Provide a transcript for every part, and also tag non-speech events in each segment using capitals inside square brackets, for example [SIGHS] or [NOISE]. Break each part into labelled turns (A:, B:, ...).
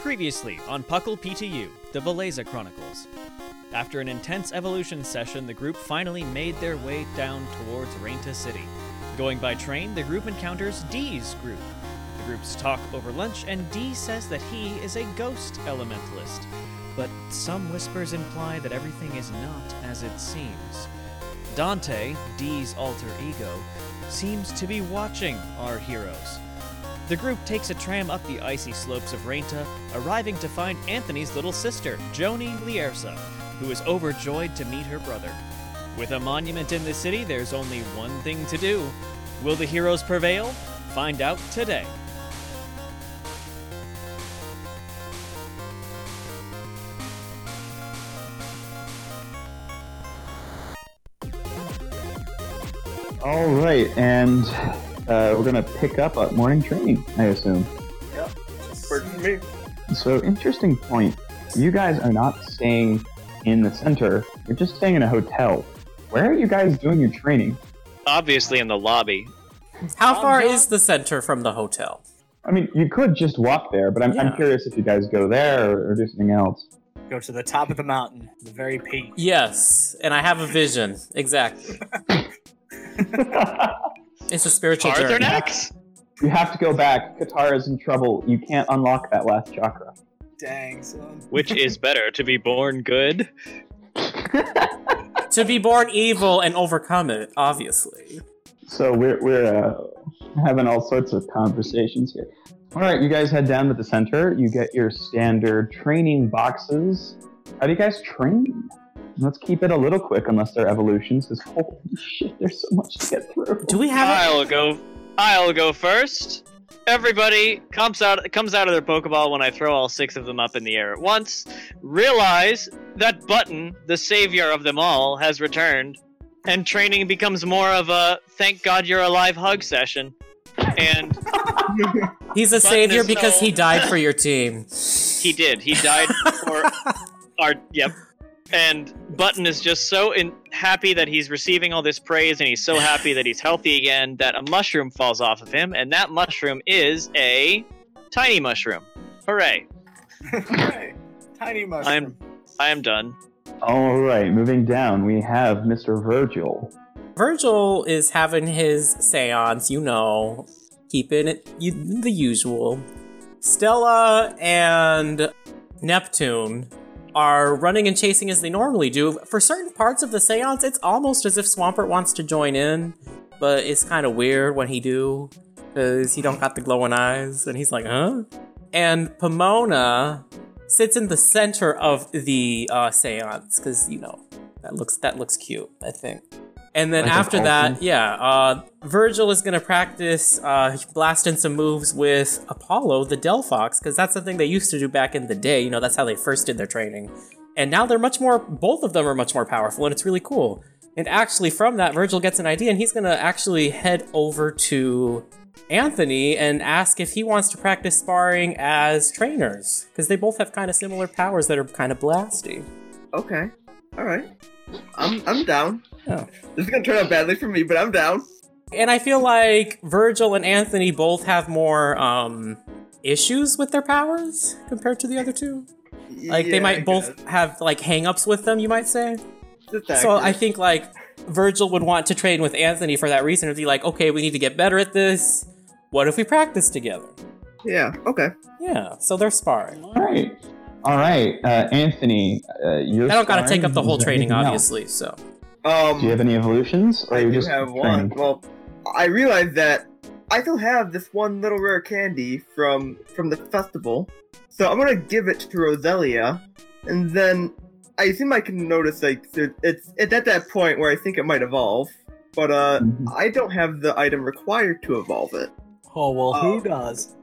A: Previously on Puckle PTU, the Valeza Chronicles. After an intense evolution session, the group finally made their way down towards Rainta City. Going by train, the group encounters Dee's group. The groups talk over lunch, and Dee says that he is a ghost elementalist. But some whispers imply that everything is not as it seems. Dante, Dee's alter ego, seems to be watching our heroes. The group takes a tram up the icy slopes of Rainta, arriving to find Anthony's little sister, Joni Liersa, who is overjoyed to meet her brother. With a monument in the city, there's only one thing to do. Will the heroes prevail? Find out today.
B: All right, and uh, we're gonna pick up at morning training, I assume.
C: me.
B: So interesting point. You guys are not staying in the center. You're just staying in a hotel. Where are you guys doing your training?
D: obviously in the lobby.
E: How far is the center from the hotel?
B: I mean, you could just walk there, but I'm,
E: Yeah.
B: I'm curious if you guys go there or, or do something else.
C: Go to the top of the mountain, the very peak.
E: Yes, and I have a vision. Exactly. It's a spiritual
D: Arthur
E: journey.
D: next?
B: you have to go back. Katara's in trouble. You can't unlock that last chakra.
C: Dang, son. [LAUGHS]
D: Which is better, to be born good?
E: To be born evil and overcome it, obviously.
B: So we're we're uh, having all sorts of conversations here. All right, you guys head down to the center. You get your standard training boxes. How do you guys train? Let's keep it a little quick, unless they're evolutions, because holy shit, there's so much to get through.
E: Do we have
D: I'll go. I'll go first. Everybody comes out comes out of their Pokeball when I throw all six of them up in the air at once. Realize that Button, the savior of them all, has returned, and training becomes more of a "Thank God you're alive" hug session. And
E: a? He's a
D: Button
E: savior
D: is
E: because
D: no-
E: he died for your team.
D: He did. He died for our. Yep. And Button is just so in- happy that he's receiving all this praise, and he's so happy that he's healthy again that a mushroom falls off of him, and that mushroom is a tiny mushroom. Hooray!
C: Hey, Tiny mushroom.
D: I am done.
B: All right, moving down, we have Mr. Virgil.
E: Virgil is having his seance, you know, keeping it you, the usual. Stella and Neptune are running and chasing as they normally do. For certain parts of the seance, it's almost as if Swampert wants to join in, but it's kind of weird when he do, because he don't got the glowing eyes, and he's like, huh? And Pomona sits in the center of the uh, seance, because, you know, that looks that looks cute, I think. And then
B: Like an
E: after
B: altar?
E: that, yeah, uh, Virgil is gonna practice uh, blasting some moves with Apollo, the Delphox, because that's something they used to do back in the day. You know, that's how they first did their training. And now they're much more. Both of them are much more powerful, and it's really cool. And actually, from that, Virgil gets an idea, and he's gonna actually head over to Anthony and ask if he wants to practice sparring as trainers, because they both have kind of similar powers that are kind of blasty.
F: Okay. All right. I'm I'm down.
E: Yeah.
F: This is gonna turn out badly for me, but I'm down.
E: And I feel like Virgil and Anthony both have more um, issues with their powers compared to the other two. Like they
F: Yeah,
E: might
F: I
E: both
F: guess.
E: have like hangups with them, you might say.
F: That's
E: So
F: accurate.
E: I think like Virgil would want to train with Anthony for that reason. It'd be like, okay, we need to get better at this. What if we practice together?
F: Yeah. Okay.
E: Yeah, so they're sparring.
B: All right, all right, uh, Anthony, uh, you're.
E: I don't got to
B: starting.
E: take up the whole
B: Is there
E: training,
B: anything else?
E: obviously. So
F: Um.
B: Do you have any evolutions, or are
F: I
B: you
F: do
B: just
F: have
B: training?
F: one. Well, I realized that I still have this one little rare candy from from the festival, so I'm gonna give it to Roselia, and then I assume I can notice like there- it's it's at that point where I think it might evolve, but uh,
B: Mhm.
F: I don't have the item required to evolve it.
C: Oh well,
F: who
C: does?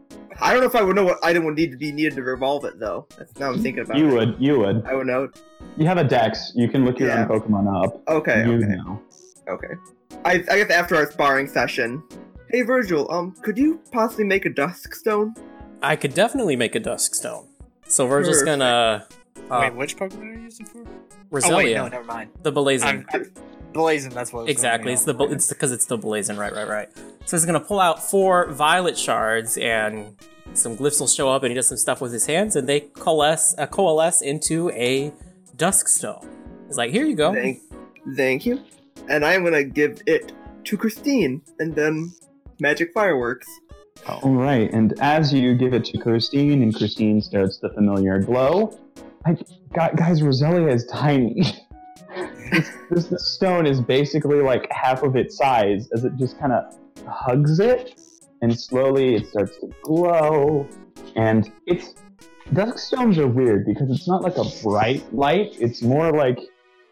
F: I don't know if I would know what item would need to be needed to revolve it though. That's now I'm thinking about
B: You
F: it.
B: would, you would.
F: I would know.
B: You have a dex. You can look your
F: Yeah.
B: own Pokemon up.
F: Okay,
B: you
F: okay,
B: know.
F: okay. I, I guess after our sparring session, hey Virgil, um, could you possibly make a dusk stone?
E: I could definitely make a dusk stone. So Virgil's
F: Perfect.
E: gonna uh,
C: wait, which Pokemon are you using for?
E: Roselia,
C: Oh wait, no, never mind.
E: the Blazing.
C: I'm, I'm blazing. That's what. it was
E: Exactly.
C: gonna be.
E: It's the bla- it's because it's the blazon. Right, right, right. So it's gonna pull out four violet shards and Some glyphs will show up, and he does some stuff with his hands, and they coalesce uh, coalesce into a dusk stone. He's like, "Here you go."
F: Thank, thank you. And I'm gonna give it to Christine, and then magic fireworks.
B: All right, and as you give it to Christine, and Christine starts the familiar glow, I got guys. Roselia is tiny. [LAUGHS] this, this stone is basically like half of its size as it just kind of hugs it, and slowly it starts to glow. And it's dusk stones are weird because it's not like a bright light. It's more like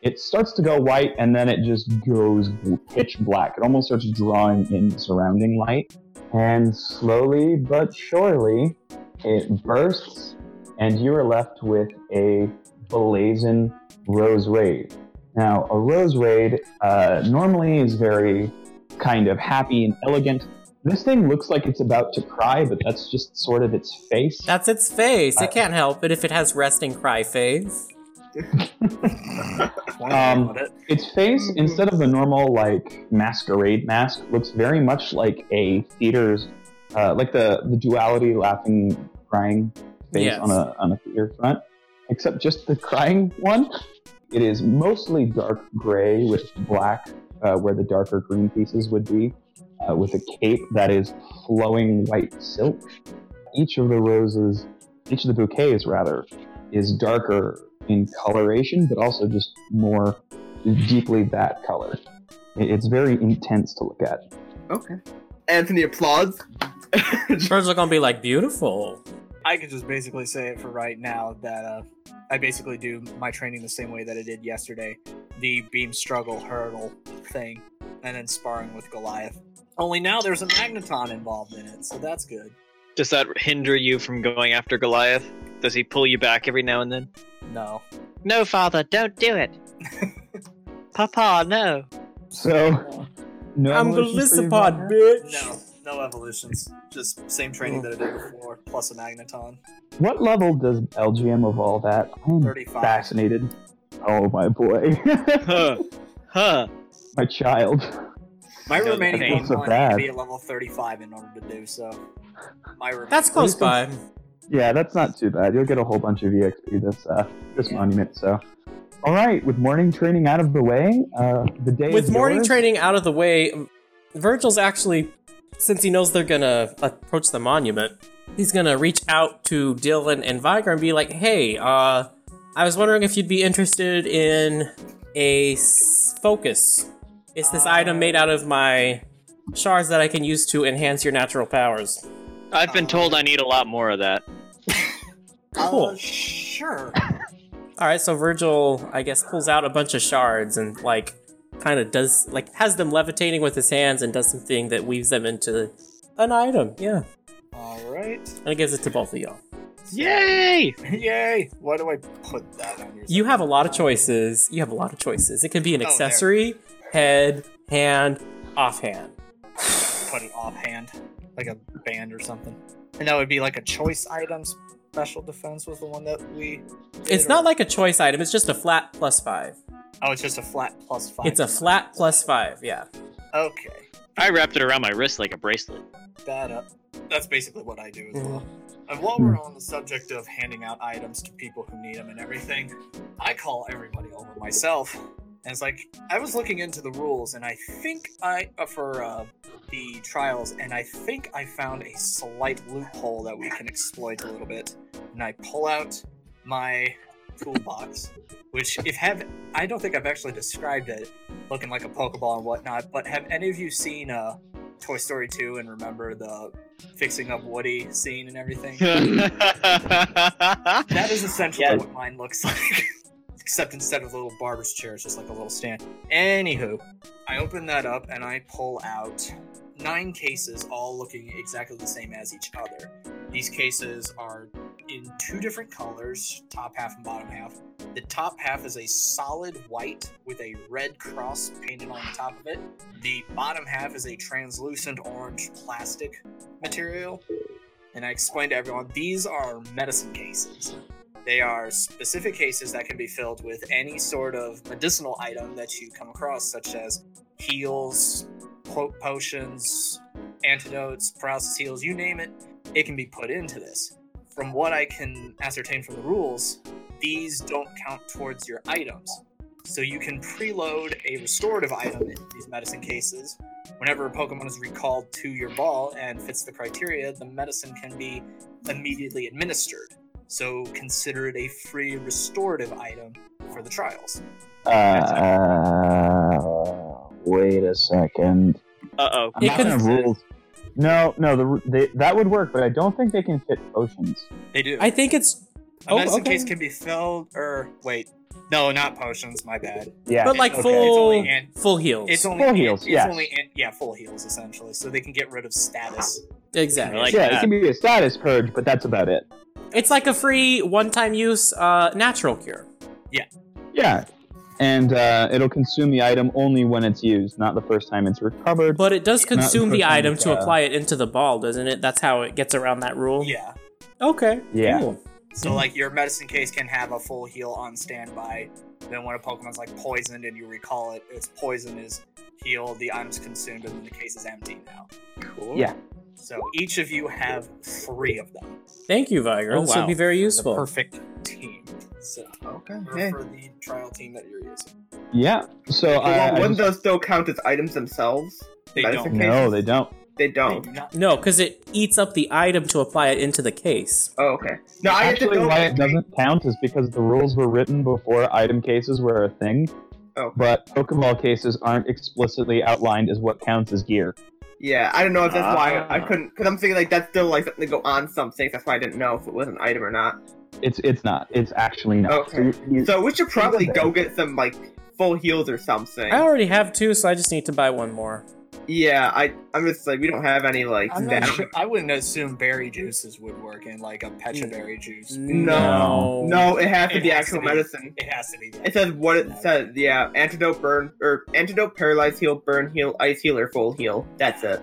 B: it starts to go white and then it just goes pitch black. It almost starts drawing in the surrounding light. And slowly but surely, it bursts, and you are left with a blazing rose raid. Now, a rose raid uh, normally is very kind of happy and elegant. This thing looks like it's about to cry, but that's just sort of its face.
E: That's its face.
B: I-
E: It can't help it if it has resting cry phase.
B: Um, its face, instead of the normal like masquerade mask, looks very much like a theater's, uh, like the the duality laughing crying face
E: Yes.
B: on a on a theater front, except just the crying one. It is mostly dark gray with black, uh, where the darker green pieces would be, uh, with a cape that is flowing white silk. Each of the roses, each of the bouquets rather, is darker in coloration, but also just more deeply that color. It- It's very intense to look at.
F: Okay. Anthony applauds.
E: Birds are gonna be like, "Beautiful."
C: I could just basically say it for right now that uh, I basically do my training the same way that I did yesterday the beam struggle hurdle thing, and then sparring with Goliath. Only now there's a magneton involved in it, so that's good.
D: Does that hinder you from going after Goliath? Does he pull you back every now and then?
C: No.
D: No, father, don't do it. Papa, no.
B: So, no
E: I'm
B: emotions for you right
E: Glissapod,
B: now?
E: bitch.
C: No. No evolutions. Just same training that I did before, plus a magneton.
B: What level does LGM evolve at? I'm
C: 35.
B: fascinated. Oh my boy, [LAUGHS]
D: Huh. Huh.
B: my child.
C: My
D: Doesn't
C: remaining
D: pain.
B: Not so
C: Pokemon need
B: bad.
C: to be at level 35 in order to do so. My remaining
E: That's close by.
B: Yeah, that's not too bad. You'll get a whole bunch of EXP this uh, this monument. So, all right, with morning training out of the way, uh, the day
E: With
B: is
E: morning
B: yours.
E: training out of the way, Virgil's actually, since he knows they're gonna approach the monument, he's gonna reach out to Dylan and Vigar and be like, "Hey, uh, I was wondering if you'd be interested in a s- focus. It's this
C: Uh,
E: item made out of my shards that I can use to enhance your natural powers."
D: I've been told I need a lot more of that.
E: Cool.
C: Uh, sure.
E: All right, so Virgil, I guess, pulls out a bunch of shards and like kind of does like has them levitating with his hands and does something that weaves them into an item. Yeah,
C: All right.
E: and he gives it to both of y'all.
D: Yay!
C: [LAUGHS] Yay! Why do I put that on your?
E: You have a lot of choices. You have a lot of choices. It can be an
C: Oh, there.
E: accessory, head, hand, offhand.
C: Put it offhand, like a band or something, and that would be like a choice item. Special defense was the one that we. did,
E: It's
C: or-
E: not like a choice item. It's just a flat plus five.
C: Oh, it's just a flat plus five.
E: It's a flat plus five. Yeah.
C: Okay,
D: I wrapped it around my wrist like a bracelet. [LAUGHS]
C: that up. Mm-hmm. Hmm. That's basically what I do as
E: Mhm.
C: well. And while we're on the subject of handing out items to people who need them and everything, I call everybody over myself. And it's like, I was looking into the rules, and I think I, uh, for uh, the trials, and I think I found a slight loophole that we can exploit a little bit. And I pull out my toolbox, which, if have, I don't think I've actually described it, looking like a Pokeball and whatnot, but have any of you seen uh, Toy Story 2 and remember the fixing up Woody scene and everything? That is essentially
D: Yes.
C: what mine looks [LAUGHS] like. Except instead of a little barber's chair, it's just like a little stand. Anywho, I open that up and I pull out nine cases, all looking exactly the same as each other. These cases are in two different colors top half and bottom half. The top half is a solid white with a red cross painted on the top of it. The bottom half is a translucent orange plastic material. And I explained to everyone these are medicine cases. They are specific cases that can be filled with any sort of medicinal item that you come across, such as heals, po- potions, antidotes, paralysis heals, you name it. it can be put into this. From what I can ascertain from the rules, these don't count towards your items. So you can preload a restorative item in these medicine cases. Whenever a Pokemon is recalled to your ball and fits the criteria, the medicine can be immediately administered. So consider it a free restorative item for the trials.
B: Uh, wait a second.
D: Uh oh.
B: I'm
E: It
B: not
E: could-
B: gonna rule. No, no, the, they, that would work, but I don't think they can fit potions.
C: They do.
E: I think it's.
C: a
E: Oh,
C: medicine
E: okay.
C: case can be filled, or wait, no, not potions. My bad.
B: Yeah,
E: But like
C: okay.
E: full
C: It's only an-
E: full heals.
C: It's only
B: Full
C: an-
B: heals,
C: It's
B: yes.
C: only an- yeah, full heals essentially. So they can get rid of status.
E: exactly.
D: like
B: yeah,
D: that.
B: it can be a status purge, but that's about it.
E: it's like a free one-time use uh, natural cure.
B: Yeah, and uh, it'll consume the item only when it's used, not the first time it's recovered.
E: But it does
B: Not
E: consume the
B: pushing,
E: item to
B: uh,
E: apply it into the ball, doesn't it? That's how it gets around that rule.
C: Yeah.
E: Okay.
B: Yeah.
E: Cool.
C: So like your medicine case can have a full heal on standby. Then when a Pokemon's like poisoned and you recall it, its poison is healed, the item's consumed, and then the case is empty now.
D: Cool.
B: Yeah.
C: So each of you have three of them.
E: Thank you, Viger.
D: Oh,
E: This will
D: wow.
E: be very
C: The
E: useful.
C: perfect team. So
F: Okay.
C: or
F: Hey.
C: for the trial team that you're using.
B: Yeah, so I,
F: Well,
B: I just-
F: wouldn't those still count as items themselves?
C: They
F: Medicine
C: don't.
F: case?
B: no, they don't.
F: They
C: They
F: don't.
C: do not.
E: No, because it eats up the item to apply it into the case.
F: Oh, okay. No, I have to
B: Actually,
F: go.
B: why it doesn't count is because the rules were written before item cases were a thing,
F: Oh.
B: but Pokeball cases aren't explicitly outlined as what counts as gear.
F: Yeah, I don't know if that's why I
D: Ah.
F: couldn't. Because I'm thinking like that's still like something to go on something. That's why I didn't know if it was an item or not.
B: It's it's not. It's actually not.
F: Okay.
B: So
C: Mm.
B: you- you-
F: So we should probably go get some like full heals or something.
E: I already have two, so I just need to buy one more.
F: Yeah, I I'm just like we don't have any like
C: I'm
F: that.
C: not sure. I wouldn't assume berry juices would work in like a pecha berry juice.
E: No.
F: No, it has to
C: It
F: be
C: has
F: actual
C: to be.
F: medicine.
C: It has to be. That.
F: It says what it says. Yeah, antidote burn or antidote paralyze heal burn heal ice heal or full heal. That's it.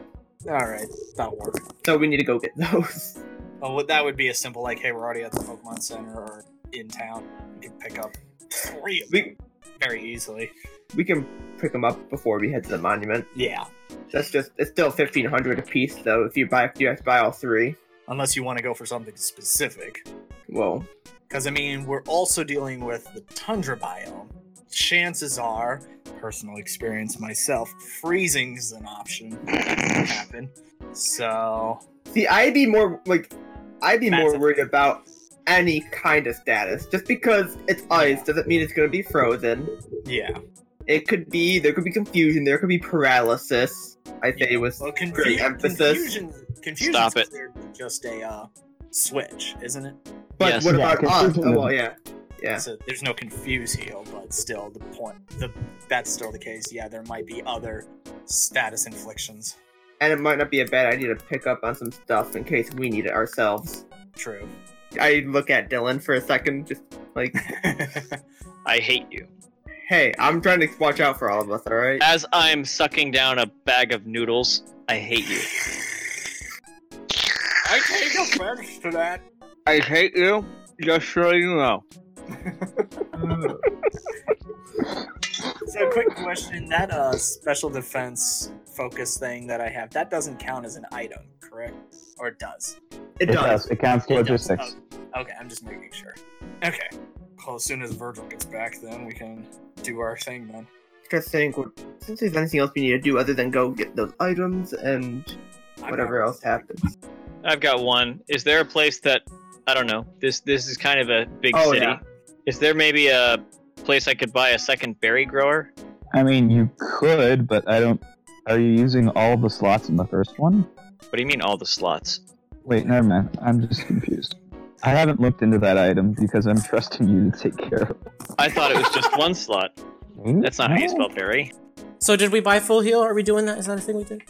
C: All right, that'll work.
F: So we need to go get [LAUGHS] those.
C: Well, what- that would be a simple like, hey, we're already at the Pokemon Center or in town. We can pick up three of them
F: We
C: very easily.
F: we can pick them up before we head to the monument.
C: Yeah,
F: That's just it's still fifteen hundred a piece though. If you buy if you have to buy all three.
C: unless you want to go for something specific.
F: Well,
C: Because I mean, we're also dealing with the tundra biome. Chances are, personal experience myself, freezing's an option. That can happen. So
F: see, I'd be more like I'd be
C: That's
F: more
C: a-
F: worried about any kind of status. Just because it's ice doesn't mean it's gonna be frozen.
C: yeah,
F: It could be there could be confusion. There could be paralysis. I say with
C: Well, confu-
F: great emphasis.
C: Confusion, confusion's
D: Stop it.
C: clearly Just a uh, switch, isn't it?
F: But
D: Yes.
F: what
B: Yeah,
F: about us?
B: confusion
F: Oh, well,
B: is-
F: yeah, yeah.
C: So there's no confuse heal, but still the point the that's still the case. Yeah, there might be other status inflictions.
F: And it might not be a bad idea to pick up on some stuff in case we need it ourselves.
C: True. [LAUGHS]
F: I look at Dylan for a second, just like, [LAUGHS]
D: I hate you.
F: hey, I'm trying to watch out for all of us. All right.
D: As I'm sucking down a bag of noodles, I hate you.
C: I take offense to that.
D: I hate you. Just so you know.
C: [LAUGHS] So quick question, that uh special defense focus thing that I have, that doesn't count as an item, correct? Or it does.
F: It does.
B: It counts towards
C: It
B: your
C: does.
B: six.
C: Okay, I'm just making sure. Okay. Well, as soon as Virgil gets back then we can do our thing then.
F: Just think, what- since there's anything else we need to do other than go get those items and
C: I'm
F: whatever
C: not-
F: else happens.
D: I've got one. Is there a place that I don't know? This this is kind of a big
F: Oh,
D: city.
F: yeah.
D: Is there maybe a place I could buy a second berry grower?
B: I mean, you could, but I don't. Are you using all the slots in the first one?
D: What do you mean all the slots?
B: Wait, never mind. I'm just confused. I haven't looked into that item because I'm trusting you to take care of.
D: I thought it was just one slot.
B: it.
D: That's not how you spell berry.
E: So did we buy full heal? Are we doing that? Is that a thing we did?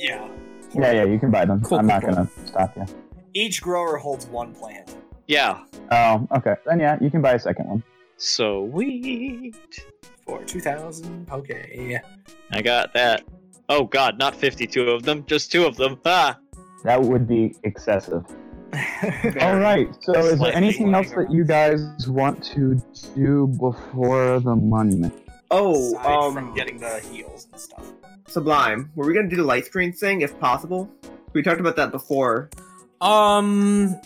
C: Yeah.
B: Yeah, yeah, you can buy them.
E: Cool,
B: I'm
E: cool,
B: not
E: cool.
B: gonna stop you.
C: Each grower holds one plant.
D: Yeah.
B: Oh, okay. Then yeah, you can buy a second one.
D: Sweet.
C: For two thousand. Okay.
D: I got that. Oh god, not 52 of them, just two of them. Ah.
B: That would be
D: [LAUGHS]
B: excessive. All
C: All
B: right. So, is there
D: Slightly
B: anything
C: wide
B: else that
C: around.
B: you guys want to do before the monument?
F: Oh,
C: Aside
F: um,
C: from getting the heals and stuff.
F: Sublime. Were we gonna do the light screen thing if possible? We talked about that before.
E: Um,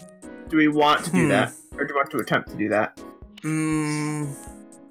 F: Do we want to do
E: Hmm.
F: that, or do we want to attempt to do that?
E: mm,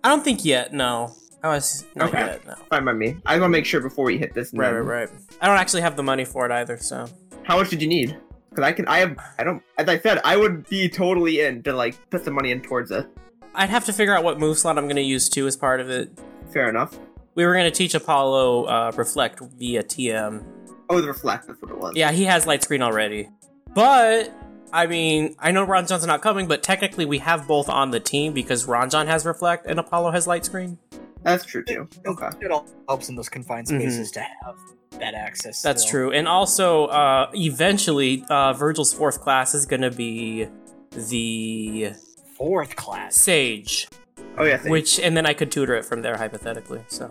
E: I don't think yet. No, Oh, I was not
F: Okay.
E: yet. No.
F: Fine by me. I want to make sure before we hit this. and
E: Right,
F: then-
E: right, right. I don't actually have the money for it either. So
F: How much did you need? Because I can. I have. I don't. As I said, I would be totally in to like put some money in towards it.
E: I'd have to figure out what move slot I'm going to use too as part of it.
F: Fair enough.
E: We were going to teach Apollo uh, reflect via TM.
F: Oh, the reflect. That's what it was.
E: Yeah, he has light screen already. But I mean, I know Ron John's not coming, but technically we have both on the team because Ron John has reflect and Apollo has light screen.
F: that's true too. Okay.
C: It all helps in those confined spaces to have that access.
E: That's
C: still.
E: true. And also, uh, eventually, uh, Virgil's fourth class is going to be the
C: Fourth class.
E: sage,
F: Oh yeah. thank-
E: which, and then I could tutor it from there hypothetically. So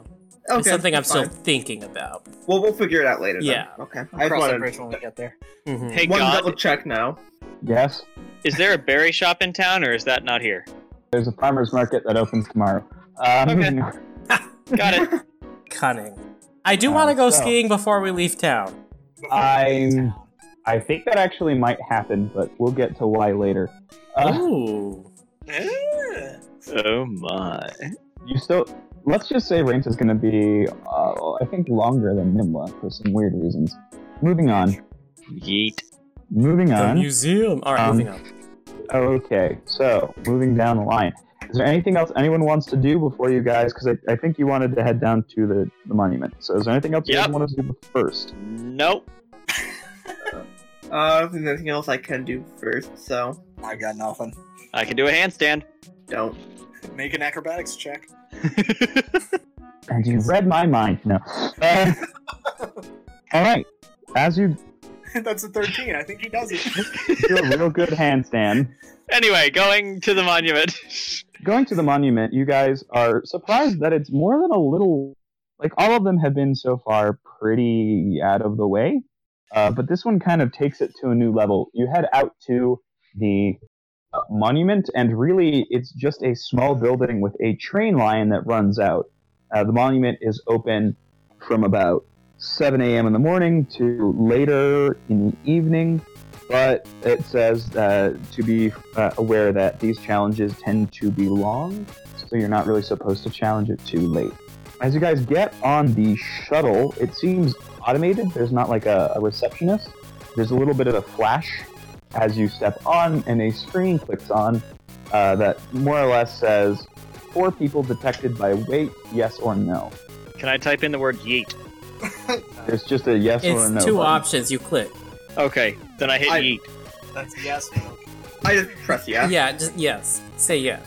F: okay,
E: it's something I'm
F: that's
E: still
F: fine.
E: thinking about.
F: Well, we'll figure it out later. then.
E: Yeah.
F: Okay.
C: I'll
F: I just
C: cross that
F: wanted
C: bridge when we get there.
E: Mhm.
D: Hey
F: one
D: God,
F: double check now.
B: Yes,
D: is there a berry shop in town, or is that not here?
B: there's a farmer's market that opens tomorrow. Um,
D: Okay.
B: [LAUGHS]
D: Got it.
E: Cunning. I do
B: Um,
E: want to go
B: so-
E: skiing before we leave town.
B: I'm- [LAUGHS] I think that actually might happen, but we'll get to why later. Uh,
E: Ooh.
C: Eh.
D: oh my!
B: you still. Let's just say Rains is going to be, uh, I think, longer than Nimla for some weird reasons. Moving on.
D: Yeet.
B: Moving
E: The
B: on.
E: museum. All right,
B: Um,
E: moving on.
B: Okay, so moving down the line. Is there anything else anyone wants to do before you guys? Because I, I think you wanted to head down to the, the monument. So is there anything else you guys
D: Yep.
B: want to do first?
D: Nope.
F: Uh, I don't think there's anything else I can do first, so
C: I got nothing.
D: I can do a handstand.
F: don't.
C: Make an acrobatics check.
B: And you read my mind. No. Uh, all right. As you
C: [LAUGHS] That's a 13. I think he does it.
B: do a real good handstand,
D: anyway, going to the monument. [LAUGHS]
B: going to the monument, you guys are surprised that it's more than a little. Like all of them have been so far pretty out of the way, uh, but this one kind of takes it to a new level. You head out to the uh, monument, and really, it's just a small building with a train line that runs out. Uh, the monument is open from about 7 a.m. in the morning to later in the evening but it says uh, to be uh, aware that these challenges tend to be long, so you're not really supposed to challenge it too late. As you guys get on the shuttle, it seems automated. There's not like a, a receptionist. There's a little bit of a flash as you step on, and a screen clicks on uh, that more or less says four people detected by weight, yes or no.
D: Can I type in the word yeet?
B: There's just a yes or a
E: It's
B: no.
E: two
B: button.
E: options. You click.
D: Okay, then I hit
B: [LAUGHS]
F: I-
D: yeet.
C: That's yes.
F: I just press yeah.
E: Yeah, just yes. Say yes.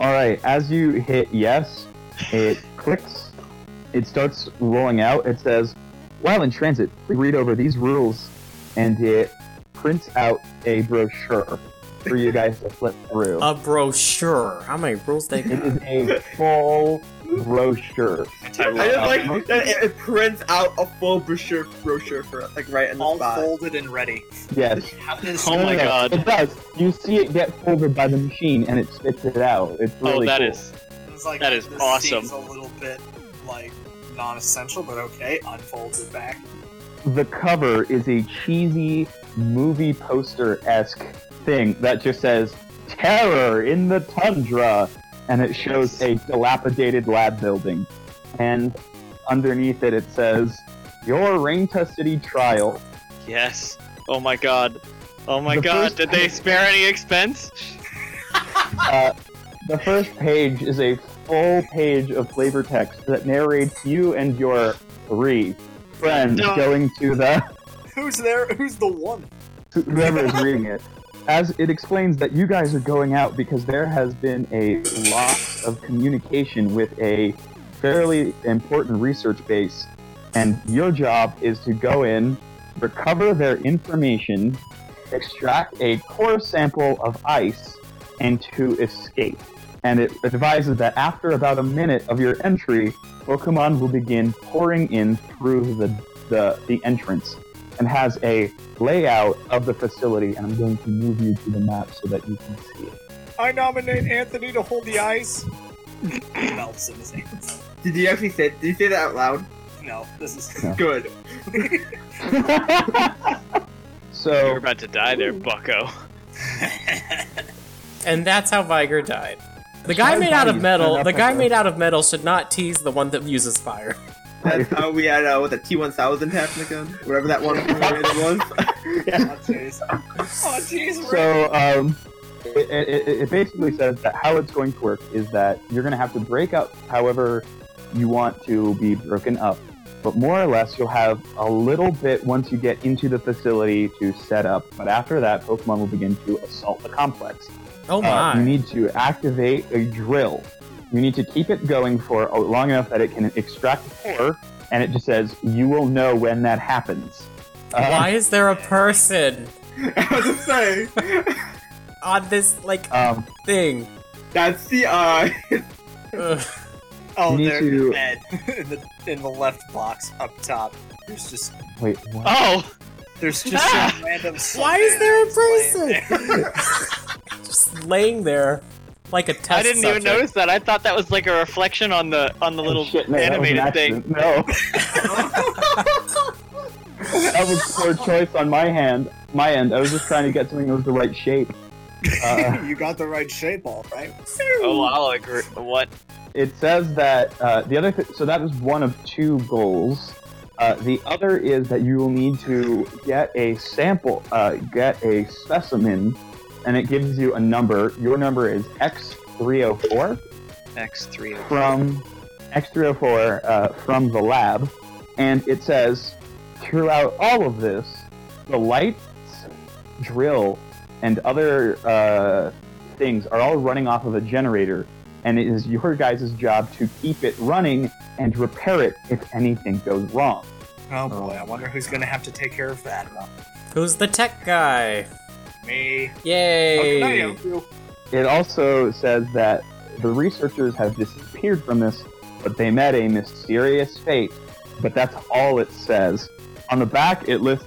B: All right, as you hit yes,
D: [LAUGHS]
B: it clicks. It starts rolling out. It says, while in transit, please read over these rules, and it prints out a brochure for you guys to flip through.
D: Uh,
E: A brochure. How many rules they
B: [LAUGHS] It
E: got?
B: is a full brochure.
D: I
F: I
D: love-
F: just like that it, it prints out a full brochure brochure for us, like right in the
C: All
F: spot.
C: folded and ready.
B: Yes.
C: How does
D: Oh
B: No, no,
D: my
B: no,
D: god.
B: It does. You see it get folded by the machine, and it spits it out. It's
D: Oh,
B: really
D: that
B: cool.
D: is.
C: It's like,
D: That is
C: this
D: awesome.
C: seems a little bit like non-essential, but okay. Unfolds it back.
B: the cover is a cheesy movie poster esque thing that just says "Terror in the Tundra," and it shows a dilapidated lab building, and underneath it it says "Your Rainta City Trial."
D: Yes. Oh my god. Oh my
B: The
D: god.
B: first-
D: Did they spare any expense?
B: Uh, the first page is a full page of flavor text that narrates you and your three friends
D: No.
B: going to the
C: Who's there? Who's the one?
B: whoever is reading it, as it explains that you guys are going out because there has been a loss of communication with a fairly important research base, and your job is to go in, recover their information, extract a core sample of ice, and to escape. And it advises that after about a minute of your entry, Pokemon will begin pouring in through the, the, the entrance and has a layout of the facility, and I'm going to move you to the map so that you can see it. [LAUGHS]
C: I nominate Anthony to hold the ice. Melts in his hands.
F: Did you actually say? Did you say that out loud?
C: No, this is
B: No.
F: Good.
B: so
D: You're
B: So
D: about to die there, bucko.
E: And that's how Viger died. The guy made out of metal. The guy made out of metal should not tease the one that uses fire.
F: That's how we had uh, what the T1000 Technicum, whatever that [LAUGHS] one was.
C: Oh, jeez. Oh, jeez, Rick.
B: So um, it, it, it- it basically says that how it's going to work is that you're going to have to break up however you want to be broken up. But more or less, you'll have a little bit once you get into the facility to set up. But after that, Pokemon will begin to assault the complex.
E: Oh
B: Uh, you
E: my!
B: need to activate a drill. You need to keep it going for uh, long enough that it can extract core, and it just says you will know when that happens. Uh,
E: Why is there a person
F: I was just saying,
E: on this like
B: Um,
E: thing?
F: that's the uh,
E: Ugh.
C: oh
B: you need
C: there,
B: to-
C: Ed, [LAUGHS] in the in the left box up top. There's just
B: wait, what?
D: Oh,
C: there's just some random.
E: Why is there a person
C: person?
E: [LAUGHS] just laying there like a test?
D: I didn't even
E: subject.
D: notice that. I thought that was like a reflection on the on the little
B: Oh, Shit, no, that was an
D: animated thing.
B: accident. No. that was poor choice on my hand. My end. I was just trying to get something that was the right shape. Uh,
C: [LAUGHS] you got the right shape, all right.
D: Oh, I'll agree. What?
B: it says that uh, the other. Th- so that was one of two goals. Uh, the other is that you will need to get a sample, uh, get a specimen, and it gives you a number. Your number is X304.
D: X three.
B: from X304 uh, from the lab, and it says throughout all of this, the lights, drill, and other uh, things are all running off of a generator, and it is your guys' job to keep it running and repair it if anything goes wrong.
C: Oh boy, I wonder who's gonna have to take care of that. Well,
E: Who's the tech guy?
C: me.
E: Yay!
C: How can I help Oh, you?
B: It also says that the researchers have disappeared from this, but they met a mysterious fate. But that's all it says. On the back, it lists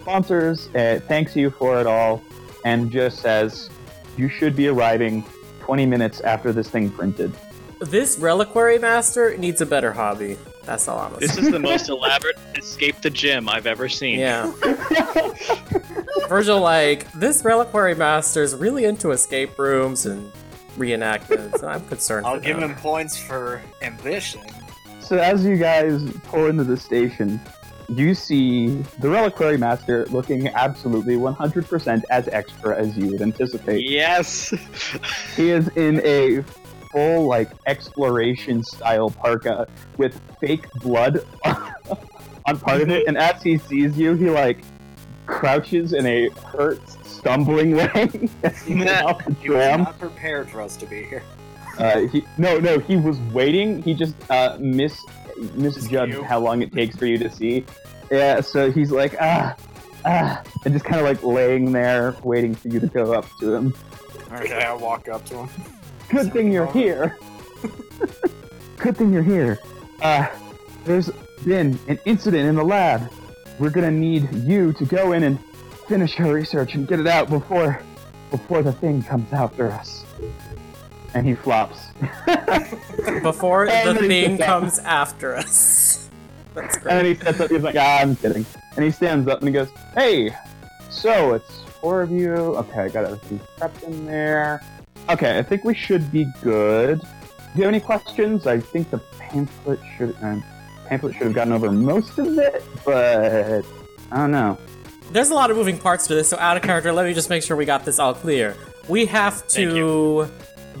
B: sponsors, it thanks you for it all, and just says, you should be arriving 20 minutes after this thing printed.
E: This reliquary master needs a better hobby. That's all I'm.
D: This
E: Saying.
D: is the most elaborate escape the gym I've ever seen.
E: Yeah. Virgil, like this reliquary master is really into escape rooms and reenactments. and I'm concerned.
C: I'll
E: for
C: give
E: them. [LAUGHS]
C: him points for ambition.
B: So as you guys pull into the station, you see the Reliquary Master looking absolutely 100% as extra as you would anticipate.
D: Yes.
B: He is in a full like exploration style parka with fake blood [LAUGHS] on part of it, and as he sees you, he like crouches in a hurt, stumbling [LAUGHS]
C: [LAUGHS]
B: way. as you get off the
C: He was
B: tram.
C: not prepared for us to be here.
B: Uh, he, no, no, he was waiting. He just uh, mis misjudged
C: you.
B: how long it takes for you to see. Yeah, so he's like ah. Ah, and just kind of like laying there, waiting for you to go up to him.
C: Okay, [LAUGHS] I walk up to him.
B: Good thing you're here. [LAUGHS] Good thing you're here. Uh, there's been an incident in the lab. We're gonna need you to go in and finish her research and get it out before before the thing comes after us. And he flops.
E: before the
B: And then he
E: thing
B: gets up.
E: comes after us. That's
B: And then
E: great.
B: he steps up. He's like, ah, I'm kidding. And he stands up and he goes, Hey, so it's four of you. Okay, I got everything prepped in there. Okay, I think we should be good. Do you have any questions? I think the pamphlet should um, pamphlet should have gotten over most of it, but I don't know.
E: There's a lot of moving parts to this, so out of character, let me just make sure we got this all clear. We have to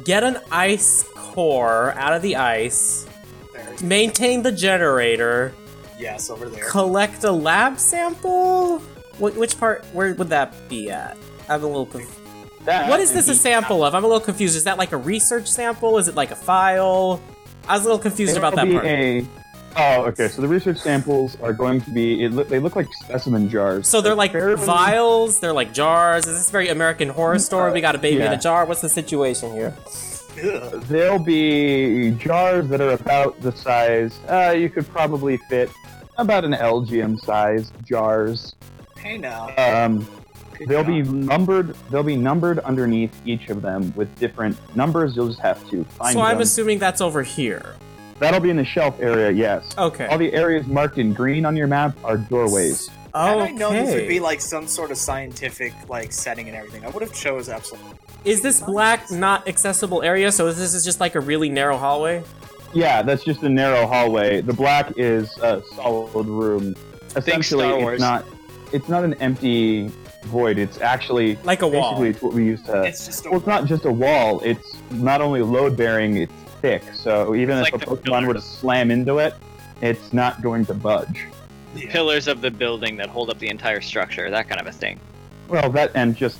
E: get an ice core out of the ice,
C: There.
E: maintain the generator,
C: Yes, over there.
E: collect a lab sample? Wh- which part, where would that be at? I'm a little confused.
B: That
E: What is this a
B: and he-
E: sample of? I'm a little confused. Is that like a research sample? Is it like a file? I was a little confused about that
B: There'll
E: part.
B: be a- oh, okay. So the research samples are going to be. It, loo- they look like specimen jars.
E: So they're like
B: fairly-
E: vials, they're like jars. Is this very American horror story? We got a baby in
B: yeah.
E: a jar. What's the situation here?
C: Ugh.
B: There'll be jars that are about the size. Uh, you could probably fit about an LGM size jars.
C: Hey now.
B: Um,
C: Good
B: they'll
C: job.
B: be numbered. They'll be numbered underneath each of them with different numbers. You'll just have to find
E: So I'm
B: them.
E: assuming that's over here.
B: That'll be in the shelf area. Yes. All
E: Okay.
B: the areas marked in green on your map are doorways.
C: Had I known this
E: Okay.
C: would be like some sort of scientific like setting and everything, I would have chose absolutely.
E: Is this black not accessible area? So this is just like a really narrow hallway.
B: Yeah, that's just a narrow hallway. The black is a solid room. Essentially,
D: Star
B: it's
D: Wars.
B: not it's not an empty void. It's actually
E: Like a wall.
B: basically it's what we used to.
C: It's just a
B: Well, it's not just a wall. It's not only load bearing. It's thick. So even
D: It's
B: if
D: like
B: a
D: the
B: Pokemon were to
D: pillars.
B: slam into it, it's not going to budge.
C: yeah.
D: Pillars of the building that hold up the entire structure, that kind of a thing.
B: Well, that and just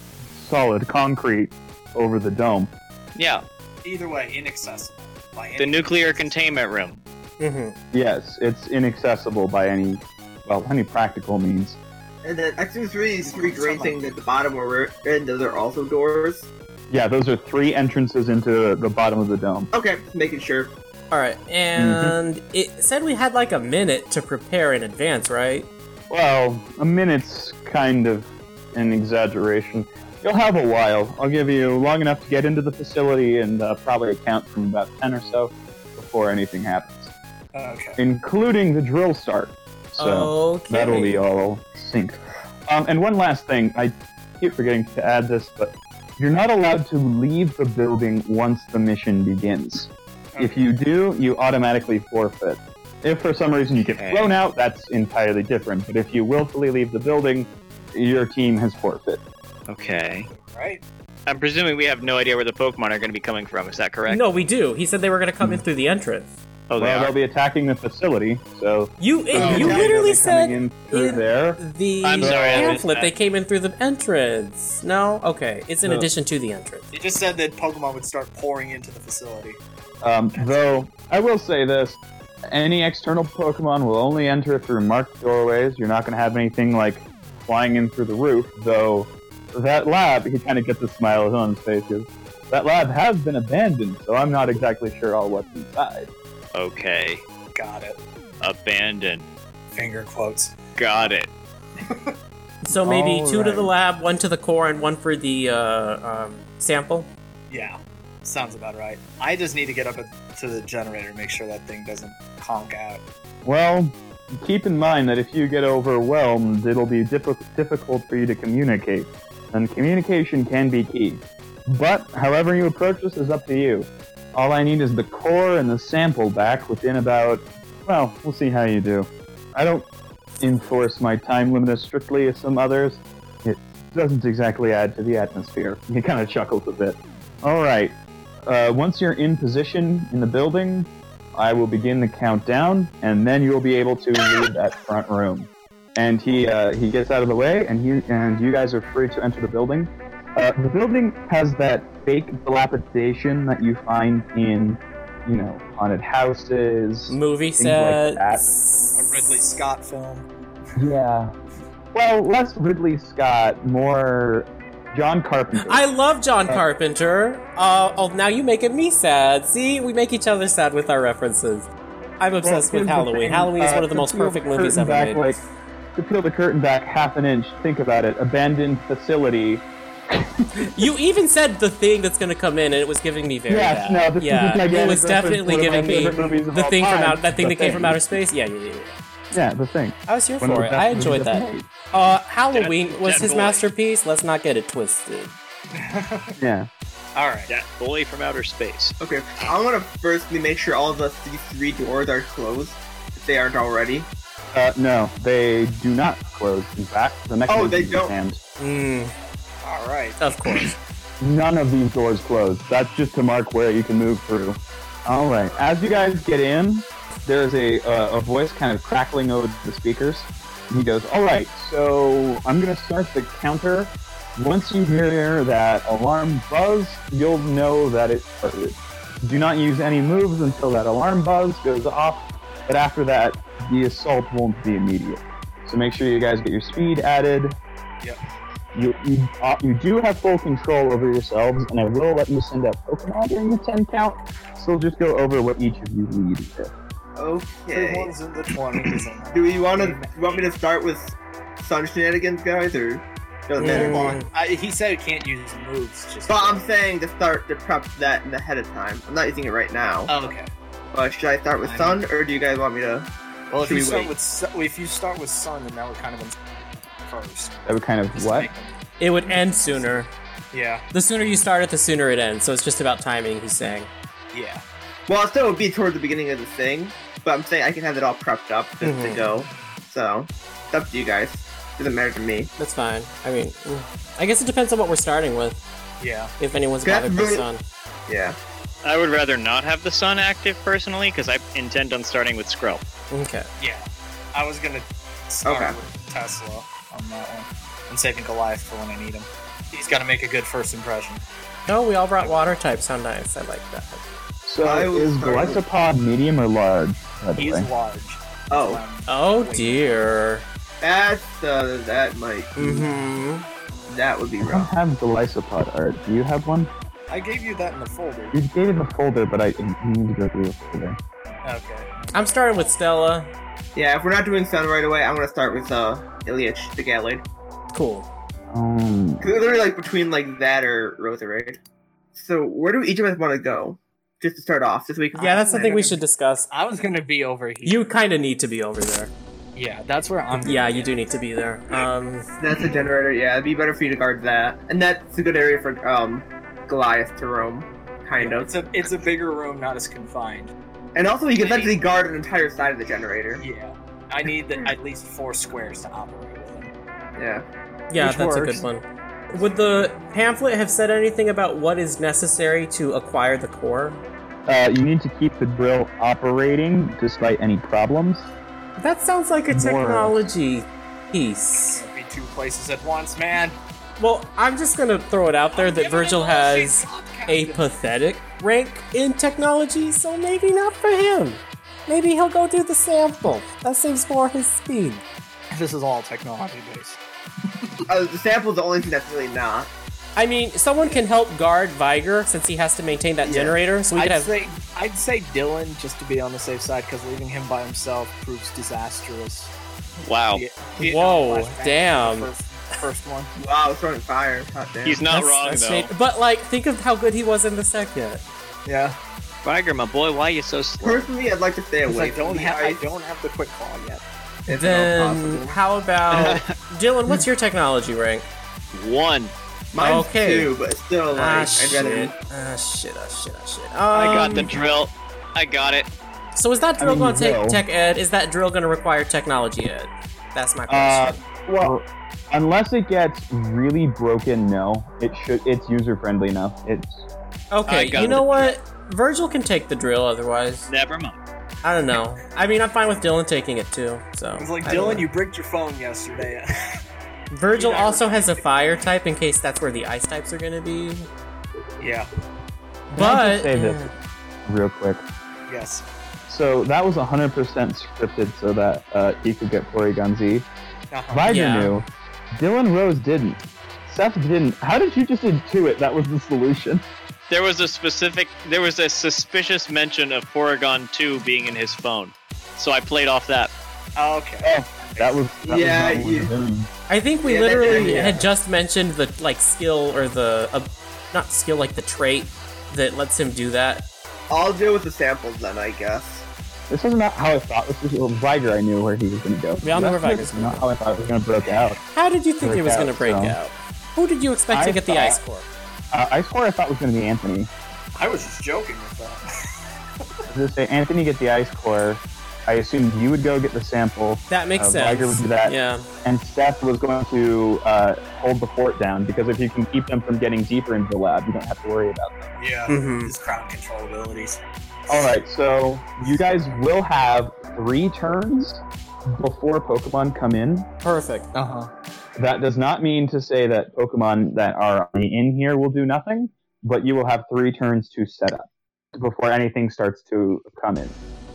B: solid concrete over the dome.
D: Yeah,
C: either way inaccessible. By
D: the
C: any
D: nuclear containment room.
B: Mm-hmm.
E: hmm
B: Yes, it's inaccessible by any well any practical means.
F: And then exit three is three green things at the bottom where we're in. Those are also doors.
B: Yeah, those are three entrances into the bottom of the dome.
F: Okay, just making sure.
E: All right, and it said we had like a minute to prepare in advance, right?
B: Well, a minute's kind of an exaggeration. You'll have a while. I'll give you long enough to get into the facility and uh, probably count from about 10 or so before anything happens,
C: Okay.
B: including the drill start. So
E: Oh, okay.
B: that'll be all synced. Um, and one last thing, I keep forgetting to add this, but you're not allowed to leave the building once the mission begins. If you do, you automatically forfeit. If for some reason you get
D: Okay.
B: thrown out, that's entirely different. But if you willfully leave the building, your team has forfeit.
D: Okay.
C: Right.
D: I'm presuming we have no idea where the Pokemon are going to be coming from. Is that correct?
E: No, we do. He said they were going to come in through the entrance.
D: Oh, they
B: well,
D: are.
B: they'll be attacking the facility, so
E: You it-
B: they'll
E: you
B: be
E: literally
B: Oh, coming
E: said
B: in through
E: in-
B: there.
E: the
D: I'm sorry, I missed
E: pamphlet.
D: that.
E: They came in through the entrance. No, okay. It's in
B: No.
E: addition to the entrance.
C: You just said that Pokemon would start pouring into the facility.
B: Um, though I will say this: any external Pokemon will only enter through marked doorways. You're not going to have anything like flying in through the roof. Though that lab, he kind of gets a smile on his face. 'cause That lab has been abandoned, so I'm not exactly sure all what's inside.
D: Okay.
C: Got it.
D: Abandoned.
C: Finger quotes.
D: Got it.
E: So maybe
B: All
E: two to the
B: right.
E: lab, one to the core, and one for the uh, um, sample.
C: Yeah. Sounds about right. I just need to get up at- to the generator and make sure that thing doesn't conk out.
B: Well, keep in mind that if you get overwhelmed, it'll be diffi- difficult for you to communicate, and communication can be key. But however you approach this is up to you. All I need is the core and the sample back within about. Well, we'll see how you do. I don't enforce my time limit as strictly as some others. It doesn't exactly add to the atmosphere. He kind of chuckles a bit. All right. Uh, once you're in position in the building, I will begin the countdown, and then you'll be able to leave that front room. And he uh, he gets out of the way, and he and you guys are free to enter the building. Uh, the building has that fake dilapidation that you find in, you know, haunted houses.
E: Movie
B: Things like that.
E: sets.
C: A Ridley Scott film.
B: Yeah. Well, less Ridley Scott, more John Carpenter.
E: I love John
B: Uh,
E: Carpenter. Uh, oh, now you making me sad. See, we make each other sad with our references. I'm obsessed with Halloween. Halloween is one of the most perfect movies ever
B: Uh, back,
E: made.
B: Like, to peel the curtain back half an inch, think about it. Abandoned facility.
E: you even said the thing that's going to come in, and it was giving me very
B: yes,
E: bad.
B: no, this is a
E: yeah,
B: gigantic
E: it was
B: reference to
E: definitely
B: one of my
E: giving me
B: favorite movies of
E: the
B: all
E: thing from
B: time,
E: out that thing
B: The
E: that came from
B: Thing.
E: outer space. Yeah, yeah, yeah.
B: Yeah, the thing.
E: I was here
B: One of
E: for
B: the
E: it.
B: best
E: I
B: movies
E: enjoyed
B: ever
E: that.
B: made.
E: Uh, Halloween
D: Dead-
E: was
D: Dead
E: his
D: Boy.
E: masterpiece. Let's not get it twisted.
B: Yeah.
C: All right.
D: That boy from outer space.
F: Okay, I want to firstly make sure all of the these three doors are closed if they aren't already.
B: Uh, no, they do not close. In fact, the mechanism
F: Oh, they
B: is
F: don't.
B: jammed.
E: Mm,
C: All right.
E: of course.
B: None of these doors close. That's just to mark where you can move through. All right. As you guys get in, there is a uh, a voice kind of crackling over the speakers. He goes, "All right, so I'm gonna start the counter. Once you hear that alarm buzz, you'll know that it started. Do not use any moves until that alarm buzz goes off. But after that, the assault won't be immediate. So make sure you guys get your speed added you you, uh, you do have full control over yourselves, and I will let you send out Pokemon during the ten count. So we'll just go over what each of you lead. with.
C: The
F: Okay.
C: ones in the 20s. and that.
F: Do you want to? You want me to start with sun shenanigans, guys, or doesn't matter?
E: Mm.
C: I, he said he can't use moves. Just.
F: But I'm saying to start to prep that in ahead of time. I'm not using it right now.
C: Oh, okay.
F: Uh, should I start with
C: I'm-
F: sun, or do you guys want me to
C: Well, if
F: Should
C: you
F: we
C: start
F: wait?
C: with Su- if you start with Sun, then that would kind of in first.
B: That would kind of
C: Just to
B: what?
C: make them-
E: It would end sooner.
C: Yeah,
E: The sooner you start it, the sooner it ends. So it's just about timing, he's saying.
C: yeah.
F: Well, still it would be toward the beginning of the thing, but I'm saying I can have it all prepped up just to
E: Mhm.
F: go. So it's up to you guys. Doesn't matter to me.
E: That's fine. I mean, mm, I guess it depends on what we're starting with.
C: Yeah.
E: If anyone's
F: That's
E: bothered by
F: really-
E: Sun.
F: Yeah.
D: I would rather not have the sun active personally, because I intend on starting with Skrill.
E: Okay.
C: Yeah. I was gonna start
F: Okay.
C: with Tesla on that one. I'm saving Goliath for when I need him. He's got to make a good first impression.
E: Oh, we all brought water types. How nice. I like that.
B: So
F: I will
B: is
F: start with-
B: Glycopod medium or large? By the
C: He's
B: way,
C: large. Um,
F: Oh,
E: Oh dear.
F: that's uh, that might
E: Mm-hmm.
F: that would
B: I
F: be
B: don't
F: rough.
B: have Glycopod art. Do you have one?
C: I gave you that in the folder.
B: You gave it a folder, but I I need to go through the folder.
C: Okay.
E: I'm starting with Stella.
F: Yeah, if we're not doing Sun right away, I'm gonna start with uh Ilyich the Gallade.
E: Cool.
B: Um,
F: 'Cause Literally like between like that or Rosa Raid. So where do each of us want to go? Just to start off this week.
E: Yeah, that's
C: I
E: something we
C: don't-
E: should discuss.
C: I was gonna be over here.
E: You kind of need to be over there.
C: Yeah, that's where I'm.
E: Yeah, you do need to be there. Um,
F: That's a generator. Yeah, it'd be better for you to guard that, and that's a good area for um Goliath to roam, kind of.
C: It's a it's a bigger room, not as confined.
F: And also, you can essentially guard an entire side of the generator.
C: Yeah. I need the, at least four squares to operate with him.
F: Yeah.
E: yeah,
C: Which
E: that's
C: works.
E: a good one. Would the pamphlet have said anything about what is necessary to acquire the core?
B: uh, you need to keep the drill operating despite any problems.
E: That sounds like a
B: More.
E: technology piece.
C: Can't be two places at once, man.
E: Well, I'm just gonna throw it out there that Virgil has a
C: put.
E: pathetic rank in technology, so maybe not for him. Maybe he'll go do the sample. That saves more his speed.
C: This is all technology based.
F: Uh, the sample's the only thing that's really not.
E: I mean, someone can help guard Viger since he has to maintain that
F: Yeah.
E: generator, so we
C: I'd
E: could have.
C: say I'd say Dylan just to be on the safe side because leaving him by himself proves disastrous.
D: Wow.
B: Oh.
C: Yeah, yeah,
E: Whoa,
C: flashback to
E: damn.
C: the First, first one.
F: Wow, throwing fire. Hot damn.
D: He's not
E: That's-
D: wrong,
E: that's
D: though.
E: shade- But like, think of how good he was in the second.
C: Yeah.
D: Viger, my boy, why are you so slow?
F: Personally, I'd like to stay
C: Because I
F: away.
C: don't
F: from
C: have
F: the
C: I
F: ice,
C: don't have the quick claw yet.
F: if at all
E: Then
F: possible.
E: how
F: [LAUGHS]
E: about Dylan? What's your technology rank?
D: One.
F: Mine's
E: okay.
F: two, but still, like,
E: ah,
F: I'd
E: shit.
F: rather.
E: ah shit! Ah shit! Ah shit!
D: I got
E: Um,
D: the drill. I got it.
E: So is that drill
B: mean,
E: going to
B: drill.
E: take tech ed? Is that drill going to require technology ed? That's my
B: Uh,
E: question.
B: well, unless it gets really broken, no, it should. It's user friendly enough. It's
E: okay,
D: I got
E: you know
D: the
E: what? Virgil can take the drill. Otherwise,
D: Never mind.
E: I don't know. I mean, I'm fine with Dylan taking it too. So
C: It's like
E: I don't
C: Dylan,
E: know.
C: you bricked your phone yesterday. [LAUGHS]
E: Virgil
C: you know-
E: also has a fire type in case that's where the ice types are going to be.
B: Can
C: yeah.
B: I
E: But mm,
B: just say this real quick?
C: Yes.
B: So that was 100% scripted so that uh, he could get Porygon Z.
C: Uh-huh.
B: Viger
E: Yeah.
B: knew. Dylan Rose didn't. Seth didn't. How did you just intuit that was the solution?
D: There was a specific, there was a suspicious mention of Porygon 2 being in his phone. So I played off that.
C: Oh, Okay.
B: That was. That
F: Yeah,
B: was not what
F: you-
B: was in.
E: I think we
F: Yeah, that-
E: literally
F: yeah.
E: had just mentioned the like skill or the uh, not skill like the trait that lets him do that.
F: I'll deal with the samples then, I guess.
B: This was not how I thought. This was well, Viger. I knew where he was going to go.
E: We all know where
B: That's
E: Viger's gonna
B: Not
E: go.
B: how I thought it was going to break out.
E: How did you think
B: Break
E: it was
B: out,
E: going to break
B: so.
E: out? Who did you expect to
B: I
E: get the
B: thought-
E: ice for?
B: Uh, I swore I thought it was going to be Anthony.
C: I was just joking with that.
B: I was going to say Anthony get the ice core. I assumed you would go get the sample,
E: That makes
B: Uh,
E: sense.
B: Viger would do that.
E: Yeah.
B: and Seth was going to uh, hold the fort down because if you can keep them from getting deeper into the lab, you don't have to worry about. Them.
C: Yeah.
B: Mm-hmm.
E: Mhm.
C: His crowd control abilities.
B: All right, so you guys will have three turns before Pokemon come in.
E: Perfect.
C: Uh huh.
B: That does not mean to say that Pokemon that are already in here will do nothing, but you will have three turns to set up before anything starts to come in.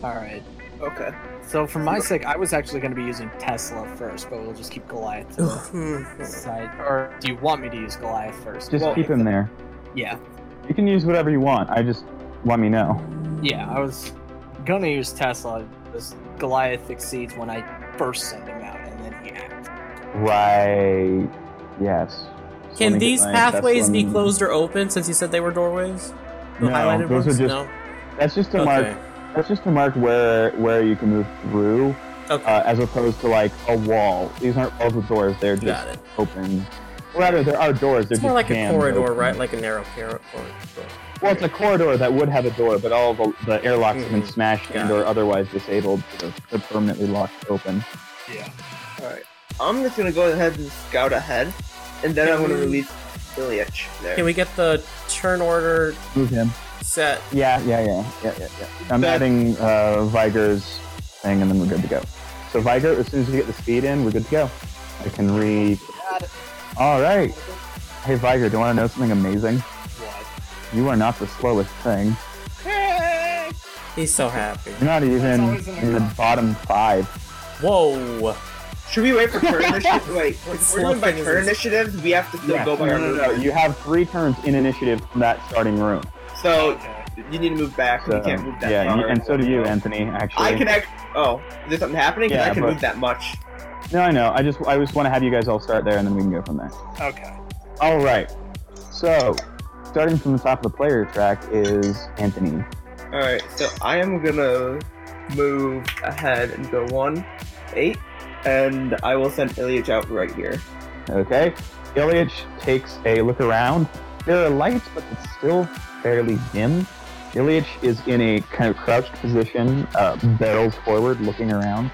C: All right.
F: Okay.
C: So for my sake, I was actually going to be using Tesla first, but we'll just keep Goliath to the
E: Hmm.
C: side. Or do you want me to use Goliath first?
B: Just
C: Well,
B: keep him there.
C: Yeah.
B: You can use whatever you want. I just let me know.
C: Yeah. I was going to use Tesla. This Goliath exceeds when I first send him out, and then he acts.
B: Right. Yes. So let
E: Can
B: me get
E: these
B: my
E: pathways be
B: Tesla-
E: closed or open since you said they were doorways? The
B: No,
E: highlighted
B: those are
E: ones?
B: just-
E: no.
B: That's just to
E: Okay.
B: mark. That's just to mark where where you can move through.
E: Okay,
B: uh, as opposed to like a wall. These aren't walls with doors; they're just
E: got it.
B: open. Rather, there are doors. They're
E: It's more
B: just
E: like a
B: jammed
E: corridor,
B: open.
E: right? Like a narrow cor- corridor.
B: Well, it's a corridor that would have a door, but all the, the airlocks have been
E: Mhm.
B: smashed
E: Got
B: and or otherwise disabled, so they're permanently locked open.
C: Yeah.
F: Alright. I'm just gonna go ahead and scout ahead, and then I'm gonna release Ilyich there.
E: Can we get the turn order
B: Move him.
E: set?
B: Yeah, yeah, yeah, yeah, yeah. yeah. I'm
F: That-
B: adding uh, Viger's thing, and then we're good to go. So Viger, as soon as we get the speed in, we're good to go. I can read. All right. Hey Viger, do you want to know something amazing?
C: What?
B: You are not the slowest thing.
E: He's so happy.
B: You're not even
C: always in the
B: in the bottom five.
E: Whoa!
F: Should we wait
E: [LAUGHS]
F: for turn initiative? Wait,
E: What's
F: if we're doing by
E: slow
F: turn
E: thing is-
F: initiatives, we have to still
B: Yeah,
F: go by
B: no,
F: our
B: no, no.
F: movement.
B: You have three turns in initiative from that starting room.
F: So,
C: Okay.
F: you need to move back,
B: So,
F: you can't move that
B: yeah, and,
F: far.
B: you- and so do you, Anthony. Actually,
F: I can act. Oh, is there something happening? 'Cause
B: Yeah,
F: I can
B: but-
F: move that much.
B: No, I know. I just I just want to have you guys all start there, and then we can go from there.
C: Okay.
B: All right. So, starting from the top of the player track is Anthony.
F: Alright, so I am gonna move ahead and go one, eight, and I will send Ilyich out right here.
B: Okay. Ilyich takes a look around. There are lights, but it's still fairly dim. Ilyich is in a kind of crouched position, uh, barrels forward, looking around.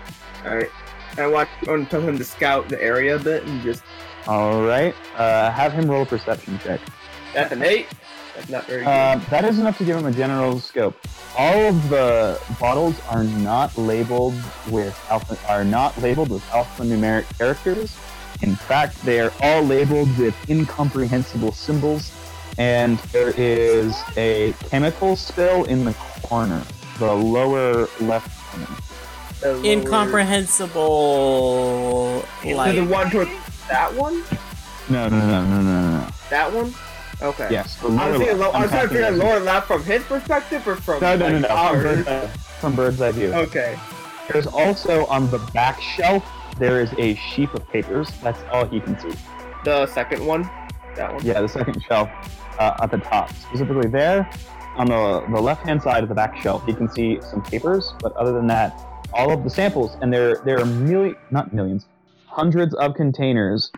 F: Alright. I want I want to tell him to scout the area a bit and just
B: All right. Uh, have him roll a perception check.
F: that's an eight. That's not very good.
B: Uh, that is enough to give him a general scope. All of the bottles are not labeled with alpha are not labeled with alphanumeric characters. In fact, they are all labeled with incomprehensible symbols, and there is a chemical spill in the corner, the lower left corner.
F: The lower-
E: Incomprehensible.
F: So the
E: Like
F: one toward that one?
B: No, no, no, no, no, no. no.
F: That one? Okay.
B: Yes, the
F: I
B: lower
F: was,
B: left.
F: thinking, lo- I was
B: I'm
F: trying to figure out
B: talking-
F: lower left from his perspective or from
B: No, no, no,
F: like,
B: no. From
F: ours.
B: bird's, eye, from bird's eye view.
F: Okay.
B: There's also on the back shelf there is a sheaf of papers. That's all he can see.
F: The second one? That one.
B: Yeah, the second shelf uh, at the top, specifically there on the the left hand side of the back shelf, you can see some papers. But other than that, all of the samples, and there there are million not millions, hundreds of containers,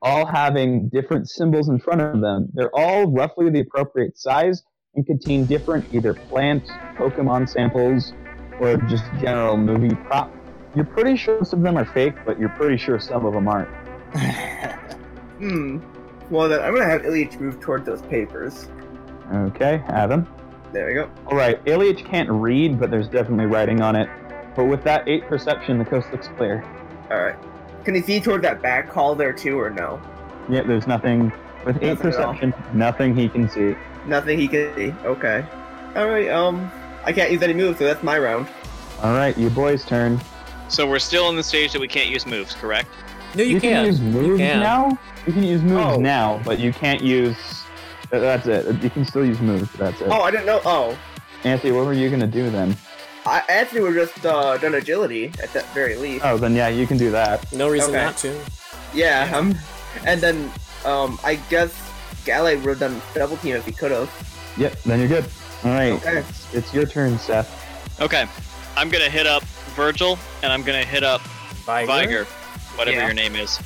B: all having different symbols in front of them. They're all roughly the appropriate size and contain different either plant, Pokemon samples, or just general movie prop. You're pretty sure some of them are fake, but you're pretty sure some of them aren't.
F: Hmm. Well then I'm gonna have Ilyich move toward those papers.
B: Okay, Adam.
F: There we go.
B: All right, Ilyich can't read, but there's definitely writing on it. But with that eight perception, the coast looks clear.
F: Alright. Can he see toward that back hall there too or no?
B: Yeah, there's nothing with eight
F: Nothing at all.
B: perception, nothing he can see.
F: Nothing he can see. Okay. Alright, um I can't use any moves, so that's my round.
B: All right, you boys' turn.
D: So we're still in the stage that we can't use moves, correct?
E: no, you,
B: can. use moves
E: can.
B: now. You can use moves
F: Oh.
B: now, but you can't use. uh, That's it. You can still use moves. But that's it.
F: Oh, I didn't know oh.
B: Anthony, what were you gonna do then?
F: I Anthony would have just uh, done agility at that very least.
B: Oh, then yeah, you can do that.
E: No reason
F: Okay.
E: not to.
F: Yeah, um and then um I guess Galley would have done double team if he could have.
B: Yep, then you're good. All right,
F: Okay.
B: it's your turn, Seth.
D: Okay. I'm gonna hit up Virgil and I'm gonna hit up
E: Viger.
D: Viger, whatever
C: Yeah.
D: your name is.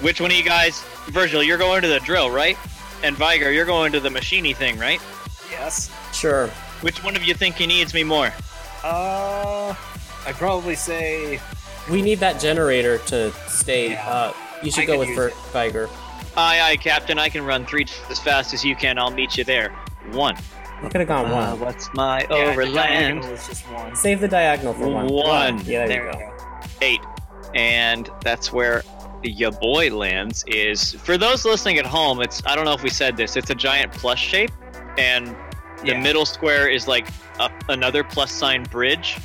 D: Which one of you guys Virgil, you're going to the drill, right? And Viger, you're going to the machiny thing, right?
C: Yes.
E: Sure.
D: Which one of you think he needs me more?
C: Uh, I'd probably say
E: We need that generator to stay.
C: Yeah.
E: Uh, you should
C: I
E: go
C: could
E: with
C: use
E: Vir-
C: it.
E: Viger.
D: Aye aye, Captain, I can run three as fast as you can, I'll meet you there. One.
E: I could have gone
D: Ah,
C: uh,
E: one.
D: what's my
C: yeah,
D: overland?
C: diagonal is just one.
E: Save the diagonal for one.
D: One.
E: Yeah, there,
C: There
E: you
C: we
E: go.
C: go.
D: eight. And that's where ya boy lands is for those listening at home, it's I don't know if we said this, it's a giant plus shape and the
C: Yeah.
D: middle square is like a, another plus sign bridge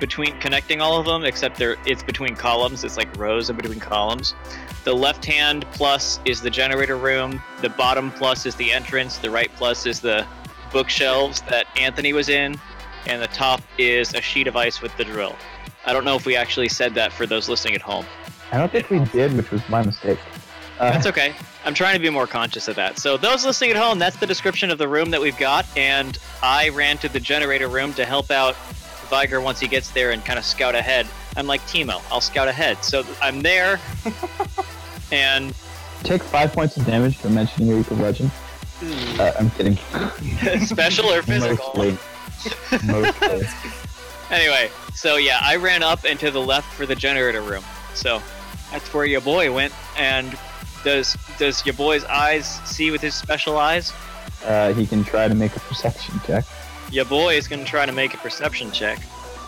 D: between connecting all of them except there it's between columns it's like rows in between columns the left hand plus is the generator room the bottom plus is the entrance the right plus is the bookshelves that anthony was in and the top is a sheet of ice with the drill i don't know if we actually said that for those listening at home
B: I don't think we did, which was my mistake. Uh,
D: that's okay. I'm trying to be more conscious of that. So those listening at home, that's the description of the room that we've got, and I ran to the generator room to help out Viger once he gets there and kind of scout ahead. I'm like Teemo. I'll scout ahead. So th- I'm there, and
B: Take five points of damage for mentioning your equal legend. Uh, I'm kidding.
D: special or physical.
B: Mostly. Mostly.
D: Anyway, so yeah, I ran up and to the left for the generator room. So that's where your boy went. And does does your boy's eyes see with his special eyes?
B: Uh, he can try to make a perception check.
D: Your boy is gonna try to make a perception check.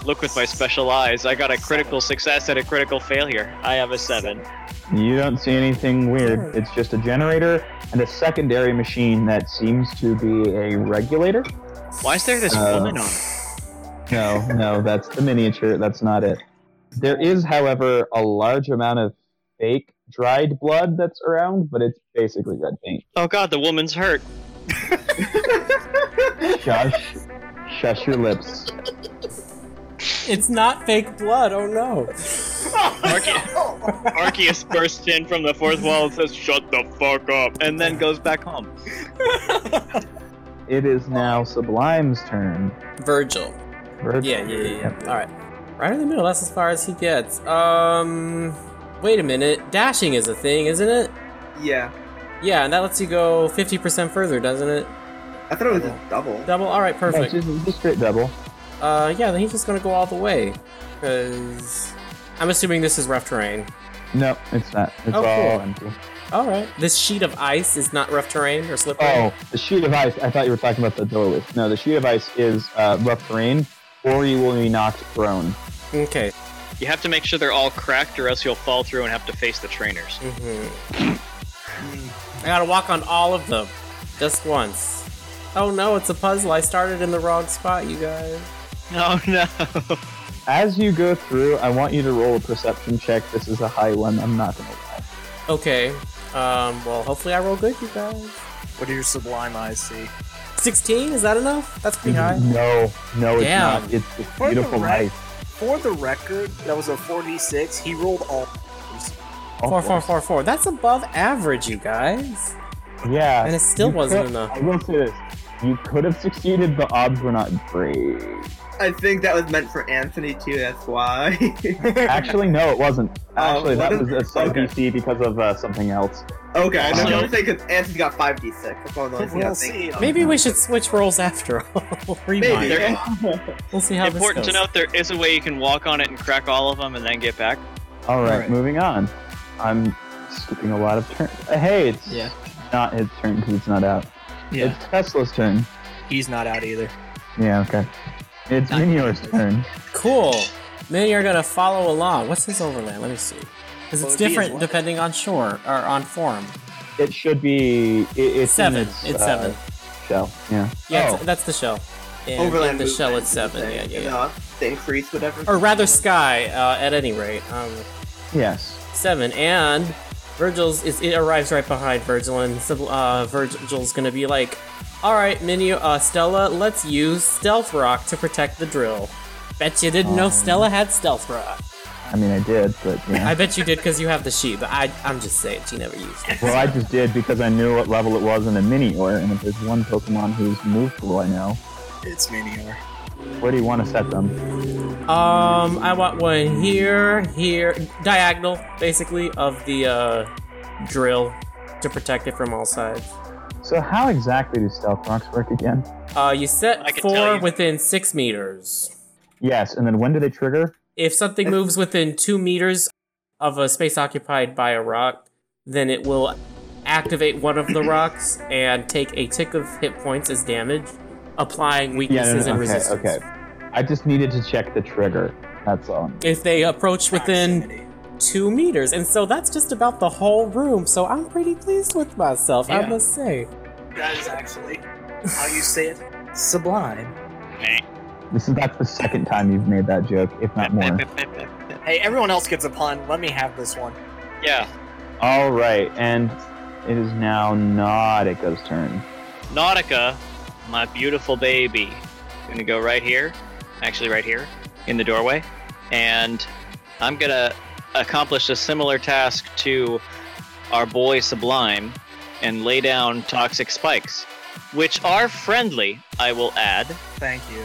D: Look with my special eyes. I got a critical success and a critical failure. I have a seven.
B: You don't see anything weird. It's just a generator and a secondary machine that seems to be a regulator.
D: Why is there this
B: Uh,
D: woman on it?
B: No, no, that's the miniature. That's not it. There is, however, a large amount of fake dried blood that's around, but it's basically red paint.
D: Oh god, the woman's hurt.
B: Shush, shush your lips.
E: It's not fake blood. Oh no.
D: Arceus, [LAUGHS] Arceus bursts in from the fourth wall and says, Shut the fuck up, and then goes back home.
B: It is now Sublime's turn.
E: Virgil.
B: Virg-
E: Yeah, yeah, yeah, yeah. All right. Right in the middle. That's as far as he gets. Um, wait a minute. Dashing is a thing, isn't it?
F: Yeah.
E: Yeah, and that lets you go 50% further, doesn't it?
F: I thought it was
E: Oh.
F: a double.
E: Double. All right,
B: No,
E: perfect.
B: just, just straight double.
E: Uh, yeah, then he's just gonna go all the way. Cause I'm assuming this is rough terrain.
B: No, it's not. It's
E: Oh,
B: all
E: cool.
B: empty.
E: All right. This sheet of ice is not rough terrain or slippery.
B: Oh, the sheet of ice. I thought you were talking about the doorway. No, the sheet of ice is uh, rough terrain, or you will be knocked prone.
E: Okay.
D: You have to make sure they're all cracked, or else you'll fall through and have to face the trainers.
E: hmm Mm-hmm. I gotta walk on all of them, just once. Oh no, it's a puzzle. I started in the wrong spot, you guys.
D: Oh no.
B: As you go through, I want you to roll a perception check. This is a high one. I'm not gonna lie.
E: Okay. Um. Well, hopefully I roll good, you guys.
C: What do your sublime eyes see?
E: Sixteen? Is that enough? That's pretty high.
B: No, no, it's
E: Damn.
B: not. It's, it's
C: the
B: beautiful
C: right-
B: life.
C: For the record, that was a 4d6. He rolled all.
B: Of
E: Four, four,
B: course.
E: four, four. That's above average, you guys.
B: Yeah,
E: And it still
B: you
E: wasn't
B: could-
E: enough.
B: I will say this: you could have succeeded. The odds were not great.
F: I think that was meant for Anthony too.
E: [LAUGHS]
F: That's why.
B: Actually, no, it wasn't.
F: Oh,
B: Actually, that
F: what
B: was
F: is-
B: a sub
F: okay.
B: DC because of uh, something else.
F: okay, I know
D: So-
F: what I'm saying because Anthony got five d six. That's all the only thing I'm
C: We'll
F: thinking.
C: see.
E: Maybe we should switch roles after all. [LAUGHS] Rewind.
F: Um, Maybe.
E: We'll see how
D: Important to
E: this goes.
D: note there is a way you can walk on it and crack all of them and then get back.
B: All right,
C: right.
B: moving on. I'm skipping a lot of turns. Hey, it's
C: Yeah.
B: not his turn because it's not out.
C: Yeah.
B: It's Tesla's turn.
C: Oh, He's not out either.
B: Yeah, okay. It's
C: Not-
B: Minior's turn.
E: Cool. Then you're gonna follow along. What's his overlay? Let me see. Because
C: Well,
E: it's
C: it'd be his
E: different
C: what?
E: depending on shore or on form.
B: It should be. It, it's in
E: It's seven.
B: Its,
E: It's,
B: uh,
E: seven.
B: Shell. Yeah.
E: Yeah,
B: Oh.
E: it's, that's the shell. And
F: Overland
E: the shell is
F: movement,
E: seven. Yeah,
F: you
E: yeah, yeah.
F: know, to increase whatever.
E: Or rather, sky. Uh, at any rate, um,
B: Yes.
E: seven and Virgil's. Is, it arrives right behind Virgil, and Sib- uh, Virgil's gonna be like, "All right, Mini, uh, Stella, let's use stealth rock to protect the drill." Bet you didn't know
B: Um.
E: Stella had stealth rock.
B: I mean, I did, but yeah.
E: [LAUGHS] I bet you did because you have the sheet, but I, I'm just saying she never used it.
B: well, I just did because I knew what level it was in a Minior, and if there's one Pokemon who's move pool I know,
C: It's Minior.
B: where do you want to set them?
E: Um, I want one here, here, diagonal, basically, of the uh, drill to protect it from all sides.
B: So, how exactly do Stealth Rocks work again?
E: Uh, you
D: I
E: set
D: can tell
E: four
D: you.
E: within six meters.
B: Yes, and then when do they trigger?
E: If something moves within two meters of a space occupied by a rock, then it will activate
B: [COUGHS]
E: one of the rocks and take a tick of hit points as damage, applying
B: Yeah, no, no,
E: weaknesses and
B: okay,
E: resistance.
B: okay. I just needed to check the trigger. That's all.
E: If they approach within
C: Proximity.
E: two meters. And so that's just about the whole room. So I'm pretty pleased with myself, I
C: Yeah.
E: must say.
C: That is actually how you say it. Sublime.
B: This is that's the second time you've made that joke, if not more.
C: Hey, everyone else gets a pun. Let me have this one.
D: Yeah.
B: all right, and it is now Nautica's turn.
D: Nautica, my beautiful baby. Gonna go right here. Actually right here. In the doorway. And I'm gonna accomplish a similar task to our boy Sublime and lay down toxic spikes. Which are friendly, I will add.
C: Thank you.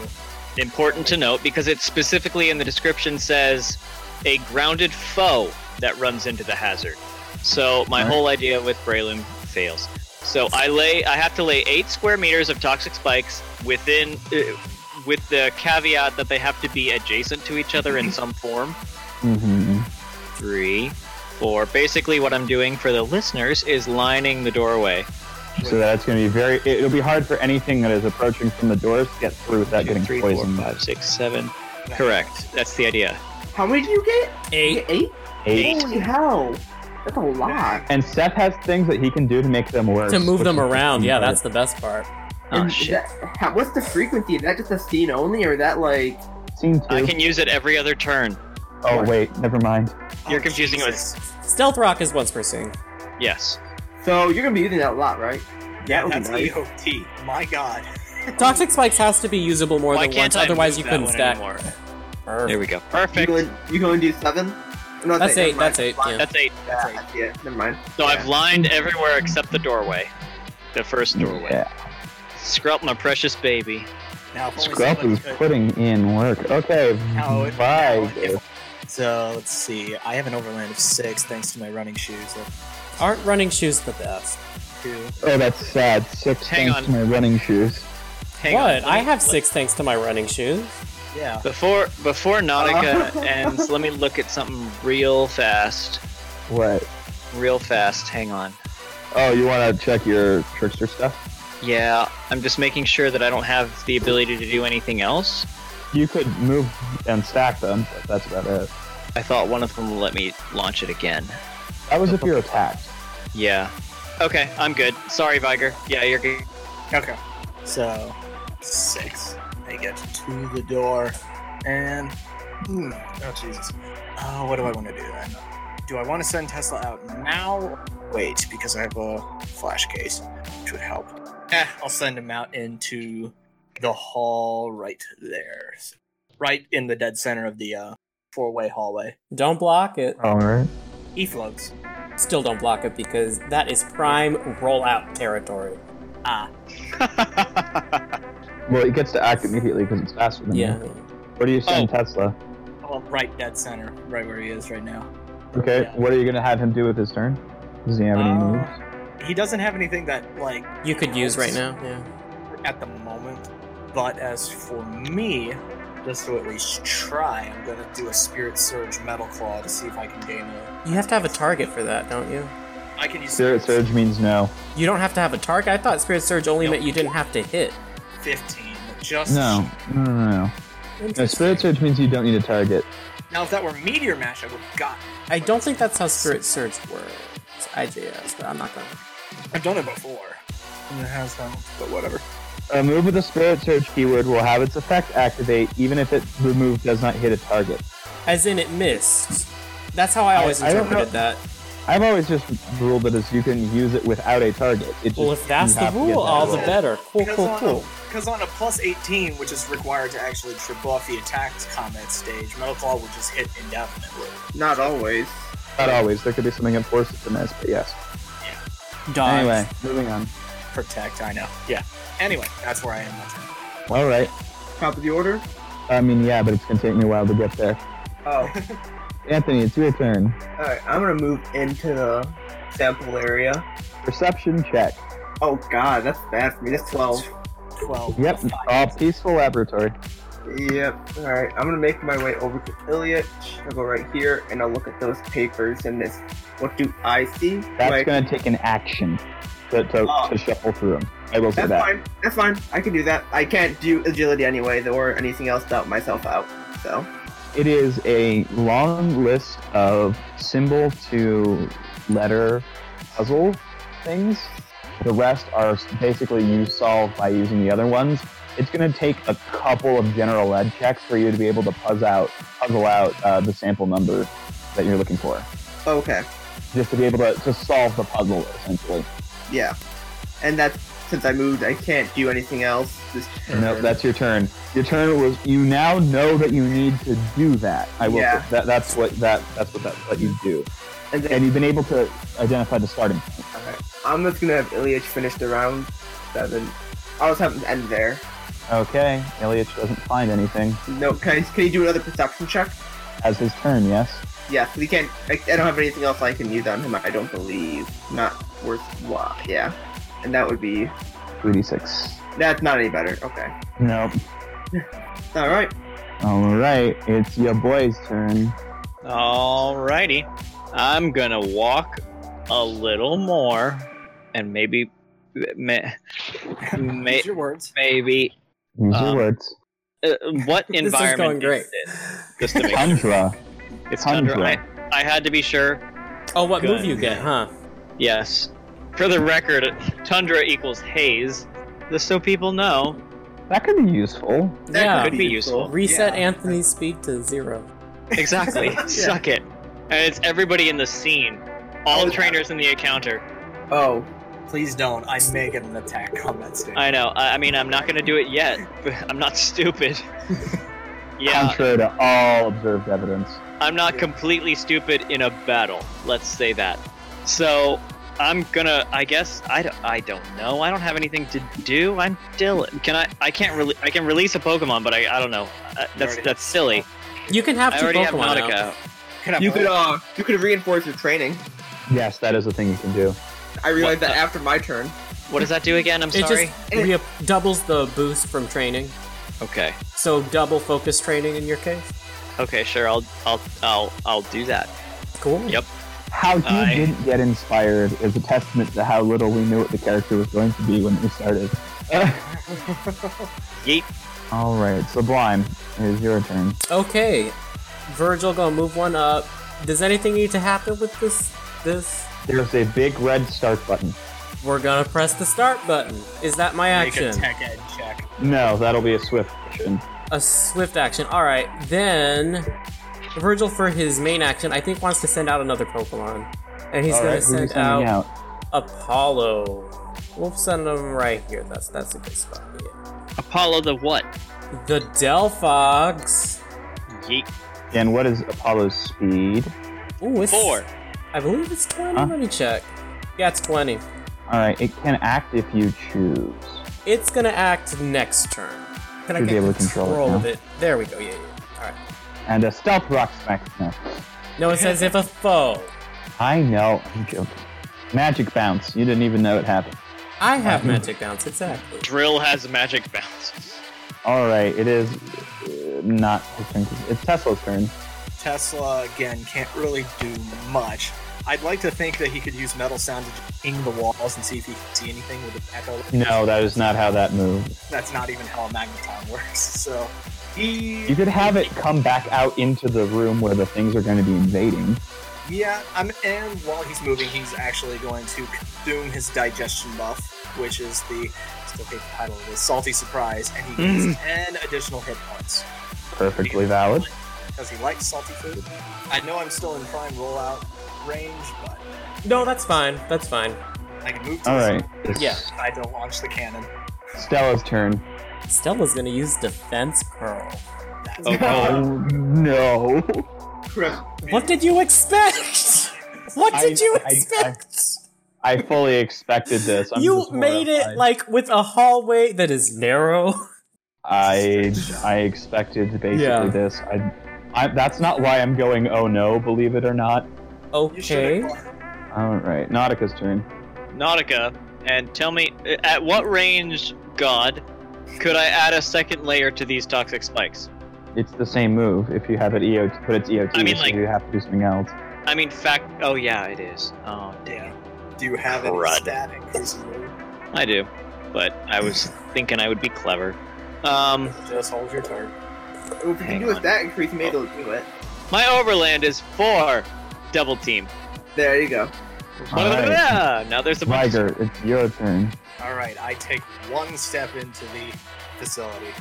D: important to note because it specifically in the description says a grounded foe that runs into the hazard. So my
B: Alright.
D: whole idea with Breloom fails. So I lay, I have to lay eight square meters of toxic spikes within, uh, with the caveat that they have to be adjacent to each other in some form.
B: Mm-hmm.
D: Three, four. Basically, what I'm doing for the listeners is lining the doorway.
B: So that's going to be very. it- It'll be hard for anything that is approaching from the doors to get through without
D: Two,
B: getting
D: three, four,
B: poisoned.
D: five, six, seven. Correct. That's the idea.
F: How many did you get?
E: Eight.
F: Eight?
B: Eight.
F: Holy hell. That's a lot.
B: And Seth has things that he can do to make them worse.
E: To move
B: which
E: them
B: is
E: around, yeah,
B: hard.
E: that's the best part.
D: Oh
F: And
D: shit.
F: that- how- what's the frequency? Is that just a scene only, or is that like.
B: Scene two.
D: I can use it every other turn.
B: Oh wait, never mind.
D: You're confusing it with-
C: with.
E: Stealth rock is once per scene.
D: Yes.
F: So you're gonna be using that a lot, right?
C: Yeah,
F: That would be
C: that's
F: nice.
C: EOT. My god.
E: Toxic spikes has to be usable more
D: Why
E: than
D: can't
E: once,
D: I
E: otherwise
D: move
E: you
D: that
E: couldn't
D: one
E: stack.
D: anymore?
E: Err.
D: There we go.
F: You
D: Perfect.
F: can, you can only do seven? No,
E: That's eight,
F: never
E: that's
F: mind.
E: eight, yeah.
D: That's eight.
F: Yeah, that's it, never mind.
D: So I've lined everywhere except the doorway. The first doorway.
B: Yeah.
D: Scrub my precious baby.
C: Now, if only
B: Scruff
C: someone
B: is
C: could-
B: putting in work. Okay.
C: Now, if-
B: Bye.
C: now, if- So let's see. I have an overland of six thanks to my running shoes. That's
E: Aren't running shoes the best?
C: two.
B: Oh, that's sad. Six
D: Hang
B: thanks
D: on.
B: to my running shoes.
D: Hang on,
E: what?
D: let
E: I
D: me-
E: have six thanks to my running shoes.
C: Yeah.
D: Before before Nautica
F: Uh.
E: Oh. [LAUGHS]
D: ends, let me look at something real fast.
B: What?
D: Real fast. Hang on.
B: Oh, you want to check your trickster stuff?
D: Yeah, I'm just making sure that I don't have the ability to do anything else.
B: You could move and stack them, but that's about it.
D: I thought one of them would let me launch it again.
B: That was if you're attacked.
D: Yeah. Okay, I'm good. Sorry, Viger. Yeah, you're good.
C: Okay. So six. I get to the door, and hmm, oh Jesus. Uh, what do I want to do then? Do I want to send Tesla out now? Wait, because I have a flash case, which would help. Eh, I'll send him out into the hall right there, right in the dead center of the uh, four-way hallway.
E: Don't block it.
B: All right.
C: He floats.
E: Still don't block it because that is prime rollout territory.
C: Ah,
B: Well, it gets to act immediately because it's faster than
E: Yeah.
B: you. What do you send Tesla?
C: well, right dead center, right where he is right now.
B: Okay,
C: Yeah.
B: what are you gonna have him do with his turn? Does he have any
C: Uh,
B: moves?
C: He doesn't have anything that like
E: You could use right now. Yeah.
C: at the moment. But as for me, just to at least try, I'm gonna do a Spirit Surge Metal Claw to see if I can gain a.
E: You have to have a target for that, don't you?
C: I can use
B: Spirit surge means no.
E: You don't have to have a target. I thought Spirit Surge only
C: Nope.
E: meant you didn't have to hit.
C: 15. Just
B: No, no, no, no. no spirit surge means you don't need a target.
C: Now, if that were Meteor Mash, I would have got.
E: I don't think that's how Spirit Surge works. IJS, but I'm not gonna.
C: I've done it before. And it has that, but whatever.
B: A move with a spirit surge keyword will have its effect activate even if it the move does not hit a target.
E: As in, it missed. That's how I always
B: I don't
E: interpreted
B: know.
E: that.
B: I've always just ruled it as you can use it without a target. It
E: Well,
B: just,
E: if that's
B: you
E: the
B: have to get
E: rule,
B: that
E: all the
B: roll.
E: better. Cool,
C: Because
E: cool,
C: on
E: cool.
C: Because on a plus 18, which is required to actually trip off the attack combat stage, Metal Claw would just hit indefinitely.
F: Not always.
B: Not always. There could be something enforced to miss, but yes.
E: Dodge.
B: Anyway, moving on.
C: Protect, I know. Yeah. Anyway, that's where I am.
B: All right.
F: Top of the order?
B: I mean, yeah, but it's gonna take me a while to get there.
F: Oh.
B: Anthony, it's your turn.
F: Alright, I'm gonna move into the sample area.
B: Perception check.
F: Oh god, that's bad for me. That's 12.
C: 12.
B: Yep. Uh, peaceful laboratory.
F: Yep. Alright, I'm gonna make my way over to Iliot. I'll go right here and I'll look at those papers and this. What do I see?
B: That's
F: Like,
B: going to take an action to, to,
F: Oh.
B: to shuffle through them. I will say
F: that's
B: that.
F: fine. That's fine. I can do that. I can't do agility anyway or anything else to help myself out. So.
B: It is a long list of symbol to letter puzzle things. The rest are s- basically you solve by using the other ones. It's going to take a couple of general lead checks for you to be able to puzzle out puzzle out uh, the sample number that you're looking for,
F: Okay.
B: just to be able to, to solve the puzzle essentially.
F: Yeah. And that's since I moved, I can't do anything else. This
B: No, that's your turn. Your turn was. You now know that you need to do that. I will.
F: Yeah.
B: That, that's what that. That's what that let you do.
F: and then
B: And you've been able to identify the starting point.
F: Alright. I'm just gonna have Ilyich finish the round seven. I'll just have him end there.
B: Okay. Ilyich doesn't find anything.
F: No, can I, can you do another perception check?
B: has his turn, yes?
F: Yeah, 'cause he can't. I, I don't have anything else I can use on him. I don't believe. Not worthwhile. Yeah, and that would be.
B: 3d6.
F: That's not any better. Okay.
B: Nope.
F: All right.
B: Alright, it's your boy's turn.
A: Alrighty. I'm gonna walk a little more and maybe.
E: [LAUGHS]
A: May, may,
C: Use your words.
A: maybe.
B: Use your
A: Um,
B: words.
A: Uh, what
E: [LAUGHS] This is
A: environment?
E: going great.
A: it? Just
B: [LAUGHS]
A: to make sure.
B: Tundra.
A: It's
B: Tundra.
A: Tundra. I, I had to be sure.
E: Oh, what
A: Good.
E: move you get, huh?
A: Yes. For the record, Tundra equals haze. Just so people know.
B: That could be useful.
F: That
E: yeah.
A: could be useful.
E: Reset
C: Yeah.
E: Anthony's speed to zero.
A: [LAUGHS] Exactly. Suck it. And it's everybody in the scene. All trainers in the encounter.
F: Oh,
C: Please don't. I may get an attack combat stage.
A: I know. I, I mean, I'm not gonna do it yet. [LAUGHS] But I'm not [LAUGHS] stupid. yeah,
B: Contrary to all observed evidence.
A: I'm not completely stupid in a battle. Let's say that. So I'm gonna. I guess I don't. I don't know. I don't have anything to do. I'm still. Can I? I can't really. I can release a Pokemon, but I. I don't know. Uh, that's
C: already
A: that's silly.
E: You can have
A: I
E: two
A: already have
E: Pokemon
A: Nautica.
E: out.
A: out.
C: Can I
F: you
C: roll?
F: could uh, you could reinforce your training.
B: Yes, that is a thing you can do.
F: I realized
A: What
F: that after my turn.
A: What does that do again? I'm
E: It
A: sorry.
E: just re- doubles the boost from training.
A: Okay.
E: So double focus training in your case.
A: Okay. Sure. I'll. I'll. I'll. I'll do that.
E: Cool.
A: Yep.
B: How you
A: I-
B: didn't get inspired is a testament to how little we knew what the character was going to be when we started.
A: Yeet.
B: All right, Sublime, it is your turn.
E: Okay. Virgil gonna move one up. Does anything need to happen with this this?
B: There's a big red start button.
E: We're gonna press the start button. Is that my
C: make a
E: action?
C: tech ed check?
B: No, that'll be a swift action.
E: A swift action. All right, then Virgil for his main action, I think wants to send out another Pokemon, and he's
B: All
E: gonna
B: right, who are you
E: send
B: sending
E: out,
B: out?
E: Apollo. We'll send him right here. That's that's a good spot. Yeah.
A: Apollo the what?
E: The Delphox.
A: Yeet.
B: And what is Apollo's speed?
E: Ooh, it's
A: Four.
E: I believe it's twenty.
B: Huh?
E: Let me check. Yeah, it's twenty.
B: All right, it can act if you choose.
E: It's gonna act next turn. Can I
B: Should
E: get
B: be able to
E: control,
B: control it now.
E: of it? There we go. Yeah, yeah. All right.
B: And a stealth rock smack. No,
E: No, it says if a foe.
B: I know. I'm joking. Magic bounce. You didn't even know it happened.
E: I
B: Mm-hmm.
E: have magic bounce. Exactly.
A: Drill has magic bounce.
B: All right, it is uh, not his turn. It's Tesla's turn.
C: Tesla again can't really do much. I'd like to think that he could use metal sound to just ping the walls and see if he can see anything with the echo.
B: No, that is not how that moves.
C: That's not even how a magneton works. [LAUGHS] So he
B: You could have it come back out into the room where the things are going to be invading.
C: Yeah, I'm, and while he's moving, he's actually going to consume his digestion buff, which is the still the title of this salty surprise, and he gets
B: Mm.
C: ten additional hit points
B: Perfectly valid.
C: because he likes salty food. I know I'm still in prime rollout range, but
E: No, that's fine. That's fine.
C: I can move. To
B: All
C: the
B: right.
C: side.
B: it's
E: Yeah.
C: I don't launch the cannon.
B: Stella's turn.
E: Stella's gonna use defense curl.
C: That's
A: Oh,
B: Oh no!
F: Crap.
E: What did you expect? [LAUGHS] What
B: I-
E: did you
B: I- I-
E: expect?
B: I fully expected this. I'm
E: you
B: just
E: made
B: horrified.
E: it like with a hallway that is narrow.
B: I I expected basically
E: Yeah.
B: this. I, I that's not why I'm going. Oh no! Believe it or not.
E: [LAUGHS]
C: You should
E: Okay.
C: have
B: All right, Nautica's turn.
A: Nautica, and tell me uh, at what range, God, could I add a second layer to these toxic spikes?
B: It's the same move if you have it EOT, but it's EOT,
A: I mean,
B: so
A: like-
B: you have to do something else.
A: I mean, fact. Oh yeah, it is. Oh damn,
C: Do you have any
A: Crud.
C: static?
A: I do, but I
B: [LAUGHS]
A: was thinking I would be clever. Um,
C: Just hold your turn.
F: If you
A: Hang
F: can do
A: on.
F: with that increase, you may be able to do it.
A: my overland is four. Double team.
F: There you go.
B: All
D: [LAUGHS]
B: right,
D: Ah,
A: Now there's a bunch.
B: Liger, it's your turn.
C: All right, I take one step into the facility,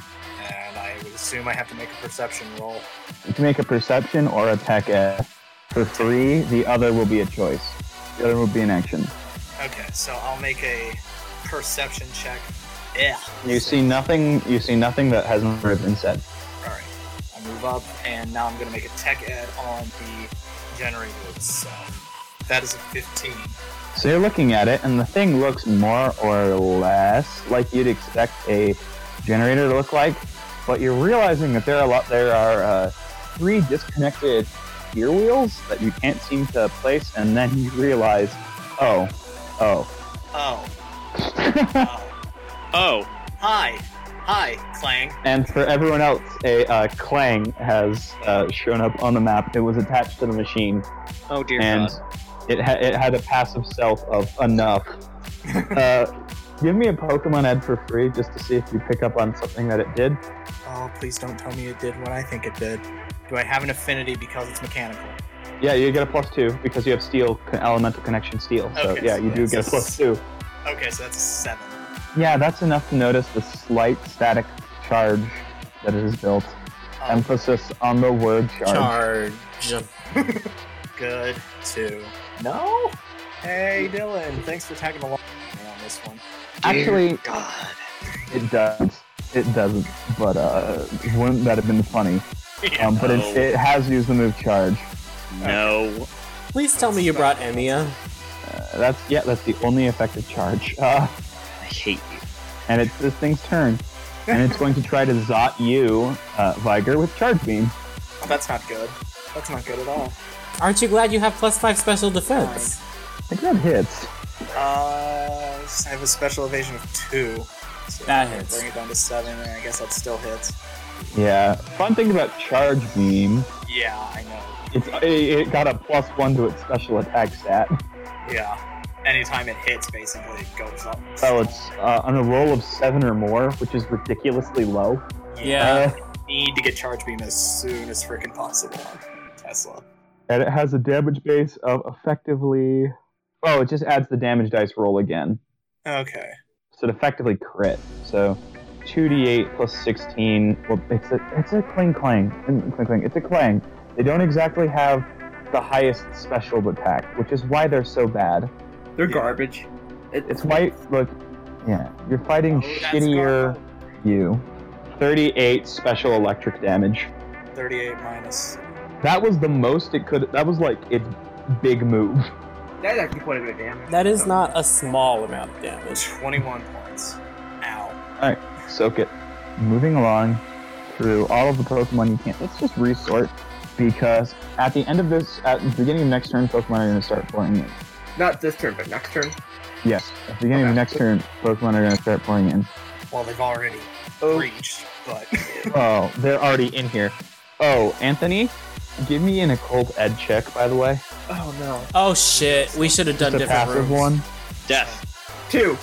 C: and I would assume I have to make a perception roll.
B: You can make a perception or a tech ed. For three, the other will be a choice. The other will be an action.
C: Okay, so I'll make a perception check. Yeah.
B: You see nothing. You see nothing that hasn't already been said.
C: All right, I move up, and now I'm gonna make a tech ed on the generator itself. That is a 15.
B: So you're looking at it, and the thing looks more or less like you'd expect a generator to look like, but you're realizing that there are a lot, there are uh, three disconnected gear wheels that you can't seem to place, and then you realize, oh, oh.
C: Oh. oh.
D: Oh,
C: Hi. Hi, Clang.
B: And for everyone else, a uh, clang has uh, shown up on the map. It was attached to the machine,
D: oh dear
B: and
D: God.
B: it, ha- it had a passive self of enough. uh, give me a Pokemon Ed for free just to see if you pick up on something that it did.
C: Oh, please don't tell me it did what I think it did. Do I have an affinity because it's mechanical?
B: Yeah, you get a plus two because you have steel co- elemental connection steel. So
C: Okay,
B: yeah,
C: so
B: you do
C: that's
B: get a
C: a
B: plus
C: s-
B: two.
C: Okay, so that's a seven.
B: Yeah, that's enough to notice the slight static charge that it has built.
C: Um,
B: Emphasis on the word charge.
E: Charge.
C: [LAUGHS] good too. No? Hey, Dylan, thanks for tagging along with me on this one.
B: Actually,
C: God.
B: it does. It doesn't, but uh, wouldn't that have been funny? Um, but it, it has used the move charge.
D: no.
E: Please tell me you brought Enya.
B: Uh, that's yeah, that's the only effective charge. Uh,
D: I hate you.
B: and it's this thing's turn, and it's going to try to zot you, uh, Viger, with charge beam.
C: Oh, that's not good. That's not good at all.
E: Aren't you glad you have plus five special defense?
B: I think that hits.
C: Uh, I have a special evasion of two. So
E: That
C: I
E: hits.
C: Bring it down to seven, and I guess that still hits.
B: Yeah. Fun thing about charge beam,
C: Yeah, I know.
B: it's it, it got a plus one to its special attack stat.
C: Yeah. Anytime it hits, basically, it goes up.
B: So it's uh, on a roll of seven or more, which is ridiculously low. Uh,
C: Need to get charge beam as soon as freaking possible on Tesla.
B: and it has a damage base of effectively. Oh, it just adds the damage dice roll again.
C: Okay.
B: So it effectively crit. So 2d8 plus 16. Well, it's a, it's a clang clang. Mm, clang clang. It's a clang. They don't exactly have the highest special attack, which is why they're so bad.
F: They're garbage. It-
B: It's why, look, yeah, you're fighting
C: Oh, that's
B: shittier
C: gone.
B: you. 38 special electric damage.
C: 38 minus.
B: That was the most it could. That was like its big move.
F: That's actually quite a bit of damage.
E: That is not a small amount of damage.
C: 21 points. Ow.
B: Soak it. Moving along through all of the Pokemon you can. Let's just resort because at the end of this, at the beginning of next turn, Pokemon are going to start pouring in.
F: Not this turn, but next turn.
B: Yes, at the beginning of
F: Okay.
B: next turn, Pokemon are going to start pouring in.
C: Well, they've already reached, but. [LAUGHS]
B: Oh, they're already in here. Oh, Anthony, give me an occult ed check, by the way.
F: Oh no.
E: Oh shit, we should have done
B: Just a
E: different
B: passive
E: rooms.
B: one.
D: Death. [LAUGHS]
F: Two.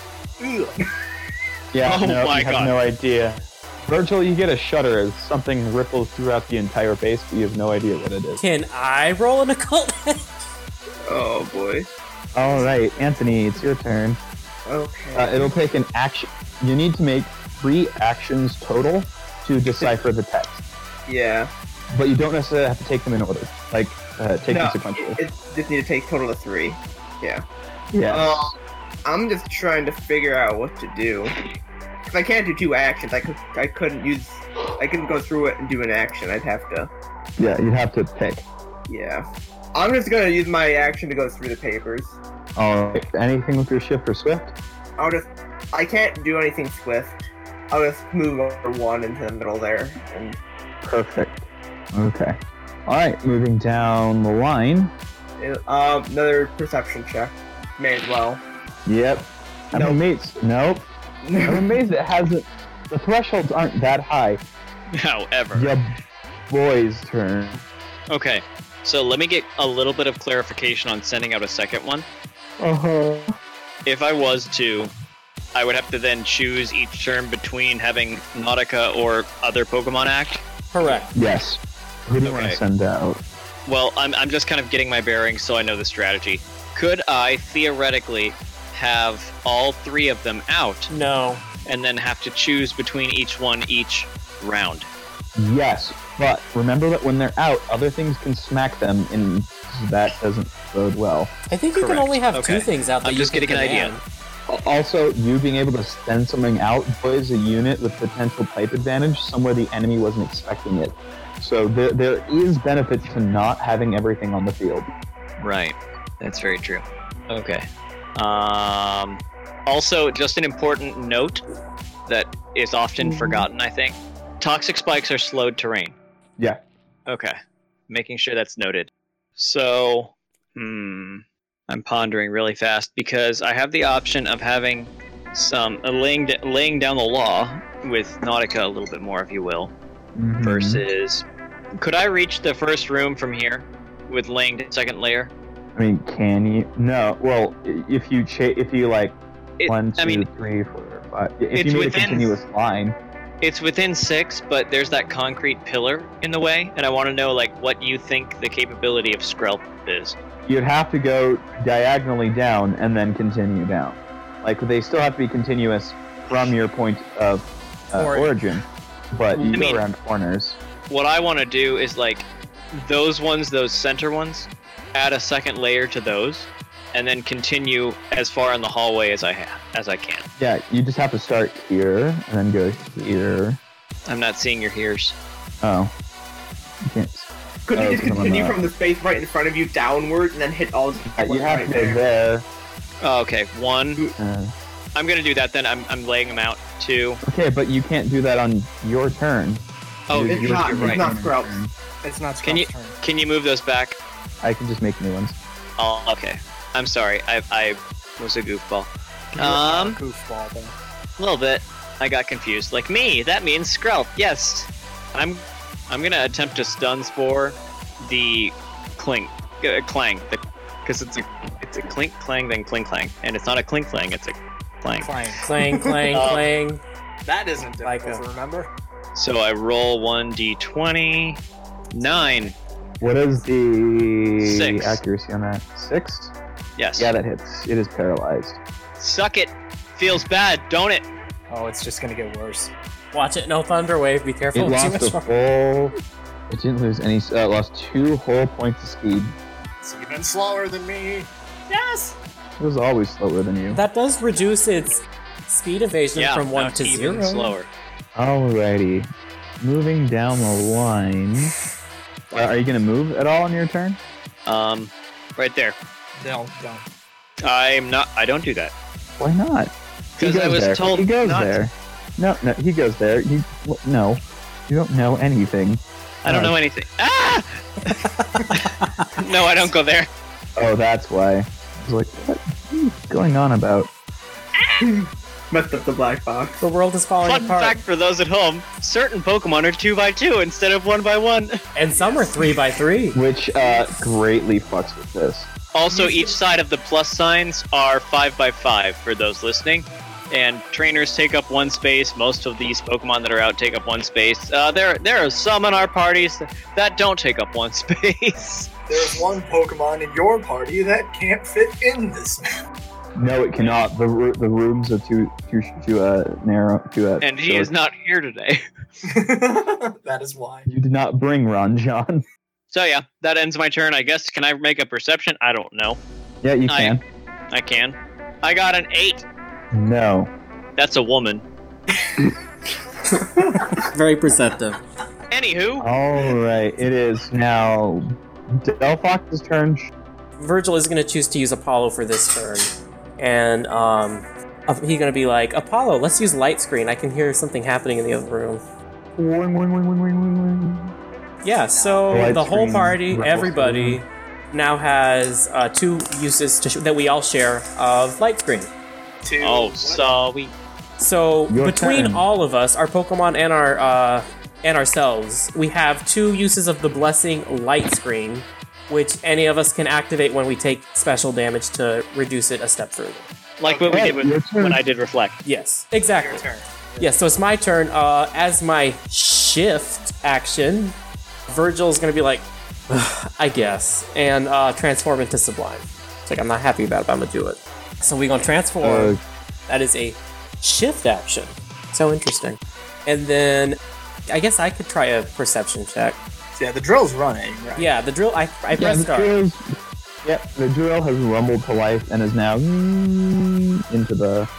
B: Yeah,
D: Oh
B: no,
D: my
B: you have
D: God.
B: no idea. Virgil, you get a shudder as something ripples throughout the entire base, but you have no idea what it
E: [LAUGHS]
B: is.
E: Can I roll an occult? [LAUGHS]
F: Oh boy.
B: All right, Anthony, it's your turn.
F: Okay.
B: Uh, it'll take an action. You need to make three actions total to decipher the text,
F: yeah.
B: but you don't necessarily have to take them in order. Like, uh, take
F: no,
B: them sequentially.
F: It, it just need to take total of three.
B: yes.
F: Uh, I'm just trying to figure out what to do. 'Cause I can't do two actions. I could. I couldn't use. I couldn't go through it and do an action. I'd have to.
B: yeah, you'd have to pick.
F: Yeah. I'm just gonna use my action to go through the papers.
B: All right. Anything with your shift or swift?
F: I'll just. I can't do anything swift. I'll just move over one into the middle there. And
B: Perfect. Okay. All right, moving down the line.
F: um, another perception check. May as well. [LAUGHS]
B: Yep. I'm
F: Nope.
B: amazed.
F: [LAUGHS]
B: Nope. I'm amazed it hasn't. The thresholds aren't that high.
D: However.
B: Your boy's turn.
D: Okay. So let me get a little bit of clarification on sending out a second one.
B: Uh huh.
D: If I was to, I would have to then choose each turn between having Nautica or other Pokemon act.
E: Correct.
B: Yes. Who do you want
D: Okay.
B: to send out?
D: Well, I'm, I'm just kind of getting my bearings so I know the strategy. Could I theoretically have all three of them out
E: No.
D: and then have to choose between each one each round?
B: Yes, but remember that when they're out, other things can smack them, and that doesn't bode well.
E: I think you
D: Correct.
E: can only have
D: Okay.
E: two things out that
D: I'm
E: you
D: just
E: can
D: getting an idea.
E: command.
B: Al- Also, you being able to send something out is a unit with potential type advantage somewhere the enemy wasn't expecting it. So there, there is benefit to not having everything on the field.
D: Right. That's very true. Okay. Um, also, just an important note that is often forgotten, I think. Toxic spikes are slowed terrain.
B: Yeah.
A: Okay. Making sure that's noted. So, hmm. I'm pondering really fast because I have the option of having some uh, laying, d- laying down the law with Nautica a little bit more, if you will,
B: Mm-hmm.
A: versus. Could I reach the first room from here with laying d- second layer?
B: I mean, can you? No. Well, i- if you cha- if you like
A: It-
B: one,
A: I
B: two,
A: mean,
B: three, four, five. If
A: it's
B: you made
A: within-
B: a continuous line,
A: It's within six, but there's that concrete pillar in the way, and I want to know like what you think the capability of Skrelp is.
B: you'd have to go diagonally down and then continue down. Like they still have to be continuous from your point of uh,
E: Or-
B: origin, but you
A: I
B: go
A: mean-
B: around corners.
A: What I want to do is like those ones, those center ones, add a second layer to those, and then continue as far in the hallway as I ha- as I can.
B: Yeah, you just have to start here and then go here.
A: I'm not seeing your hears.
B: Oh, you can't. s-
F: Couldn't
B: Oh,
F: you just
B: come on
F: continue
B: up.
F: from the space right in front of you downward and then hit all the
B: Uh, you have
F: right
B: to go there.
A: Oh, okay, one.
B: Uh,
A: I'm gonna do that then. I'm I'm laying them out. Two.
B: okay, but you can't do that on your turn.
A: Oh,
B: You-
F: it's
B: you-
F: not-
B: you're
F: it's not
B: right.
F: Sprout's.
C: It's not
A: Can
C: Scott's
A: you-
C: turn.
A: can you move those back?
B: I can just make new ones.
A: Oh, okay. I'm sorry. I I was a goofball.
C: You are
A: Um,
C: a goofball. Though.
A: A little bit. I got confused. Like me, that means Skrelp. Yes. I'm I'm gonna attempt to stun spore the clink uh, clang because it's a it's a clink clang then clink clang and it's not a clink clang it's a clang.
C: Fine.
E: Clang,
D: [LAUGHS]
E: clang,
D: Uh,
A: Um,
E: clang.
C: That isn't difficult
E: Like uh, a-
C: to remember.
A: So I roll one d20. Nine.
B: What is the
A: Six.
B: accuracy on that? Six?
A: Yes.
B: Yeah, that hits. It is paralyzed.
A: Suck it. Feels bad, don't it?
C: Oh, it's just gonna get worse.
E: Watch it, no thunder wave. Be
B: It
E: careful. Too
B: lost a
E: much rock.
B: full. It didn't lose any. Uh, it lost two whole points of speed.
C: It's even slower than me. Yes.
B: It was always slower than you.
E: That does reduce its speed evasion
A: yeah.
E: from one
A: now
E: to
A: it's
E: zero.
A: even slower.
B: Alrighty. Moving down the line. Uh, are you going to move at all on your turn?
A: Um right there.
C: No, don't.
A: I'm not I don't do that.
B: Why not? He
A: Because I
B: goes
A: was
B: there.
A: told
B: he goes
A: not to.
B: there. No, no, he goes there. You well, no, you don't know anything.
A: I don't
B: Oh.
A: know anything. Ah! no, I don't go there.
B: Oh, that's why. I was like, what is going on about?
F: Messed up the black box.
E: The world is falling
A: Fun
E: apart,
A: fact for those at home: certain Pokemon are two by two instead of one by one.
E: and some are three by three.
B: Which uh, greatly fucks with this.
A: Also, each side of the plus signs are five by five for those listening. And trainers take up one space. Most of these Pokemon that are out take up one space. Uh, there, there are some in our parties that don't take up one [LAUGHS] space.
C: There's one Pokemon in your party that can't fit in this.
B: No, it cannot. The, ru- the rooms are too too too uh, narrow. Too uh,
A: and he
B: short.
A: is not here today.
C: [LAUGHS]
A: [LAUGHS]
C: that is why.
B: You did not bring Ron John. [LAUGHS]
A: So yeah, that ends my turn. I guess. Can I make a perception? I don't know.
B: yeah, you
A: I-
B: can.
A: I can. I got an eight.
B: No.
A: That's a woman.
E: Very perceptive.
A: Anywho,
B: All right. It is now Delphox's turn.
E: Virgil is going to choose to use Apollo for this turn, and um, he's going to be like, Apollo, let's use light screen. I can hear something happening in the other room.
B: Wing, wing, wing, wing, wing, wing, wing.
E: Yeah, so
B: Light
E: the whole
B: screen,
E: party,
B: ripple
E: everybody, now has uh, two uses to sh- that we all share of light screen.
C: Two.
A: Oh,
C: what?
A: so we.
E: So
B: Your
E: between
B: turn.
E: all of us, our Pokemon and our uh, and ourselves, we have two uses of the blessing light screen, which any of us can activate when we take special damage to reduce it a step further.
A: Like what we
B: Okay,
A: did
B: your
A: with,
B: turn.
A: when I did reflect.
E: Yes,
C: Your
E: exactly.
C: turn.
E: Yeah, so it's my turn. Uh, as my shift action, Virgil's gonna be like, "Ugh, I guess, and uh, transform into Sublime. It's like I'm not happy about it, but I'm gonna do it. So we gonna transform.
B: Uh,
E: that is a shift action. So interesting. And then I guess I could try a perception check.
C: Yeah, the drill's running. Right?
E: Yeah, the drill. I, I
B: Yeah, the
E: pressed start.
B: drill. Yep, the drill has rumbled to life and is now mm, into the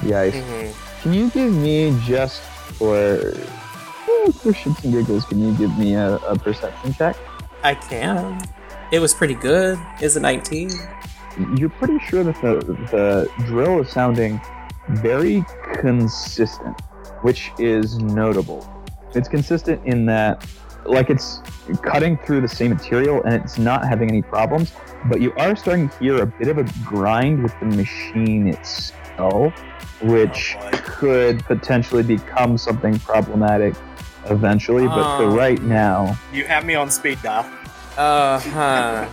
B: to the ice.
E: Mhm.
B: Can you give me just for oh, for shits and giggles? Can you give me a, a perception check?
E: I can. It was pretty good. Is a 19?
B: You're pretty sure that the the drill is sounding very consistent, which is notable. It's consistent in that like it's cutting through the same material and it's not having any problems, but you are starting to hear a bit of a grind with the machine itself, which
C: Oh, boy.
B: could potentially become something problematic eventually, but for
C: Ah.
E: Um.
B: right now,
C: You have me on speed dial.
E: Uh
B: [LAUGHS]
E: huh.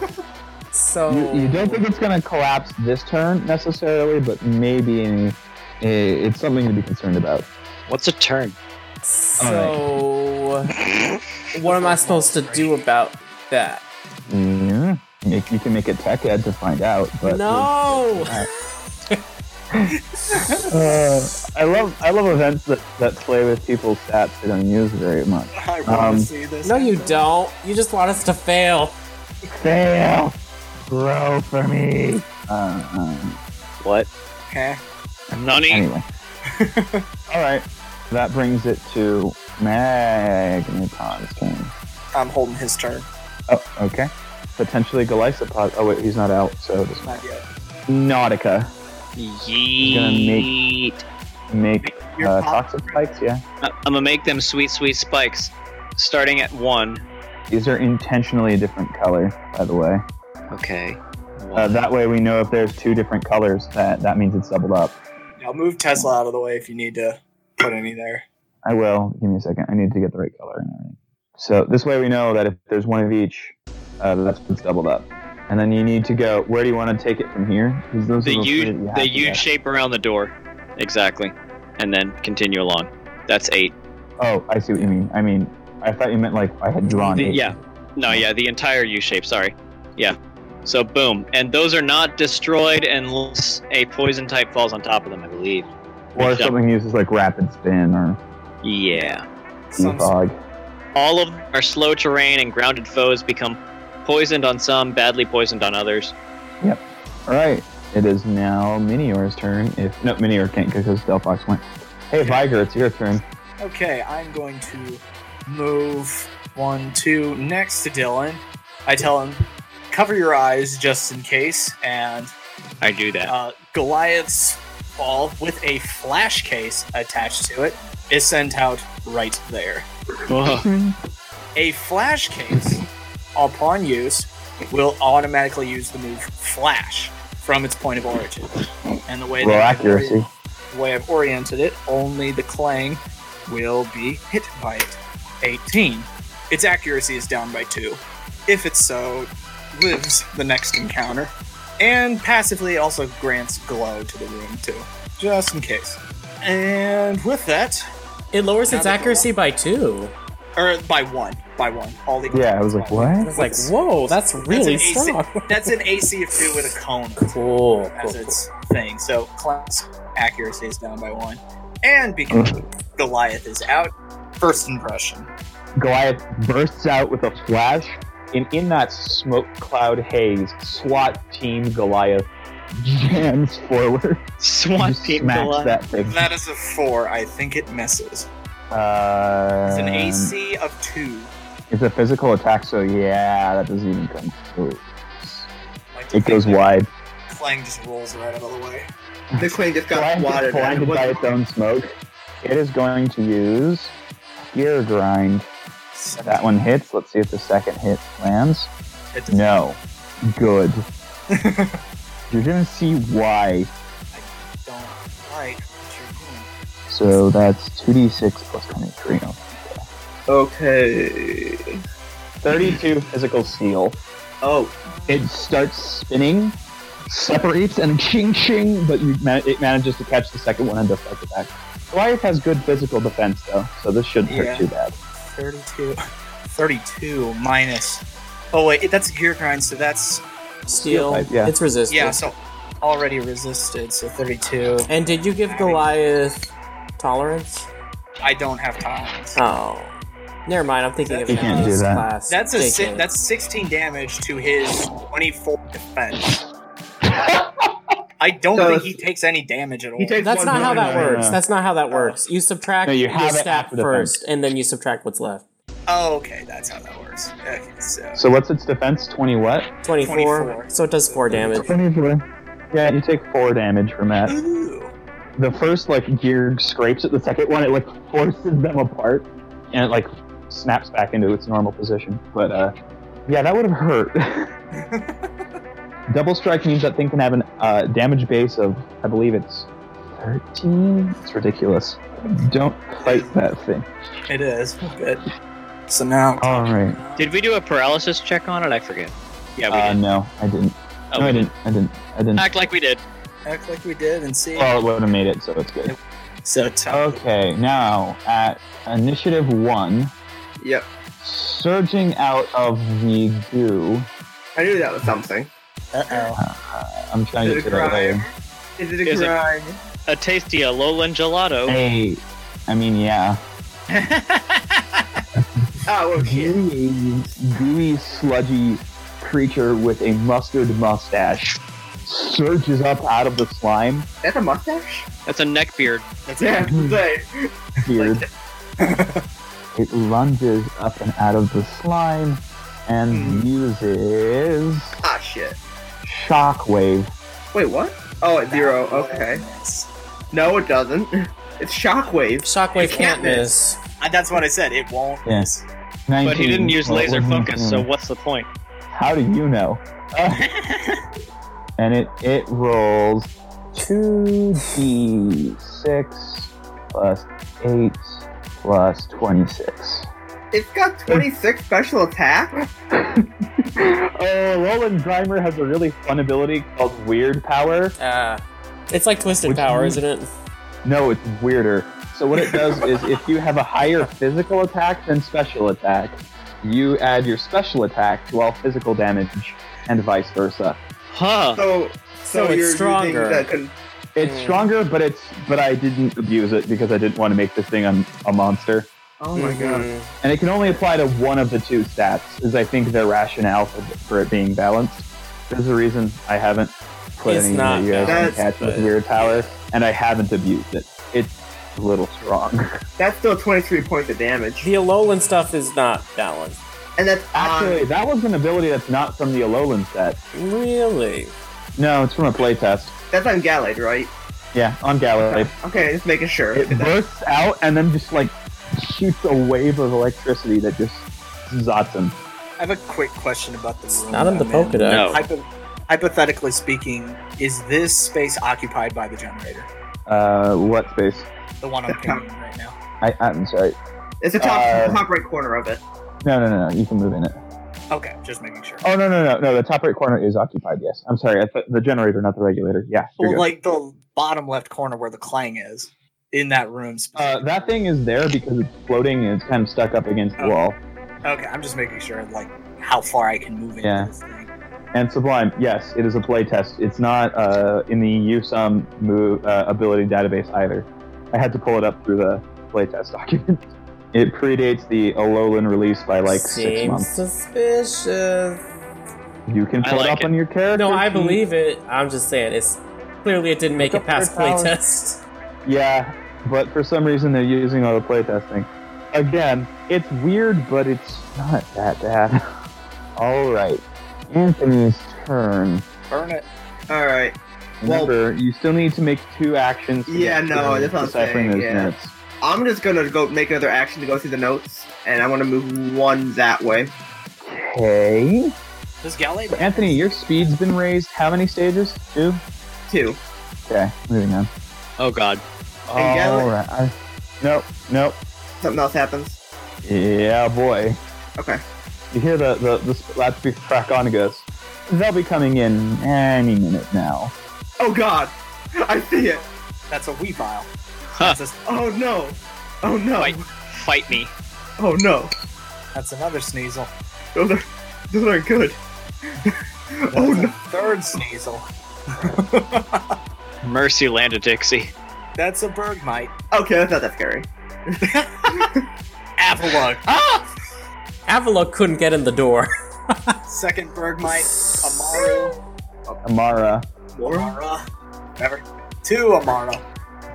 E: So
B: you, you don't think it's going to collapse this turn necessarily, but maybe eh, it's something to be concerned about.
D: What's a turn?
E: So what am I supposed to do about that?
B: Yeah. You Mm-hmm. you can make a tech ed to find out, but
E: no.
B: Uh, I love I love events that, that play with people's stats they don't use very much.
C: I want
B: Um,
C: to see this.
E: No, you don't. You just want us to fail.
B: Fail, grow for me. Uh, um,
D: What?
C: Okay.
D: Nunny.
B: anyway, all right, that brings it to Magneton's turn.
C: I'm holding his turn.
B: Oh, okay. Potentially Golisopod. Oh wait, he's not out, so it doesn't matter.
C: Not yet.
B: Nautica
D: Yeet.
B: make
C: Your
B: uh,
C: pop-
B: toxic spikes. Yeah,
D: I- I'm gonna make them sweet, sweet spikes, starting at one.
B: these are intentionally a different color, by the way.
D: Okay.
B: Uh, that way we know if there's two different colors, that that means it's doubled up.
C: Now move Tesla out of the way if you need to put any there.
B: I will. Give me a second. I need to get the right color and everything. So this way we know that if there's one of each, uh, that's what's doubled up. And then you need to go. Where do you want to take it from here? 'Cause those
D: the
B: are three that
D: huge,
B: you have
D: the
B: to
D: huge
B: get.
D: shape around the door, exactly, and then continue along. That's eight.
B: Oh, I see what you mean. I mean, I thought you meant like I had drawn.
D: The-
B: eight.
D: yeah. No, yeah, the entire U shape. Sorry. Yeah. So boom, and those are not destroyed unless a poison type falls on top of them, I believe.
B: Or
D: Good job.
B: something uses like rapid spin or
D: Yeah.
C: Some
B: fog.
D: All of our slow terrain and grounded foes become poisoned on some, badly poisoned on others.
B: All right. It is now Minior's turn. If no, Minior can't because Delphox went. Hey, Viger, it's your turn.
C: Okay, I'm going to move one, two, next to Dylan. I tell him, cover your eyes just in case, and
D: I do that.
C: uh, Goliath's ball with a flash case attached to it is sent out right there. A flash case, upon use, will automatically use the move flash from its point of origin. And the way
B: Roll
C: that I've ori-
B: accuracy.
C: the way I've oriented it, only the clang will be hit by it. 18. Its accuracy is down by 2. If it's so, lives the next encounter. And passively also grants glow to the room, too. Just in case. And with that,
E: It lowers its
C: Not at all.
E: accuracy by two.
C: or by 1, by 1. All legal
B: Yeah, I was like,
E: I
B: what?
E: was like, whoa, that's really
C: an AC
E: strong.
C: [LAUGHS] That's an AC of 2 with a cone.
E: [LAUGHS] cool. cool,
B: [LAUGHS]
C: as
E: cool.
C: its thing. So class accuracy is down by one.
B: [LAUGHS]
C: And because Goliath is out, first impression.
B: Goliath bursts out with a flash, and in that smoke cloud haze, SWAT team Goliath jams forward. [LAUGHS]
D: SWAT
B: Just
D: team
B: smacks
D: Goliath.
B: that thing.
C: That is a four. I think it misses.
B: Uh,
C: It's an AC of two.
B: It's a physical attack, so yeah, that doesn't even come close.
C: Like,
B: It goes
C: the
B: wide.
C: Clang just rolls right out of the way.
F: The Queen just got
B: Goliath is
F: swatted. and it
B: blinded by
F: wasn't-
B: its own smoke. It is going to use gear grind. That one hits. Let's see if the second hit lands.
C: It does-
B: No.
D: [LAUGHS]
B: Good. You're gonna see why
C: Don't like what you're
B: So that's 2d6 plus 23.
F: [LAUGHS] Okay.
B: 32 physical steel.
F: Oh,
B: It starts spinning, separates, and ching ching, but you ma- it manages to catch the second one and deflect it back. Goliath has good physical defense, though, so this shouldn't hurt
C: Yeah.
B: too bad.
C: doing. 32. 32 minus. Oh, wait, that's gear grind, so that's.
E: Steel.
B: type, yeah.
E: It's resistant.
C: Yeah, so already resisted, so 32.
E: And did you give Goliath tolerance?
C: I don't have tolerance.
E: Oh. Never mind, I'm thinking of
B: You
E: an
B: can't do that.
E: class.
C: That's a si-
E: Dickhead.
C: that's 16 damage to his 24 defense. I don't
F: So
C: think
F: it's-
C: he takes any damage at all.
F: he takes
E: That's
F: one
E: not how
F: point.
E: that
B: no, no,
E: works.
B: no.
E: That's not how
C: Oh.
E: that works. You subtract
B: No, you
E: your
B: have it
E: stat
B: after the
E: first, and then you subtract what's left.
C: oh, okay, that's how that works. Okay, so
B: So what's its defense? 20 what?
E: 24,
C: 24.
E: so it does 4 damage.
B: 24. Yeah, you take 4 damage from that.
C: Ooh.
B: The first, like, gear scrapes at the second one, it, like, forces them apart, and it, like, snaps back into its normal position. But uh, yeah, that would have hurt. Double strike means that thing can have a uh, damage base of, I believe it's 13. It's ridiculous. Don't fight that thing.
C: It is. But, so now,
B: All right.
D: Did we do a paralysis check on it? I forget. Yeah, we
B: Uh,
D: did.
B: no, I didn't.
D: Oh,
B: no, I
D: we did.
B: didn't. I didn't. I didn't.
D: Act like we did.
C: act like we did and see.
B: Well, it would have made it, so it's good.
C: so tough.
B: Okay, now at initiative one,
F: Yep.
B: surging out of the goo.
F: I knew that was something.
C: Uh oh.
B: Uh, I'm trying to
F: Is
B: get
F: it a
B: to that
F: crime?
B: later.
F: Is it a
D: Is it-
F: crime?
D: A tasty Alolan gelato.
B: Hey, I mean, yeah.
F: Oh, well, shit.
B: gooey, gooey, sludgy creature with a mustard mustache surges up out of the
D: [LAUGHS]
B: slime
F: That's a mustache?
D: That's a neck beard.
C: That's
F: Yeah,
C: it.
F: [LAUGHS] it's a-
B: beard. it lunges up and out of the slime and
F: Hmm.
B: uses
F: Ah, shit.
B: shockwave.
F: Wait, what? Oh, at zero. Okay. No, it doesn't. [LAUGHS] It's shockwave.
E: Shockwave
F: You
E: can't
F: can't
E: miss.
C: Uh, That's what I said. It won't.
B: Yes.
D: But he didn't
B: 19.
D: use
B: Well, it
D: laser
B: wasn't
D: focus, so
B: even-
D: what's the point?
B: How do you know? and it it rolls two d six plus eight plus twenty six.
F: It's got 26 special attack?
B: oh, Roland Grimer has a really fun ability called Weird Power.
E: Ah. It's like Twisted
B: Which
E: Power,
B: one?
E: isn't it?
B: No, it's weirder. So what it does is if you have a higher physical attack than special attack, you add your special attack to all physical damage and vice versa.
A: Uh,
D: Huh.
F: So,
E: So,
F: so,
E: it's
F: you're using
E: stronger.
F: That con-
B: It's
E: Mm.
B: stronger, but it's but I didn't abuse it because I didn't want to make this thing a, a monster.
F: oh my god.
E: Mhm.
B: And it can only apply to one of the two stats, is I think their rationale for, for it being balanced. There's a reason I haven't put
E: It's
B: any
E: not
B: that you guys can
F: balanced,
B: catch with
E: but-
B: weird power, and I haven't abused it. It's a little strong.
F: That's still 23 points of damage.
E: The Alolan stuff is not balanced.
F: And that's
B: Actually,
F: on.
B: that was an ability that's not from the Alolan set.
E: Really?
B: No, it's from a playtest.
F: That's on Gallade, right?
B: Yeah, on Gallade.
F: Okay, just making sure.
B: It bursts out and then just like shoots a wave of electricity that just zots him.
C: I have a quick question about the room.
E: Not in the
C: I'm
E: Pokedex.
D: No.
C: Hypo- hypothetically speaking, is this space occupied by the generator?
B: Uh, what space?
C: The one I'm painting right now.
B: I, I'm sorry.
F: It's the top,
B: Uh,
F: top right corner of it.
B: No, no, no, no. You can move in it.
C: Okay, just making sure.
B: Oh no no no no! The top right corner is occupied. Yes, I'm sorry. I thought the generator, not the regulator. Yeah. you're
C: well,
B: good.
C: like the bottom left corner where the clang is in that room.
B: uh, that thing is there because it's floating and it's kind of stuck up against the wall.
C: okay, I'm just making sure like how far I can move into
B: Yeah.
C: this thing.
B: And Sublime, yes, it is a playtest. It's not uh, in the USUM move, uh, ability database either. I had to pull it up through the playtest [LAUGHS] document. It predates the Alolan release by like six
E: Seems
B: months.
E: suspicious.
B: You can
D: I
B: pull
D: like
B: it up
D: it.
B: on your character.
E: No, I
B: sheet.
E: believe it. I'm just saying, it's clearly it didn't make it
B: Look up
E: past
B: for powers.
E: playtest.
B: Yeah, but for some reason they're using all the playtesting. Again, it's weird, but it's not that bad. [LAUGHS] all right, Anthony's turn.
C: Burn it.
F: Alright. Well-
B: Remember, you still need to make two actions. to
F: Yeah,
B: get
F: no,
B: through
F: that's what I'm
B: deciphering
F: saying,
B: those
F: yeah.
B: notes.
F: I'm just gonna go make another action to go through the notes, and I want to move one that way.
B: Okay.
C: Does Gallade?
B: Anthony, your speed's been raised. How many stages? Two?
F: Two.
B: Okay, moving on.
D: Oh god.
F: And Gallagher-
B: All right. I- Nope, nope.
F: Something else happens.
B: Yeah, boy.
F: Okay.
B: You hear the, the, the loudspeaker crack on and goes, they'll be coming in any minute now.
F: Oh god! I see it!
C: That's a wee file.
D: Huh.
C: That's, a-
F: Oh no! Oh no!
D: Wait. Fight me.
F: Oh no!
C: that's another sneasel.
F: Those are those aren't good. [LAUGHS]
C: That's
F: oh
C: a
F: no!
C: third sneasel.
D: Mercy land a Dixie.
C: That's a bergmite.
F: Okay, that's not that scary.
C: Avalug. Ah!
E: [LAUGHS] Avalok couldn't get in the door. [LAUGHS]
C: Second bergmite. Amaru.
B: Amara.
C: Amara. Whatever. Two Amara.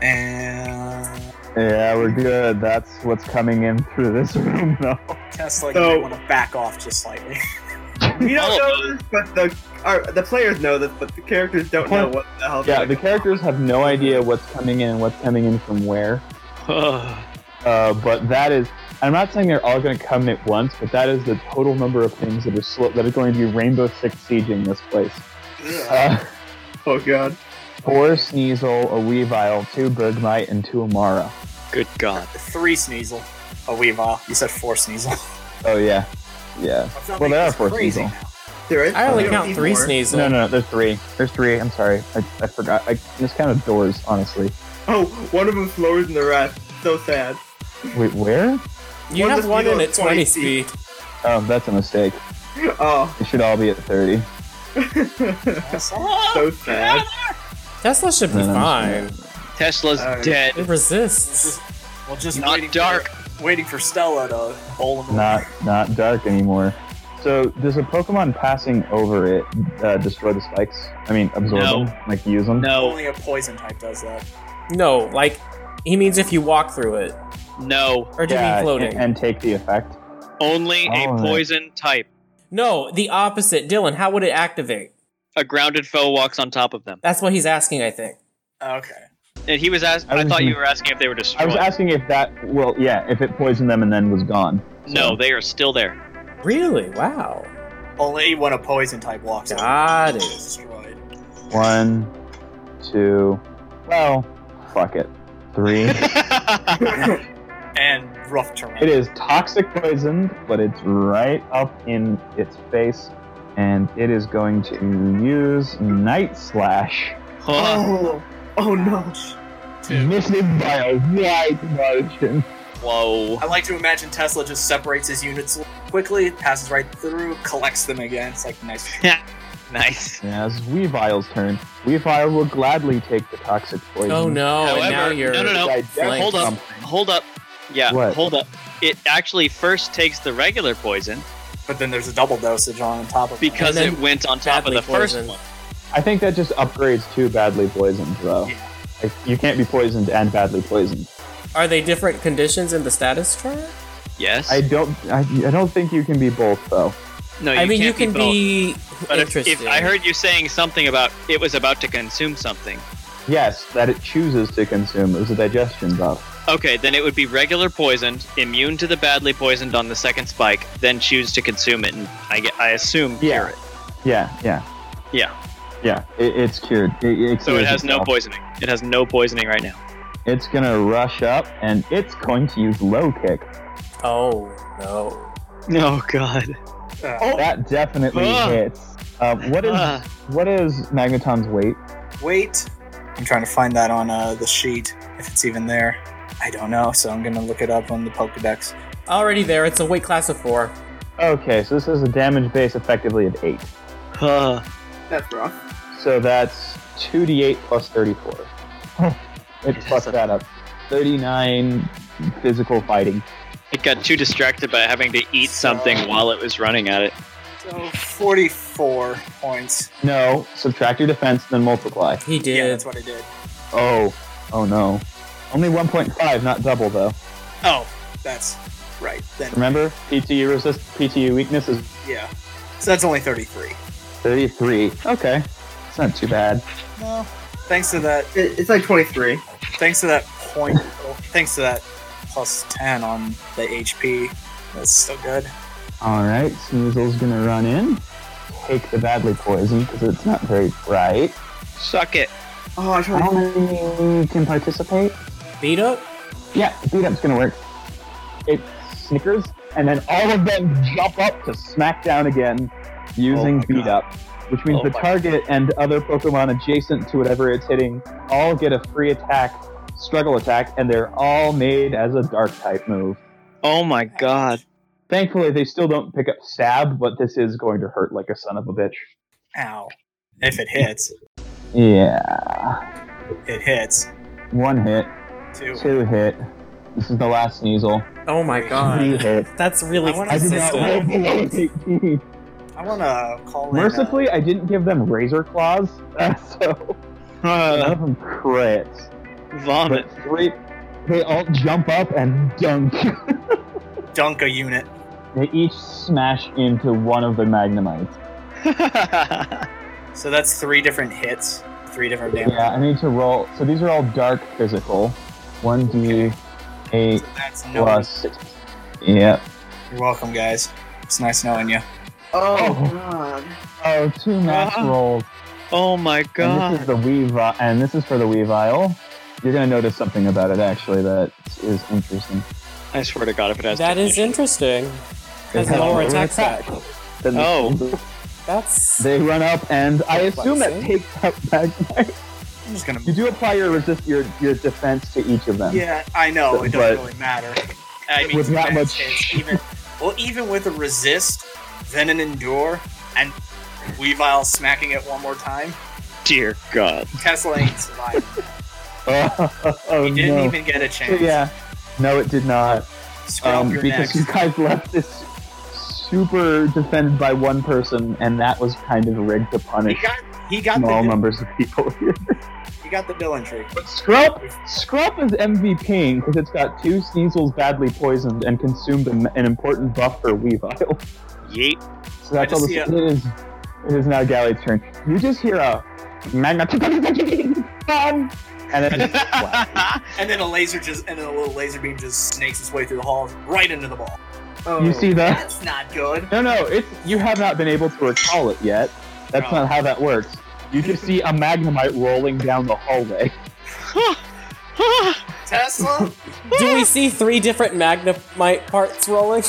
C: And
B: Yeah, we're good. That's what's coming in through this [LAUGHS] room, though.
C: Tesla, you
F: So-
C: want to back off just slightly.
F: We don't
D: Oh.
F: know this, but the our, the players know this, but the characters don't know what the hell.
B: Yeah, the characters have no idea what's coming in and what's coming in from where.
D: Ugh.
B: Uh, but that is, I'm not saying they're all going to come at once, but that is the total number of things that are slow, that are going to be Rainbow Six sieging this place. Uh,
F: Oh god.
B: four Sneasel, a Weavile, two Bergmite, and two Amara.
D: Good God.
C: Uh, Three Sneasel. Oh, Weavile. You said four Sneasel.
B: Oh yeah, yeah.
C: I'm not
B: Well, there
C: making
B: are
C: this
B: four
C: crazy
B: Sneasel.
C: now.
F: There is.
E: I only
F: we don't
E: count
F: need
E: three
F: more.
E: sneezes.
B: No, no, no. There's three. There's three. I'm sorry, I, I forgot. I miscounted doors. Honestly.
F: Oh, one of them's lower than the rest. So sad.
B: Wait, where?
E: You
F: One
E: have
F: just
E: one in
F: below
E: at 20
F: 20
E: speed.
B: Oh, that's a mistake.
F: Oh,
B: It should all be at 30.
F: [LAUGHS]
D: Oh,
F: so sad.
E: Tesla should be
B: No, no, no.
E: fine.
D: Tesla's
F: All right.
E: It
D: dead.
E: resists.
C: Well, just
D: Not
C: waiting
D: dark.
C: For, waiting for Stella to bowl him.
B: Not, not dark anymore. So does a Pokemon passing over it uh, destroy the spikes? I mean, absorb
D: No.
B: them, like use them.
D: No,
C: Only a poison type does that.
E: No, like, he means if you walk through it.
D: no.
E: Or do you
B: Yeah,
E: mean floating?
B: And, and take the effect.
D: Only a
B: All right.
D: poison type.
E: no, the opposite. Dylan, how would it activate?
D: A grounded foe walks on top of them.
E: That's what he's asking, I think.
C: Okay.
D: And he was asked.
B: I
D: I,
B: was
D: thought you
B: gonna-
D: were asking if they were
B: I
D: destroyed.
B: was asking if that, well, yeah, if it poisoned them and then was gone.
D: no, they are
B: [LAUGHS]
D: still there.
E: Really? Wow.
C: Only when a poison type walks. in.
E: Got it.
C: It's destroyed.
B: One, two, well, fuck it.
D: [LAUGHS]
B: Three.
C: And rough terrain.
B: It is toxic poisoned, but it's right up in its face, and it is going to use Night Slash.
D: Huh.
F: [LAUGHS] Oh, oh no.
B: Missing by a wide margin.
D: Whoa.
C: I like to imagine Tesla just separates his units quickly, passes right through, collects them again. It's like nice.
D: Nice.
B: Now it's Weavile's turn. Weavile will gladly take the toxic poison.
E: Oh no, and
D: However-
E: now you're.
D: no, no, no.
B: Digest
D: Hold up.
B: something.
D: Hold up. Yeah,
B: What?
D: hold up. It actually first takes the regular poison
C: But then there's a double dosage on top of it.
D: because
E: And then
D: it went on top of
E: badly
D: the first
E: poisoned.
D: one.
B: I think that just upgrades to badly poisoned, though.
C: Yeah.
B: Like, you can't be poisoned and badly poisoned.
E: Are they different conditions in the status chart?
D: Yes.
B: I don't. I, I don't think you can be both, though.
D: no, you
E: I mean, you can
D: can't both.
E: be.
D: But if,
E: interesting.
D: if I heard you saying something about it was about to consume something,
B: Yes, that it chooses to consume. It was a digestion buff.
D: okay, then it would be regular poisoned, immune to the badly poisoned on the second spike, then choose to consume it, and I get, I assume
B: Yeah.
D: cure it.
B: Yeah, yeah.
D: Yeah.
B: Yeah, it, it's cured. It, it
D: So it
B: cures
D: has no
B: itself.
D: poisoning. It has no poisoning right now.
B: It's gonna rush up and it's going to use low kick.
E: Oh no.
D: Oh God.
C: oh,
B: That definitely
D: Ugh.
B: hits. Uh, what is
D: [LAUGHS] Ah.
B: what is Magneton's weight?
C: wait. I'm trying to find that on uh, the sheet, if it's even there. I don't know, so I'm going to look it up on the Pokedex.
E: Already there. It's a weight class of four.
B: Okay, so this is a damage base effectively of eight.
D: Huh.
F: That's rough.
B: So that's two d eight plus thirty four.
D: [LAUGHS]
B: it
D: Yes,
B: fucked
D: that's-
B: that up. Thirty nine physical fighting.
D: It got too distracted by having to eat something
C: So-
D: while it was running at it.
C: So 44 points.
B: No, subtract your defense, then multiply.
E: He did.
C: Yeah, that's what I did.
B: Oh, oh no. Only one point five, not double though.
C: Oh, that's right. Then,
B: Remember, PTU resist PTU weakness is
C: yeah. So that's only 33.
B: 33. Okay. It's not too bad.
C: No. Thanks to that
F: It, it's like 23.
C: thanks to that point thanks to that plus 10 on the hp that's so good
B: All right. Sneasel's going to run in, take the badly poison because it's not very bright.
D: Suck it.
F: Oh, I tried.
B: How many can participate?
E: Beat up.
B: Yeah, beat up's going to work. It snickers, and then all of them jump up to smack down again using
D: my
B: beat up, which means
D: Oh
B: the
D: my
B: target and other Pokemon adjacent to whatever it's hitting all get a free attack, struggle attack, and they're all made as a dark type move.
D: Oh my God.
B: Thankfully, they still don't pick up stab, but this is going to hurt like a son of a bitch.
C: ow if it hits
B: Yeah.
C: it hits
B: One hit,
C: too
B: two hit. This is the last Sneasel.
E: Oh my
B: Three
E: god.
B: hit.
E: That's really
C: I wanna-
B: I did not roll
E: consistent.
B: below an 18.
C: i want to call in, uh,
B: Mercifully, I didn't give them razor claws, [LAUGHS] uh, so none
D: Uh,
B: of them crits.
D: vomit.
B: But three, they all jump up and dunk. [LAUGHS]
C: dunk a unit
B: they each smash into one of the Magnemites.
C: so that's three different hits three different damage
B: Yeah, I need to roll. So these are all dark physical. 1d8
C: so that's no
B: plus six. Yep.
C: You're welcome, guys. It's nice knowing you.
B: Oh.
F: god.
B: Oh, two max
D: Uh-huh.
B: rolls.
D: Oh my
B: And this is
D: god.
B: the weave, and this is for the Weavile. You're gonna notice something about it actually that is interesting.
D: I swear to god if it has
E: That is
D: definition.
E: interesting. Has
B: They
E: lower
B: have-
E: attack stat.
B: then
D: Oh.
E: That's
B: They run up, and I assume that
E: Flexing.
B: takes out back.
C: I'm just gonna.
B: You do apply your resist, your your defense to each of them.
C: Yeah, I know. It doesn't
B: But-
C: really matter. I mean,
B: With that
C: defense
B: much-
C: hits, even well, even with a resist, then an endure, and Weavile smacking it one more time,
D: Dear god.
C: Tesla ain't surviving.
B: [LAUGHS] Oh,
C: He didn't
B: no.
C: even get a chance.
B: Yeah. No, it did not.
C: Scrub
B: Um,
C: your
B: because
C: neck.
B: you guys left this super defended by one person, and that was kind of rigged to
C: He
B: punish
C: got he got
B: small
C: the
B: numbers of people here. [LAUGHS]
C: he got the villain tree.
B: But Scruff, Scruff is MVPing because it's got two Sneasels badly poisoned and consumed an, an important buff for Weavile.
D: Yeet.
B: So that's all.
C: just
B: The,
C: see
B: it is. It is now Gally's turn. You just hear a [LAUGHS] magma and then
C: [LAUGHS]
B: it just flat.
C: And then a laser just and then a little laser beam just snakes its way through the hall right into the ball.
F: Oh.
B: you see that?
C: That's not good.
B: No, no. It's you have not been able to recall it yet. That's
C: No.
B: not how that works. You just see a magnemite rolling down the hallway. [LAUGHS]
C: Tesla?
E: Do we see three different Magnemite parts rolling?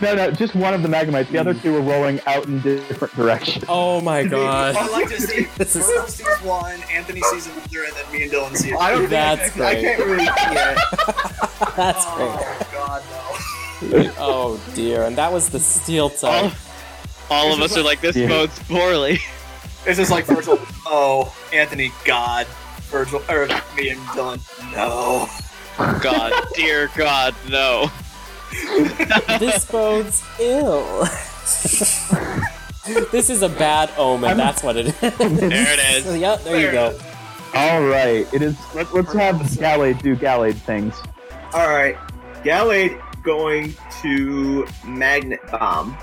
B: No, no, just one of the magnemites. The
C: Hmm.
B: other two were rolling out in different directions.
E: Oh my [LAUGHS]
C: I
E: god.
C: like to see
E: [LAUGHS] This is-
C: Merle sees one, Anthony sees another, and then me and Dylan see it.
F: I don't
E: That's
F: think I, can- I can't really
E: [LAUGHS]
F: see
E: That's great.
C: oh god no.
E: Oh dear. And that was the steel type.
D: all, all of
C: This
D: us
C: is
D: are like, this
B: Yeah.
D: bodes poorly.
C: It's just like Virgil. oh, Anthony, God, Virgil, or me and Dylan. No.
D: God, dear god, no.
E: this bodes ill. [LAUGHS] this is a bad omen.
B: I'm-
E: That's what it is. There
D: it is.
E: [LAUGHS] Yep, there you go.
B: All right, it is. Let, let's have Gallade do Gallade things.
F: it. Alright. Gallade going to Magnet Bomb.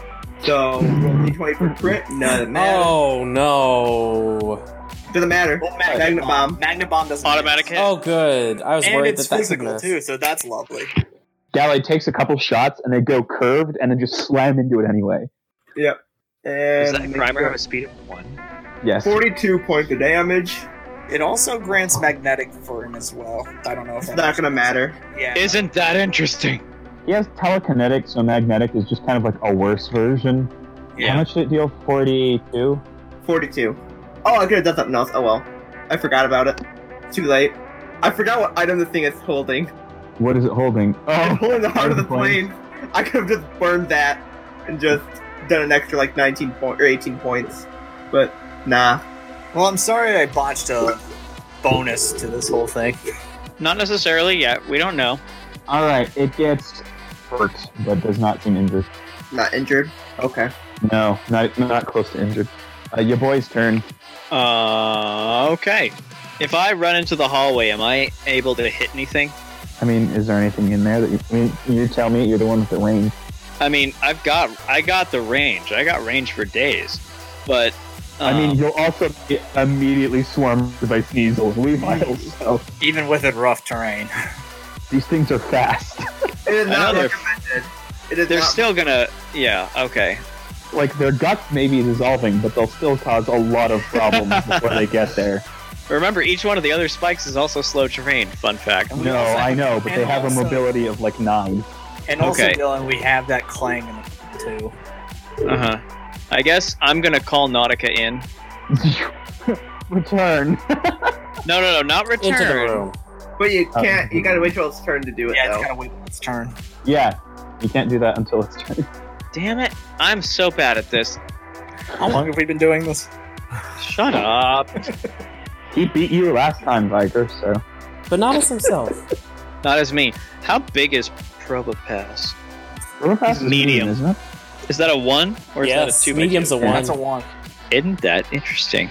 F: So, roll d20 for crit. No, it matters.
E: Oh no.
F: Doesn't matter.
C: Well,
F: Magnet bomb.
C: Magnet bomb doesn't.
D: Automatic
C: miss.
D: hit.
E: Oh good. I was
C: And
E: worried
C: it's
E: that that could
C: physical
E: miss.
C: too, so that's lovely.
B: Gallade takes a couple shots and they go curved and then just slam into it anyway.
F: And
D: Does that primer have a speed of one?
B: Yes.
F: 42 points of damage.
C: It also grants magnetic for him as well. I don't know if
F: It's
C: that
F: not gonna matter.
C: Yeah.
D: Isn't that interesting?
B: He has telekinetic, so magnetic is just kind of like a worse version. How much did it deal? 42?
F: 42. Oh, I could have done something else. Oh well. I forgot about it. Too late. I forgot what item the thing is holding. [LAUGHS]
B: What is it holding?
F: I'm
B: Oh,
F: holding the heart of the
B: plane.
F: plane. I could have just burned that and just done an extra like 19 point or 18 points. But nah.
C: Well, I'm sorry I botched a bonus to this whole thing.
D: Not necessarily yet. We don't know.
B: all right, it gets hurt, but does not seem injured.
F: Not injured. Okay.
B: No, not not close to injured. Uh, your boy's turn.
D: Uh, okay. If I run into the hallway, am I able to hit anything?
B: I mean, is there anything in there that you? I mean, you tell me. You're the one with the range.
D: I mean, I've got I got the range. I got range for days, but
B: I mean,
D: um,
B: you'll also be immediately swarmed by Sneasel and Weaviles. So
C: Even with a rough terrain.
B: these things are fast. [LAUGHS]
F: It is
D: I know
F: not
D: they're-
F: recommended. It is
D: they're
F: not-
D: still gonna. Yeah. Okay.
B: Like their guts may be dissolving, but they'll still cause a lot of
D: [LAUGHS]
B: problems before they get there.
D: Remember, each one of the other spikes is also slow terrain. Fun fact.
B: No, I know, but they have a
C: And also-
B: mobility of like nine.
C: And also,
D: Okay.
C: Dylan, we have that clang in the too.
D: Uh
E: Uh-huh.
D: huh. I guess I'm gonna call Nautica in.
B: Return. [LAUGHS]
D: No, no, no, not return.
E: Into the room.
F: But you
B: Oh.
F: can't. You gotta wait till it's turn to do it
C: Yeah, it's
F: though.
C: gotta wait for its turn.
B: Yeah, you can't do that until it's [LAUGHS] turn.
D: Damn it! I'm so bad at this.
C: How long have we been doing this?
D: Shut up.
B: He beat you last time, Viker. So
E: But not as himself.
D: Not as me. How big is Probopass?
B: Overpass is
D: Medium.
B: isn't it?
D: Is that a one or is
E: Yes,
D: that a two?
E: medium's a
D: one.
E: one.
C: That's a one.
D: Isn't that interesting?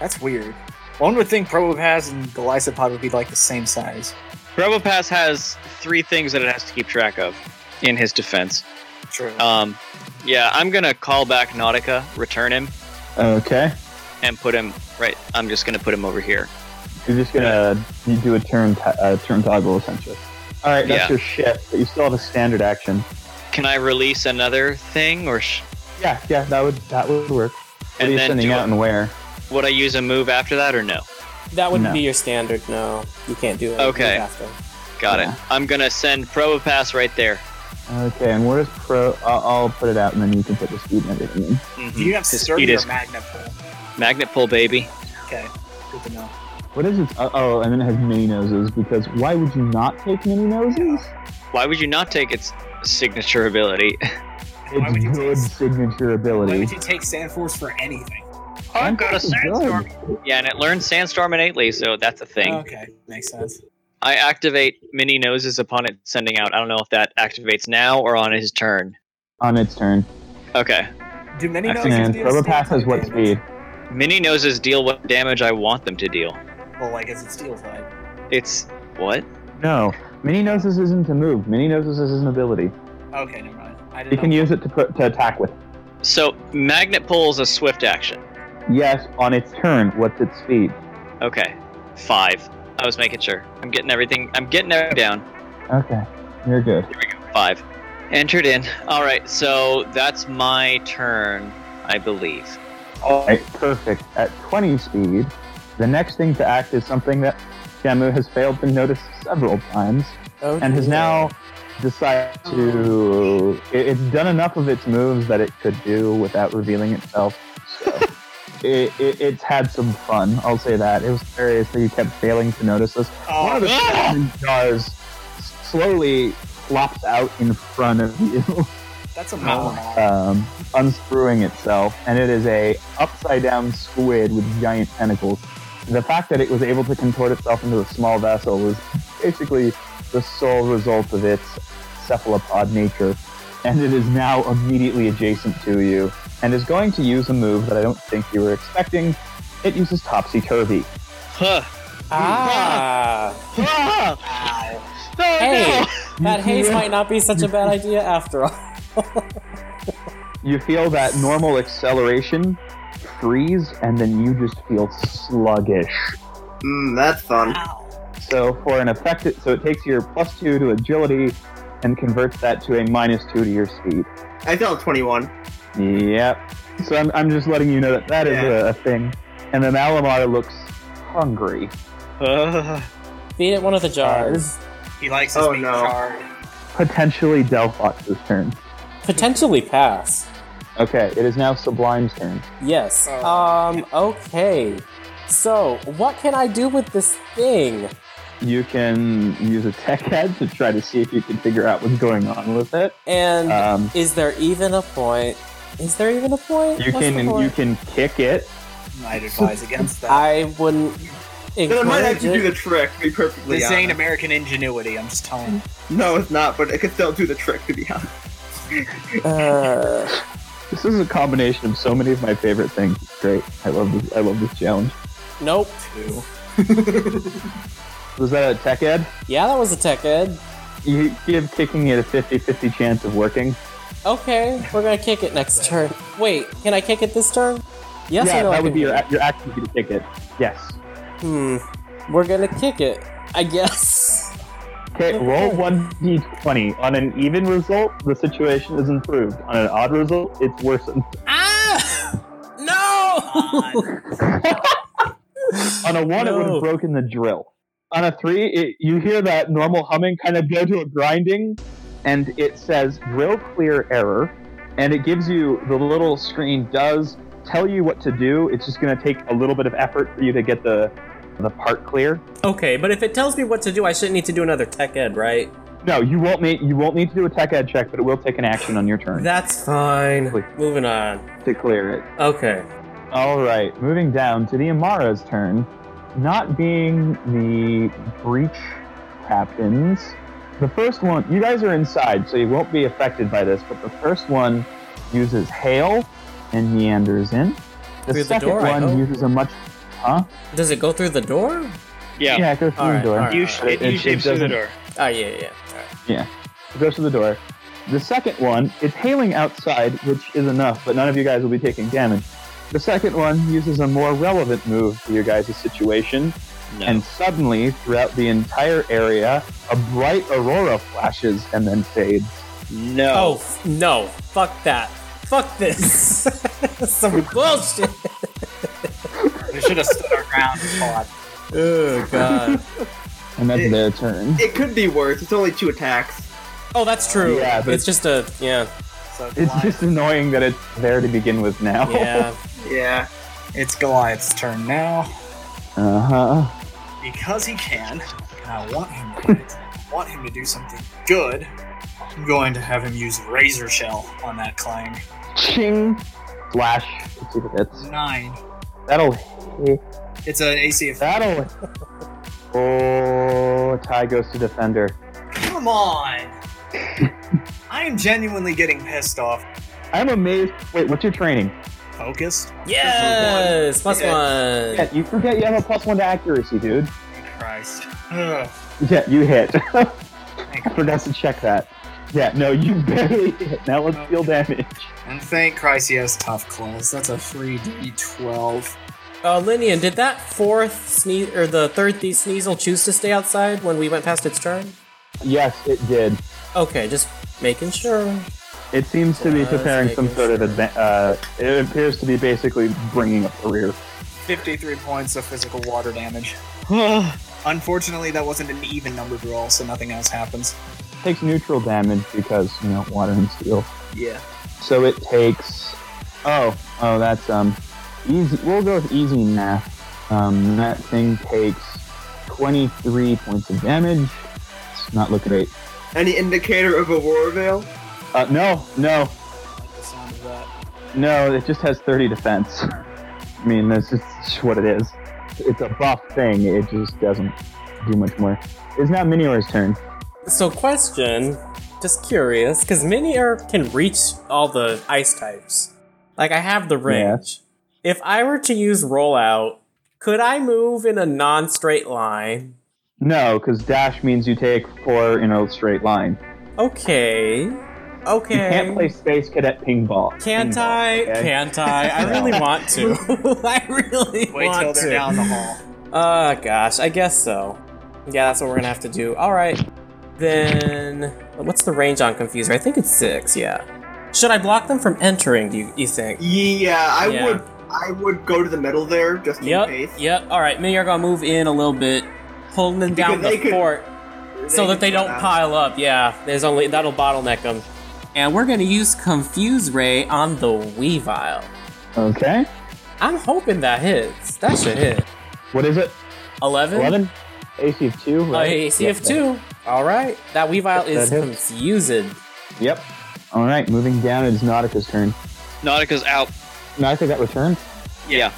C: That's weird. One would think Probopaz and Glycopod would be like the same size.
D: Probopass has three things that it has to keep track of. In his defense,
C: True.
D: um, yeah, I'm gonna call back Nautica, return him,
B: Okay,
D: and put him right. I'm just gonna put him over here.
B: you're just gonna you do a turn t- uh, turn toggle essentially. All right, that's
D: Yeah.
B: your shift, but you still have a standard action.
D: Can I release another thing, or sh-
B: Yeah, yeah, that would that would work. What
D: And
B: are you
D: then
B: sending
D: do
B: out
D: a-
B: and where?
D: would I use a move after that, or no?
E: That would
B: No.
E: be your standard. No, you can't do it.
D: Okay.
E: After.
D: Got
B: Yeah.
D: it. I'm gonna send Proba Pass right there.
B: Okay, and where is pro? I'll, I'll put it out, and then you can put the speed and everything. in.
C: Do
D: Mhm.
C: you have
D: His
C: Surge
D: speed
C: or
D: is-
C: Magnet Pull?
D: Magnet pull, baby.
C: Okay, good to know.
B: What is it? Uh, oh, and then it has mini noses because why would you not take mini noses?
D: Why would you not take its signature ability? [LAUGHS]
C: Why would you
B: It's
C: take,
B: good signature
C: why
B: ability.
C: would you take Sand Force for anything?
B: I'm fucking
D: Yeah, and it learns Sandstorm innately, so that's a thing.
C: Okay, makes sense.
D: I activate Mini Noses upon it sending out. I don't know if that activates now or on his turn.
B: On its turn,
D: Okay.
C: Do many
D: I
C: noses
D: think-
B: and
C: do
B: Proba
C: steel
B: Pass has
C: type
B: what
C: damage?
B: speed?
D: Mini Noses deal what damage I want them to deal.
C: Well, I guess it steals like
D: It's. What?
B: No, mini noses isn't a move. Mini noses is an ability.
C: Okay, never mind. I didn't
B: You can
C: know.
B: use it to put to attack with.
D: So, Magnet Pull is a swift action.
B: Yes, on its turn. What's its speed?
D: Okay. Five. I was making sure. I'm getting everything. I'm getting everything down.
B: Okay, you're good.
D: Five. Entered in. All right. So that's my turn, I believe.
B: All right, perfect. At 20 speed, the next thing to act is something that Shamu has failed to notice several times
E: Oh,
B: and has
E: dear. Oh.
B: now decided to. it- It's done enough of its moves that it could do without revealing itself.
E: [LAUGHS]
B: So it, it, it's had some fun. I'll say that. It was hilarious that you kept failing to notice this.
C: Oh,
B: One of the
D: Ah!
B: specimen jars slowly flops out in front of you.
C: that's a
D: Oh.
C: normal.
B: um, unscrewing itself, and it is a upside down squid with giant tentacles. The fact that it was able to contort itself into a small vessel was basically the sole result of its cephalopod nature, and it is now immediately adjacent to you, and is going to use a move that I don't think you were expecting. It uses topsy turvy.
D: Huh.
E: [LAUGHS] Ah,
D: Ah!
C: Wow.
D: No,
E: Hey.
D: no!
E: that haze might not be such a bad idea after all. [LAUGHS]
B: You feel that normal acceleration freeze, and then you just feel sluggish.
F: Mm, that's fun.
C: Wow.
B: So for an effect, so it takes your plus two to agility and converts that to a minus two to your speed.
F: I fell 21.
B: Yep. So I'm, I'm just letting you know that that is
F: Yeah.
B: a, a thing. And then Alamar looks hungry.
D: Ugh.
E: Feed it one of the jars.
C: He likes his
F: Oh,
C: meat
F: no.
C: charred.
B: Potentially Delphox's turn.
E: Potentially pass.
B: Okay, it is now Sublime's turn.
E: Yes.
C: Oh.
E: Um. Okay. So, what can I do with this thing?
B: You can use a tech head to try to see if you can figure out what's going on with it.
E: And
B: Um,
E: is there even a point? Is there even a point?
B: you
E: What's the
B: can
E: point?
B: you can kick it.
C: I'd advise against that.
E: I wouldn't.
F: Then I might actually
E: encourage
F: do the
E: it.
F: trick, to be perfectly
C: this ain't
F: honest.
C: American ingenuity. I'm just telling. you.
F: No, it's not, but it could still do the trick, to be honest.
E: Uh,
B: This is a combination of so many of my favorite things. It's great. I love this. I love this challenge.
E: nope.
C: Two.
B: Was that a tech ed?
E: Yeah, that was a tech ed.
B: You give kicking it a 50 50 chance of working.
E: Okay, we're gonna kick it next turn. Wait, can I kick it this turn? Yes,
B: yeah,
E: I know I
B: that would
E: can
B: be
E: do
B: your,
E: it.
B: your action would be to kick it. Yes.
E: Hmm. We're gonna kick it, I guess.
B: Okay, roll 1d20. On an even result, the situation is improved. On an odd result, it's worsened.
E: Ah! No!
B: On a 1, it would
E: No.
B: have broken the drill. On a 3, it, you hear that normal humming kind of go to a grinding, and it says drill clear error, and it gives you the little screen does tell you what to do. It's just going to take a little bit of effort for you to get the, the part clear.
E: [LAUGHS] okay, but if it tells me what to do, I shouldn't need to do another tech ed, right?
B: No, you won't need you won't need to do a tech ed check, but it will take an action on your turn
E: That's fine.
B: Wait.
E: Moving on.
B: to clear it.
E: Okay.
B: All right, moving down to the Amara's turn. Not being the breach captains, the first one you guys are inside, so you won't be affected by this. But the first one uses hail and meanders in. The
E: Through the
B: second
E: door, I
B: one
E: hope.
B: uses a much huh?
E: Does it go through the door?
D: Yeah.
B: yeah it goes through
E: All
B: the
E: right,
B: door.
E: all right.
D: You sh- it
B: It- it
D: usually through the
B: doesn't-
D: door.
E: Oh, yeah, yeah. Alright.
B: It goes to the door. The second one, it's hailing outside, which is enough, but none of you guys will be taking damage. The second one uses a more relevant move to your guys' situation
D: No.
B: and suddenly, throughout the entire area, a bright aurora flashes and then fades.
D: no.
E: Oh, f- no. Fuck that. Fuck this. [LAUGHS] Some
B: [LAUGHS]
E: bullshit.
C: We should have stood our ground and fought.
E: Oh, God.
B: And that's
F: It-
B: their turn.
F: It could be worse. It's only two attacks.
E: Oh, that's true.
B: Yeah, but-
E: it's just a.
B: [LAUGHS]
E: Yeah.
C: So
B: It's
C: Goliath-
B: just annoying that it's there to begin with now. [LAUGHS]
E: Yeah.
F: Yeah.
C: it's Goliath's turn now
B: Uh huh.
C: because he can. And I want him to. do it. I want him to do something good. I'm going to have him use Razor Shell on that climb.
B: Ching! Flash. Let's see if it hits.
C: Nine.
B: That'll
C: It's an AC of.
F: [LAUGHS]
B: That'll. Oh, Ty goes to defender.
C: Come on. I am genuinely getting pissed off.
B: I'm amazed. Wait, what's your training?
C: Focused.
E: Yes. Plus
C: Yeah.
E: one.
B: Yeah, you forget you have a plus one to accuracy, dude. [LAUGHS]
C: Christ. Ugh.
B: Yeah, you hit. [LAUGHS]
C: Thank
B: I forgot to check that. Yeah, no, you [LAUGHS] barely hit. Now let's deal damage.
C: And thank Christ he has tough claws. That's a 3d12.
E: Uh, Linian, did that fourth sneeze or the third the sneasel choose to stay outside when we went past its turn?
B: Yes, it did.
E: Okay, just making sure.
B: It seems to be
E: Just
B: preparing some
E: making
B: sort of
E: sure.
B: adva- uh, it appears to be basically bringing up the rear.
C: 53 points of physical water damage. [SIGHS] Unfortunately, that wasn't an even numbered roll, so nothing else happens.
B: takes neutral damage because you know water and steel.
C: Yeah.
B: So it takes. Oh, oh, that's um, easy. We'll go with easy math. Um, that thing takes 23 points of damage. It's not look great.
F: Any indicator of a war veil?
B: Uh, no, no,
C: Like the sound of that.
B: no. It just has 30 defense. [LAUGHS] I mean, that's just it's what it is. It's a buff thing. It just doesn't do much more. It's not Minior's turn.
E: So, question, just curious, because Mini Air can reach all the ice types. Like, I have the range. If I were to use Rollout, could I move in a non straight line?
B: No, because dash means you take four in a straight line.
E: Okay. Okay.
B: You can't play Space Cadet Ping Ball.
E: Can't
B: Ping ball,
E: I?
B: okay?
E: Can't I? I really want to. [LAUGHS] I really
C: Wait
E: want
C: till
E: to.
C: they're down the hall.
E: Uh, gosh, I guess so. Yeah, that's what we're gonna have to do. All right, then. What's the range on Confuser? I think it's six. Yeah. Should I block them from entering? Do you, you think?
F: Yeah, I
E: Yeah.
F: would. I would go to the middle there just in
E: Yep.
F: case.
E: Yep. All right, me are gonna move in a little bit, holding them down
F: Because they
E: the
F: could-
E: fort so that they don't pile up. Yeah, there's only that'll bottleneck them. And we're gonna use Confuse Ray on the Weavile.
B: Okay.
E: I'm hoping that hits. That should hit.
B: What is it?
E: 11?
B: 11? AC of 2?
E: Oh,
B: Right?
E: yeah, CF2. All right. That Weavile is
B: That hits.
E: confused.
B: Yep. All right, moving down, it is Nautica's turn.
D: Nautica's out.
B: Nautica got returned?
D: Yeah.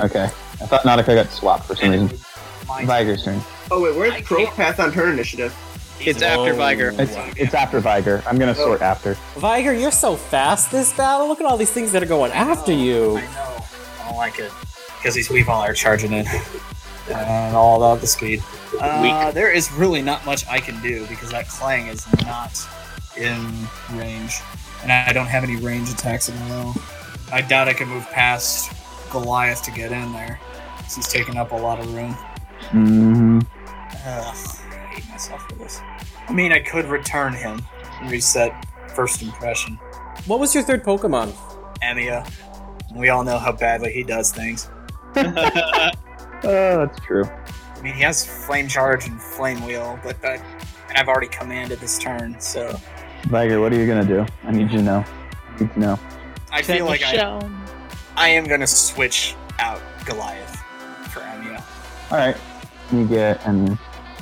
B: Okay. I thought Nautica got swapped for some reason.
C: My
B: Viger's turn.
F: Oh wait, where's
C: I can't-
F: Propath on turn initiative?
D: It's after Viger.
B: It's, it's after Viger. I'm going to sort after.
E: Viger, you're so fast this battle. Look at all these things that are going after you.
C: I know. I don't like it. Because these Weavile are charging in. And all about the speed. Uh, there is really not much I can do because that Clang is not in range. And I don't have any range attacks of my own. I doubt I can move past Goliath to get in there. 'cause He's taking up a lot of room.
B: Mm-hmm.
C: Ugh, I hate myself for this. I mean, I could return him and reset first impression.
E: What was your third Pokemon?
C: Amia. We all know how badly he does things.
B: Oh, that's true.
C: I mean, he has flame charge and flame wheel, but that, and I've already commanded this turn, so
B: Viger, what are you going to do? I need you to know. I need to know.
C: I feel like I, I am gonna switch out Goliath for Amia.
B: All right. Let me get Emu.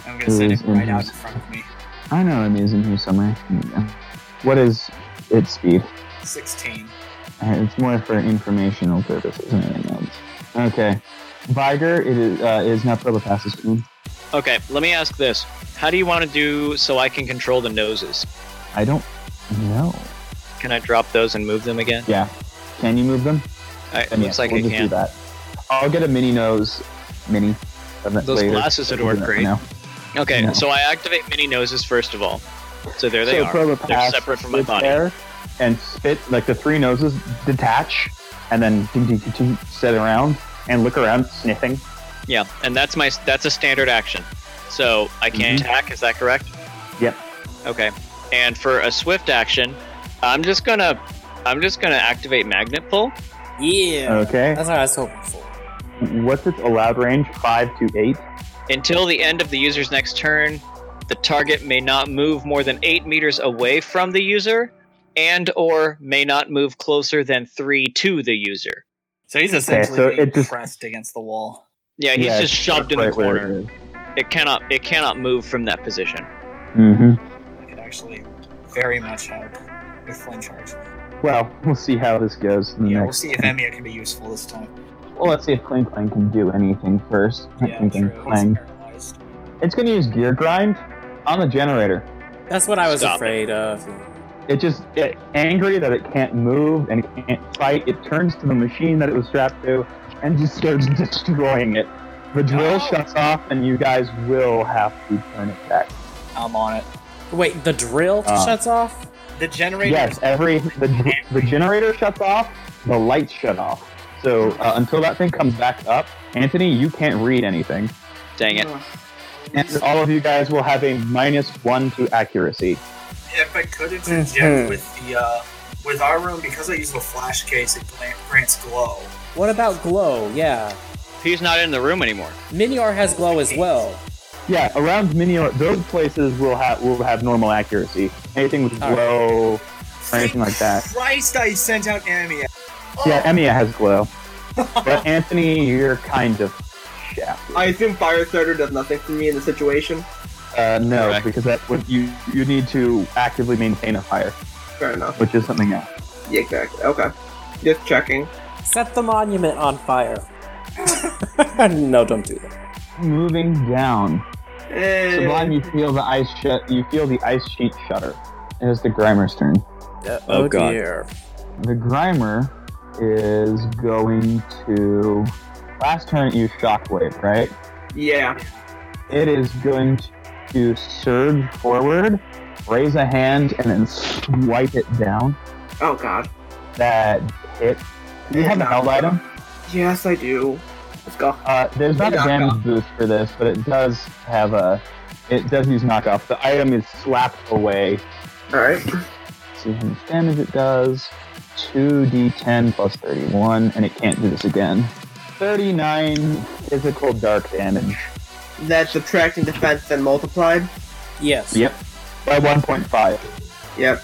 C: I'm gonna send him
B: Mhm.
C: right out in front of me.
B: I know Emu's in here somewhere. Here we go. What is its speed?
C: 16.
B: Uh, It's more for informational purposes than anything else. Okay. Viger, it is, uh, is now Probopasses turn.
D: Okay, let me ask this. How do you want to do so I can control the noses?
B: I don't know.
D: Can I drop those and move them again?
B: Yeah. Can you move them?
D: I, it
B: Then
D: looks
B: yes,
D: like
B: we'll
D: I
B: just do
D: can.
B: that. I'll get a mini nose mini. of that
D: Those
B: later.
D: glasses would work
B: No.
D: great. Okay,
B: No.
D: so I activate mini noses first of all. So there they
B: so
D: are.
B: Probopass
D: They're separate from my
B: sits
D: body.
B: there and spit, like the three noses detach and then ding, ding, ding, ding, sit around and look around sniffing.
D: Yeah, and that's my that's a standard action. So I can
B: Mhm.
D: attack. Is that correct?
B: Yep.
D: Okay. And for a swift action, I'm just gonna I'm just gonna activate magnet pull.
E: Yeah.
B: Okay.
E: That's what I was hoping for.
B: What's its allowed range? Five to eight.
D: Until the end of the user's next turn, the target may not move more than eight meters away from the user, and or may not move closer than three to the user.
C: So he's essentially
B: so
C: being
B: it just-
C: pressed against the wall.
D: Yeah, he's
B: Yeah,
D: just shoved in the
B: Right where
D: corner.
B: it is.
D: It cannot it cannot move from that position.
B: Mhm.
C: It could actually very much help with flame charge.
B: Well, we'll see how this goes. In the
C: Yeah, we'll
B: next
C: see if Emia can be useful this time.
B: Well, let's see if Clang Clang can do anything first.
C: Yeah,
B: I'm
C: true.
B: thinking Clang.
C: He's paralyzed.
B: It's going to use Gear Grind on the generator.
E: That's what I was
D: Stop it.
E: afraid of.
B: It just it, angry that it can't move and it can't fight. It turns to the machine that it was strapped to and just starts [LAUGHS] destroying it. The drill
C: No.
B: shuts off, and you guys will have to turn it back.
C: I'm on it.
E: Wait, the drill
B: Uh.
E: shuts off?
C: The generator.
B: Yes, every the, the generator shuts off, the lights shut off. So uh, until that thing comes back up, Anthony, you can't read anything,
D: Dang it.
B: and all of you guys will have a minus one to accuracy.
C: If I could interject
E: Mhm.
C: with the uh, with our room because I use the flash case, it glan- grants glow.
E: What about glow? Yeah.
D: He's not in the room anymore.
E: Minior has glow as well.
B: Yeah, around mini those places will have will have normal accuracy. Anything with
E: All right.
B: glow, or anything like that.
C: Christ! I sent out Emia.
B: Yeah, Emia has
E: [LAUGHS]
B: glow, but Anthony, you're kind of shafted.
F: I assume Firestarter does nothing for me in the situation.
B: uh, no,
D: Correct.
B: because that would you you need to actively maintain a fire,
F: Fair enough.
B: which is something else.
F: Yeah, exactly. Okay. Just checking.
E: Set the monument on fire. [LAUGHS] no, don't do that.
B: Moving down,
F: Eh,
B: Sublime, you feel the ice shut. You feel the ice sheet shutter. It is the Grimer's turn.
E: oh,
D: God.
E: dear.
B: The Grimer is going to. Last turn it used Shockwave, right?
F: yeah.
B: It is going to surge forward, raise a hand, and then swipe it down.
F: Oh god.
B: That hit. Do you have a held item?
F: Yes, I do. Let's go.
B: Uh, there's not a
F: Knock
B: damage
F: off.
B: boost for this, but it does have a. It does use knockoff. The item is slapped away.
F: All right.
B: see how much damage it does. 2d10 plus 31, and it can't do this again. 39 physical dark damage.
F: That's subtracting defense and multiplied.
E: Yes.
B: Yep. By 1.5.
F: Yep.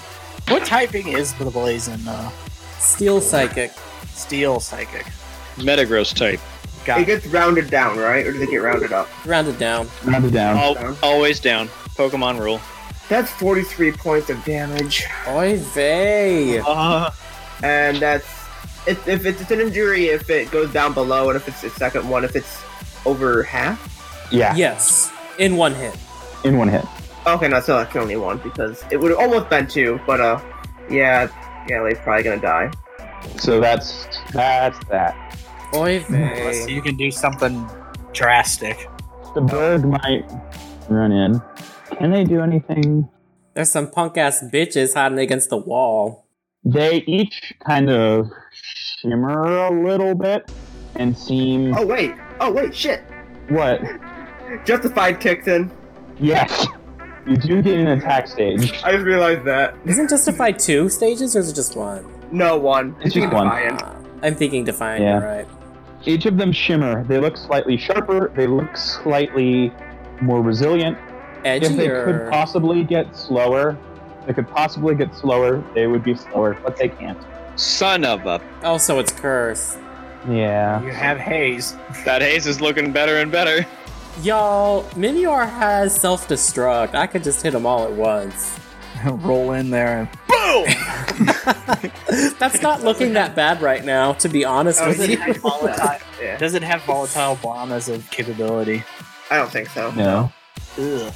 G: What typing is the blazing uh,
E: Steel psychic.
G: steel psychic?
D: Metagross type.
G: Got
F: It
G: it.
F: gets rounded down, right? Or does it get rounded up?
E: Rounded down.
B: Rounded down.
D: Al- always down. Pokemon rule.
F: That's 43 points of damage.
E: Oy vey.
C: Uh-huh.
D: Uh,
F: and that's if, if it's an injury if it goes down below and if it's the second one if it's over half
B: Yeah,
E: Yes. In one hit.
B: in one hit.
F: okay no so that's only one because it would have almost been two but uh yeah yeah Lee's probably gonna die
B: So that's that's that.
E: Oy
C: Hmm, Unless
E: vey.
C: you can do something drastic.
B: The bird might run in. Can they do anything?
E: There's some punk ass bitches hiding against the wall.
B: They each kind of shimmer a little bit and seem
F: oh wait oh wait shit
B: what?
F: justified kicks in
B: Yes, you do get an attack stage.
F: i just realized that
E: Isn't Justify two stages or is it just one?
F: no one
B: It's just one.
E: [LAUGHS]
F: Defiant.
E: Ah, I'm thinking Defiant,
B: Yeah.
E: you're right?
B: Each of them shimmer. They look slightly sharper. They look slightly more resilient. If they could
E: Edgier.
B: possibly get slower, they could possibly get slower. They would be slower, but they can't.
D: son of a.
E: also, Oh, it's curse.
B: Yeah.
C: You have haze.
D: That haze is looking better and better. [LAUGHS]
E: Y'all, Minior has self destruct. I could just hit them all at once.
G: [LAUGHS]
E: [LAUGHS]
G: Roll in there and
E: That's not looking that bad right now, to be honest
C: Oh,
E: with
C: does, it
E: you.
C: have volatile,
F: yeah
C: does it have volatile bomb as a capability?
F: i don't think so
B: No.
C: Ugh.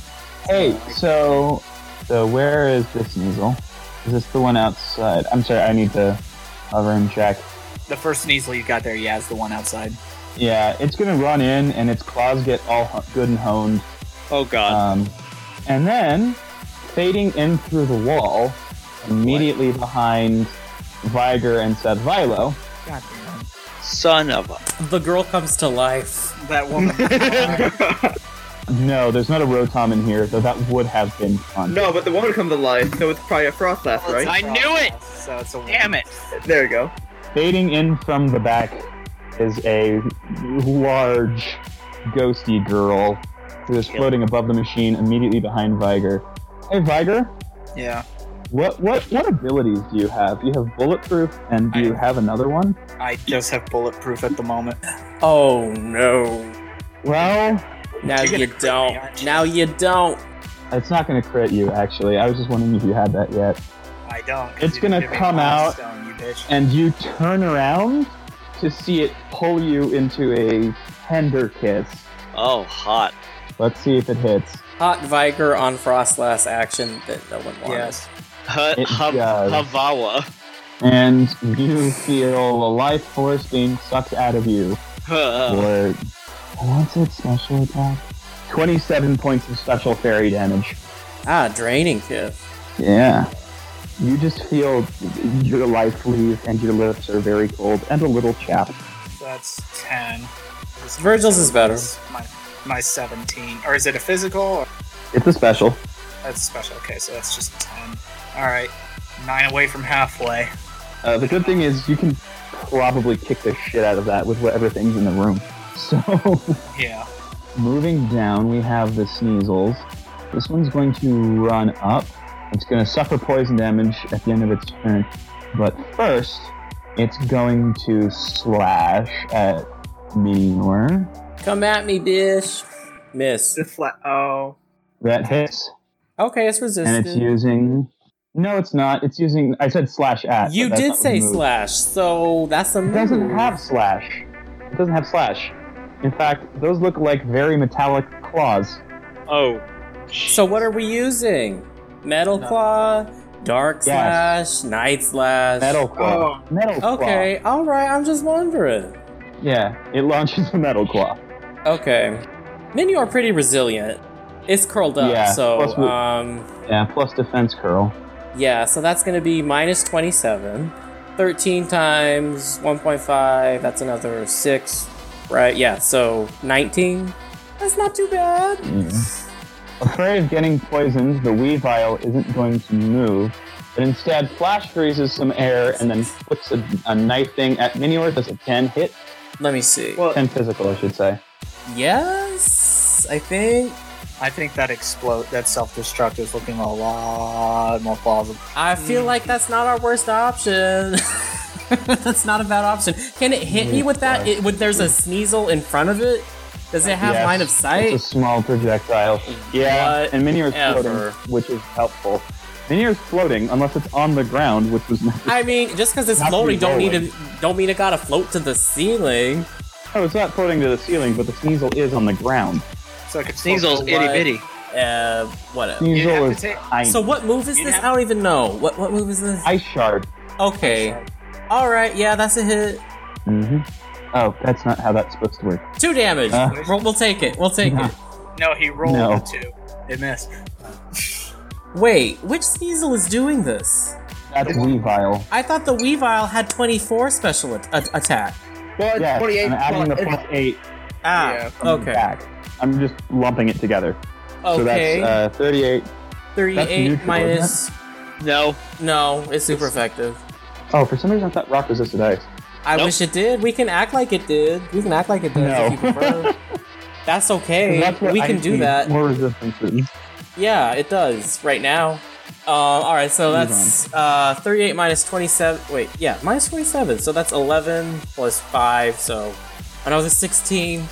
B: Hey, so so where is this Measle? Is this the one outside? I'm sorry, I need to hover and check.
C: The first Sneasel you got there, yeah, is the one outside.
B: Yeah, it's gonna run in, and its claws get all ho- good and honed.
D: Oh
C: uh,
D: god.
B: Um, and then fading in through the wall, immediately behind Viger and Sadvilo,
C: God damn.
D: Son of a.
E: The girl comes to life.
C: That woman.
B: No, there's not a Rotom in here, though that would have been fun.
F: No, but the woman comes alive, so it's probably a Frostlass,
C: Well, it's
F: right?
D: I knew it!
C: So it's a woman.
D: Damn it!
F: There you go.
B: Fading in from the back is a large, ghosty girl who is floating above the machine immediately behind Viger. Hey, Viger,
G: Yeah.
B: what what what abilities do you have? You have bulletproof, and do you
C: I-
B: have another one?
C: I just have bulletproof at the moment.
E: Oh no.
B: Well,
E: Now
C: You're
E: you
C: gonna crit me,
E: don't.
C: aren't you?
E: Now you don't.
B: it's not going to crit you. Actually, I was just wondering if you had that yet.
C: I don't. 'cause
B: It's
C: you didn't
B: gonna
C: give me
B: come
C: a
B: out.
C: milestone, you bitch.
B: and you turn around to see it pull you into a tender kiss.
D: Oh, hot.
B: Let's see if it hits.
E: Hot Viger on Frost last action that no one wants.
C: Yes.
D: Ha- [LAUGHS]
B: It
D: ha-
B: does.
D: Havawa.
B: And you feel a life force being sucked out of
D: [LAUGHS]
B: you.
D: Huh.
B: Or what's its special attack? 27 points of special fairy damage.
E: Ah, draining kiff.
B: Yeah. You just feel your life leave and your lips are very cold and a little chapped.
C: That's 10. This-
E: Virgil's is better.
C: My, my 17. Or is it a physical? Or,
B: It's a special.
C: that's special. Okay, so that's just 10. Alright. Nine away from halfway.
B: Uh, the good thing is you can probably kick the shit out of that with whatever thing's in the room. [LAUGHS] So
C: Yeah.
B: Moving down, we have the Sneasels. This one's going to run up. It's going to suffer poison damage at the end of its turn. But first, it's going to slash at Meteor.
E: Come at me, bitch. Miss.
F: Just like, oh.
B: That hits,
E: Okay, it's
B: and it's
E: resisted.
B: using. No, it's not. It's using. I said slash at. but
E: You
B: that's
E: did
B: not
E: say
B: remove.
E: slash, so that's a
B: It doesn't
E: move.
B: have slash. It doesn't have slash. In fact, those look like very metallic claws.
D: Oh.
E: So what are we using? Metal
C: No.
E: claw, dark
B: Yes.
E: slash, night slash.
B: Metal claw. Metal claw.
E: Okay, all right. I'm just wondering.
B: Yeah, it launches a metal claw.
E: Okay, Mini are pretty resilient. It's curled up,
B: Yeah,
E: so
B: plus we-
E: um,
B: Yeah, plus defense curl.
E: yeah. So that's gonna be minus twenty-seven. 13 times 1.5, that's another 6, right? Yeah, so 19. That's not too bad.
B: Mm-hmm. Afraid of getting poisoned, the Weavile isn't going to move, but instead flash freezes some air and then flips a, a knife thing at Miniorth as a 10 hit,
E: Let me see.
F: Well,
B: 10 physical, I should say.
E: yes, I think.
G: I think that explode, that self destruct is looking a lot more plausible.
E: I feel like that's not our worst option. [LAUGHS] that's not a bad option. Can it hit
B: Mm-hmm.
E: me with that? It, would there's a sneasel in front of it? Does it have
B: Yes,
E: line of
B: It's a
E: sight?
B: small projectile. Yeah, and Miniorth's
E: Whatever.
B: floating, which is helpful. Minior's floating, unless it's on the ground, which was not.
E: I mean, just because it's
B: Not
E: floating, don't need
B: re-rolling.
E: to don't mean it gotta float to the ceiling.
B: No, Oh, it's not floating to the ceiling, but the Sneasel is on the ground.
C: So I could still
D: Sneasel's
C: go
D: itty
E: what?
D: bitty.
E: Uh, whatever.
C: You'd have
B: Sneasel
C: to
B: is
C: take-
B: tiny.
E: So what move is
C: You'd
E: this?
C: have-
E: I don't even know. What what move is this?
B: Ice Shard.
E: Okay. All right. Yeah, that's a hit.
B: hmm Oh, that's not how that's supposed to work.
E: Two damage.
B: Uh.
E: we'll, we'll take it. We'll take
B: [LAUGHS]
E: it.
C: No, he rolled
B: No.
C: a two. It missed.
E: Wait, which Sneasel is doing this?
B: That's Weavile.
E: I thought the Weavile had 24 special at- at- attack.
F: well, it's
B: Yes,
F: 28
B: I'm adding the
F: plus-
B: plus eight
E: Ah,
F: Yeah,
E: okay.
B: back. I'm just lumping it together. So
E: Okay.
B: that's uh, 38.
E: 38
B: neutral,
E: minus.
D: No.
E: No, it's super effective.
B: Oh, for some reason I thought rock resisted ice.
E: I
D: Nope.
E: wish it did. We can act like it did. We can act like it does if
B: No. [LAUGHS]
E: you prefer. That's okay.
B: And that's what
E: we can
B: ice
E: do
B: needs,
E: that.
B: More resistances.
E: Yeah, it does right now. Uh, all right, so
B: Move
E: that's uh, 38 minus 27. Wait, yeah, minus 27. So that's 11 plus 5. So when I was at 16,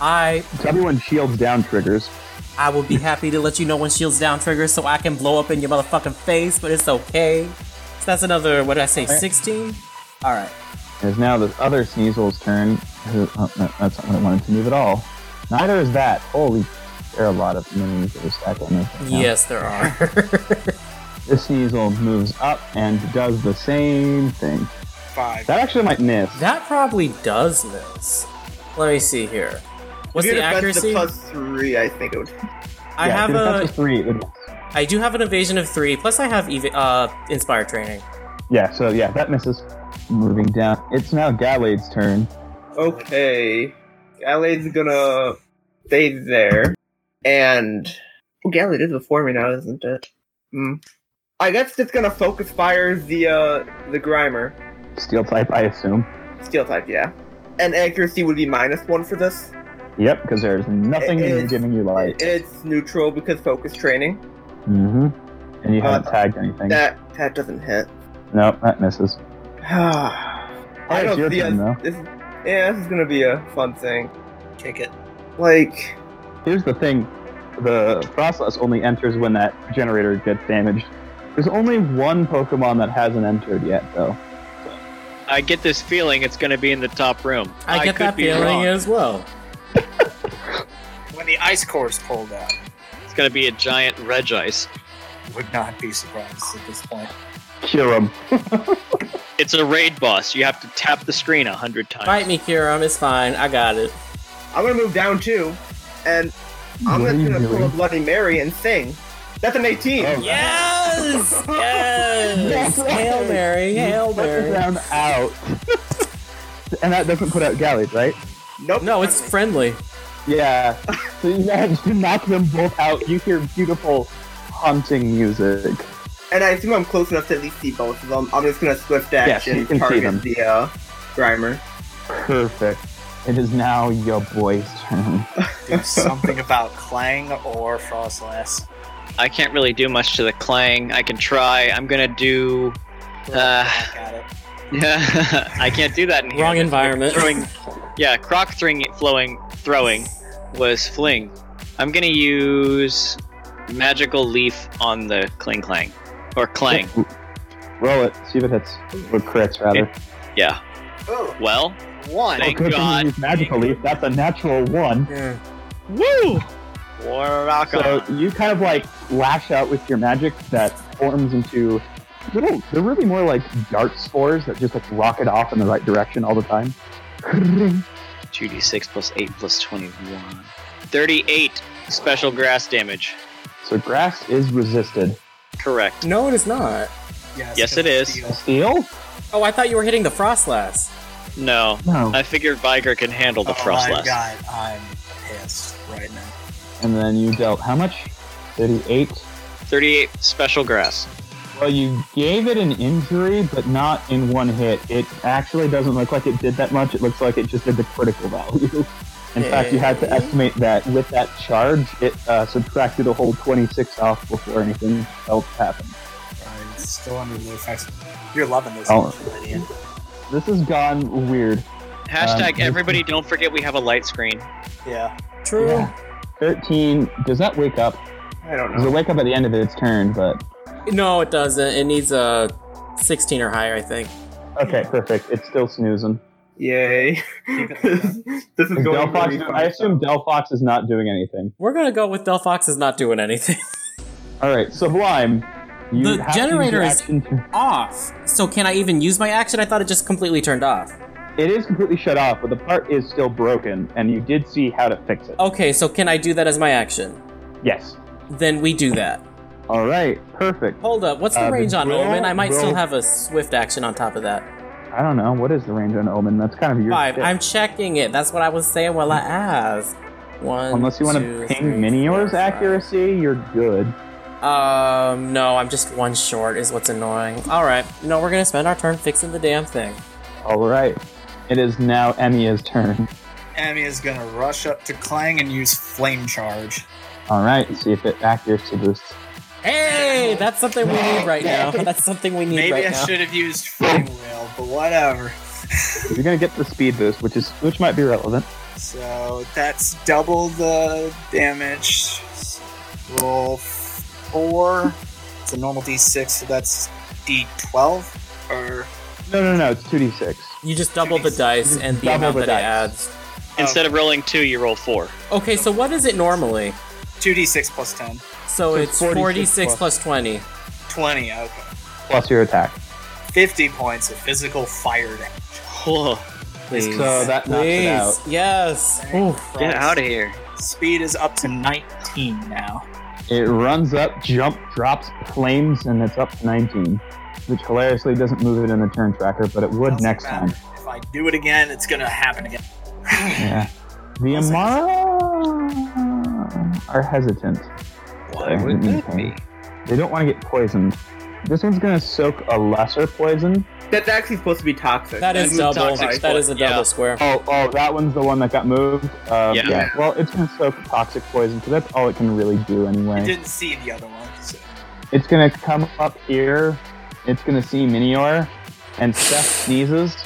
E: I
B: So everyone shields down triggers.
E: I will be happy to let you know when shields down triggers so I can blow up in your motherfucking face, but it's okay. So that's another, what did I say, 16? Alright.
B: It is now the other Sneasel's turn. Who, oh, no, that's not what I wanted to move at all. Neither is that. Holy, there are a lot of minis that are stacked on this. right now.
E: Yes, there are.
B: This Sneasel moves up and does the same thing.
C: Five.
B: That actually might miss.
E: that probably does miss. Let me see here. What's
F: if
E: the
F: you had defense to
E: accuracy?
F: Plus three, I think it would.
E: I
B: yeah,
E: have
B: if that's
E: a,
B: just three. It would miss.
E: I do have an evasion of three. Plus, I have eva uh, inspire training.
B: Yeah, so yeah, that misses. moving down. It's now Galade's turn.
F: Okay. Galade's gonna stay there. And. Oh, Galade is before me now, isn't it? Hmm. I guess just gonna focus fire the, uh, the Grimer.
B: Steel type, I assume.
F: Steel type, yeah. And accuracy would be minus one for this.
B: Yep, because there's nothing
F: It
B: in
F: is-
B: giving you light.
F: It's neutral because focus training.
B: Mm-hmm. And you
F: Uh,
B: haven't tagged anything.
F: That that doesn't hit. [SIGHS]
B: nope, that misses.
F: I
B: it's
F: don't
B: your
F: see
B: turn,
F: us-
B: though.
F: this, Yeah, this is gonna be a fun thing.
C: Kick it.
F: Like,
B: Here's the thing: the process only enters when that generator gets damaged. There's only one Pokemon that hasn't entered yet, though.
D: I get this feeling it's going to be in the top room.
E: I, get
D: could
E: that
D: be
E: feeling
D: wrong.
E: as well.
C: When the ice core is pulled out,
D: It's going to be a giant reg ice.
C: would not be surprised at this point.
B: Kill him.
D: It's a raid boss. You have to tap the screen a hundred times.
E: Fight me, Kiram. It's fine. I got it.
F: I'm gonna move down too, and I'm
B: What are
F: just
B: you
F: gonna pull a
B: doing?
F: Bloody Mary and sing. That's an 18.
B: Oh.
E: Yes! Yes!
B: That's right.
E: Hail Mary, Hail
B: Put the
E: Mary.
B: round out. and that doesn't put out Gallade, right?
F: Nope.
E: No, it's friendly.
B: Yeah. So you managed to knock them both out. You hear beautiful haunting music.
F: And I assume I'm close enough to at least see both of them. I'm just gonna swift
B: Yes,
F: action
B: you can see
F: target
B: them.
F: the uh, Grimer.
B: Perfect. It is now your boy's turn.
C: Do
B: [LAUGHS]
C: something about Clang or Frostlass.
D: I can't really do much to the clang. I can try. I'm going to do. Uh,
C: Back at it.
D: Yeah, [LAUGHS] I can't do that in here.
E: Wrong environment.
D: Throwing, yeah, croc throwing, flowing, throwing was fling. I'm gonna use magical leaf on the cling clang, or clang.
B: Roll it. See if it hits. Or crits, rather.
D: Yeah.
C: Oh,
D: Well,
C: one.
D: thank
B: oh, good thing you
D: God.
B: used magical leaf. That's a natural one.
E: Yeah.
D: Woo! Rock
B: So
D: on.
B: you kind of like lash out with your magic that forms into little. They're really more like dart spores that just like rocket off in the right direction all the time.
D: 2d6 plus 8 plus 21. 38 special grass damage.
B: So grass is resisted.
D: Correct.
E: No, it is not.
D: Yes, it is.
B: Steel?
E: Oh, I thought you were hitting the Frostlass.
D: No.
B: No.
D: I figured Viger can handle the
C: oh my
D: frostless.
C: god, I'm pissed right now.
B: And then you dealt how much? 38.
D: 38 special grass.
B: Well, you gave it an injury, but not in one hit. It actually doesn't look like it did that much. It looks like it just did the critical value. In fact, you had to
E: Okay.
B: estimate that with that charge, it uh, subtracted a whole 26 off before anything else happened.
C: I'm still under the effects. You're loving this,
B: Oh.
C: actually, Ian.
B: This has gone weird.
D: Hashtag
B: Um,
D: everybody don't forget we have a light screen.
C: Yeah.
E: True.
B: Yeah. 13. Does that wake up?
F: I don't
B: Does it
F: know.
B: wake up at the end of its turn? But
E: No, it doesn't. It needs a 16 or higher, I think.
B: okay, perfect. It's still snoozing.
F: Yay. [LAUGHS] this this is
B: Is
F: going really
B: Delphox,
F: fun.
B: I assume Delphox is not doing anything.
E: We're gonna go with Delphox is not doing anything. [LAUGHS]
B: All right, Sublime. You
E: The
B: have to use your
E: generator is-
B: action to-
E: off. So can I even use my action? I thought it just completely turned off.
B: It is completely shut off, but the part is still broken, and you did see how to fix it.
E: Okay, so can I do that as my action?
B: Yes.
E: Then we do that.
B: All right. Perfect.
E: Hold up, what's the
B: Uh,
E: range on
B: roll-
E: Omen? I might still
B: roll.
E: have a swift action on top of that.
B: I don't know what is the range on Omen. That's kind of your
E: Five.
B: shit.
E: I'm checking it. That's what I was saying while I asked. One.
B: Unless you want
E: two,
B: to ping
E: three, four,
B: Minior's
E: five.
B: accuracy, you're good.
E: Um, no, I'm just one short, is what's annoying. All right, no, we're gonna spend our turn fixing the damn thing.
B: All right. It is now Emia's turn.
C: Amy is gonna rush up to Clang and use Flame Charge.
B: All right. See if it accuracy boosts.
E: Hey, that's something we need
B: [LAUGHS]
E: right now. That's something we need
C: Maybe
E: right
C: I
E: now.
C: should have used Flame Wheel, but whatever.
B: You're gonna get the speed boost, which is which might be relevant.
C: So that's double the damage. Roll four. It's a normal d6, so that's d12. Or
B: No, no, no. It's two d six.
E: You just double the dice and the
B: Double
E: amount
B: the
E: that it
B: dice.
E: adds.
D: Instead of rolling two, you roll four.
E: Okay, so what is it normally?
C: 2d6 plus 10.
B: So
E: So it's 46,
B: 46
E: plus 20.
C: 20, okay.
B: Plus your attack.
C: 50 points of physical fire damage.
D: Whoa,
E: Please.
B: So that knocks it
E: Please.
B: out.
E: Yes.
D: get out of here.
C: Speed is up to 19 now.
B: It runs up, jump, drops, flames, and it's up to nineteen. which hilariously doesn't move it in the turn tracker, but it would
C: Doesn't
B: next
C: matter.
B: time.
C: If I do it again, it's gonna happen again.
D: [LAUGHS]
B: Yeah. The
C: Awesome.
B: Amara are hesitant.
D: Why would that be?
B: They don't want to get poisoned. This one's going to soak a lesser poison.
F: That's actually supposed to be toxic.
E: That is
F: That's
E: double.
F: toxic.
E: That is a double
D: Yeah.
E: square.
B: Oh, oh, that one's the one that got moved. Um,
D: Yeah.
B: yeah. Well, it's going to soak toxic poison because that's all it can really do
C: I
B: anyway.
C: didn't see the other one. So.
B: It's going to come up here. It's going to see Minior, and Seth sneezes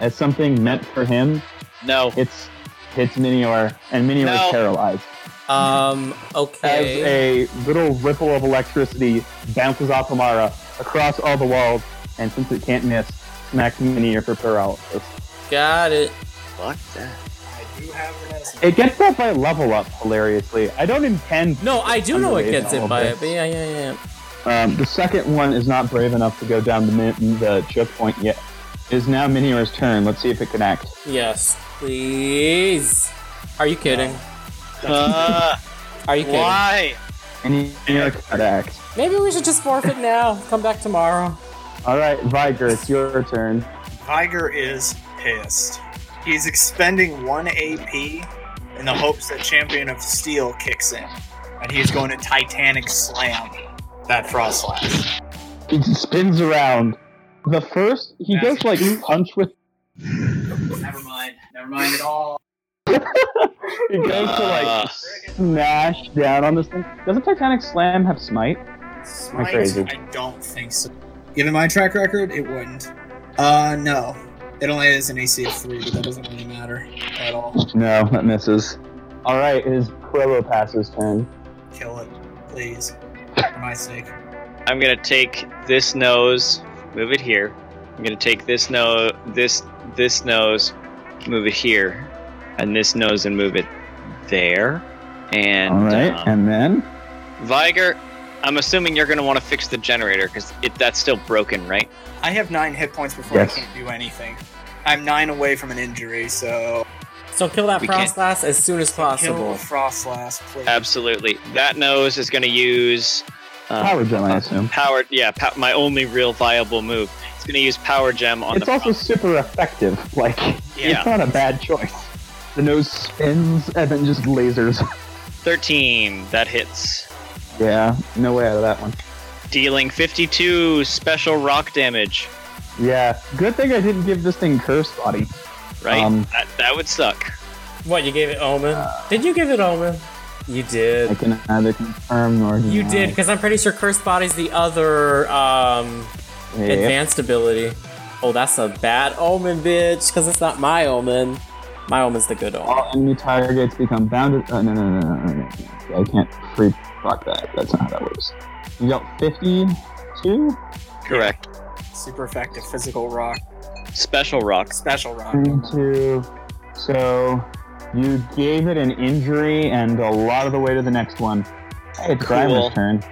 B: at something meant for him.
D: No.
B: It's hits Minior, and Minior
D: No.
B: is paralyzed.
E: Um.
B: as
E: Okay.
B: a little ripple of electricity bounces off Amara across all the walls, and since it can't miss, smacks him in the ear for paralysis.
E: Got it.
D: Fuck that.
C: I do have an
B: It gets that by level up, hilariously. I don't intend.
E: No, I do
B: I'm
E: know it
B: delayed
E: gets
B: a
E: it
B: little
E: by
B: bit.
E: it, but yeah, yeah, yeah.
B: Um, the second one is not brave enough to go down the, min- the choke point yet. It is now Minior's turn. Let's see if it can act.
E: Yes. Please. Are you kidding?
B: [LAUGHS]
D: Uh,
E: Are you kidding?
D: why?
B: Minior can act.
E: Maybe we should just forfeit now. Come back tomorrow.
B: All right, Viger, it's your turn.
C: Tiger is pissed. He's expending one AP in the hopes that Champion of Steel kicks in, and he's going to Titanic Slam that Frost Slash.
B: He just spins around. The first, he
C: Yes.
B: goes like punch with.
C: Never mind. Never mind at all.
B: He goes to like
D: [LAUGHS] Uh,
B: smash down on this thing. Doesn't Titanic Slam have smite?
C: Smite,
B: crazy.
C: I don't think so. Given my track record, it wouldn't. Uh, no. It only is an AC of three, but that doesn't really matter at all.
B: No, that misses. All right, it is Probo Pass's turn.
C: Kill it, please, for my sake.
D: I'm gonna take this nose, move it here. I'm gonna take this nose, this this nose, move it here, and this nose and move it there. And
B: All right,
D: um,
B: and then
D: Viger, I'm assuming you're gonna want to fix the generator because that's still broken, right?
C: I have nine hit points before
B: Yes.
C: I can't do anything. I'm nine away from an injury, so
E: So kill that
D: We
E: frost last as soon as
C: Kill
E: possible.
C: Frostlass, please.
D: Absolutely. That nose is gonna use um,
B: Power Gem, I assume.
D: Power, yeah, pow- my only real viable move. It's gonna use power gem on
B: It's
D: the.
B: also super effective. [LAUGHS] Like,
D: Yeah.
B: it's not a bad choice. The nose spins and then just lasers. [LAUGHS]
D: Thirteen. That hits.
B: yeah, no way out of that one.
D: dealing 52 special rock damage,
B: Yeah, good thing I didn't give this thing Curse Body.
D: right?
B: Um,
D: that, that would suck.
E: What, you gave it Omen? did you give it Omen? You
B: I
E: did.
B: can neither confirm nor deny.
E: You did, because I'm pretty sure Cursed Body's the other um,
B: Yeah.
E: advanced ability. Oh, that's a bad Omen, bitch, because it's not my Omen. My Omen's the good
C: Oh,
E: Omen.
B: All enemy targets become bounded. Oh, no, no, no, no, no, no, no. I can't free proc that. That's not how that works. You got 52?
D: Correct.
C: Super effective physical rock,
D: Special rock.
C: special rock.
B: 32. So you gave it an injury and a lot of the way to the next one. It's
D: Cool.
B: Grimer's turn.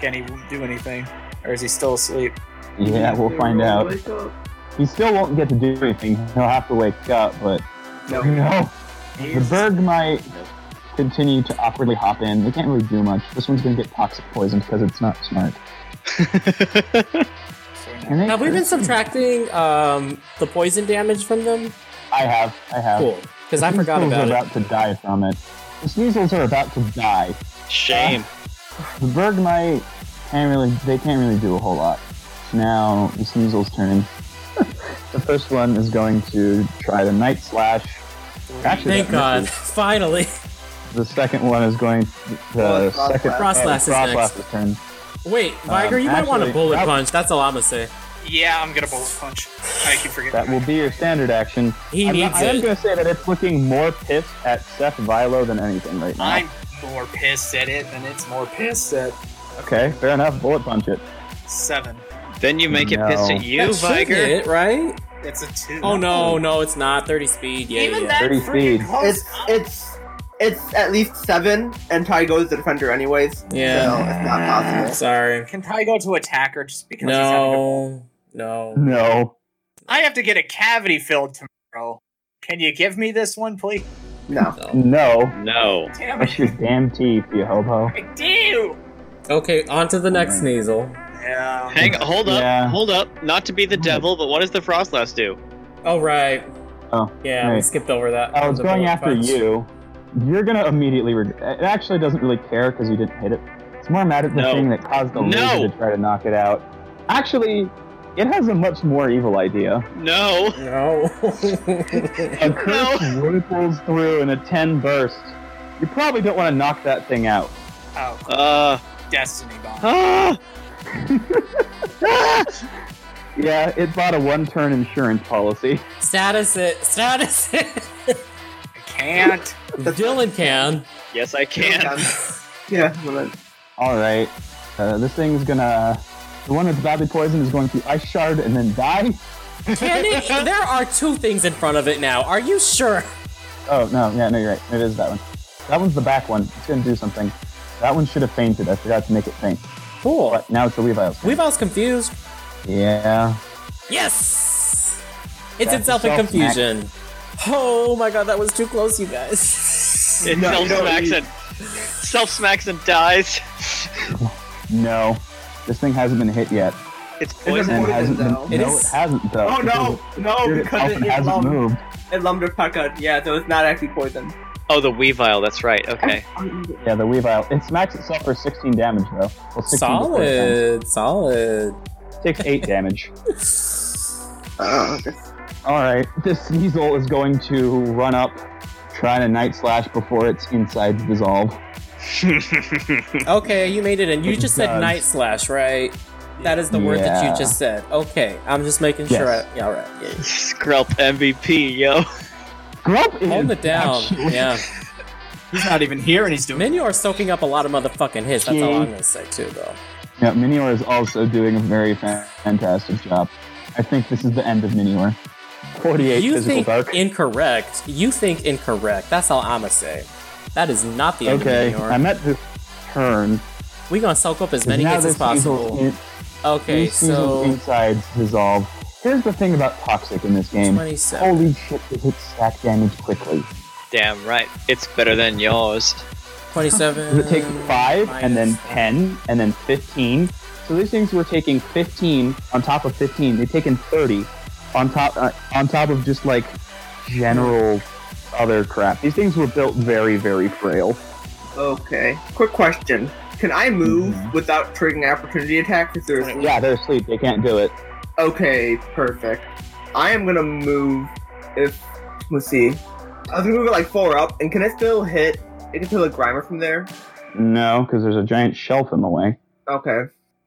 C: Can he do anything, or is he still asleep?
B: Yeah, we'll find out. He still won't get to do anything. He'll have to wake up, but
C: No.
B: no. The
C: He's,
B: Berg might continue to awkwardly hop in. They can't really do much. This one's going to get toxic poisoned because it's not
C: [LAUGHS]
B: smart. And they-
E: Have we been subtracting um, the poison damage from them?
B: I have. I have.
E: Cool, because I forgot
B: Sneezels
E: about
B: are
E: it.
B: about to die from it. The Sneasels are about to die.
D: Shame.
B: The Bergmite can't really. They can't really do a whole lot. Now the Sneasel's turn. [LAUGHS] the first one is going to try the Night Slash. Actually,
E: Thank
B: that
E: God, [LAUGHS]
B: misses.
E: finally.
B: The second one is going. The
F: Well, Frost
B: second.
F: Blast.
E: Frost
B: uh,
E: Blast is
B: Frost
E: next.
B: Blast's turn.
E: Wait, Viger, you might want to
B: Um, actually,
E: bullet
B: that-
E: punch. That's all I'm gonna say.
C: yeah, I'm gonna bullet punch. I keep forgetting.
B: That will be your standard action.
E: He
B: I'm,
E: needs
B: I am
E: it.
B: going to say that it's looking more pissed at Seth Vilo than anything right now.
C: I'm more pissed at it than it's more pissed at
B: Okay, fair enough. Bullet punch it.
C: seven.
D: then you make
B: No.
D: it piss at you,
E: That should
D: Viger.
E: hit, right?
C: It's a two.
E: Oh no, no, it's not. 30 speed. Yeah,
C: Even
E: yeah.
C: that
B: 30
C: freaking
B: speed.
C: close.
F: It's it's it's at least seven, and Ty goes the defender anyways.
E: Yeah.
F: so it's not possible.
E: Sorry.
C: Can Ty go to attacker just because? He's having a-
E: No, no.
B: No.
C: I have to get a cavity filled tomorrow. Can you give me this one, please?
F: No.
B: No.
D: No.
B: [LAUGHS]
C: Damn
B: Brush
C: it!
B: your damn teeth, you hobo.
C: I do.
E: Okay, on to the next Sneasel.
C: Yeah,
G: down.
D: Hang, hold up,
B: Yeah.
D: hold up. Not to be the devil, but what does the Frostlass do?
E: Oh right.
B: Oh,
E: Yeah, we
B: right.
E: skipped over that.
B: I was
E: The
B: going
E: bullet
B: after
E: punch.
B: you. You're gonna immediately. Re- it actually doesn't really care because you didn't hit it. It's more mad at the
D: No.
B: thing that caused the
D: No.
B: laser to try to knock it out. Actually, it has a much more evil
D: [LAUGHS]
B: idea.
D: No.
E: No. [LAUGHS]
B: A curse ripples through in a ten burst. You probably don't want to knock that thing out.
C: Oh,
D: Uh.
C: Destiny Bomb.
D: Ah. Ah!
B: Yeah, it bought a one-turn insurance policy. [LAUGHS]
E: status it. Status it.
C: I can't.
E: Dylan can.
D: Yes, I can.
F: Yeah, I'm gonna-
B: All right, uh, this thing's gonna. The one that's badly poisoned is going to ice shard and then die.
E: Can it? There are two things in front of it now. Are you sure?
B: Oh no, yeah, no, you're right. It is that one. That one's the back one. It's gonna do something. That one should have fainted. I forgot to make it faint.
E: Cool.
B: But now it's a Levi's.
E: We've all confused.
B: Yeah.
E: Yes! It's
B: That's
E: itself in
B: yourself, Mac.
E: confusion. Oh my god, that was too close, you guys.
D: [LAUGHS] It
F: No,
D: self
F: you don't
D: smacks
F: need-
D: and self smacks and dies.
B: No. This thing hasn't been hit yet.
D: It's
F: It's a
D: poison.
B: And hasn't
F: Poisoned,
B: been,
F: though.
E: It
B: no,
E: is-
B: it hasn't though.
F: Oh no, no,
B: It
F: because
B: often
F: it, it,
B: hasn't
F: lum-
B: moved.
F: it lumbered Pucka. Yeah, so it's not actually poisoned.
D: Oh, the Weavile. That's right. Okay.
B: Yeah, the Weavile. It smacks itself for 16 damage though. Well, 16 before it
E: solid, solid.
B: ends. Takes eight damage. All right. This Sneasel is going to run up, try to night slash before its insides dissolve.
E: Okay, you made it in. You
B: It
E: just said
B: does.
E: Night Slash, right? That is the word that you
B: Yeah.
E: just said. Okay, I'm just making
B: Yes.
E: sure. I, yeah, all right. Yeah,
D: Skrelp MVP, yo.
B: Grump is
E: yeah. Hold it down. Yeah.
G: [LAUGHS] He's not even here, and he's doing.
E: Menu are soaking up a lot of motherfucking hits. That's all I'm gonna say, too, though.
B: Yeah, Minior is also doing a very fa- fantastic job. I think this is the end of Minior. 48
E: You
B: physical
E: think
B: dark.
E: incorrect. You think incorrect. That's all I'm gonna say. That is not the end
B: okay,
E: of Menu.
B: I'm at this turn.
E: We're gonna soak up as
B: 'cause
E: many
B: now
E: hits
B: this
E: as
B: Easel's,
E: possible.
B: in-
E: Okay,
B: these Easel's
E: so
B: insides dissolve. Here's the thing about Toxic in this game.
E: 27.
B: Holy shit, it hits stack damage quickly.
D: Damn right. It's better than yours.
E: 27.
B: Because Oh, it takes 5, and then
E: minus-
B: 10, and then 15. So these things were taking 15 on top of 15. They've taken 30 on top uh, on top of just like general other crap. These things were built very, very frail.
F: Okay. Quick question. Can I move
B: Mhm.
F: without triggering opportunity attack if there's
B: Yeah, they're asleep. They can't do it.
F: Okay, perfect. I am gonna move if let's see. I was gonna move it like four up, and can I still hit it can still hit Grimer from there?
B: No, because there's a giant shelf in the way
F: Okay.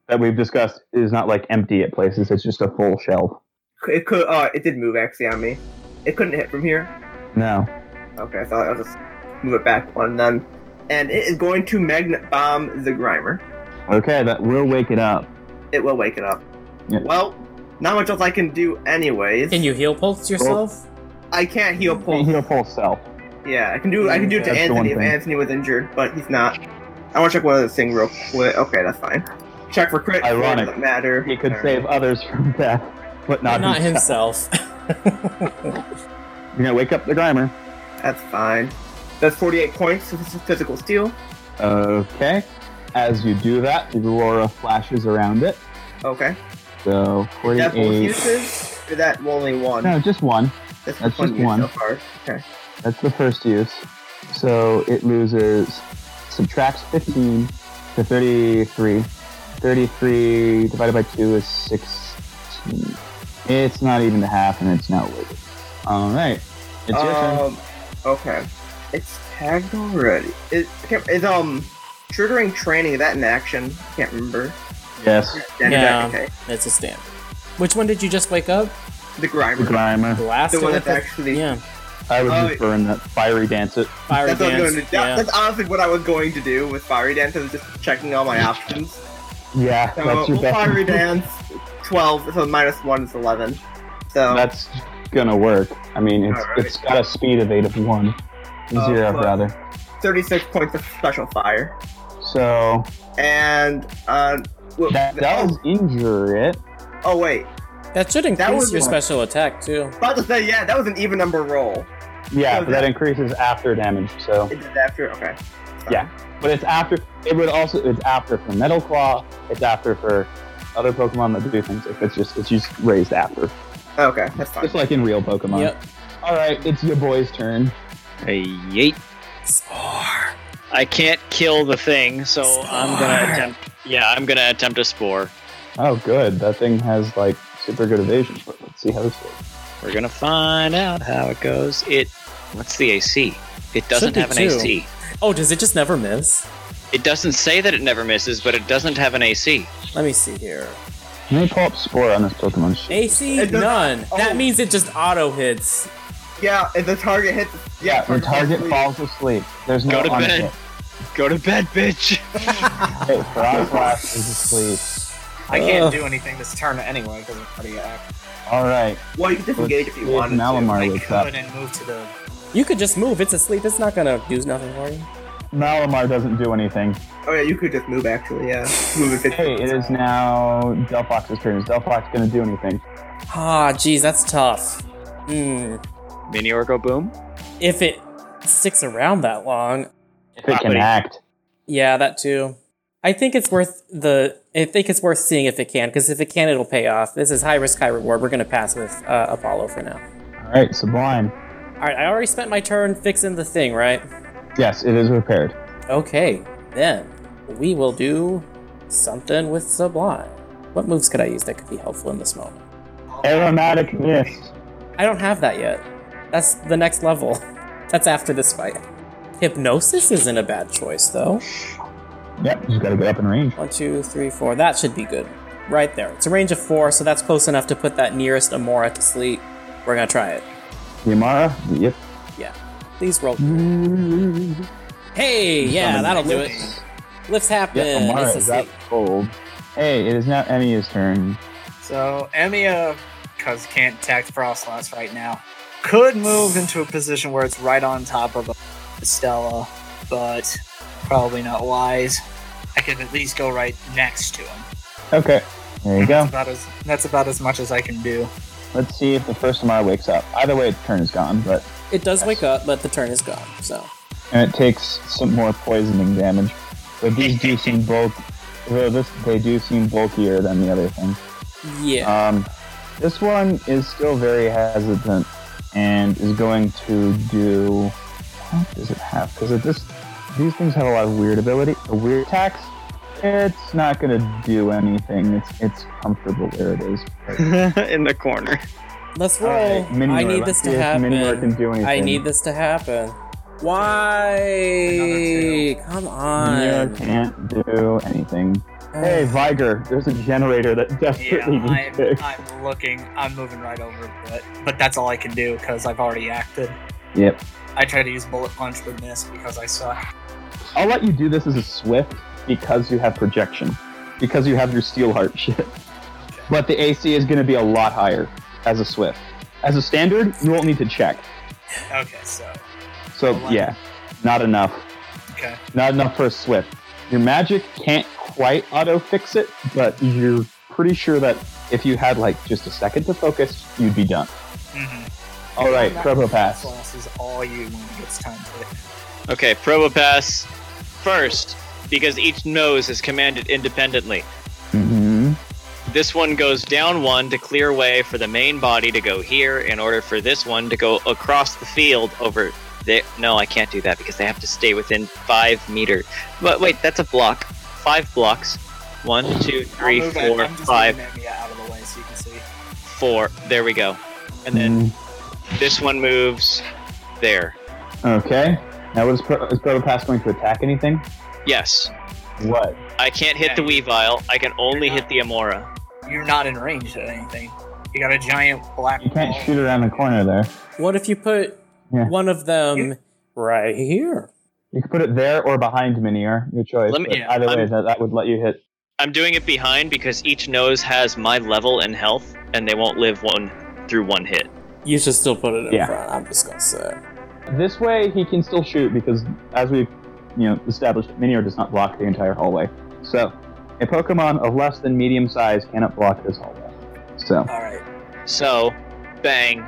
B: that we've discussed is not like empty at places. It's just a full shelf.
F: C- It could uh it did move actually on me. It couldn't hit from here.
B: No.
F: Okay, so I'll just move it back one then. And it is going to magnet bomb the Grimer.
B: Okay, that will wake it up.
F: It will wake it up.
B: Yeah.
F: Well, not much else I can do anyways.
E: Can you heal pulse yourself?
F: I can't
B: [LAUGHS]
F: heal
B: Can't
F: pull.
B: heal full self.
F: Yeah, I can do I can do it to
B: That's the one
F: Anthony if
B: thing.
F: Anthony was injured, but he's not. I want to check one other thing real quick. Okay, that's fine. Check for crit.
B: Ironic.
F: Doesn't matter.
B: He could
F: Alright.
B: save others from death, but not,
E: Not
B: himself.
E: himself. [LAUGHS]
B: You're gonna wake up the Grimer.
F: That's fine. That's 48 points. This is physical steel.
B: Okay. As you do that, the aurora flashes around it.
F: Okay.
B: So
F: That both
B: 48.
F: uses. Or that only one.
B: No, just one.
F: the
B: that's just
F: use
B: one.
F: so far. Okay.
B: That's the first use. So it loses, subtracts 15 to 33. 33 divided by 2 is 16. It's not even to half and it's not weighted. All right. It's your turn.
F: um. Okay. It's tagged already. It can't- is um triggering training is that in action. I can't remember.
B: Yes.
E: Yeah.
F: Okay.
E: That's a stamp. Which one did you just wake up?
F: The grimer.
B: The Grimer.
E: The last
F: The one
E: with
F: that's actually
E: yeah,
B: I would
F: Oh,
B: just burn that fiery dance it.
E: fire
F: That's, what I was
E: dance.
F: going to, that-
E: yeah.
F: that's honestly what I was going to do with Fiery Dance. I was just checking all my options.
B: Yeah,
F: So
B: that's your best.
F: Fiery Dance, 12, so minus 1 is 11. So
B: That's gonna work. I mean, it's,
F: Alright.
B: it's got a speed of eight of one,
F: Oh,
B: zero
F: fuck.
B: rather.
F: 36 points of special fire.
B: So
F: And, uh, well,
B: that does injure it.
F: oh, wait.
E: that should increase
F: was
E: your
F: one.
E: special attack too.
F: About to say, yeah, that was an even number roll.
B: Oh, Yeah,
F: So
B: but that
F: that-
B: increases after damage. So,
F: It did after, okay.
B: Yeah. but it's after. It would also. It's after for metal claw. It's after for other Pokemon that do things if it's just it's just raised after,
F: Oh, Okay, that's fine.
B: just like in real Pokemon.
E: Yep.
B: All right, it's your boy's turn.
D: A yeet.
E: Spore.
D: I can't kill the thing, so I'm gonna
E: Spore.
D: attempt. Yeah, I'm gonna attempt a spore.
B: Oh, good. That thing has like super good evasion. But let's see how this works.
D: We're gonna find out how it goes. It. What's the AC? It doesn't
E: be
D: have an
E: two.
D: AC.
E: Oh, does it just never miss?
D: It doesn't say that it never misses, but it doesn't have an AC.
E: Let me see here.
B: Let me pull up Spore on this Pokemon sheet.
E: AC
F: It does-
E: none.
F: Oh.
E: That means it just auto hits.
F: Yeah, if the target hits. Yeah,
B: The target
F: hits-
B: falls asleep. There's no
D: Go to
B: on
D: bed.
B: hit.
D: Go to bed, bitch.
B: Hey,
C: [LAUGHS]
B: Frostlass is asleep.
C: I can't
E: Ugh.
C: do anything this turn anyway because I'm already active.
B: All right.
F: Well, you can disengage if you
B: Let's
F: wanted
B: see if
F: to.
B: Malamar
C: I
B: wakes
F: [LAUGHS]
B: up.
C: could and move to the.
E: You could just move. It's asleep. It's not gonna do nothing for you.
B: Malamar doesn't do anything.
F: Oh yeah, you could just move actually. Yeah, move it.
B: Hey, it is now Delphox's turn. Is Delphox gonna do anything?
E: Ah, geez, that's tough. Hmm.
D: Mini Orgo Boom.
E: If it sticks around that long,
B: If it can act.
E: yeah, that too. I think it's worth the. I think it's worth seeing if it can, because if it can, it'll pay off. This is high risk, high reward. We're gonna pass with uh, Apollo for now.
B: All right, Sublime.
E: All right, I already spent my turn fixing the thing, right?
B: Yes, it is repaired.
E: Okay, then we will do something with Sublime. What moves could I use that could be helpful in this moment?
B: Aromatic mist.
E: I don't have that yet. That's the next level. [LAUGHS] That's after this fight. Hypnosis isn't a bad choice, though.
B: Yep, you gotta get up in range.
E: One, two, three, four. That should be good. Right there. It's a range of four, so that's close enough to put that nearest Amora to sleep. We're gonna try it.
B: Yamara. Yep.
E: Yeah. Please roll. Hey, yeah, that'll do it. Lifts happen.
B: Yep, Amara
E: It's
B: is out
E: asleep.
B: cold. Hey, it is now Emiya's turn.
C: So Emia, because can't attack Frostlass right now, could move into a position where it's right on top of Stella, but probably not wise. I could at least go right next to him.
B: Okay, there you go.
C: That's about as that's about as much as I can do.
B: Let's see if the first Amara wakes up. Either way, its turn is gone, but
E: It does wake up, but the turn is gone, so.
B: and it takes some more poisoning damage. But these do seem bulk. Though this, they do seem bulkier than the other thing.
E: Yeah.
B: Um, this one is still very hesitant and is going to do. What does it have? Because it just these things have a lot of weird ability, uh, weird attacks. It's not going to do anything. It's it's comfortable where it is.
D: in the corner.
E: Let's roll.
B: Alright, Minimar,
E: I need
B: let's
E: this to
B: see if
E: happen.
B: Minimar can do anything.
E: I need this to happen. Why? Come
B: Minimar
E: on.
B: can't do anything. Hey, Viger, there's a generator that
C: Yeah,
B: desperately needs
C: I'm,
B: fixed.
C: I'm looking. I'm moving right over, but but that's all I can do because I've already acted.
B: Yep.
C: I tried to use bullet punch but missed because I suck.
B: I'll let you do this as a swift because you have projection, because you have your steel heart [LAUGHS] shit. But the AC is going to be a lot higher as a swift. As a standard, you won't need to check.
C: Okay, so
B: So
C: Eleven.
B: yeah, not enough.
C: Oh, okay,
B: Not enough for a swift. Your magic can't quite auto fix it, but you're pretty sure that if you had like just a second to focus, you'd be done.
C: mm-hmm.
B: All right, Probo pass.
C: Floss is all you when it gets time for it.
D: Okay, Probopass first, because each nose is commanded independently.
B: Mm-hmm.
D: This one goes down one to clear way for the main body to go here in order for this one to go across the field over there. No, I can't do that because they have to stay within five meter. But wait, that's a block. Five blocks. One, two,
C: I'll
D: three,
C: move it.
D: four,
C: I'm just
D: five,
C: moving Mamia out of the way so you can see.
D: four. There we go. And then this one moves there.
B: Okay. Now, what is, Pro- is Probo pass going to attack anything?
D: Yes.
B: What?
D: I can't hit the Weavile. I can only hit the Amora.
C: You're not in range of anything. You got a giant black.
B: You can't
C: wall.
B: shoot around the corner there.
E: What if you put
B: Yeah.
E: one of them right here?
B: You can put it there or behind Minier, your choice.
D: Let me-
B: but
C: yeah,
B: either way,
D: I'm-
B: that, that would let you hit.
D: I'm doing it behind because each nose has my level and health, and they won't live one through one hit.
E: You should still put it in
B: Yeah.
E: front. I'm just gonna say.
B: This way, he can still shoot because, as we've you know established, Minier does not block the entire hallway. So, a Pokemon of less than medium size cannot block this hallway. So,
C: All right,
D: So, bang.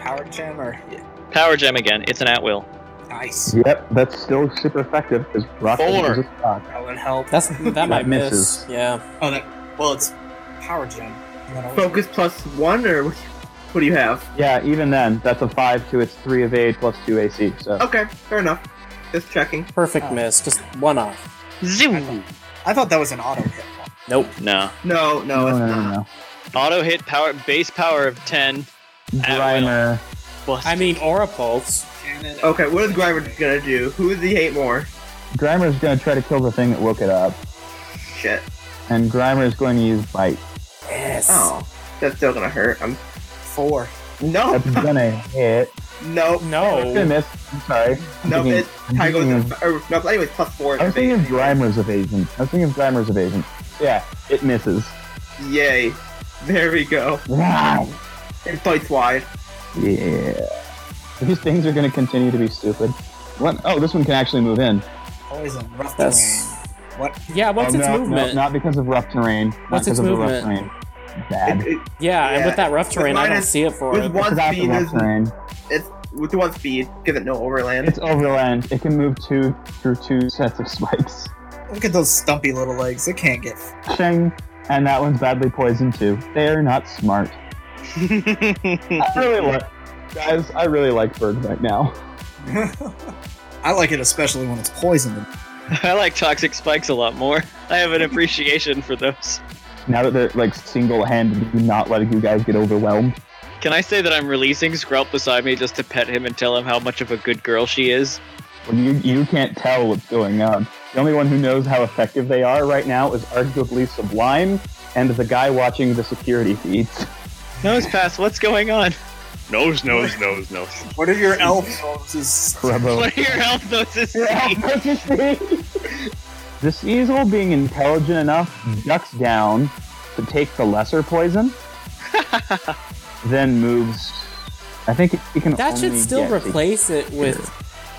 C: power gem or yeah.
D: Power gem again. It's an at will.
C: nice.
B: yep, that's still super effective because Rocket
D: Four.
B: is a stock.
C: That would help.
E: That's that might miss.
B: misses.
E: Yeah.
C: Oh, that. Well, it's power gem. And then I'll-
F: Focus plus one, or what do you- what do you have?
B: Yeah, even then, that's a five to its three of eight plus two AC. So
F: Okay, fair enough. Just checking.
C: Oh.
E: Perfect miss, just one off.
D: Zoom.
C: I thought that was an auto hit.
E: Nope.
D: No.
F: No, no, it's
B: no, no,
F: not.
B: no, no.
D: Auto hit power base power of ten. [LAUGHS] At
B: Grimer.
D: Bust.
E: I mean, aura pulse.
C: Cannon.
F: Okay, what is Grimer gonna do? Who does he hate more?
B: Grimer's gonna try to kill the thing that woke it up,
F: Shit.
B: and Grimer's going to use bite.
E: Yes.
F: Oh, that's still gonna hurt. I'm.
C: Four.
F: No, [LAUGHS]
B: That's gonna hit.
F: no,
B: It's gonna
E: No.
B: miss. I'm sorry. I'm
F: Oh. no.
B: thinking-
F: It
B: I'm
F: Ty goes.
B: thinking
F: In,
B: of-
F: or, no, anyways, plus four.
B: Mm-hmm. I was thinking of
F: anyway.
B: Grimer's evasion. I was thinking of Grimer's evasion. Yeah, it misses.
F: Yay! There we go.
B: Wow.
F: It bites wide.
B: Yeah. These things are gonna continue to be stupid. What? Oh, this one can actually move in.
C: Always a rough
E: That's-
C: terrain. What?
E: Yeah, what's
B: oh,
E: its
B: no,
E: movement?
B: No, not because of rough terrain. not
E: What's
B: because
E: its
B: of the rough
E: movement?
B: terrain. Bad.
F: It, it,
E: yeah, and
F: Yeah.
E: with that rough terrain, I don't
F: minus-
E: see it for
F: with
E: it.
F: one
B: Without the
F: speed,
B: rough
F: is,
B: terrain.
F: it's with one speed. Give it no overland.
B: It's overland. It can move two through two sets of spikes.
C: Look at those stumpy little legs. It can't get.
B: Shing. And that one's badly poisoned too. They're not smart. I really like guys, I really like Bird right now.
C: I like it especially when it's poisoned.
D: I like toxic spikes a lot more. I have an appreciation for those.
B: Now that they're like single handedly not letting you guys get overwhelmed.
D: Can I say that I'm releasing Skrelp beside me just to pet him and tell him how much of a good girl she is?
B: Well, you you can't tell what's going on. The only one who knows how effective they are right now is arguably Sublime and the guy watching the security feeds. [LAUGHS]
D: Nose pass, what's going on? Nose, nose, nose, nose.
C: What are your elf noses?
B: Bravo.
D: [LAUGHS] What are your
B: [LAUGHS]
D: health noses?
B: the Cecil, being intelligent enough, ducks down to take the lesser
D: [LAUGHS]
B: poison, then moves. I think it, it can.
E: That should
B: only
E: still
B: get-
E: replace it with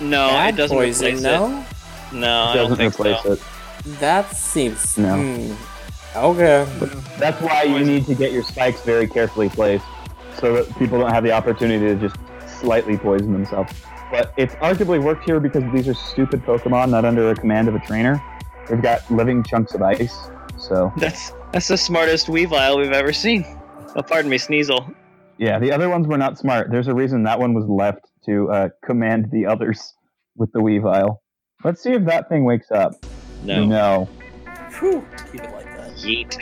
D: [LAUGHS] No,
E: bad
D: Oh, it doesn't
E: poison,
D: replace it.
E: no?
D: No, I don't
B: doesn't
D: think
B: replace
D: so.
B: it.
E: That seems.
B: No.
E: hmm. Okay.
B: That's why you need to get your spikes very carefully placed, so that people don't have the opportunity to just slightly poison themselves. But it's arguably worked here because these are stupid Pokemon not under a command of a trainer. They've got living chunks of ice, so
D: That's that's the smartest Weavile we've ever seen. Oh, pardon me, Sneasel.
B: Yeah, the other ones were not smart. There's a reason that one was left to uh, command the others with the Weavile. Let's see if that thing wakes up.
D: No.
B: No.
C: Whew. You don't like that.
D: Yeet.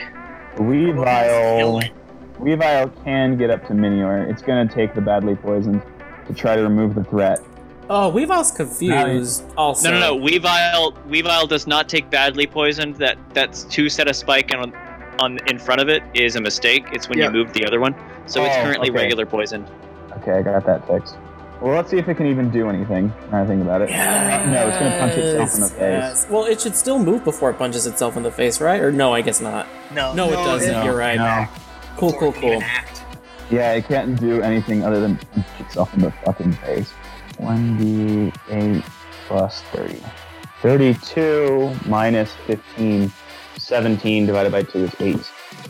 B: Weavile. Weavile can get up to Minior. It's going to take the badly poisoned to try to remove the threat.
E: Oh, we've all confused. Also,
D: No, no, no. Weavile, Weavile does not take badly poisoned. That that's two set of spike and on, on in front of it is a mistake. It's when
F: Yeah.
D: you move the other one. So it's
B: Oh,
D: currently
B: okay.
D: regular poisoned.
B: Okay, I got that fixed. Well, let's see if it can even do anything. Now I think about it. Uh, No, it's going to punch itself in the
E: Yes,
B: face.
E: yes. Well, it should still move before it punches itself in the face, right? Or no, I guess not.
C: No.
E: No, it doesn't.
B: No,
E: You're right.
B: no.
E: Cool, cool,
C: Before it
E: cool.
C: even act.
B: Yeah, it can't do anything other than punch itself in the fucking face. 1d8 plus 30. 32 minus 15. 17 divided by 2 is 8.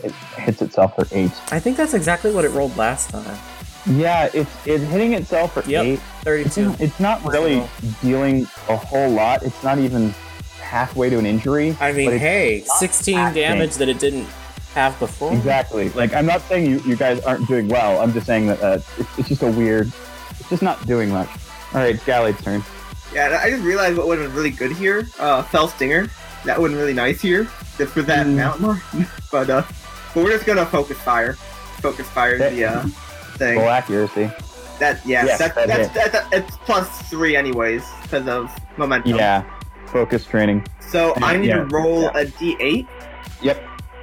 B: It hits itself for 8.
E: I think that's exactly what it rolled last time.
B: Yeah, it's, it's hitting itself for
E: Yep.
B: 8. It's,
E: Thirty-two.
B: it's not really
E: Wow.
B: dealing a whole lot. It's not even halfway to an injury.
E: I mean,
B: but it's-
E: hey, sixteen
B: acting.
E: damage that it didn't have before.
B: Exactly. Like, I'm not saying you, you guys aren't doing well. I'm just saying that uh, it's, it's just a weird. It's just not doing much. All right, it's Galley's turn.
F: Yeah, and I just realized what would have been really good here. Uh, Fell Stinger. That would have been really nice here th- for that
B: Mm.
F: mountain. [LAUGHS] lion. but uh, but we're just gonna focus fire. Focus fire the
B: Yeah. [LAUGHS]
F: uh, thing.
B: Full accuracy.
F: That yeah,
B: Yes,
F: that,
B: that
F: that's, that, that, it's plus three anyways because of momentum.
B: Yeah. Focus training.
F: So
B: Yeah,
F: I need
B: yeah,
F: to roll
B: yeah.
F: a d8.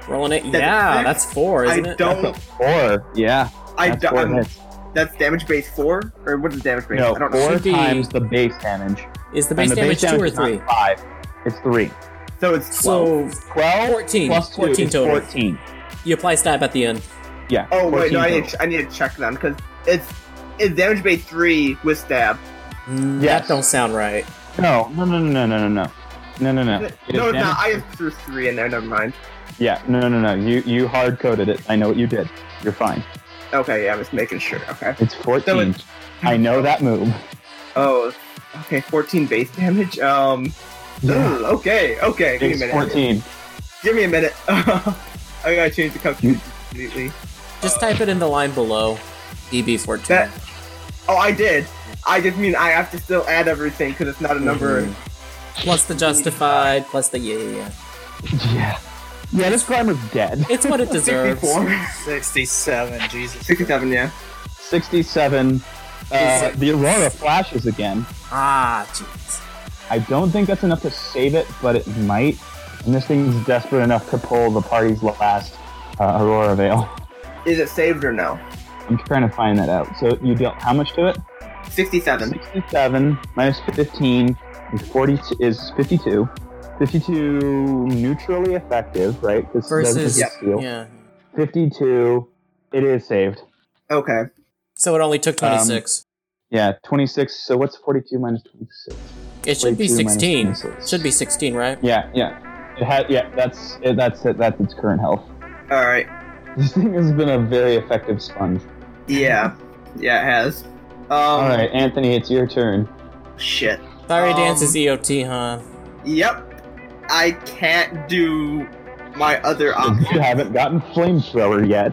E: Rolling it.
F: That's
E: Yeah,
F: six.
E: that's four, isn't
F: I
E: it?
F: don't.
B: That's Four. Yeah.
F: I
B: that's
F: do,
B: four
F: I'm,
B: hits.
F: that's damage base four or what is damage base?
B: No,
F: I don't know.
B: four
E: Should be-
B: times the base damage.
E: Is the
B: And
E: base
B: the
E: damage
B: base
E: two or
B: is not
E: three?
B: Five. It's three.
F: So it's twelve.
E: So
B: 12
E: 14.
B: plus two
E: 14
B: is
E: total.
B: 14.
E: you apply stab at the end.
B: Yeah.
F: oh
B: 14
F: wait, no, I
B: total.
F: need, to, I need to check them because it's it's damage base three with stab.
E: Mm,
B: Yes.
E: That don't sound right.
B: No, no, no, no, no, no, no. No, no, no.
F: No,
B: It
F: it's
B: is damage-
F: not. I have threw three in there. Never mind.
B: Yeah, no, no, no, no. You you hard coded it. I know what you did. You're fine.
F: Okay, yeah, I was making sure. Okay.
B: It's 14. I know that move.
F: Oh, okay, 14 base damage. Um, ooh, okay, okay, give me a
B: It's
F: minute. [LAUGHS]
B: 14.
F: Give me a minute. I gotta change the confusion completely.
E: Just type it in the line below. E DB14.
F: That. Oh, I did. I just mean I have to still add everything because it's not a number.
B: Mm-hmm.
E: Mhm. Plus the justified, plus the yeah, yeah, yeah.
B: Yeah. Yeah, this Grimer's dead.
E: It's
B: [LAUGHS]
E: what it deserves.
F: 64.
G: 67, Jesus.
F: 67, yeah.
B: 67. Uh, the Aurora flashes again.
E: Ah, jeez.
B: I don't think that's enough to save it, but it might. And this thing's desperate enough to pull the party's last uh, Aurora Veil.
F: Is it saved or no?
B: I'm trying to find that out. So you dealt how much to it?
F: 67.
B: 67 minus 15 is 40 is 52. 52 neutrally effective, right? This does
E: Versus
B: this
E: yeah.
B: deal. 52, it is saved.
F: Okay.
E: So it only took
B: Um,
E: 26.
B: Yeah, 26. So what's 42 minus 26?
E: it should be
B: 42 minus
E: 16.
B: 26.
E: Should be 16, right?
B: Yeah, yeah. It had yeah. That's it, that's it. That's its current health. [LAUGHS]
F: Alright.
B: This thing has been a very effective sponge.
F: Yeah. Yeah, it has. Um,
B: All right, Anthony, it's your turn.
F: Shit.
E: Fiery
F: Um,
E: Dance is EOT, huh?
F: Yep. I can't do my other
B: [LAUGHS]
E: um,
B: You
F: option.
B: haven't gotten flamethrower yet.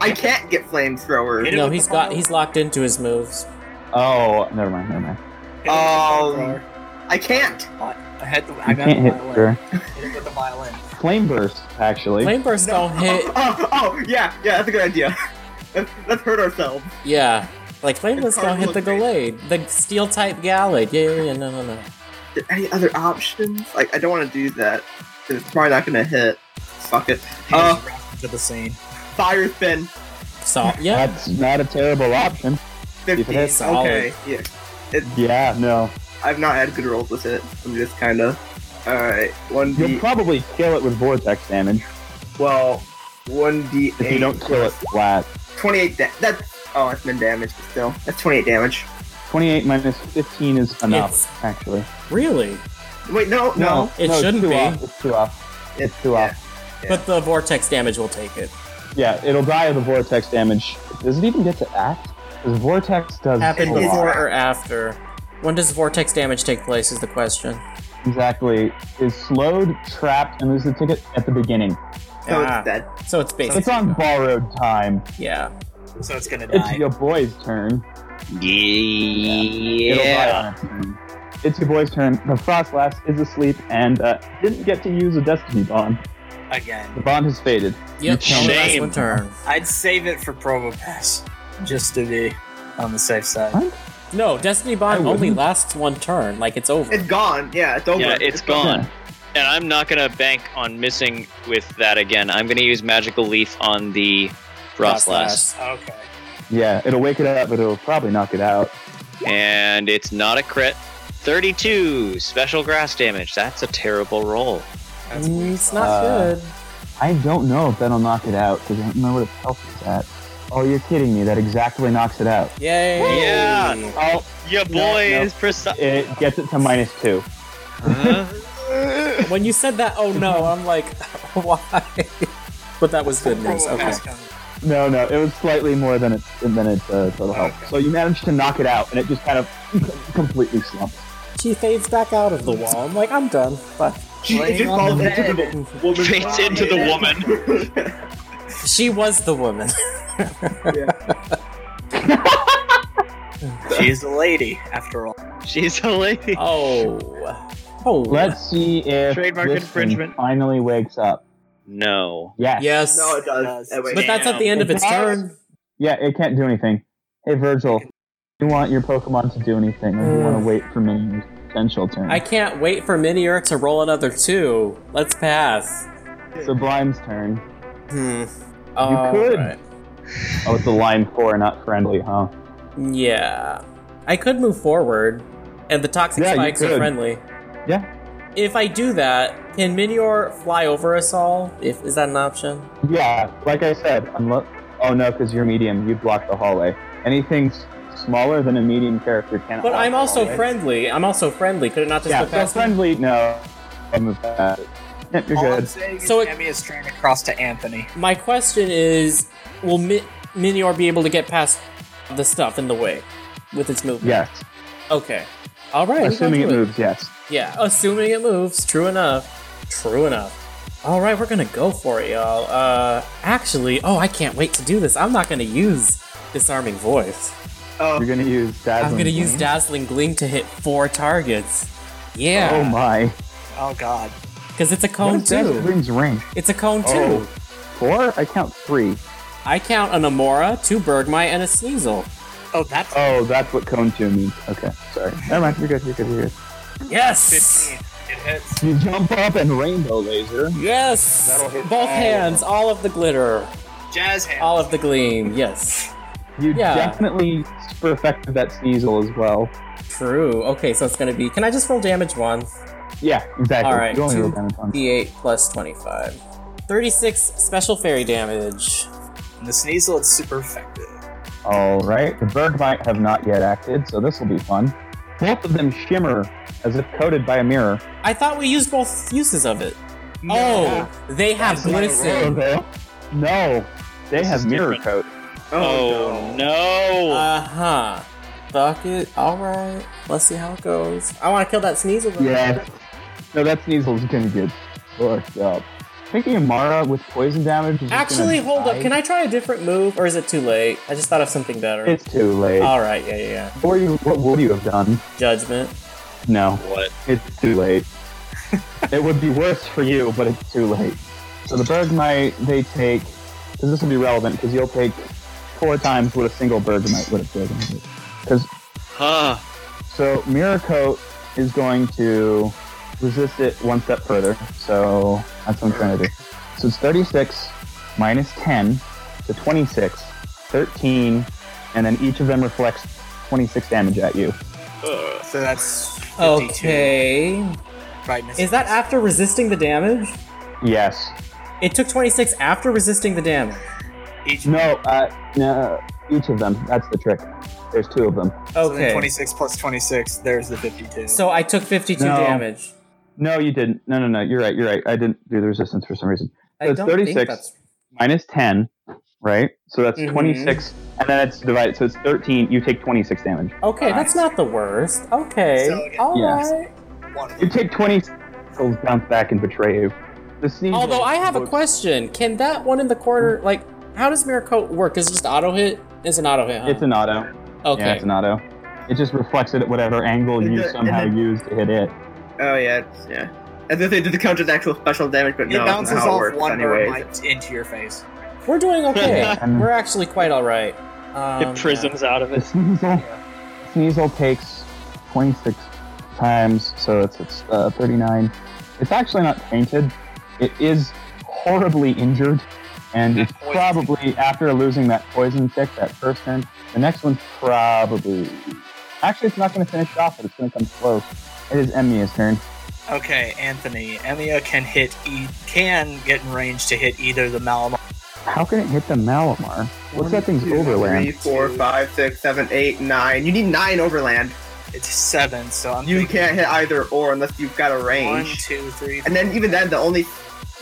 F: I can't get flamethrower.
C: Hit it
E: No,
C: with the
E: he's got
C: ball.
E: he's locked into his moves.
B: Oh, never mind, never mind.
F: Um, I can't.
G: I had to, I
B: You
G: got the
B: can't hit
G: violin.
B: her.
G: Hit it with the violin.
B: Flame burst, actually.
E: Flame burst don't hit.
F: [LAUGHS] Oh, oh, yeah, yeah, that's a good idea. [LAUGHS] let's, let's hurt ourselves.
E: Yeah, like flame
F: The
E: burst don't hit the
F: cardinal
E: Gallade, the steel type Gallade. Yeah, yeah, yeah. No, no, no.
F: There Any other options? Like, I don't want to do that. 'cause It's probably not gonna hit. Fuck it. Uh,
G: to the scene.
F: fire spin.
E: Salt. Yeah.
B: That's not a terrible option.
F: 50.
B: If it hits,
E: solid.
F: okay, yeah.
B: Yeah, no.
F: I've not had good rolls with it. I'm just kinda. Alright, 1d.
B: You'll probably kill it with vortex damage
F: well, 1d8.
B: if you don't kill it flat.
F: 28 da- that's oh it's been damaged but still that's 28 damage
B: 28 minus 15 is enough,
E: It's-
B: actually.
E: Really?
F: wait no no,
E: it
B: it's
E: shouldn't
B: too
E: be.
B: Off. It's too off. It's too
F: yeah.
B: off.
F: Yeah.
E: But the vortex damage will take it.
B: Yeah, it'll die of the vortex damage. Does it even get to act? Because vortex does
E: Happen
B: a lot.
E: before or after? When does vortex damage take place? Is the question.
B: Exactly. Is slowed, trapped, and lose the ticket at the beginning.
F: so
E: Ah,
F: it's dead
E: so it's basic.
B: It's on borrowed time.
E: yeah.
G: So it's gonna
B: It's
G: die.
B: your boy's turn. It'll die
D: Yeah.
B: on its turn. It's your boy's turn. The frost last is asleep and uh, didn't get to use a destiny bond.
G: Again.
B: The bond has faded.
E: Yep.
B: can't-
E: only lasts
D: Shame.
E: one turn.
G: I'd save it for Probo Pass. Just to be on the safe side.
E: No, Destiny Bond
B: I
E: only
B: wouldn't.
E: lasts one turn. Like it's over.
F: it's gone yeah Oh, it's over
D: Yeah, it's gone.
B: Yeah.
D: And I'm not gonna bank on missing with that again. I'm gonna use magical leaf on the
E: Frost
D: Frostlass,
G: Okay.
B: Yeah, it'll wake it up, but it'll probably knock it out.
D: and it's not a crit. 32 special grass damage. That's a terrible roll.
E: lasts. Mm, It's not
B: Uh,
E: good.
B: I don't know if that'll knock it out because I don't know what its health is at. Oh, you're kidding me. That exactly knocks it out.
E: Yay.
D: Yeah.
B: Oh,
D: Your
B: No, boy no. is
D: precise.
B: it gets it to minus two.
E: When you said that, oh no, I'm like, [LAUGHS] why? But that was good news.
D: Oh,
G: Probo
E: Okay.
G: Pass comes-
B: No, no, it was slightly more than its than its uh, total health. So you managed to knock it out, and it just kind of completely slumped.
E: She fades back out of the wall. I'm like, I'm done. But
F: she it just falls into the woman's
D: Fades
F: body.
D: into the
F: woman
E: she was the
D: [LAUGHS]
E: woman.
G: She's a lady, after all.
D: She's a lady.
E: oh. Oh.
B: Let's see if
D: Trademark
B: this thing
D: infringement.
B: finally wakes up.
D: No.
B: Yes.
E: Yes.
F: no it does
G: It
F: Oh, wait.
E: but that's at the end of its turn.
B: Yeah, it can't do anything. Hey, Virgil, do you want your Pokemon to do anything, or do you
E: Mm.
B: want to wait for Minnie's potential turn?
E: I can't wait for Minier to roll another two. Let's pass.
B: Sublime's turn.
E: Hmm. You
B: could. Oh, it's a line four, not friendly, huh?
E: Yeah. I could move forward, and the toxic
B: Yeah, you
E: spikes are
B: could.
E: friendly.
B: Yeah.
E: If I do that, can Minior fly over us all? If is that an option?
B: Yeah, like I said, unless oh no, because you're medium, you block the hallway. Anything s- smaller than a medium character cannot.
E: But
B: block
E: I'm
B: the
E: also
B: hallway.
E: friendly. I'm also friendly. Could it not just
B: Yeah,
E: go
B: so
E: past? me?
B: friendly. No, I'm a bad. Yep, you're
G: All I'm
B: good.
G: saying is
E: So it-
G: Emmy is trying to cross to Anthony.
E: My question is, will Mi- Minior be able to get past the stuff in the way with its movement?
B: Yes,
E: Okay. All right. we got
B: assuming it
E: to
B: moves. Yes.
E: Yeah, assuming it moves. True enough. True enough. All right, we're gonna go for it, y'all. Uh, actually, oh, I can't wait to do this. I'm not gonna use disarming voice.
F: oh.
B: You're gonna use dazzling.
E: I'm gonna use
B: Gleam?
E: dazzling gleam to hit four targets.
B: Oh
E: Yeah,
B: my!
G: Oh god.
E: because it's a cone
B: What is dazzling
E: two.
B: Gleam's range?
E: It's a cone
B: Oh.
E: two.
B: Four? I count three.
E: I count an Amora, two Bergmite, and a Sneasel.
G: Oh, that's
B: Oh, that's what cone two means. Okay, sorry. Never mind. You're good. You're good. You're good.
E: Yes.
C: 15. It hits.
B: You jump up and rainbow laser.
E: Yes!
B: That'll hit all
E: Both
B: of
E: hands, all of the glitter,
C: Jazz hands.
E: all of the gleam, yes.
B: You
E: Yeah.
B: definitely perfected that Sneasel as well.
E: True. Okay, so it's gonna be. Can I just roll damage once?
B: Yeah, exactly.
E: Alright,
B: You only
E: two
B: roll damage once.
E: D8 plus 25. 36 special fairy damage.
C: And the Sneasel is super effective.
B: All right. The Bergmite have not yet acted, so this will be fun. Both of them shimmer as if coated by a mirror.
E: I thought we used both uses of it. oh, they have glisten.
B: Okay. No, they
D: is
B: have mirror coat.
D: Oh, no.
E: Uh huh. Fuck it. Alright. Let's see how it goes. I wanna kill that Sneasel. though.
B: Yeah. No, that Sneasel's gonna get fucked up. Thinking of Mara with poison damage. Is just
E: Actually,
B: gonna
E: hold up.
B: die.
E: Can I try a different move, or is it too late? I Uh, just thought of something better.
B: It's too late.
E: Alright, yeah, yeah, yeah.
B: what, were you, what would you have done?
E: Judgment.
B: No,
D: What?
B: it's too
E: [LAUGHS]
B: late. it would be worse for you, but it's too late. So the Bergmite, they take. Because this will be relevant, because you'll take four times what a single Bergmite would have taken. Because
D: Huh.
B: So Mirror Coat is going to resist it one step further. So that's what I'm trying to do. So it's 36 minus 10 to 26, 13, and then each of them reflects 26 damage at you.
G: so that's 52.
E: Okay.
G: brightness.
E: Is that after resisting the damage?
B: Yes.
E: It took 26 after resisting the damage.
C: Each
B: No, uh, no, each of them. That's the trick. There's two of them.
G: So then
E: Okay.
G: 26 plus 26, there's the 52.
E: So I took 52
B: No.
E: damage.
B: No, you didn't. No, no, no. You're right. You're right. I didn't do the resistance for some reason. So
E: I
B: it's
E: don't
B: 36.
E: think that's
B: Minus 10, right? So that's
E: Mhm.
B: 26, and then it's divided. So it's 13. You take 26 damage.
E: Okay,
B: Alright.
E: that's not the worst. Okay.
C: So again-
E: All
B: Yes.
E: right.
C: one of
B: You
C: them.
B: take 20 souls, bounce back, and betray you. The Sneasel
E: Although I have a
B: looks-
E: question. Can that one in the corner like how does Miracote work? Is it just auto hit? It's an auto hit. Huh?
B: It's an auto.
E: okay.
B: Yeah, it's an auto. It just reflects it at whatever angle
F: And
B: you
F: the-
B: somehow
F: and
B: use to hit it.
F: Oh yeah, it's, yeah. As if they did the count as actual special damage, but
C: It
F: no, it's
C: bounces
F: not how it
C: off
F: works
C: one
F: anyways.
C: Bergmite into your face.
E: We're doing okay.
B: And
E: [LAUGHS] We're actually quite all right. Um,
D: it prisms out of
B: the
D: it.
B: Sneasel, Sneasel takes 26 times, so it's, it's uh, 39. It's actually not tainted. It is horribly injured, and it's
C: Poison.
B: probably, after losing that poison tick, that first turn, the next one's probably. Actually, it's not going to finish off, but it's going to come close. It is Emia's turn.
C: Okay, Anthony. Emia can hit. E- can get in range to hit either the Malamar.
B: How can it hit the Malamar? What's that thing's
F: Two,
B: overland?
F: Three, four, five, six, seven, eight, nine. You need nine overland.
C: It's seven, so I'm.
F: You
C: thinking
F: can't hit either or unless you've got a
C: One,
F: range.
C: two, three.
F: And then even then, the only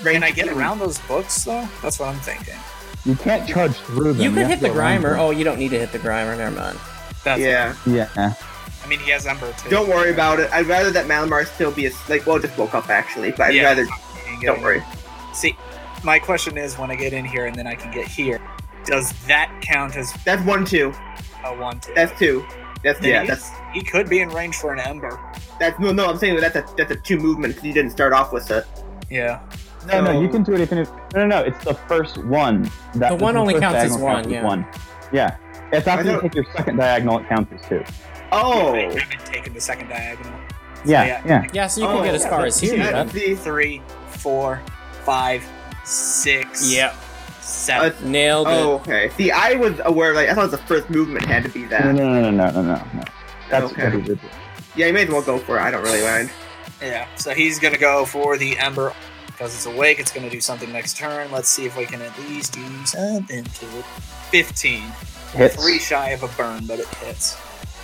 F: range.
C: Can I get around those books though? That's what I'm thinking.
B: You can't charge through them.
E: You could
B: have
E: hit
B: to
E: the
B: go around
E: grimer.
B: them.
E: Oh, you don't need to hit the grimer. Never mind.
C: That's
F: Yeah.
B: Yeah.
C: I mean, he has Ember too.
F: Don't worry about it. I'd rather that Malamar still be a, like well, just woke up actually, but I'd
C: Yeah.
F: rather
C: He
F: don't worry.
C: See, my question is, when I get in here and then I can get here, does that count as
F: That's one two.
C: a one two?
F: That's two. That's
C: Then
F: yeah.
C: he-
F: That's
C: He could be in range for an Ember.
F: that's no no. I'm saying that's a that's a two movement because you didn't start off with um, it.
C: Yeah.
B: No, no,
F: So-
B: you can do it if you No, no, no. It's the first one. That,
E: The one only
B: first
E: counts as
B: diagonal
E: one,
B: counts
E: yeah.
B: Yeah. If
F: I
B: after you
F: don't-
B: take your second diagonal, it counts as two.
F: Oh,
C: I haven't taken the second diagonal.
B: Yeah,
C: yeah.
B: yeah.
E: Yeah, so you can
F: Oh,
E: get as
F: yeah,
E: far
F: that's-
E: as here.
F: see,
E: Yeah.
F: that's the-
C: Three, four, five, six,
E: Yep.
C: seven.
E: Nailed it.
F: Oh, okay. See, I was aware. Like, I thought the first movement had to be
B: No,
F: that.
B: no, no, no, no, no, no. no. That's
F: Okay.
B: what it is.
F: Yeah, you may as well go for it. I don't really mind.
C: yeah. So he's gonna go for the Ember because it's awake. It's gonna do something next turn. Let's see if we can at least do something to it. Fifteen. Three
B: Hits.
C: shy of a burn, but it hits.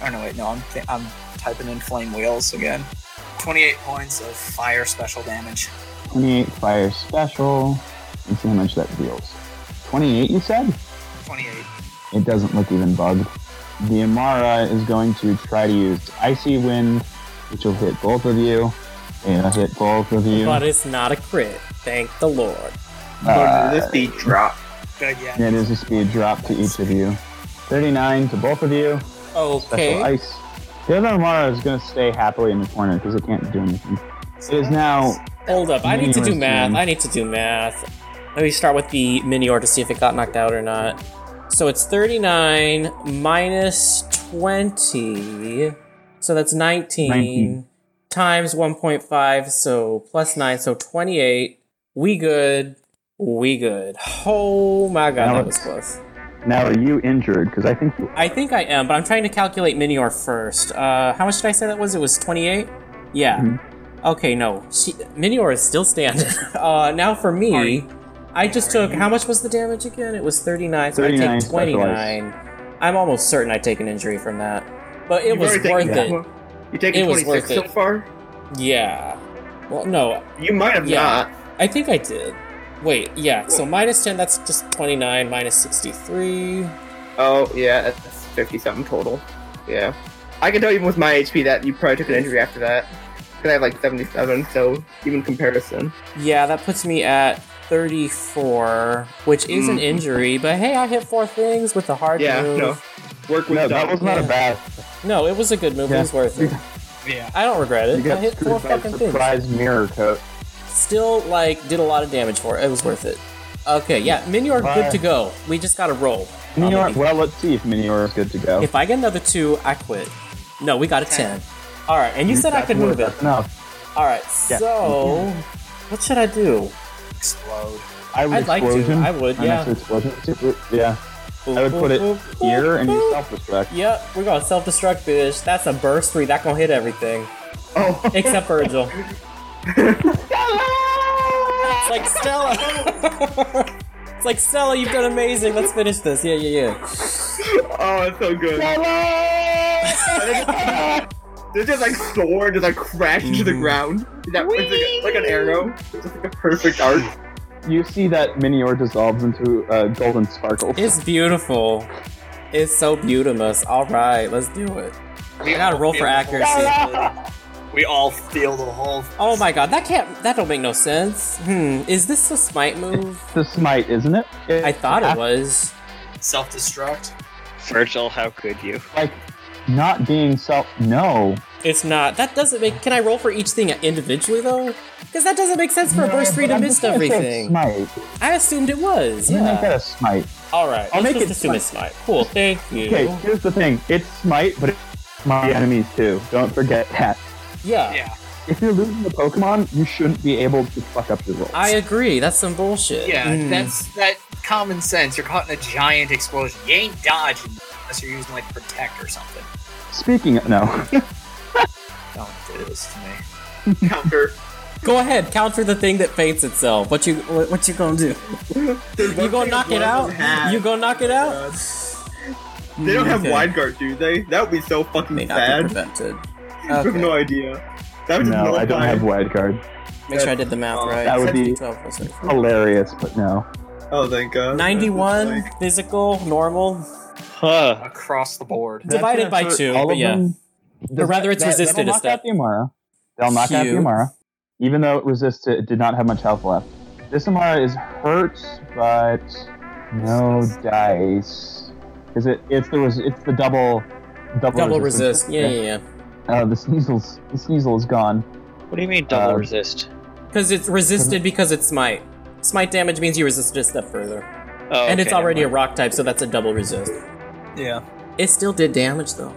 C: Oh no, wait, no, I'm th- I'm typing in flame wheels again. Twenty-eight points of fire special damage.
B: 28 fire special. Let's see how much that deals. 28, you said?
C: Twenty-eight.
B: It doesn't look even bugged. The Amara is going to try to use Icy Wind, which will hit both of you. Yeah, hit both of you.
E: But it's not a crit. Thank the Lord.
F: But
B: Uh,
F: the speed drop.
C: Good, yeah.
B: it is a speed drop to each of you. 39 to both of you. Special
E: Okay.
B: ice. The other Mara is going to stay happily in the corner because it can't do anything. It is now.
E: Hold up. I need to do
B: Minior's
E: math.
B: turn.
E: I need to do math. Let me start with the Minior to see if it got knocked out or not. So it's 39 minus 20. So that's 19,
B: 19.
E: times 1.5. So plus 9. So 28. We good. We good. Oh my god,
B: Now
E: that was
B: it's-
E: close.
B: Now, are you injured? Because I think you
E: I think I am, but I'm trying to calculate Minior first. Uh, how much did I say that was? It was 28? Yeah.
B: Mhm.
E: Okay, no. She, Minior is still standing. [LAUGHS] uh, now for me, I just took. How much was the damage again? It was 39, so I
B: 39
E: take
B: specialized.
E: 29. I'm almost certain I take an injury from that. But it
F: You've
E: was
F: already taken
E: worth it.
F: 20 You taking
E: It was
F: 26
E: worth
F: so
E: it.
F: far?
E: Yeah. Well, no,
F: You might have
E: Yeah.
F: not.
E: I think I did. Wait, yeah, so minus 10, that's just 29, minus 63.
F: Oh yeah, that's fifty-seven total. Yeah, I can tell even with my HP that you probably took an injury after that. Cause I have like seventy-seven, so even comparison.
E: Yeah, that puts me at 34, which is an
F: Mm.
E: injury, but hey, I hit four things with a hard
F: Yeah,
E: move.
F: no. Work with
B: No, that
F: dog.
B: was not a
E: Yeah.
B: bad.
E: No, it was a good move. It
B: Yeah.
E: was worth it.
C: Yeah.
E: I don't regret
B: You
E: it. I
B: got
E: hit four
B: screwed by
E: fucking things.
B: surprise mirror coat.
E: Still, like, did a lot of damage for it. It was worth it. Okay, yeah, Minior, good
B: Bye.
E: to go. We just gotta roll.
B: Minior,
E: Probably.
B: well, let's see if Minior is good to go.
E: If I get another two, I quit. No, we got a 10. All right, and you said I
B: That's
E: could move it.
B: that's enough.
E: All right,
B: Yeah.
E: so what should I do?
C: Explode.
B: I would
E: I'd like to.
B: explosion.
E: I would,
B: Minus
E: yeah.
B: explosion. Yeah. I would put it Here and you self-destruct.
E: Yep, we're gonna self-destruct, bitch. That's a burst three. That gonna hit everything
F: Oh,
E: except Virgil. it's like Stella. [LAUGHS] it's like Stella, you've done amazing. Let's finish this. Yeah, yeah, yeah.
F: oh, it's so good. This just like soar, just like crash into the
E: Mhm.
F: ground. Is that it's like, a- like an arrow? It's just like a perfect
E: [LAUGHS]
F: arc.
B: You see that Minior dissolves into uh, golden sparkles.
E: It's beautiful. It's so beautimous. All right, let's do it.
C: We
E: gotta
C: all
E: roll for
C: feel the whole-
E: accuracy.
C: we all feel the whole.
E: Oh my god, that can't. That don't make no sense. Hmm. Is this a smite move?
B: the smite, isn't it? It-
E: I thought it was.
C: Self destruct.
D: Virgil, how could you?
B: Like not being self. No.
E: It's not. That doesn't make. Can I roll for each thing individually though? Because that doesn't make sense for a burst three to
B: I'm
E: miss
B: just gonna say [LAUGHS]
E: everything.
B: Smite.
E: I assumed it was.
B: You make
E: Yeah.
B: that a smite.
E: All right.
B: I'll
E: let's
B: make it
E: just assume it's smite. Cool. Thank you.
B: Okay, here's the thing. It's smite, but it's my enemies too. Don't forget that.
E: Yeah.
C: Yeah.
B: If you're losing the Pokemon, you shouldn't be able to fuck up your rolls.
E: I agree. That's some bullshit.
C: Yeah,
E: Mm.
C: that's that common sense. You're caught in a giant explosion. You ain't dodging unless you're using like protect or something.
B: Speaking of no.
E: [LAUGHS]
C: Don't do this to me.
F: Counter.
E: Go ahead. Counter the thing that faints itself. What you what, what you gonna do? You gonna knock it out? You gonna knock it out?
F: They don't have
E: Okay.
F: wide guard, do they? That would be so fucking
E: May not be
F: sad.
E: prevented.
F: [LAUGHS] I have
E: Okay.
F: no idea. That would just
B: No, I don't
F: nullify-
B: have wild card.
E: Make sure I did the math
F: Oh,
E: right.
B: that would be-
E: 12 plus 24.
B: Hilarious, but no.
F: Oh, thank God.
E: 91
F: Like,
E: physical normal
D: Huh.
C: Across the board.
B: That's gonna
E: divided by
B: hurt
E: two.
B: all
E: But
B: of
E: yeah,
B: them.
E: Or rather, it's
B: That-
E: resisted
B: That'll
E: is
B: knock
E: that-
B: out the Amara. They'll knock out the
E: Cute.
B: Amara, even though it resists it. It did not have much health left. This Amara is hurt, but no dice. Is it? It's the res- it's the double double,
E: double
B: resistance.
E: resist. Yeah, yeah, yeah.
B: Uh, the sneasel's the sneasel is gone.
D: What do you mean double
B: Uh,
D: resist?
E: Because it's resisted because it's smite. Smite damage means you resist it a step further.
D: Oh,
E: and
D: okay,
E: it's
D: never
E: already a
D: mind.
E: rock type, so that's a double resist.
C: Yeah.
E: It still did damage though.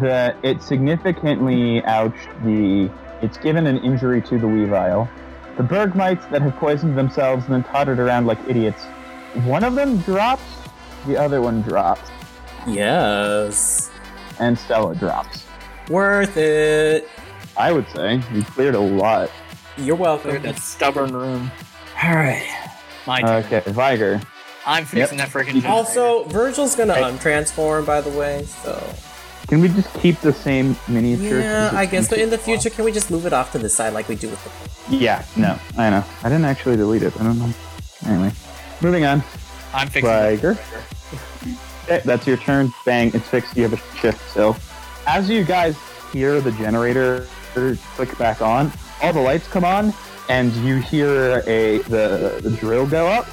B: The it significantly ouched the. It's given an injury to the Weavile. The Berg mites that have poisoned themselves and then tottered around like idiots. One of them drops, the other one drops,
E: Yes.
B: and Stella drops.
E: Worth it.
B: I would say you cleared a lot.
E: You're welcome.
C: That stubborn room. All right. My turn.
B: Okay, Viger.
C: I'm fixing that freaking. generator.
E: Also, Virgil's gonna
B: Hey.
E: untransform, by the way, so.
B: Can we just keep the same miniature?
E: Yeah, I guess, but in the future, can we just move it off to the side like we do with the.
B: Yeah, no, I know. I didn't actually delete it. I don't know. Anyway, moving on.
C: I'm fixing.
B: Viger. Okay, Eh, that's your turn. Bang, it's fixed. You have a shift. So, as you guys hear the generator click back on, all the lights come on, and you hear a the, the drill go up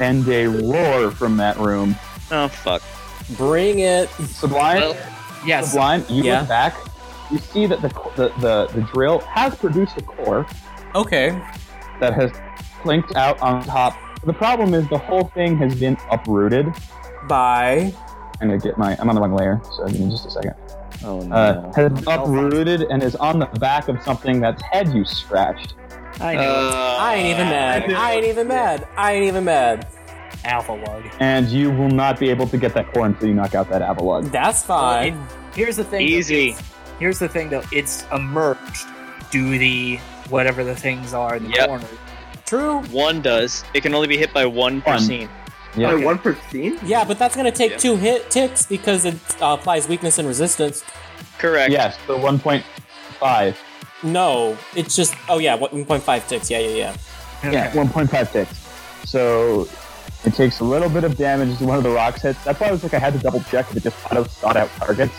B: and a roar from that room.
D: Oh fuck.
E: Bring it.
B: Sublime,
D: Well,
C: Yes.
B: Sublime, you
E: Yeah.
B: look back. You see that the, the the the drill has produced a core
E: Okay.
B: that has clinked out on top. The problem is the whole thing has been uprooted.
E: Bye.
B: I'm gonna get my. I'm on the wrong layer, so give me just a second.
G: Oh no.
B: Uh, has uprooted and is on the back of something that's head you scratched.
G: I know.
D: Uh,
E: I ain't even mad. I ain't even mad. I ain't even mad.
G: Alpha lug.
B: and you will not be able to get that core until you knock out that Avalon.
E: That's fine.
C: Here's the thing. though,
D: Easy.
C: it's- Here's the thing, though. It's emerged. Do the whatever the things are in the
D: Yep.
C: corner.
E: True.
D: One does. It can only be hit by one per
B: One.
D: scene.
B: Yeah.
F: Only one per scene?
E: Yeah, but that's gonna take
D: Yeah.
E: two hit ticks because it uh, applies weakness and resistance.
D: Correct.
B: Yes, the 1.5.
E: No, it's just oh yeah, one point five ticks. Yeah, yeah, yeah.
B: Yeah, 1.5 ticks. So it takes a little bit of damage to one of the rocks hits. That's why I was like, I had to double check if it just auto sought out targets.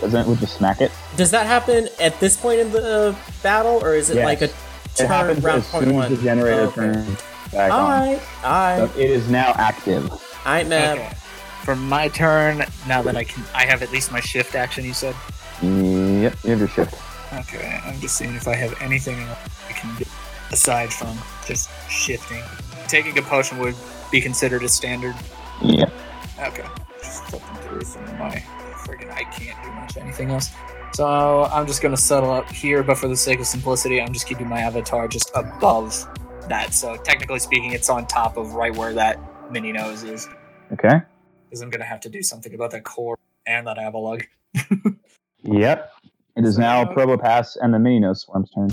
B: Doesn't it would just smack it?
E: Does that happen at this point in the uh, battle, or is it
B: Yes.
E: like a
B: It
E: turn
B: happens
E: round
B: as
E: point
B: soon as
E: one?
B: the generator
E: Okay.
B: turns back
E: All
B: on.
E: right, all right.
B: So it is now active.
E: I ain't mad.
C: Okay. For my turn, now that I can, I have at least my shift action. You said.
B: Yep, you have your shift.
C: Okay, I'm just seeing if I have anything else I can do aside from just shifting. Taking a potion would be considered a standard.
B: Yep.
C: Okay. Just flipping through some of my friggin' I can't do much anything else. So I'm just gonna settle up here, but for the sake of simplicity, I'm just keeping my avatar just above that. So technically speaking, it's on top of right where that mini nose is,
B: Okay.
C: because I'm gonna have to do something about that core and that avalug.
B: Yep. It is now
C: So-
B: Probopass and the Mininos Swarm's turn.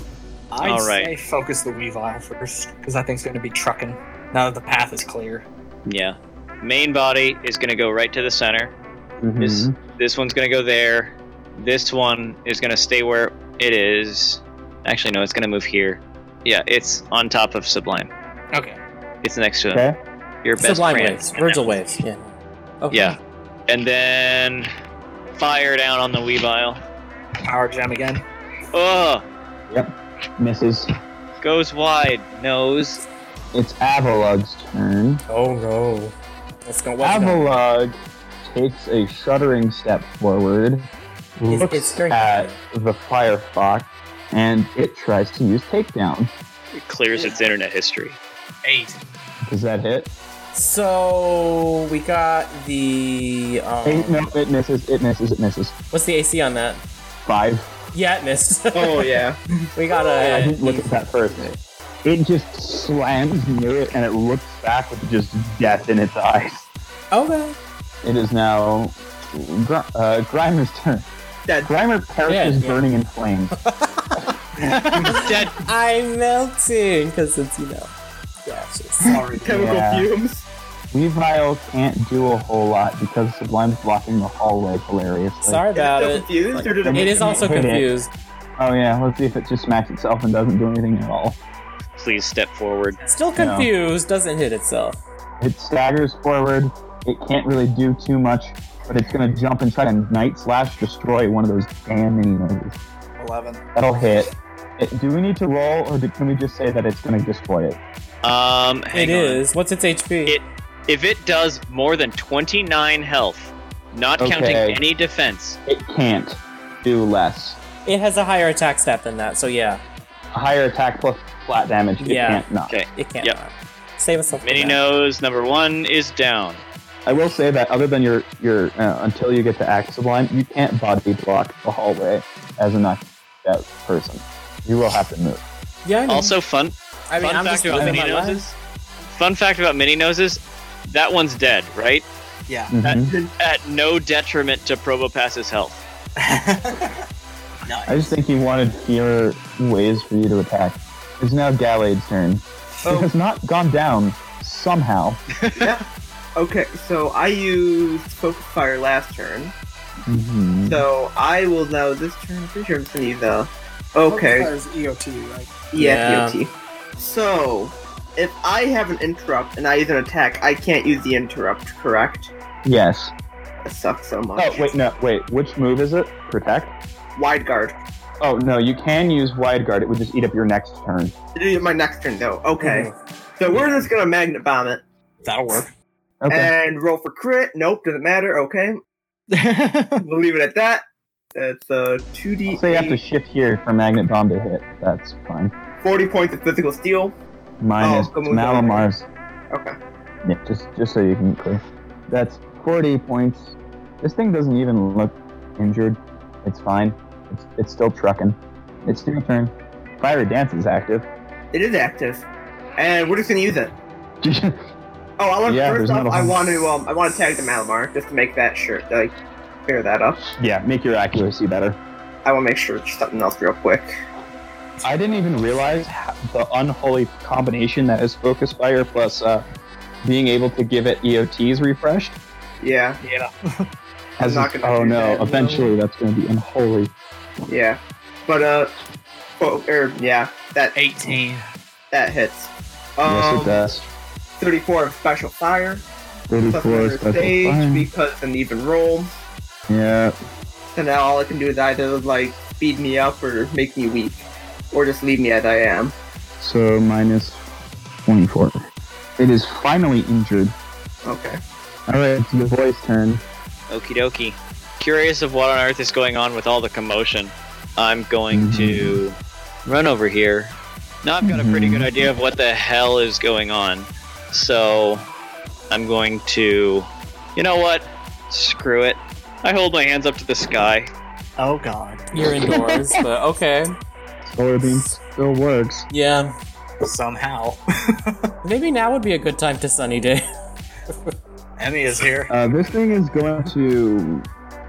C: I'd
D: All right.
C: say focus the Weavile first, because that thing's going to be trucking now that the path is clear.
D: Yeah. Main body is gonna go right to the center.
E: Mm-hmm.
D: This
C: Mm-hmm.
D: this one's gonna go there. This one is gonna stay where it is. Actually, no, it's gonna move here. Yeah, it's on top of Sublime.
C: Okay.
D: It's next to him.
B: Okay.
D: Your best
E: Sublime
D: friend.
E: waves, Virgil waves. Yeah. Okay.
D: Yeah. And then fire down on the Weavile.
C: Power gem again.
D: Ugh!
B: Misses.
D: Goes wide. Nose.
B: It's Avalug's turn.
E: Oh no. It's gonna work.
B: Avalog takes a shuddering step forward,
E: It's-
B: looks
E: it's very-
B: at the Firefox, and it tries to use takedown.
D: It clears its internet history.
C: Eight.
B: Does that hit?
E: So we got the
B: Eight, no,
E: um,
B: it misses. It misses. It misses.
E: what's the AC on that?
B: Five.
E: Yeah, it missed. [LAUGHS]
F: Oh, yeah.
E: we got
B: I
E: a
B: didn't look at that first. It just slams near it, and it looks back with just death in its eyes.
E: okay.
B: It is now Gr- uh, Grimer's turn.
F: Dead.
B: Grimer perishes
E: Yeah, yeah.
B: burning in flames.
D: Dead.
E: I'm melting because it's you know. Yeah, it's just-
C: Sorry.
F: Chemical
B: Yeah.
F: fumes.
B: Weavile can't do a whole lot because Sublime's blocking the hallway hilariously.
E: Sorry about
F: Is it still
E: it.
F: confused, or did it-
E: It is
F: [LAUGHS]
E: also
B: Hit it.
E: confused.
B: Oh yeah, let's see if it just smacks itself and doesn't do anything at all.
D: Please step forward.
E: Still confused. Doesn't hit itself.
B: It staggers forward. It can't really do too much, but it's gonna jump and try to night slash destroy one of those damn minions.
C: Eleven.
B: That'll hit. It- do we need to roll, or do, can we just say that it's gonna destroy it?
D: Um, hang
E: it
D: on.
E: is. What's its HP?
D: It- If it does more than 29 health, not counting
B: Okay.
D: any defense,
B: It can't do less.
E: It has a higher attack stat than that, so yeah,
B: Higher attack plus flat damage. It
E: Yeah.
B: can't not.
D: Okay.
E: it can't.
D: Yep.
E: Save us something.
D: Mini Nose number one is down.
B: I will say that other than your your uh, until you get to Act Sublime, you can't body block the hallway as a knocked out person. You will have to move.
E: Yeah. I know.
D: Also, fun
E: Hmm. I mean,
D: fun
E: I'm
D: fact
E: just
D: about
E: living
D: mini
E: my life.
D: noses? fun fact about Mini Noses, that one's dead, right?
C: Yeah.
B: Mhm.
D: At no detriment to Probopass's health.
B: I just think he wanted fewer ways for you to attack. It's now Galade's turn. It
F: Oh,
B: has not gone down somehow.
F: Okay, so I used Focus Fire last turn.
B: Mhm.
F: So I will now this turn. I'm pretty sure I'm just gonna use a. Okay.
H: Fires
C: E
H: EOT, right?
E: Yeah.
F: Yeah. POT. So if I have an interrupt and I use an attack, I can't use the interrupt. Correct.
B: Yes.
F: That sucks so much.
B: Oh wait, no, wait. Which move is it? Protect.
F: Wide guard.
B: Oh no, you can use wide guard. It would just eat up your next turn.
F: Do my next turn though. Okay.
B: Mm-hmm.
F: So we're just gonna magnet bomb it
C: That'll work.
B: Okay.
F: and roll for crit. Nope, doesn't matter.
B: [LAUGHS]
F: Okay, we'll leave it at that. That's uh two D
B: so you have to shift here for magnet bomb to hit. That's fine.
F: forty points of physical steel.
B: Minus
F: Oh, come with
B: Malamar's.
F: Okay.
B: Yeah, just just so you can clear. That's 40 points. This thing doesn't even look injured. It's fine. It's, it's still trucking. It's your turn. Fiery Dance is active. [LAUGHS]
F: It is active, and we're just gonna use it. Oh, I want
B: Yeah,
F: first
B: there's
F: off,
B: not a-
F: I want to um, I want to tag the Malamar just to make that sure like clear that up.
B: yeah, make your accuracy better.
F: I want to make sure it's something else real quick.
B: I didn't even realize ho- the unholy combination that is Focus Fire plus uh, being able to give it EOTs refreshed.
F: Yeah, I'm
B: As
F: not
B: if-
F: gonna
B: oh
F: do
B: no,
F: that.
B: eventually that's going to be unholy.
F: yeah, but uh, oh, er, yeah, that
C: 18.
F: that hits. Um,
B: yes, it does.
F: Thirty-four of special fire.
B: 34
F: Plus
B: special
F: another stage
B: fire.
F: because it's an even roll.
B: Yeah,
F: So now all I can do is either like speed me up or make me weak, or just leave me as I am.
B: So minus 24. It is finally injured.
F: Okay.
B: All right, it's the boy's turn.
D: Okie dokie. Curious of what on earth is going on with all the commotion. I'm going to
C: Mm-hmm.
D: run over here. Now I've got a pretty
B: Mhm.
D: good idea of what the hell is going on. So I'm going to. You know what? Screw it. I hold my hands up to the sky.
G: Oh god.
E: You're
D: [LAUGHS]
E: indoors, but okay.
B: Solar beam still works.
E: Yeah.
G: Somehow.
E: Maybe now would be a good time to sunny day. [LAUGHS]
C: Emmy is here.
B: Uh, this thing is going to.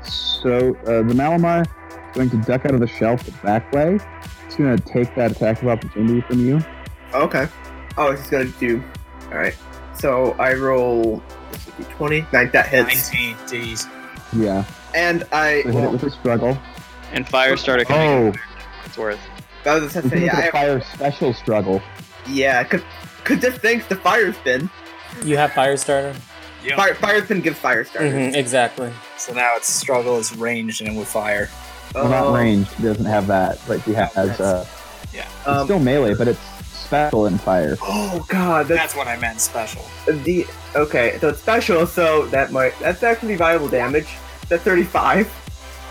B: So uh, the Malamar is going to duck out of the shelf the back way. It's going to take that attack of opportunity from you.
F: Okay. Oh, it's just gonna do. All right. So I roll. This would be twenty. Nine. That hits.
C: 19. Jeez.
B: Yeah,
F: And I.
B: so hit it with a struggle.
D: And fire started coming.
B: Oh,
D: It's worth.
F: I was just
B: we can
F: gonna
B: make
F: say, yeah,
B: it
F: I
B: a fire special struggle.
F: yeah, cause, cause this thing's the fire's been.
E: You have Firestarter?
C: Yep.
F: Fire, fire's been gives fire starters.
E: Mm-hmm, exactly.
G: So now its struggle is ranged and with fire.
B: Well,
F: Um,
B: Mm-hmm. not ranged. He doesn't have that. Like he has. Uh, it's
F: um,
B: still melee, but it's special in fire.
F: oh god, that's
G: That's what I meant special.
F: the okay. So it's special, so that might that's actually viable damage. That's thirty-five [LAUGHS]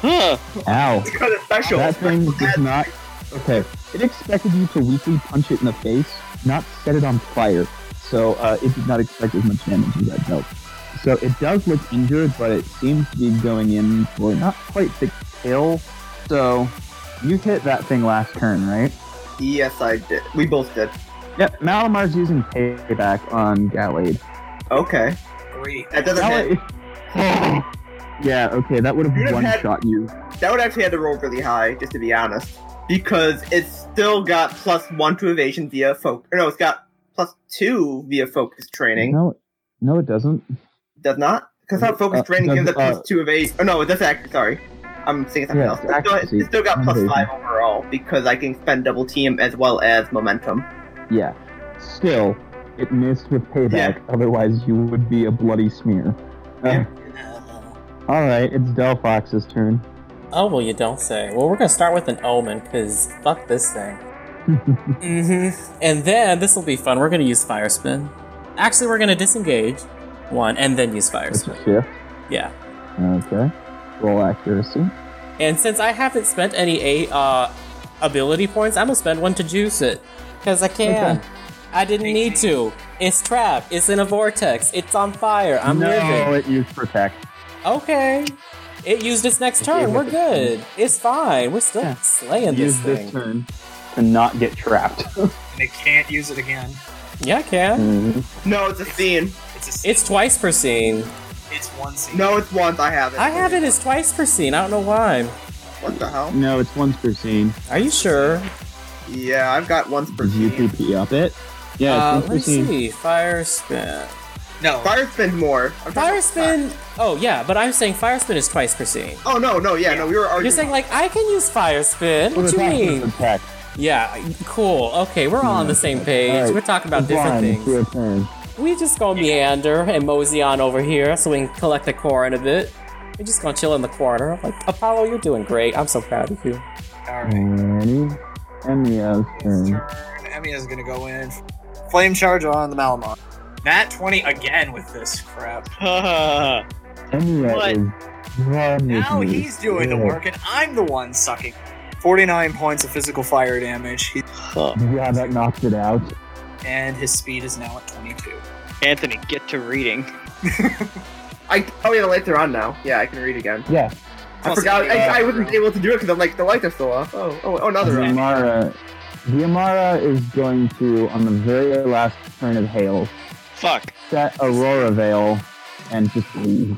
D: Huh.
B: Ow.
F: because it's special.
B: That thing does not. Okay, it expected you to weakly punch it in the face, not set it on fire. So uh, it did not expect as much damage as that dealt. So it does look injured, but it seems to be going in for not quite the kill. So you hit that thing last turn, right?
F: Yes, I did. We both did.
B: Yep, Malamar's using payback on Gallade.
F: Okay,
C: Three.
F: that doesn't hit.
B: Gallade.
F: [SIGHS]
B: yeah, okay, that would
F: You'd
B: have
F: have
B: one
F: had-
B: shot you.
F: That would actually have to roll really high, just to be honest, because it's still got plus one to evasion via focus. No, it's got plus two via focus training.
B: No, no, it doesn't.
F: Does not? Because not focus
B: Uh,
F: training
B: does-
F: gives up plus
B: uh,
F: two of eight. Oh no, that's accurate. Sorry, I'm thinking something
B: Yeah,
F: else.
B: it's
F: It's still,
B: accuracy.
F: it's still got plus
B: Invasion.
F: five overall because I can spend double team as well as momentum.
B: Yeah. Still, it missed with payback. Otherwise, you would be a bloody smear. Uh, all right, it's Delphox's turn.
E: Oh, well, you don't say. Well, we're gonna start with an omen, because fuck
B: [LAUGHS]
E: this thing. mm-hmm. And then, this will be fun. We're gonna use Fire Spin. Actually, we're gonna disengage one and then use Fire
B: It's
E: Spin.
B: a shift.
E: Yeah.
B: Okay. Roll accuracy.
E: And since I haven't spent any uh, ability points, I'm gonna spend one to juice it. Because I can.
B: Okay.
E: I didn't need to. It's trapped. It's in a vortex. It's on fire. I'm
B: no,
E: living.
B: it used protect.
E: Okay. It used its next turn.
B: gave
E: We're
B: it
E: good. It's fine. We're still
B: Yeah.
E: slaying this
B: Use this
E: thing.
B: turn to not get trapped.
C: And it can't use it again.
E: yeah, I can.
B: Mhm.
F: No, it's a scene.
C: It's, a,
E: It's twice per scene.
C: it's one scene.
F: No, it's once. I have it.
E: I have it as twice per scene. I don't know why.
F: What the hell?
B: no, it's once per scene.
E: Are you sure?
F: Yeah, I've got once per
B: Did you
F: scene.
B: PP up it? Yeah,
E: uh,
B: it's once
E: let me
B: per scene.
E: see. Fire spin.
C: No.
F: Fire spin more. I'm talking
E: Fire
F: about-
E: spin. Oh yeah, but I'm saying fire spin is twice per scene.
F: Oh no, no, yeah, no, we were arguing.
E: You're saying like I can use fire spin. What
B: Well,
E: you
B: attack is
E: mean?
B: attack.
E: Yeah, cool. Okay, we're all on the same page.
B: Alright,
E: We're talking about different
B: Blind, it's
E: things.
B: your turn.
E: We just gonna meander and mosey on over here so we can collect the core in a bit. We're just gonna chill in the corner. Like Apollo, you're doing great. I'm so proud of you.
C: All
B: Mm.
C: right.
B: Ready? And Mia's turn.
C: Emmy is gonna go in. Flame charge on the Malamar. Nat 20 again with this crap.
B: And Mia
D: What?
B: is done with
C: Now
B: me.
C: he's doing the
B: Yeah.
C: work and I'm the one sucking. 49 points of physical fire damage, he-
B: Yeah, that knocked it out.
C: and his speed is now at 22.
D: Anthony, get to reading.
F: I oh yeah, the lights are on now. Yeah, I can read again.
B: Yeah.
F: I forgot. I, I wasn't able to do it because I'm like the lights are still off. Oh oh oh, now they're [LAUGHS] on.
B: Yamara. Yamara is going to, on the very last turn of Hail,
D: Fuck.
B: set Aurora Veil and just leave.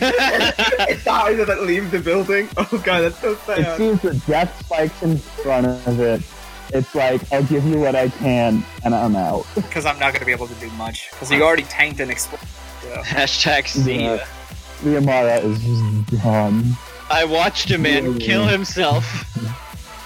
F: It's the eyes that leave the building. [LAUGHS] Oh god, that's so
B: It
F: sad.
B: sees the death spikes in front of it. It's like, I'll give you what I can, and I'm out.
C: Because I'm not gonna be able to do much. Because he already tanked an explosion.
D: Hashtag see. ya.
B: Yeah. Yamara is just done.
D: I watched a man kill himself.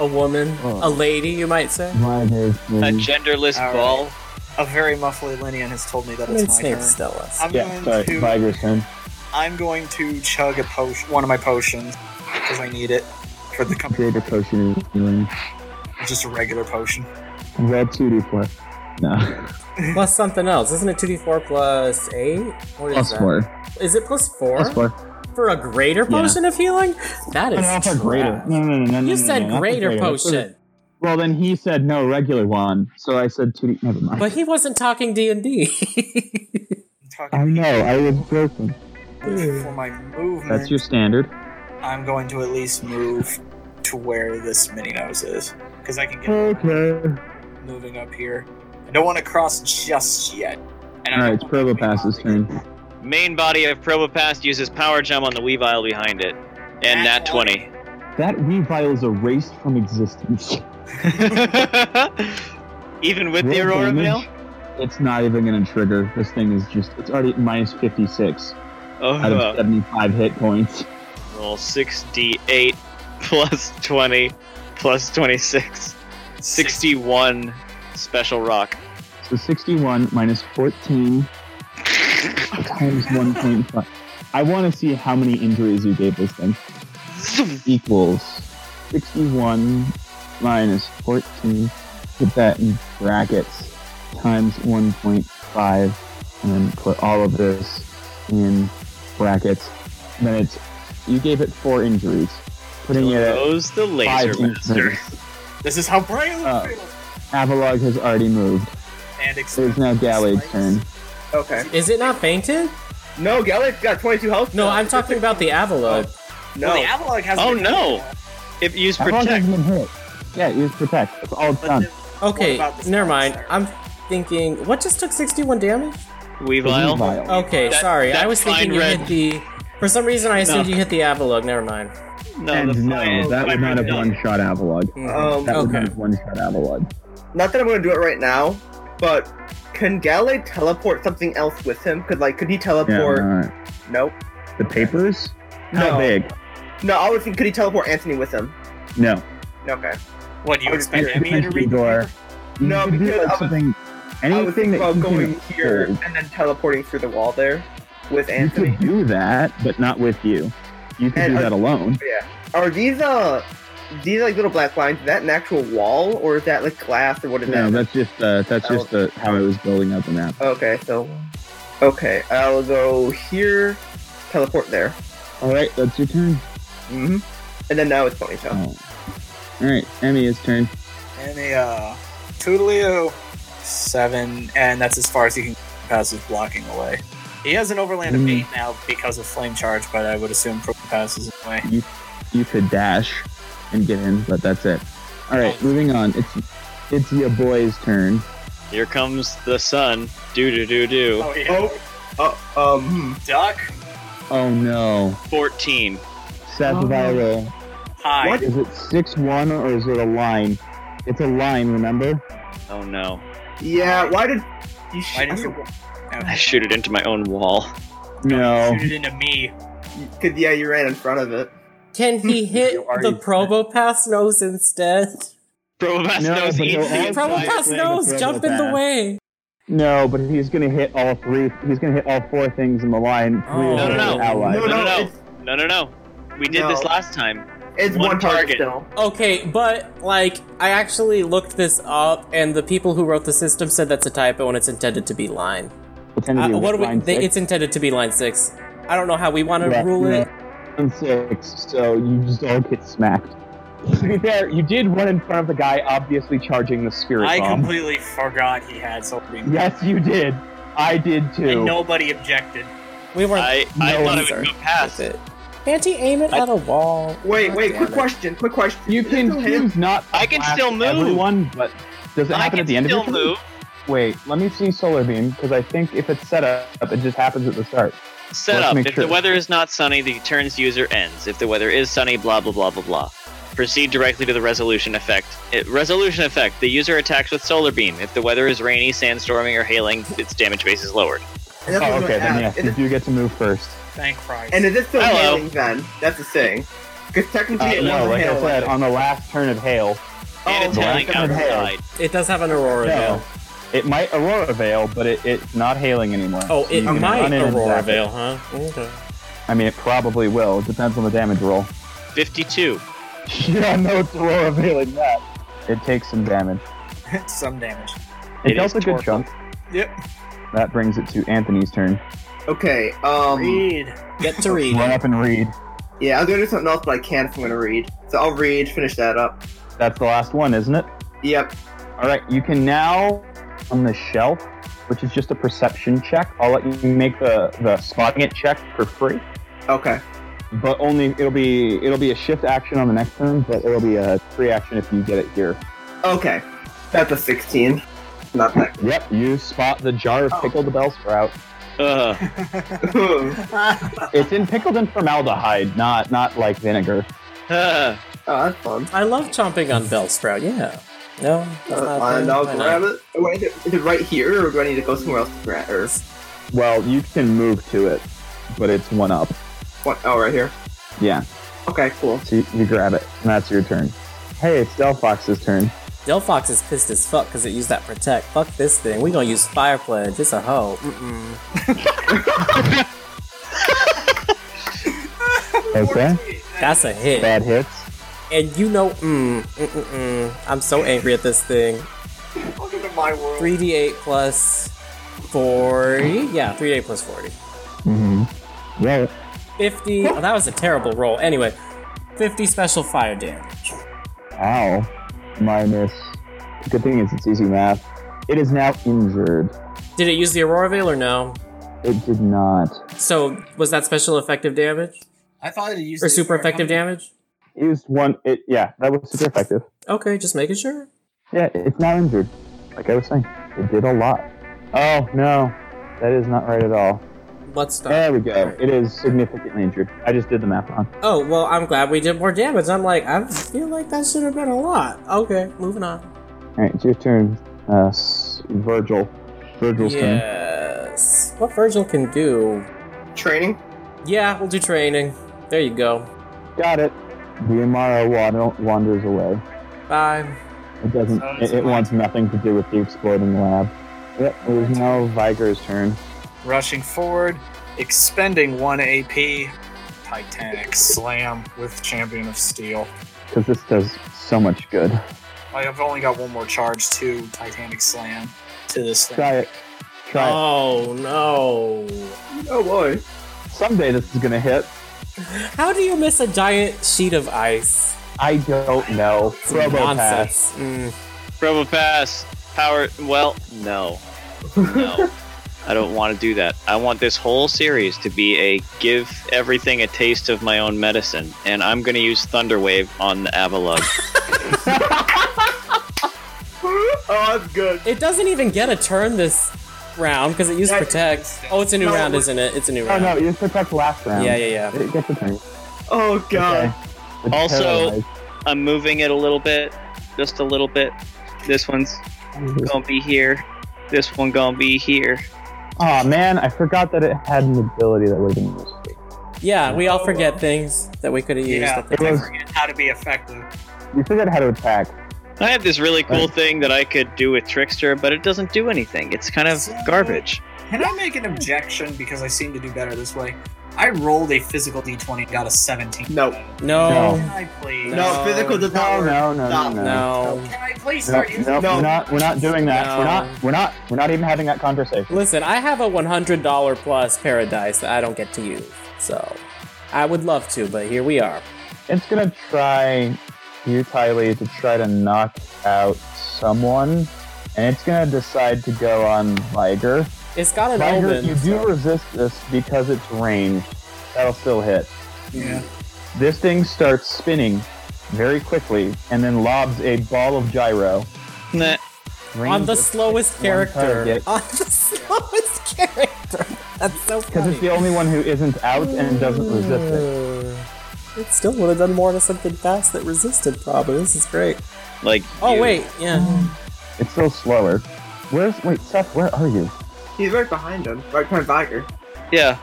E: A woman,
B: Oh.
E: a lady, you might say.
B: My days,
D: A
B: please.
D: genderless
C: All right.
D: ball.
C: A very muffly Linian has told me that it's,
E: It's
C: my
E: named
C: turn.
E: Stella.
C: I'm
B: Yeah,
C: going
B: sorry,
C: to
B: Viger's turn.
C: I'm going to chug a potion, one of my potions, because I need it for the company.
B: Creator potion is healing.
C: It's just a regular potion.
B: Red 2d4. No,
E: plus something else, isn't it? Two d four plus eight. What is
B: plus
E: that?
B: 4.
E: Is it plus four?
B: Plus 4.
E: for a greater
B: Yeah.
E: potion of healing? That is
B: No, not for greater. Mm,
E: crap.
B: No, no, no, no, no.
E: You
B: no,
E: said
B: no, not for
E: greater,
B: This was-
E: potion,
B: Well, then he said no regular one, so I said two. D- Never mind.
E: but he wasn't talking D and D. [LAUGHS]
C: I'm talking
B: I know I was broken.
C: for my movement.
B: That's your standard.
C: I'm going to at least move to where this mini nose is. Because I can get
B: Okay.
C: moving up here. I don't want to cross just yet. And I
B: All right, it's
C: don't want to
B: Probo
C: be
B: Pass's
C: bothered.
B: turn.
D: Main body of Probopast uses power jump on the Weavile behind it. And
C: Nat
D: nat 20.
B: That Weavile is erased from existence.
D: [LAUGHS] Even with the
B: Roll
D: Aurora
B: damage.
D: Veil?
B: It's not even gonna trigger. This thing is just—it's already at minus 56 out of
D: Oh,
B: 75 hit points.
D: roll 6d8 [LAUGHS] plus 20 plus 26. 61 special rock.
B: So 61 minus 14 times 1.5. I want to see how many injuries you gave this
D: [LAUGHS]
B: thing. equals 61 minus 14. Put that in brackets times 1.5, and then put all of this in brackets. Then it's you gave it four injuries, putting it at
D: Goes the
B: five
D: laser master.
B: injuries.
C: This is how Braille
B: Uh,
C: feels.
B: Avalog has already moved.
C: And
B: It is now Gallag's turn.
F: Okay.
E: is it not fainted?
F: No, Gallagher's got 22 health.
E: No,
F: now.
E: I'm talking about the Avalon.
C: No.
F: No.
C: the Avalog has
D: Oh no! If you use
B: Avalog
D: protect,
B: hasn't been hit. Yeah, use protect. That's all it's done.
E: Okay,
C: What about this
E: never mind.
C: monster?
E: I'm thinking. What just took 61 damage?
D: Weavile.
F: Oh,
B: Vile.
E: Okay,
D: That-
E: sorry. I
D: that
E: was thinking
D: fine
E: you
D: red-
E: hit the. For some reason, I assumed you hit the Avalon. Never mind.
D: No, the
B: And
D: fire-
B: no, that would
D: fire
B: not have
D: red
B: one shot Avalog.
E: Mhm.
F: Um,
B: That would
E: Okay.
B: not have one shot Avalog.
F: not that I'm gonna do it right now, but can Gallagher teleport something else with him? Could like, could he
B: Yeah, uh,
F: teleport?
B: alright.
F: Nope.
B: The papers?
F: No.
B: Not big.
F: No, I would think could he teleport Anthony with him?
B: No.
F: Okay.
C: What do you
F: I
C: expect
B: would-
C: Emmy to
B: potentially
C: read? the
B: door.
C: paper?
F: No,
B: You could do,
F: because I was-
B: something.
F: I was thinking
B: Anything that
F: about
B: you
F: going
B: can
F: here
B: hold.
F: and then teleporting through the wall there with
B: You
F: Anthony.
B: could do that, but not with you. You could
F: And
B: do
F: are-
B: that alone.
F: Yeah. Are these uh these like little black lines? Is that an actual wall or is that like glass or what is
B: No,
F: that?
B: that's just uh, that's
F: That
B: just uh, how I was building up the map.
F: Okay, so okay, I'll go here, teleport there.
B: All right, that's your turn.
F: Mm-hmm. And then now it's ponytail.
B: Oh. All right, Emmy's turn.
C: And a uh, Toodaloo seven, and that's as far as he can pass his blocking away. He has an overland of
E: Hmm.
B: Mm.
C: eight now because of flame charge, but I would assume Probo passes away.
B: You could dash and get in, but that's it. All right, moving on. It's it's your boy's turn.
D: Here comes the sun. Do do do do.
C: Oh, yeah.
F: Oh, oh, um,
C: duck.
B: Oh no,
D: 14.
B: Seth
F: Oh.
B: Viral.
C: Hi.
B: What is it? Six one or is it a line? It's a line. Remember?
D: Oh no.
F: hmm. yeah. Why did you? Sh-
C: Why did you-
D: I shoot it into my own wall.
B: No.
C: Shoot it into me.
F: Cause yeah, you ran in front of it.
E: Can he hit
C: You are-
E: the Probopass nose instead?
D: Probopast
B: No,
D: knows
B: but
D: eats
B: no,
D: the
B: all-
D: entire
E: Probopass
D: thing.
E: nose, jump in the
B: Probopass.
E: way.
B: No, but he's gonna hit all three. He's gonna hit all four things in the line. Three
E: Oh.
B: of
D: No, no,
B: them
D: no.
B: are allies.
D: No, no, no.
F: it's-
D: No, no, no. We did
F: No.
D: this last time.
F: It's
D: One
F: one,
D: target.
F: target still.
E: Okay, but like I actually looked this up, and the people who wrote the system said that's a typo and it's intended to be line.
B: Pretend to
E: Uh,
B: be
E: what do we?
B: line
E: They,
B: six.
E: it's intended to be line six. I don't know how we want to
B: Yeah,
E: rule
B: yeah.
E: it.
B: Line six, so you just all get smacked. [LAUGHS] To be fair, you did run in front of the guy obviously charging the spirit
C: I
B: bomb.
C: completely forgot he had something.
B: yes, you did. I did too.
C: And nobody objected.
E: We weren't.
D: I, I
E: no
D: thought it
E: answer
D: would go past.
E: with it. Can't he aim it
D: I-
E: at a wall?
F: Wait,
E: God
F: wait,
E: damn
F: quick
E: it.
F: question, quick question.
B: You
F: Is it still
B: can
F: him?
B: choose not. to
D: I can
B: blast
D: still move.
B: Everyone, but does it
D: I
B: happen
D: can
B: at the end
D: still
B: of your turn?
D: move.
B: Wait, let me see solar beam because I think if it's set up, it just happens at the start.
D: Set
B: Let's
D: up.
B: make
D: If
B: sure.
D: the weather is not sunny, the turn's user ends. If the weather is sunny, blah blah blah blah blah. Proceed directly to the resolution effect. It, resolution effect. The user attacks with solar beam. If the weather is rainy, sandstorming, or hailing, its damage base is lowered.
F: And that's what
B: oh,
F: I'm
B: okay,
F: gonna
B: then yes,
F: ask. And
B: you
F: it-
B: do get to move first.
C: Thank Christ.
F: And is it still
D: Hello.
F: hailing then? That's the thing. Because technically
B: Uh,
F: it
B: no,
F: wasn't
B: like I
F: hailing. Oh,
B: said, on the last turn of hail,
D: and it's
B: okay.
D: hailing
B: Black and hail.
D: outside.
E: It does have an aurora
B: no,
E: veil.
B: it might aurora veil, but it, it's not hailing anymore.
E: Oh,
B: So
E: it
B: you can
E: might
B: run in and
E: aurora
B: zap it.
E: veil, huh? Okay. [LAUGHS]
B: I mean, it probably will. It depends on the damage roll. [LAUGHS]
D: Fifty-two.
B: yeah, no, it's aurora veiling that. It takes some damage.
C: some damage.
B: It,
D: It
B: dealt
D: is
B: a good
D: torqued.
B: chunk.
C: Yep.
B: That brings it to Anthony's turn.
F: Okay, um
C: Read.
E: Get to read.
B: Run up and read.
F: Yeah, I'm gonna do something else but I can if I'm gonna read. So I'll read, finish that up.
B: That's the last one, isn't it?
F: Yep.
B: All right, you can now on the shelf, which is just a perception check. I'll let you make the the spotting it check for free,
F: Okay.
B: but only it'll be it'll be a shift action on the next turn, but it'll be a free action if you get it here.
F: Okay. That's a sixteen. Not that [LAUGHS]
B: Yep, you spot the jar of pickled bell sprout.
D: Ugh.
F: oh,
B: It's in pickled in formaldehyde, not not like vinegar.
D: [LAUGHS] Ugh.
F: that's fun.
E: I love chomping on bell sprout. Yeah. No. that's
F: That's
E: not a
F: fine.
E: thing.
F: I'll
E: Why not?
F: grab it. Oh, Wait, is it- is it right here or do I need to go somewhere else to grab or
B: Well, you can move to it, but it's one up.
F: what oh right here?
B: Yeah,
F: Okay, cool.
B: so you, you grab it, and that's your turn. Hey, it's Delphox's turn.
E: Delphox is pissed as fuck because it used that protect. Fuck this thing. We gonna use fire pledge. It's a hoe. Mm, Mm-mm.
B: Okay,
E: That's a hit.
B: bad hits.
E: And you know, mm, mm, mm, mm. I'm so angry at this thing.
C: Welcome to my world.
E: 3d8 plus 40. Yeah, 3d8 plus 40.
B: Mm-hmm. Yeah.
E: 50. Oh, that was a terrible roll. Anyway, 50 special fire damage.
B: Ow. Minus. Good thing is it's easy math. It is now injured.
E: Did it use the aurora veil or no?
B: It did not.
E: So was that special effective damage
C: I thought it used
E: or super effective damage?
B: Used one. It yeah. That was super effective.
E: Okay, just making sure.
B: Yeah. It's now injured. Like I was saying, it did a lot. Oh no, that is not right at all.
E: Let's start.
B: There we go. It is significantly injured. I just did the math wrong.
E: Oh, well, I'm glad we did more damage. I'm like, I feel like that should have been a lot. Okay, moving on.
B: All right, it's your turn, uh, S- Virgil. Virgil's turn.
E: Yes. What Virgil can do.
F: Training?
E: Yeah, we'll do training. There you go.
B: Got it. The Amara wand- wanders away.
E: Bye.
B: It doesn't.
C: So it's
B: it, it
C: mine.
B: wants nothing to do with the exploding lab. Yep. It is now Viger's turn.
C: Rushing forward, expending one AP. Titanic slam with Champion of Steel.
B: because this does so much good.
C: Like, I've only got one more charge to Titanic slam to this thing.
B: Try it. Try
E: Oh, no.
F: Oh boy.
B: it. Someday this is gonna hit.
E: How do you miss a giant sheet of ice?
B: I don't know.
E: It's
B: Robo pass.
E: nonsense. Mm.
D: Probo pass. Power. Well, no, no. I don't want to do that. I want this whole series to be a give everything a taste of my own medicine, and I'm going to use Thunderwave on the Avalug.
F: oh, that's good.
E: Mm. It doesn't even get a turn this round because it used
F: That's-
E: protect. Oh, it's a new
F: No,
E: round,
F: it-
E: isn't it? It's a new
B: Oh
E: round.
B: no, you just protect last round.
E: Yeah, yeah, yeah.
B: It gets a turn.
F: Oh god.
B: Okay. It's
D: Also-
B: paralyzed.
D: I'm moving it a little bit, just a little bit. This one's gonna be here. This one gonna be here.
B: Aw man, I forgot that it had an ability that would have been useful.
E: Yeah, we all forget things that we could have used.
C: Yeah,
E: that
C: I
E: they-
B: was-
C: forget how to be effective.
B: You forgot how to attack.
D: I have this really cool
B: Right.
D: thing that I could do with Trickster, but it doesn't do anything. It's kind of garbage.
C: Can I make an objection because I seem to do better this way? I rolled a physical d20 and got a 17.
F: No.
E: No.
C: Can I please?
E: No.
F: No, physical does not
B: No,
F: work.
B: no, no, no,
F: Stop.
B: no.
E: No.
C: Can I please
B: No,
C: start using
B: no,
F: No.
B: we're not. We're not doing that. We're
E: No.
B: not. We're not. We're not even having that conversation.
E: Listen, I have a $100 plus paradise that I don't get to use. So I would love to, but here we are.
B: It's gonna try you, Tylee, to try to knock out someone, and it's gonna decide to go on Liger.
E: It's got an
B: Liger,
E: omen.
B: you do
E: so-
B: resist this because it's ranged. That'll still hit.
C: Yeah.
B: This thing starts spinning very quickly, and then lobs a ball of gyro.
D: Nah.
E: on the
B: Range-
E: slowest
B: one
E: character. Oh,
B: target.
E: On the [LAUGHS] slowest character. That's [LAUGHS] so
B: Because
E: funny.
B: it's the only one who isn't out and doesn't resist it.
E: it. It still would have done more to something fast that resisted, probably. This is great.
D: Like.
E: Oh
D: you.
E: wait, yeah.
B: It's still slower. Where's wait, Seth? Where are you?
F: He's right behind him, right behind Viger.
D: Yeah.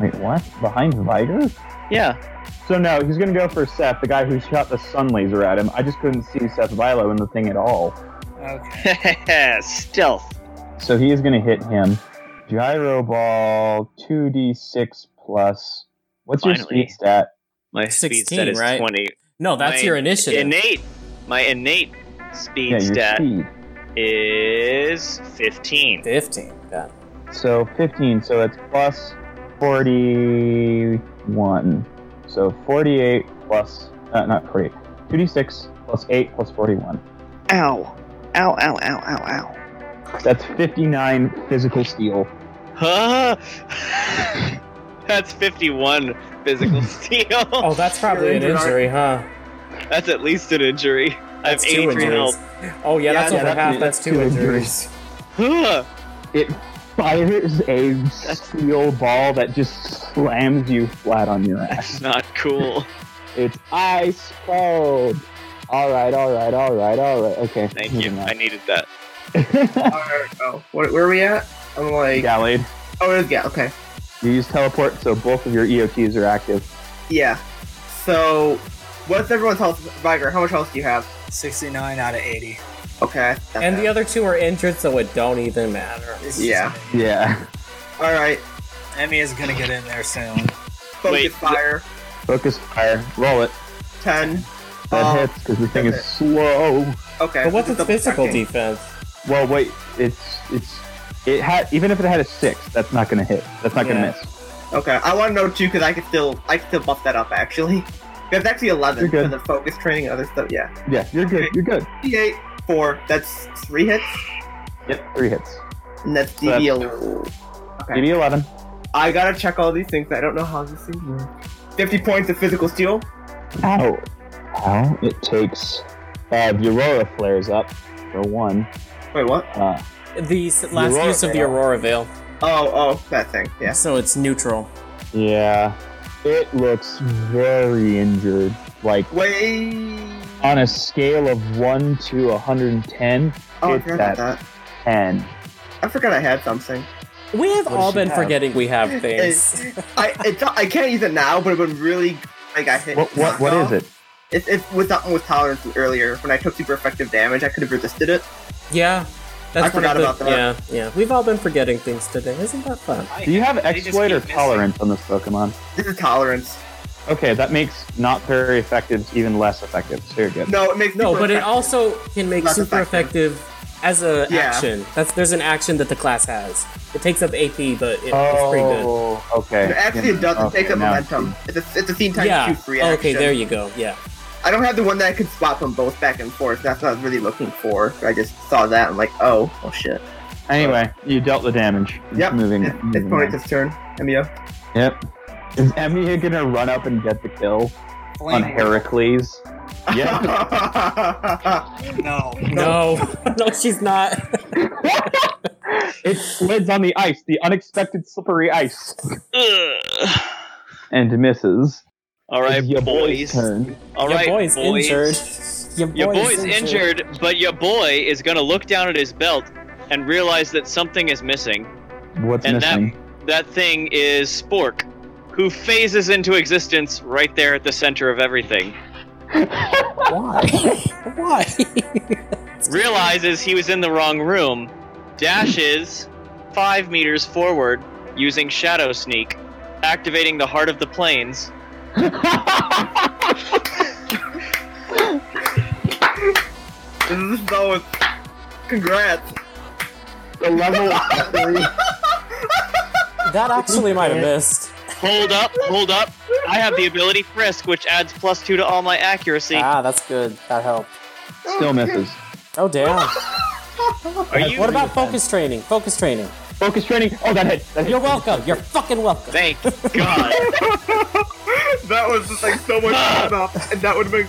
B: Wait, what? Behind Viger?
D: Yeah. [LAUGHS]
B: So no, he's gonna go for Seth, the guy who shot the sun laser at him. I just couldn't see Seth Vilo in the thing at all.
C: Okay.
D: Stealth.
B: So he is gonna hit him. Gyro ball, two d six plus. What's your
D: Finally.
B: speed stat?
D: My speed
E: 16,
D: stat is
E: right?
D: twenty.
E: No, that's
D: My
E: your initiative.
D: Innate. My innate speed
B: yeah, your
D: stat
B: speed.
D: is fifteen.
E: 15. Got it.
B: So fifteen. So it's plus forty-one. So forty-eight plus uh, not forty-eight. Two d six plus eight plus forty-one.
G: Ow. Ow, ow, ow, ow, ow.
B: That's fifty-nine physical steel.
D: Huh? [LAUGHS] That's fifty-one
B: [LAUGHS]
D: physical steel.
E: Oh, that's probably an
F: injured,
E: injury, huh?
D: That's at least an injury. I have
E: That's two
D: eighty-three
E: injuries.
D: health.
E: Oh yeah, that's
F: Yeah,
E: over
B: that-
E: half.
B: yeah,
E: That's
B: that's
E: two
B: two
E: injuries.
D: Huh.
B: It fires a steel ball that just slams you flat on your ass.
D: That's not cool.
B: It's ice cold. All right, all right, all right, all right. Okay.
D: Thank you. I needed that.
B: [LAUGHS]
F: Alright, oh, where, where are we at? I'm like,
B: Gallade,
F: oh, it was, yeah, okay.
B: you use teleport, so both of your EOTs are active.
F: Yeah. So, what's everyone's health, Viger? How much health do you have?
C: 69 out of 80.
F: Okay.
E: And the other two are injured, so it don't even matter.
C: This is-
F: Yeah.
B: Yeah.
F: Alright.
C: Emmy is gonna get in there soon.
F: Focus
D: Wait,
F: fire.
B: Focus fire. Roll it.
F: 10.
B: That
F: Uh,
B: hits because the thing
F: okay.
B: is slow.
F: Okay.
E: But what's
F: just
E: its physical
F: double-checking.
E: defense?
B: Well, wait. It's it's it had even if it had a six, that's not gonna hit. That's not
E: Yeah.
B: gonna miss.
F: Okay, I want to know too because I could still I could still buff that up actually. [LAUGHS] That's actually eleven
B: You're
F: for
B: good.
F: the focus training and other stuff. Yeah,
B: Yeah, you're good.
F: Okay.
B: You're good.
F: D8 four. That's three hits,
B: Yep, three hits.
F: and that's
B: So that's-
F: DD eleven. Okay.
B: DD eleven.
F: I gotta check all these things. I don't know how these things work. Fifty points of physical steel.
B: Ow. Ow.
F: Oh.
B: Oh, It takes. Uh, the Aurora flares up for one.
F: Wait, what?
B: Uh,
E: The s- last
B: Aurora
E: use of the
B: Veil.
E: Aurora Veil.
F: Oh, oh, that thing. Yeah.
E: So it's neutral.
B: yeah. It looks very injured. Like,
F: Way.
B: on a scale of 1 to 110,
F: Oh, I
B: It's
F: forgot about
B: that.
F: that.
B: 10.
F: I forgot I had something.
E: We
B: What
E: have
B: does
E: all
B: she
E: been
F: have?
E: forgetting we
F: [LAUGHS]
E: have things.
F: I it's not, I can't use it now, but it would really like I hit.
B: What, what, what is it?
F: It's it's with something with tolerance earlier. When I took super effective damage, I could have resisted it.
E: Yeah.
F: I
E: That's one
F: forgot
E: of the,
F: about that.
E: Yeah, yeah. We've all been forgetting things today. Isn't that fun?
B: Do you have
C: They just
B: exploit or
C: keep missing.
B: tolerance on this Pokemon?
F: This is tolerance.
B: Okay, that makes not very effectives even less effective. So you're good.
F: No, it makes
E: No,
F: super
E: but it
F: effective.
E: also can make
F: Less
E: super
F: effective.
E: effective, as a
F: Yeah.
E: action. That's there's an action that the class has. It takes up AP, but it, it's pretty good.
B: Oh, okay.
F: Actually, it doesn't
B: Okay,
F: take up
B: now-
F: momentum. It's a, it's a scene time
E: Yeah.
F: two free action.
E: Okay, there you go. Yeah.
F: I don't have the one that I could swap them both back and forth. That's what I was really looking for. I just saw that. I'm like, oh, oh shit.
B: Anyway, you dealt the damage. It's
F: Yep.
B: Moving.
F: It's
B: moving on.
F: Ponyta's turn. Emio.
B: Yep. Is Emmy gonna run up and get the kill on Heracles?
D: [LAUGHS]
B: Yep.
C: No.
E: No, no, [LAUGHS] she's not.
B: it slids on the ice, the unexpected slippery ice,
D: Ugh.
B: and misses.
D: All right,
B: It's your boy's
D: boys.
B: turn.
D: All
E: Your
D: right,
E: boy's
D: boys.
E: injured. Your boy's,
D: Your boy's injured, but your boy is gonna look down at his belt and realize that something is missing.
B: What's
D: And that-
B: missing?
D: That thing is Spork, who phases into existence right there at the center of everything.
E: Why? [LAUGHS] Why?
D: realizes he was in the wrong room, dashes five meters forward using Shadow Sneak, activating the Heart of the Plains.
F: [LAUGHS] This is so. Congrats.
B: the level of three.
F: [LAUGHS]
E: that actually might have missed.
D: Hold up, hold up. I have the ability Frisk, which adds plus two to all my accuracy.
E: Ah, that's good. That helped.
B: Still misses.
E: Oh damn.
D: Are you?
E: What about focus training? Focus training.
B: Focus training. Oh, that hit. That hit.
E: You're welcome. You're fucking welcome.
D: Thank God.
E: [LAUGHS]
F: That was just like so much up, and that would have been.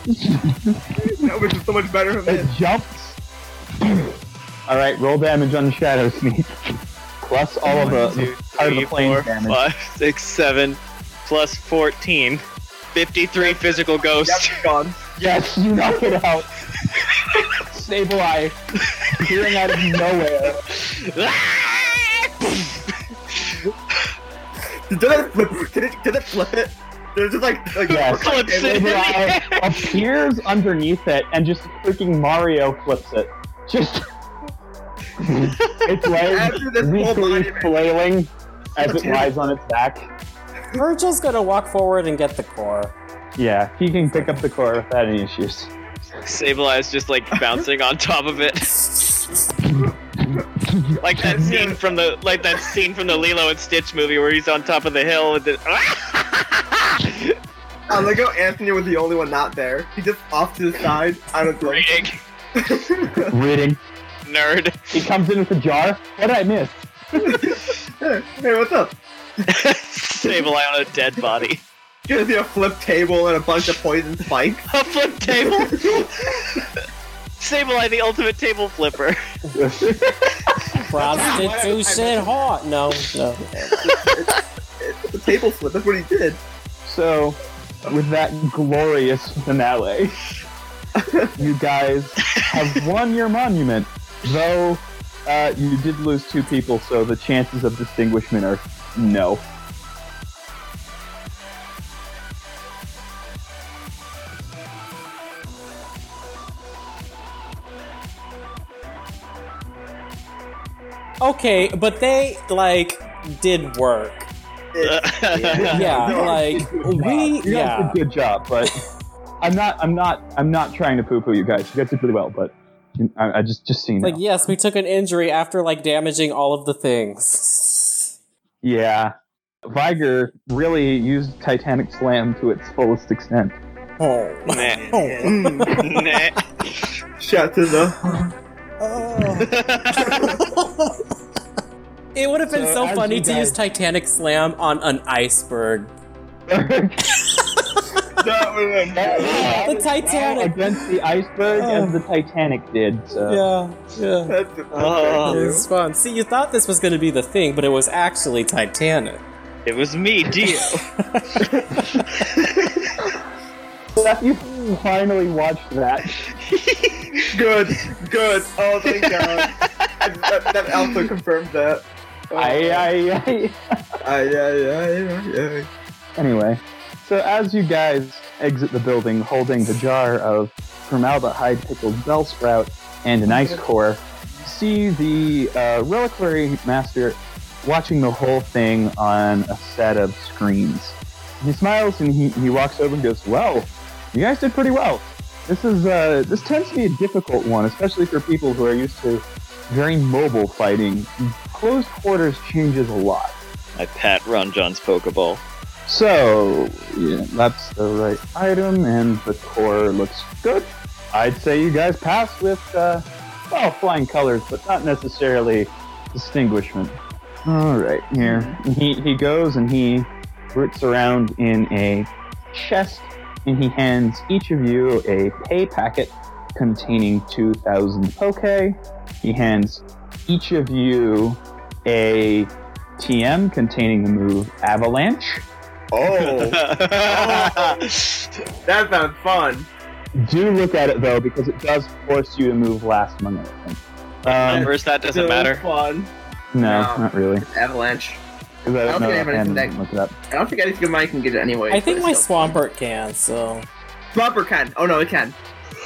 F: That was just so much better if
B: It
F: it.
B: jumps. All right, roll damage on the shadow sneak. Plus all of the, the part of the
D: three,
B: plane
D: four,
B: damage.
D: five, six, seven, plus 14. 53 physical ghost.
F: Yep, gone.
B: Yes, you knock it
D: [LAUGHS]
B: out. Stable eye, appearing out of nowhere.
D: [LAUGHS]
F: Did it flip? Did it? Did it flip it? There's just like like
B: Yes.
D: Flips it.
B: Stable eye appears underneath it and just freaking Mario flips it. Just its legs
F: After this whole
B: weakly
F: monument.
B: flailing as it lies on its back.
E: Virgil's gonna walk forward and get the core.
B: Yeah, he can pick up the core without any issues.
D: Sableye's just like bouncing on top of it. like that scene from the like that scene from the Lilo and Stitch movie where he's on top of the hill with the [LAUGHS]
F: I like how Anthony was the only one not there. He just off to the side. I don't know.
D: reading
B: Reading.
D: nerd.
B: He comes in with a jar. What did I miss?
F: hey, hey, what's up?
D: Sableye on a dead body.
F: You guys see a flip table and a bunch of poison spikes.
D: A flip table. Sableye, the ultimate table flipper.
E: Prostitution hot. No, no.
F: It's a table flip. That's what he did.
B: So, with that glorious finale, you guys have won your monument. Though uh, you did lose two people, so the chances of distinguishment are no.
E: Okay, but they like did work. Yeah,
F: No,
E: like we.
B: You guys
E: Yeah,
B: did good job,
E: [LAUGHS]
B: but I'm not. I'm not. I'm not trying to poo-poo you guys. You guys did really well, but I, I just just seen.
E: like yes, we took an injury after like damaging all of the things.
B: yeah, Viger really used Titanic Slam to its fullest
E: [LAUGHS]
B: extent. [LAUGHS]
E: Oh.
D: Nah.
E: Oh.
D: Nah.
F: Shout to the.
E: Oh. [LAUGHS] It would have been
B: So,
E: so,
B: as
E: funny
B: you
E: to
B: guys-
E: use Titanic Slam on an iceberg.
F: That would have
E: The Titanic.
B: against the iceberg
E: Oh.
B: as the Titanic did. So.
E: Yeah, yeah.
F: That's
D: Oh.
E: It's fun. See, you thought this was going to be the thing, but it was actually Titanic.
D: It was me, Dio.
B: Seth, you finally watched
E: [LAUGHS]
B: that.
F: good. Good. Oh, thank God. [LAUGHS] that, that also confirmed that. Oh,
B: Aye, aye, aye.
F: aye, aye, aye, aye.
B: Anyway, so as you guys exit the building holding the jar of formaldehyde pickled bell sprout and an ice core, see the uh, reliquary master watching the whole thing on a set of screens. He smiles and he, he walks over and goes, Well, you guys did pretty well. This is uh, this tends to be a difficult one, especially for people who are used to very mobile fighting. Close quarters changes a lot.
D: I pat Ronjohn's Pokeball.
B: So, yeah, that's the right item, and the core looks good. I'd say you guys passed with, uh, well, flying colors, but not necessarily distinguishment. All right, here. He, he goes and he roots around in a chest, and he hands each of you a pay packet containing 2,000 poke. He hands each of you a TM containing the move Avalanche.
F: Oh, that sounds fun.
B: Do look at it though, because it does force you to move last among everything. Um,
D: [LAUGHS] Numbers, that doesn't
F: Still
D: matter.
F: Fun.
B: no,
F: No.
B: not really.
F: Avalanche.
B: 'Cause I
F: I don't
B: don't know.
F: think
B: offhand,
F: anybody's
B: I didn't look it up.
F: I don't think anything of mine can get it anyway.
E: I think
F: but
E: my
F: still.
E: Swampert can, so.
F: Swampert can. Oh no, it can.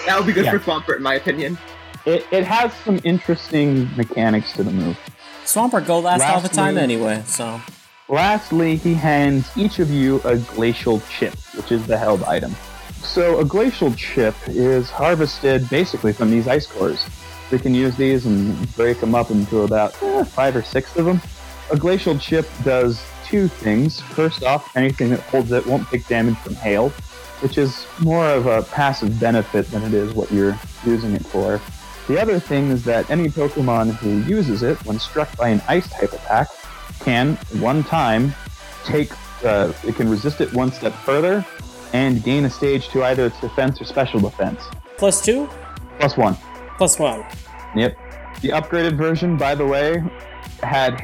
F: That would be good
B: Yeah.
F: for Swampert, in my opinion.
B: It, it has some interesting mechanics to the move.
E: Swampert go last all the
B: Last
E: time
B: move.
E: anyway, so.
B: Lastly, he hands each of you a glacial chip, which is the held item. So, a glacial chip is harvested basically from these ice cores. We can use these and break them up into about eh, five or six of them. A glacial chip does two things. First off, anything that holds it won't take damage from hail, which is more of a passive benefit than it is what you're using it for. The other thing is that any Pokemon who uses it when struck by an ice type attack can one time take uh, it can resist it one step further and gain a stage to either its defense or special defense
E: Plus two?
B: plus one
E: Plus one.
B: yep the upgraded version by the way had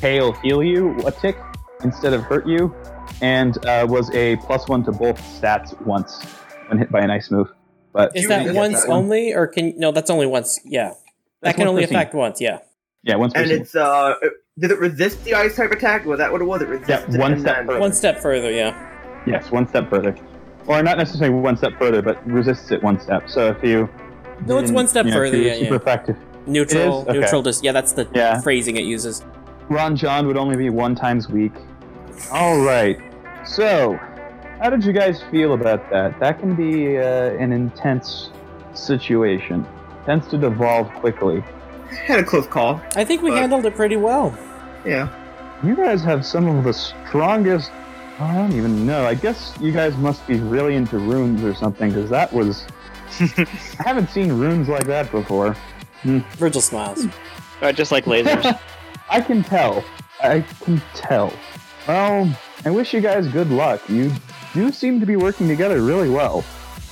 B: hail heal you a tick instead of hurt you and uh, was a plus one to both stats once when hit by an ice move but
E: Is
B: you
E: that
B: didn't get
E: once
B: that one.
E: only, or can. No, that's only once, yeah. that
B: That's
E: can
B: once
E: only
B: per scene.
E: affect once, yeah.
B: yeah once per
F: And
B: scene.
F: it's uh, did it resist the ice type attack? Was that what it was? It resisted.
B: one
F: and
B: step
F: then-
B: further.
E: One step further, yeah.
B: Yes, one step further. Or not necessarily one step further, but resists it one step. So if you
E: No, it's one step
B: you know, if
E: further,
B: you're
E: yeah,
B: super
E: yeah.
B: effective.
E: Neutral,
B: Okay.
E: neutral, just. Yeah, that's the
B: Yeah.
E: phrasing it uses.
B: Ron John would only be one times weak. All right. So, how did you guys feel about that? That can be uh, an intense situation. Tends to devolve quickly.
F: Had a close call.
E: I think we
C: But-
E: handled it pretty well.
F: Yeah.
B: You guys have some of the strongest. I don't even know. I guess you guys must be really into runes or something, because that was. I haven't seen runes like that before.
E: Virgil smiles.
D: Or just like lasers.
B: I can tell. I can tell. Well, I wish you guys good luck. You do seem to be working together really well.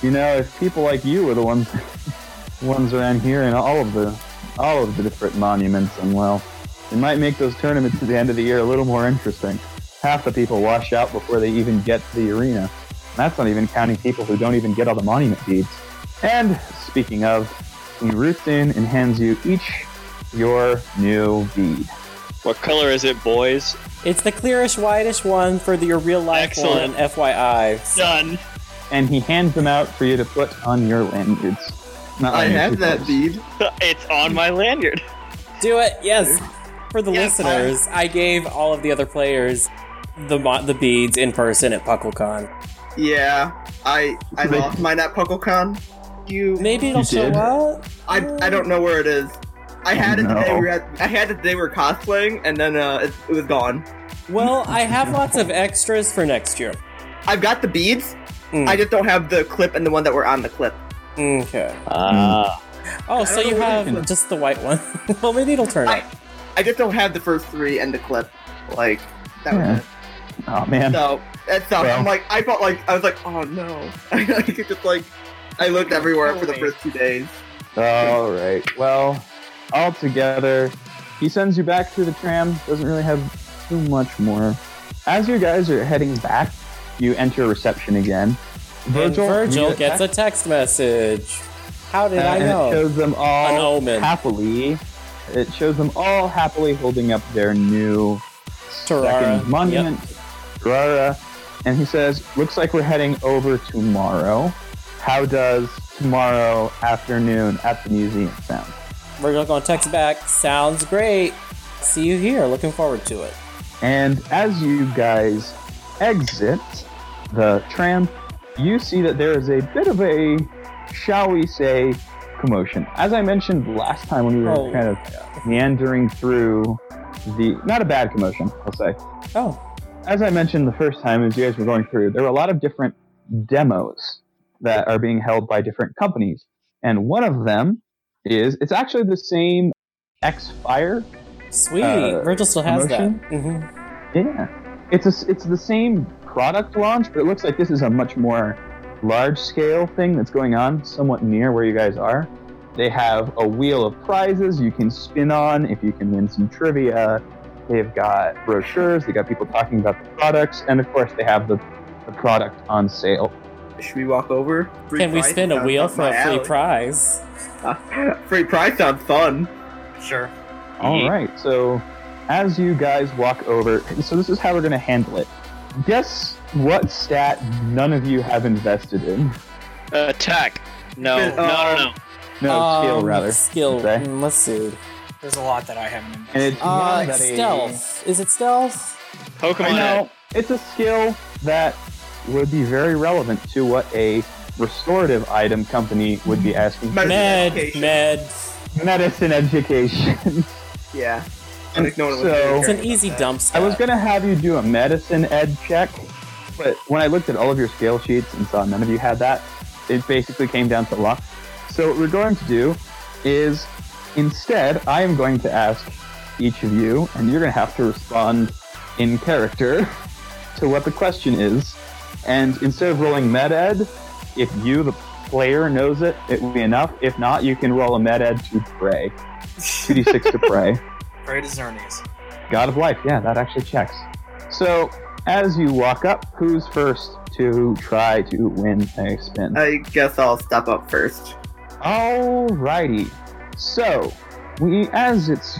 B: You know, if people like you were the ones [LAUGHS] ones around here and all of the all of the different monuments and well, it might make those tournaments at the end of the year a little more interesting. Half the people wash out before they even get to the arena. And that's not even counting people who don't even get all the monument deeds. And speaking of, he roots in and hands you each your new deed.
D: what color is it, boys?
E: It's the clearish, whitish one for the, your real life
D: Excellent.
E: one, FYI.
D: Done.
B: and he hands them out for you to put on your lanyards. Not
F: I
B: lanyards,
F: had
B: your
F: that
B: gloves.
F: deed.
D: It's on my lanyard.
E: Do it, yes. For the
D: Yes,
E: listeners, I gave all of the other players the mo- the beads in person at PuckleCon.
F: Yeah. I I
B: They-
F: lost mine at PuckleCon. You.
E: Maybe it'll
B: You
E: show
B: did?
E: up.
F: I I don't know where it is. I had it the day
B: No.
F: we had, I had it the day we were cosplaying, and then uh, it, it was gone.
E: Well, I have lots of extras for next year.
F: I've got the beads.
E: Mm.
F: I just don't have the clip and the one that were on the clip.
E: Okay.
B: Mm.
D: Ah.
E: Oh,
F: I
E: so
F: don't
E: you
F: know where they
E: have
F: put-
E: just the white one. [LAUGHS] well, maybe it'll turn
F: I-
E: up.
F: I just don't have the first three and the clip. Like that
B: Yeah.
F: was
B: Oh
F: it.
B: man,
F: So that sucked.
B: Well.
F: I'm like I felt like I was like, oh no. [LAUGHS] I like, it just like I looked everywhere for the first two days.
B: All right. Well, all together, he sends you back to the tram. Doesn't really have too much more. As you guys are heading back, you enter reception again.
E: Virgil, Virgil
B: you
E: gets a text message. How did
B: uh,
E: I
B: and
E: know?
B: it shows them all
E: An omen.
B: happily. It shows them all happily holding up their new
E: Tarara.
B: second monument, Tarara, and he says, "Looks like we're heading over tomorrow. How does tomorrow afternoon at the museum sound?"
E: Yep. Virgil gonna text back. Sounds great. See you here. Looking forward to it.
B: And as you guys exit the tram, you see that there is a bit of a, shall we say, commotion. As I mentioned last time when we were
E: Oh.
B: kind of meandering through the, not a bad commotion, I'll say.
E: Oh,
B: As I mentioned the first time, as you guys were going through, there were a lot of different demos that are being held by different companies. And one of them is, it's actually the same X Fire
E: sweet.
B: Uh,
E: Virgil still has
B: promotion?
E: that. hmm
B: Yeah, it's a, s- it's the same product launch, but it looks like this is a much more large scale thing that's going on, somewhat near where you guys are. They have a wheel of prizes you can spin on if you can win some trivia. They've got brochures. They got people talking about the products, and of course they have the the product on sale.
F: Should we walk over? Free
E: Can we
F: prize
E: spin a
F: sounds
E: wheel
F: up
E: for
F: my
E: a free
F: alley.
E: prize?
F: [LAUGHS] free prize sounds fun.
C: Sure.
B: All right. So, as you guys walk over, so this is how we're going to handle it. Guess what stat none of you have invested in.
D: Attack. No,
F: Good,
B: uh,
D: no, no, no.
B: No, skill
E: Um,
B: rather.
E: Skill.
B: Okay.
E: mm, Let's see.
G: There's a lot that I haven't.
B: And it's
E: Uh,
B: not
E: it's
B: a-
E: stealth. Is it stealth?
B: I
D: Pokemon.
B: know it's a skill that would be very relevant to what a restorative item company would be asking. for.
F: Med-
E: Med.
F: Education.
E: Med.
B: Medicine education. [LAUGHS]
F: Yeah. I think no one would
B: So-
F: care
E: It's an
F: about
E: easy
F: that.
E: dump stat.
B: I was gonna have you do a medicine ed check, but when I looked at all of your scale sheets and saw none of you had that, it basically came down to luck. So what we're going to do is instead I am going to ask each of you, and you're gonna have to respond in character [LAUGHS] to what the question is. And instead of rolling med ed, if you the player knows it, it will be enough. If not, you can roll a med ed to pray. 2d6 to pray.
C: Pray to Xerneas.
B: God of Life. Yeah, that actually checks. So, as you walk up, who's first to try to win a spin?
F: I guess I'll step up first.
B: Alrighty. So, we, as it's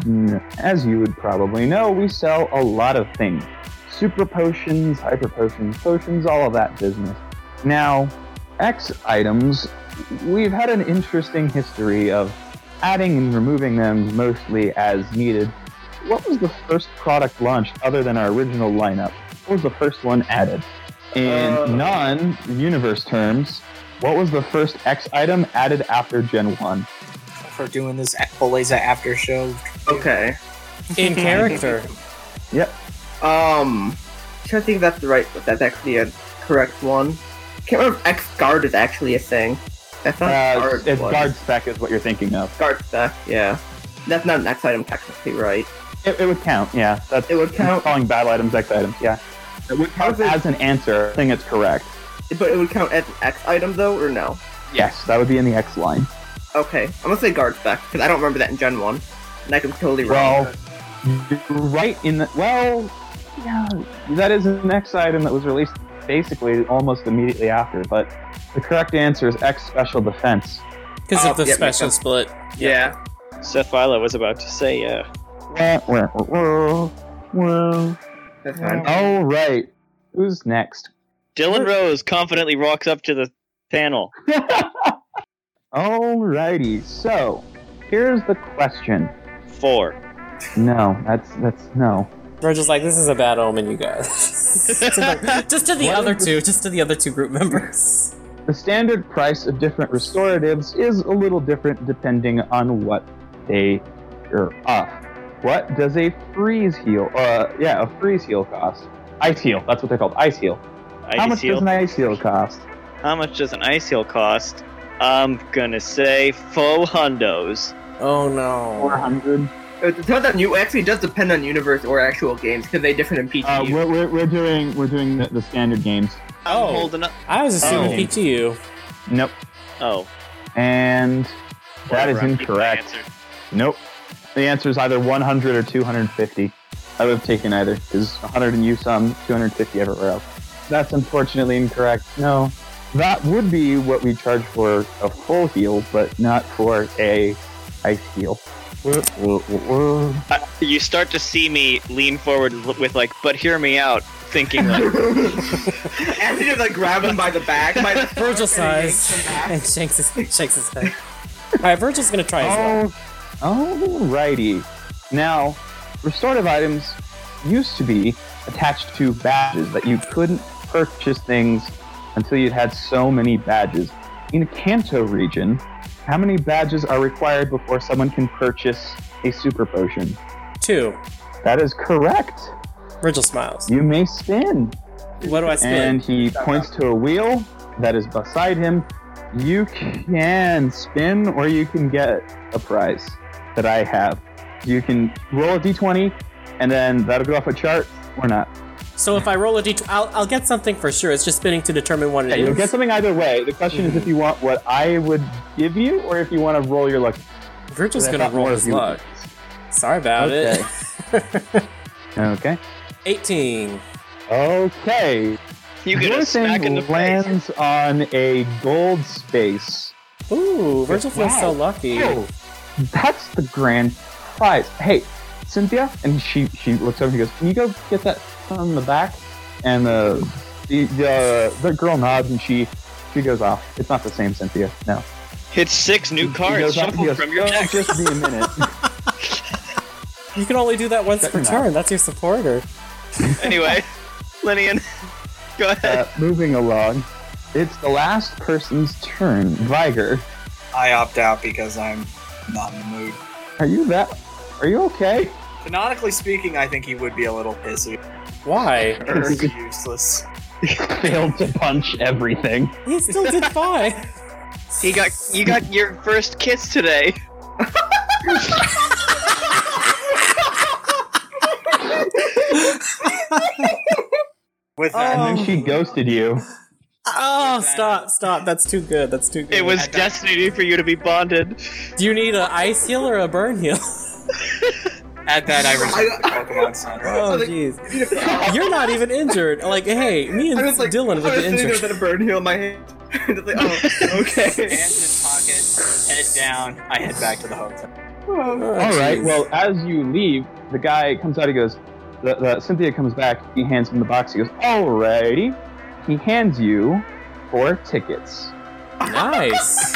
B: as you would probably know, we sell a lot of things: super potions, hyper potions, potions, all of that business. Now, X items, we've had an interesting history of adding and removing them mostly as needed. What was the first product launched other than our original lineup? What was the first one added? In
F: Uh.
B: non-universe terms, what was the first X item added after Gen 1?
G: For doing this Beleza after show.
F: Okay.
G: [LAUGHS]
E: in character.
F: Um, trying to think if that's the right. If that's actually a correct one. Can't remember if X guard is actually a thing. That's not
B: Uh,
F: guard.
B: it's
F: was.
B: guard spec is what you're thinking of.
F: Guard stuff. Yeah. That's not an X item technically, right?
B: It, it would count, yeah. That's
F: It would count,
B: calling battle items X items, yeah. It would
F: count
B: as an answer. I think it's correct.
F: but it would count as an X item though, or no?
B: Yes, that would be in the X line.
F: Okay, I'm gonna say guard spec because I don't remember that in Gen One, and I can totally wrong.
B: Well, you're right in the well, yeah, that is an X item that was released basically almost immediately after. But the correct answer is X special defense.
E: Because of
F: Oh,
E: the
F: yeah, makes
E: special
F: sense.
E: split.
F: yeah.
D: Seth Vila was about to say, uh, yeah.
B: Wah, wah, wah, wah, wah.
F: that's fine.
B: All right, who's next?
D: Dylan Rose confidently walks up to the panel.
B: Alrighty, so here's the question. [LAUGHS]
D: Four.
B: No, that's that's no.
E: We're just like, this is a bad omen,
B: [LAUGHS]
E: you guys. To the- just to the
B: What?
E: other two, just to the other two group members.
B: The standard price of different restoratives is a little different depending on what they are of. What does a freeze heal? Uh, yeah, a freeze heal cost. Ice heal. That's what they're called. Ice heal. How
D: Ice
B: much does
D: heel.
B: an ice heal cost?
D: How much does an ice heel cost? I'm gonna say four hundos.
E: Oh no.
B: hundred.
F: It depends on you. Actually, it does depend on universe or actual games because they different in [LAUGHS] PTU.
B: Uh, we're, we're, we're doing we're doing the, the standard games.
D: I'm
E: Oh.
D: holding up.
E: I was assuming
B: Oh.
E: PTU.
B: Nope.
D: Oh,
B: And that is
D: whatever, I'm keeping my
B: incorrect.
D: answer.
B: Nope. The answer is either 100 or 250. I would have taken either, because 100 in you some, 250 everywhere else. That's unfortunately incorrect. No. That would be what we charge for a full heal, but not for a ice heal. Whoa, whoa, whoa, whoa.
D: I- Uh, you start to see me lean forward l- with like, but hear me out,
B: [LAUGHS]
D: thinking like,
F: and he just like grab him by the back.
B: [LAUGHS]
F: By the
E: Virgil
F: and he
E: sighs
F: yanks him back.
E: and shakes his shakes his head. Alright, Virgil's gonna try his luck.
B: Oh, alrighty. Now, restorative items used to be attached to badges that you couldn't purchase things until you'd had so many badges. In Kanto region, how many badges are required before someone can purchase a super potion?
E: Two.
B: That is correct.
E: Virgil smiles.
B: You may spin.
E: What do I split?
B: And he points to a wheel that is beside him. You can spin or you can get a prize that I have. You can roll a d20 and then that'll go off a chart or not.
E: so if I roll a D I'll I'll get something for sure. It's just spinning to determine what it
B: Yeah, you'll
E: is. Mm-hmm.
B: get something either way. The question is if you want what I would give you or if you want to roll your luck.
E: Virgil's
B: I
E: gonna
B: thought
E: roll
B: more
E: his
B: of you would
E: luck.
B: do this.
E: Sorry about it.
B: Okay.
E: 18.
B: Okay.
D: you get
B: Your
D: a smack
B: thing
D: in the face.
B: lands on a gold space.
E: Ooh, Virgil feels
B: Wow.
E: so lucky.
B: Oh, that's the grand prize. Hey, Cynthia, and she she looks over. and She goes, "Can you go get uh, that from the back?" And the the the, the girl nods, and she She goes off. It's not the same Cynthia. No.
D: Hit six new
B: He
D: cards
B: goes off, he
D: shuffled
B: goes,
D: from your
B: "Oh,
D: deck.
B: Just be a
D: [LAUGHS]
B: minute.
E: You can only do that once
B: Check
E: per
B: him out.
E: turn. That's your supporter.
D: Anyway,
F: [LAUGHS]
D: Linian, go ahead.
B: Uh, moving along. It's the last person's turn. Viger,
C: I opt out because I'm not in the mood.
B: are you that? Are you okay?
C: Canonically speaking, I think he would be a little pissy.
E: Why?
C: Or useless.
B: Failed to punch everything.
E: He still did fine.
D: You got you got your first kiss today.
C: With that,
B: And
D: [LAUGHS]
B: then she ghosted you.
E: Oh, stop, stop. That's too good. That's too good.
D: It was destiny for you to be bonded.
E: Do you need an ice heal or a burn heal? [LAUGHS]
C: at that I reset
F: Oh.
C: the Pokemon Center.
E: Oh,
F: like-
E: jeez. You're not even injured. Like, hey, me and
F: I was like,
E: Dylan
F: I
E: were
F: was
E: the
F: sitting there
E: injured.
F: with a burn heel in my hand. [LAUGHS] It's like, oh, [LAUGHS] okay.
C: Hands in pocket, head down. I head back to the hotel.
F: Oh.
B: All right. Well, as you leave, the guy comes out. He goes. The, the Cynthia comes back. He hands him the box. He goes. Alrighty. He hands you four tickets.
E: nice.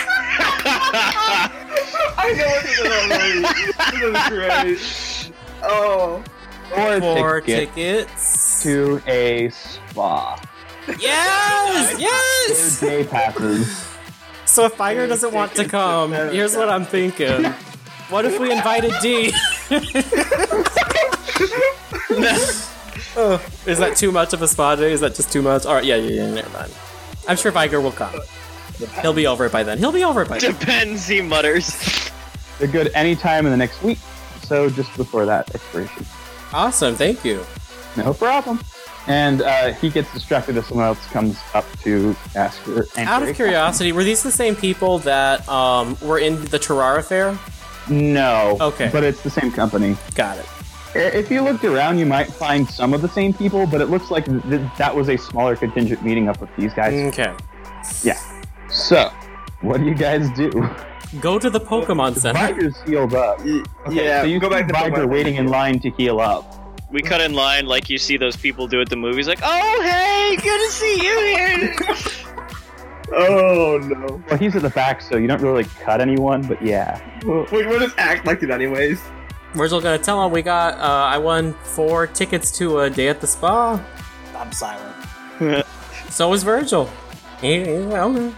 F: I know it's an already. This is great. Oh,
B: [LAUGHS] Four,
E: Four
B: tickets
E: tickets.
B: to a spa.
E: Yes,
B: Four
E: yes. [LAUGHS]
B: day passes.
E: So if Fire doesn't want to come, here's what I'm thinking. What if we invited D? Oh, is that too much of a spa day? Is that just too much? All right, yeah, yeah, yeah, never mind. I'm sure Viger will come. He'll be over it by then. He'll be over it by
D: [LAUGHS]
E: then.
D: Depends, he mutters.
B: They're good any time in the next week. So just before that expiration.
E: Awesome, thank you.
B: No problem. And uh, he gets distracted if someone else comes up to ask her.
E: Out of curiosity, were these the same people that um, were in the Terrara Fair?
B: No.
E: Okay.
B: But it's the same company.
E: Got it.
B: I- If you looked around, you might find some of the same people, but it looks like th- th- that was a smaller contingent meeting up with these guys.
F: Mm.
E: Okay.
B: So, what do you guys do?
E: Go to the Pokemon Center.
B: Viger's healed up.
F: y-
B: Okay,
F: yeah.
B: so you
F: go
B: see
F: back to
B: Viger
F: Pokemon.
B: waiting in line to heal up.
D: We cut in line like you see those people do at the movies, like, oh hey, good to see you here.
F: Oh no.
B: Well, he's at the back, so you don't really cut anyone, but yeah.
F: We we'll just act like it anyways.
E: We're just gonna tell them we got. Uh, I won four tickets to a day at the spa.
C: I'm silent.
E: So was Virgil. Yeah, yeah, okay.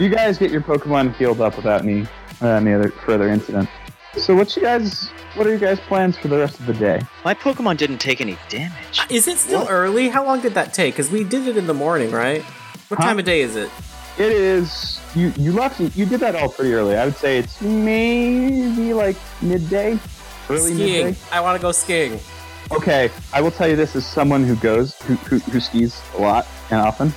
B: You guys get your Pokemon healed up without any, uh, any other further incident. So, what's you guys? What are you guys' plans for the rest of the day?
D: My Pokemon didn't take any damage.
E: Is it still early? How long did that take? Because we did it in the morning, right? What
B: Huh?
E: time of day is it?
B: It is you. You left. You did that all pretty early. I would say it's maybe like midday, early
E: skiing.
B: midday.
E: I want to go skiing.
B: Okay, I will tell you this: as someone who goes, who, who, who skis a lot and often,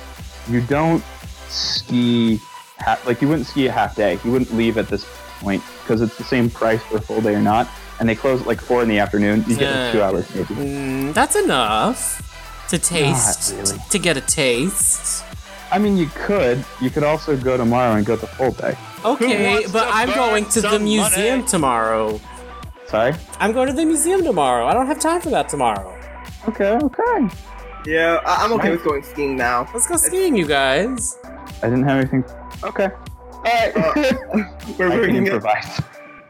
B: you don't ski ha- like you wouldn't ski a half day. You wouldn't leave at this point because it's the same price for a full day or not. And they close at like four in the afternoon. You get like two
E: Yeah.
B: hours maybe.
E: Mm, that's enough to taste.
B: really.
E: To get a taste.
B: I mean, you could. You could also go tomorrow and go the full day.
E: Okay,
D: wants
E: but
D: to
E: I'm
D: burn
E: going to the
D: some
E: museum
D: money?
E: tomorrow.
B: Sorry.
E: I'm going to the museum tomorrow. I don't have time for that tomorrow.
B: Okay. Okay.
F: Yeah, I- I'm okay
B: Right.
F: with going skiing now.
E: Let's go skiing, you guys.
B: I didn't have anything. Okay. All right.
F: We're
B: [LAUGHS] I can
F: working it.
B: improvise.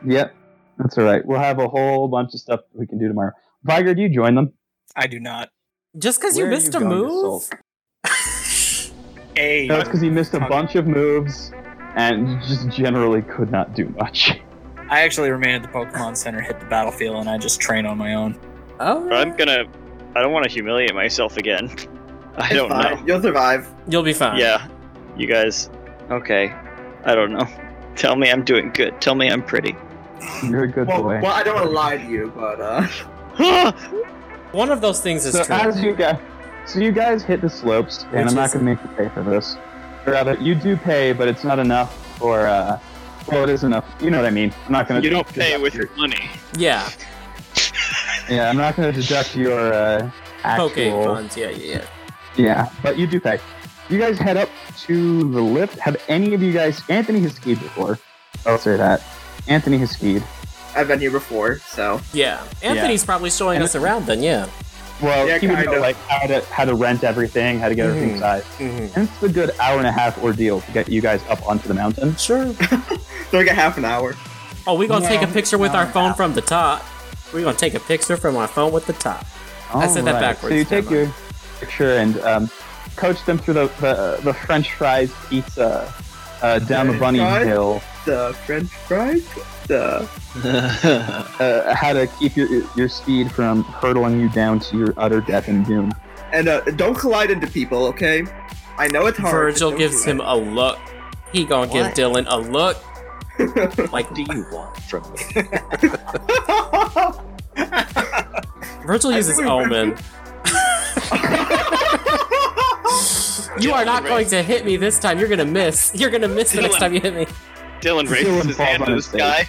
B: yep, that's all right. We'll have a whole bunch of stuff that we can do tomorrow. Viger, do you join them?
C: I do not.
E: Just because you
B: Where are
E: missed
B: you
E: a
B: going to
E: move?
B: sulk?
C: A.
B: No, it's because he missed a bunch of moves and just generally could not do much. [LAUGHS]
C: I actually remain at the Pokemon Center, hit the battlefield, and I just train on my own.
E: Oh,
D: I'm gonna I don't wanna humiliate myself again. I
F: It's
D: don't
F: fine.
D: know.
F: You'll survive.
E: you'll be fine.
D: Yeah. You guys okay. I don't know. Tell me I'm doing good. Tell me I'm [GASPS] pretty.
B: You're a good
F: Well,
B: boy.
F: well, I don't want to lie to you, but uh,
E: One of those things is
B: so
E: true.
B: as you guys, so you guys hit the slopes, and
E: Which
B: I'm not
E: is-
B: going to make you pay for this. Or rather, you do pay, but it's not enough for. Uh, well, it is enough. You know what I mean. I'm not going to.
D: You don't pay with your money.
E: yeah.
B: [LAUGHS] Yeah, I'm not going to deduct your uh, actual.
E: Poke funds. Yeah, yeah, yeah.
B: Yeah, but you do pay. You guys head up to the lift. Have any of you guys? Anthony has skied before. I'll say that. Anthony has skied.
F: I've been here before, so
E: Yeah. Anthony's probably showing
B: And-
E: us around then, yeah.
B: Well,
F: Yeah,
B: he would
F: kind
B: know
F: of.
B: like how to how to rent everything, how to get everything
E: Mhm.
B: sized.
E: Mhm.
B: And it's a good hour and a half ordeal to get you guys up onto the mountain.
E: Sure.
F: So like a half an hour.
E: Oh, we gonna
G: No,
E: take a picture with our
G: no.
E: phone from the top. We're gonna take a picture from our phone with the top. I said that
B: Alright,
E: backwards,
B: So you take
E: never
B: your picture and um, coach them through the the, the French fries pizza uh, down the
F: French
B: bunny
F: fries?
B: hill.
F: The French fries. The
B: Uh, how to keep your your speed from hurtling you down to your utter death and doom.
F: and uh, don't collide into people, okay? I know it's hard. but
E: Virgil
F: don't
E: gives
F: do
E: him a look. He gonna give
D: What?
E: Dylan a
F: [LAUGHS]
E: look.
F: it.
E: Like
D: do you want from me?
E: Virgil uses
F: think we-
E: omen. [LAUGHS] you are not going to hit me this time. You're gonna miss. You're gonna miss the next
D: Dylan.
E: time you hit me.
D: Dylan raises
B: Dylan
D: his
B: falls
D: hand
B: on
D: to the
B: his face.
D: sky.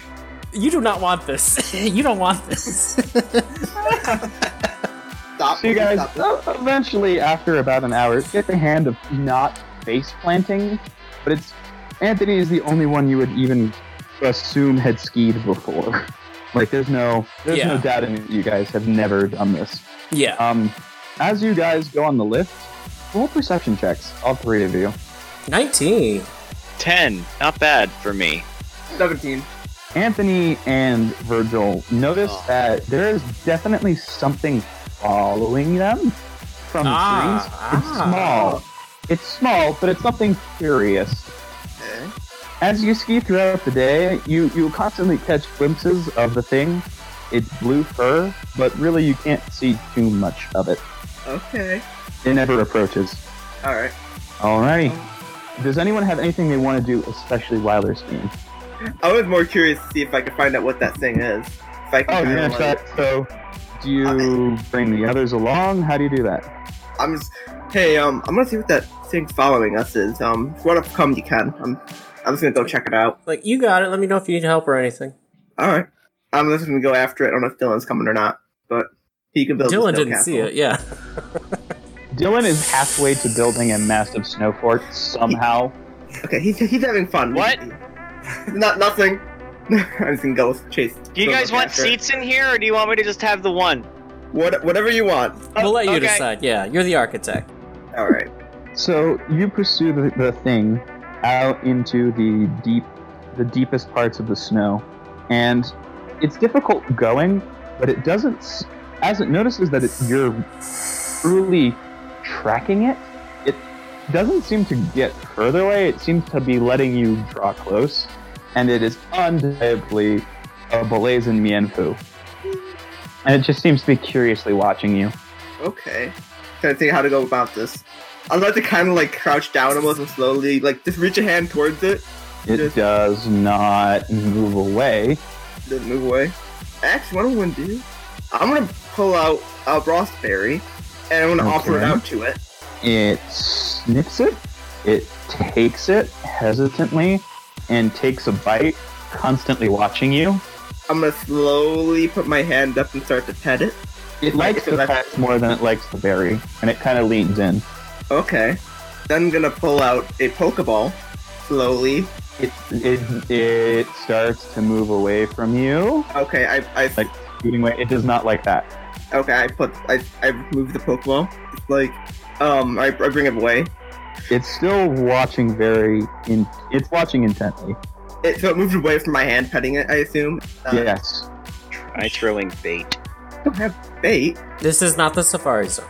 E: You do not want this. [LAUGHS] you don't want this.
F: Stop.
B: So you guys,
F: Stop.
B: uh, eventually, after about an hour, get the hand of not face planting, but it's Anthony is the only one you would even assume had skied before. [LAUGHS] Like, there's no, there's
E: Yeah.
B: no doubt in it. You guys have never done this.
E: [LAUGHS] yeah.
B: Um, as you guys go on the lift, roll perception checks, all three of you.
E: 19.
D: Ten, not bad for me.
F: Seventeen.
B: Anthony and Virgil notice
D: Oh.
B: that there is definitely something following them from the
E: Ah,
B: trees. It's
E: ah.
B: small. It's small, but it's something curious.
F: Okay.
B: As you ski throughout the day, you, you constantly catch glimpses of the thing. It's blue fur, but really you can't see too much of it.
F: Okay.
B: It never approaches.
F: All right.
B: Alrighty. Does anyone have anything they want to do, especially while they're skiing?
F: I was more curious to see if I could find out what that thing is. If I
B: Oh,
F: can
B: you're
F: kinda,
B: gonna
F: like-
B: try. So, do you bring the others along? How do you do that?
F: I'm just. Hey, um, I'm gonna see what that thing following us is. Um, if you wanna come, you can. I'm. I'm just gonna go check it out.
E: Like, you got it. Let me know if you need help or anything.
F: All right. I'm just gonna go after it. I don't know if Dylan's coming or not, but he can build. a
E: Dylan
F: snow
E: didn't see
F: castle.
E: it. Yeah.
B: Dylan is halfway to building a massive snow fort somehow.
F: Okay, he's he's having fun.
D: What?
F: Not nothing. [LAUGHS] I'm just gonna go with chase.
D: Do you
F: go
D: guys
F: look
D: want
F: after it.
D: seats in here, or do you want me to just have the one?
F: What, whatever you want.
E: we'll let you
D: okay.
E: decide. Yeah. You're the architect.
F: All right.
B: So you pursue the, the thing out into the deep, the deepest parts of the snow, and it's difficult going, but it doesn't. s- As it notices that it, you're truly tracking it, it doesn't seem to get further away. It seems to be letting you draw close, and it is undeniably a Balazan Mianfu. And it just seems to be curiously watching you.
F: Okay. Trying to think how to go about this. I'd like to kind of like crouch down almost and slowly like just reach a hand towards it.
B: It
F: Yes.
B: does not move away.
F: Didn't move away. Actually, what I'm gonna do? I'm gonna pull out a raspberry, and I'm gonna offer it
B: Okay.
F: out to it.
B: It snips it, it takes it hesitantly, and takes a bite, constantly watching you.
F: I'm gonna slowly put my hand up and start to pet it.
B: It likes
F: so
B: the
F: that's-
B: pets more than it likes the berry, and it kind of leans in.
F: Okay. Then I'm gonna pull out a Pokeball slowly.
B: It, it, it starts to move away from you.
F: Okay, I, I
B: Like- Shooting away- It does not like that.
F: okay, I put I I move the Pokeball. It's like um I, I bring it away.
B: It's still watching very. In, it's watching intently.
F: It, so it moved away from my hand petting it, I assume. Uh,
B: yes.
D: I throwing bait.
F: I don't have bait.
E: This is not the safari zone.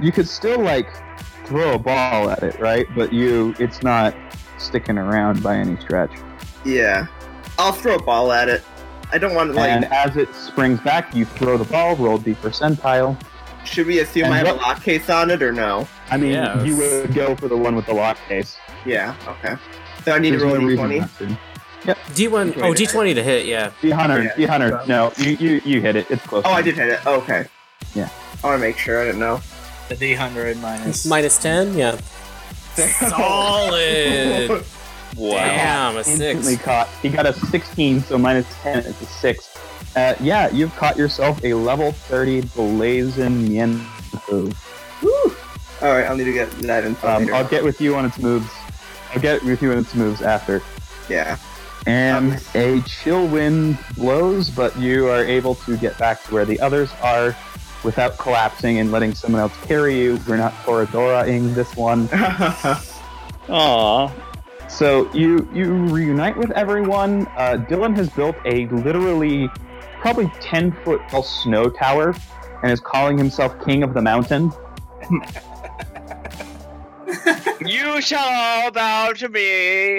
B: You could still like throw a ball at it, right? But you, it's not sticking around by any stretch.
F: Yeah. I'll throw a ball at it. I don't want to, like,
B: and as it springs back, you throw the ball, roll the percentile.
F: should we assume
B: and
F: I have a
B: what-
F: lock case on it or no?
B: I mean,
E: Yes.
B: you would go for the one with the lock case.
F: Yeah, okay. So I need to roll
B: no
F: a
B: reason
F: d20.
B: not to.
E: D1.
F: Wait,
E: Oh, D20 to hit. Yeah.
B: D Hunter,
F: Yeah.
B: D Hunter. No, you, you you hit it. It's close.
F: Oh, I did hit it. Okay.
B: Yeah.
F: I want to make sure. I didn't know.
G: The D100 minus.
E: Minus 10. Yeah. Solid. Damn. A
B: Instantly
E: six.
B: caught. He got a 16, so minus 10 is a 6. Uh, yeah, you've caught yourself a level 30 Blazing Mienfu.
F: Alright, I'll need to get that info.
B: Um,
F: Oh, later.
B: I'll get with you on its moves. I'll get with you on its moves after.
F: Yeah. [LAUGHS]
B: And a chill wind blows, but you are able to get back to where the others are without collapsing and letting someone else carry you. We're not Toradora-ing this one.
D: Aw.
B: So you you reunite with everyone. Uh, Dylan has built a literally probably ten foot tall snow tower and is calling himself king of the mountain.
D: You shall all bow to me.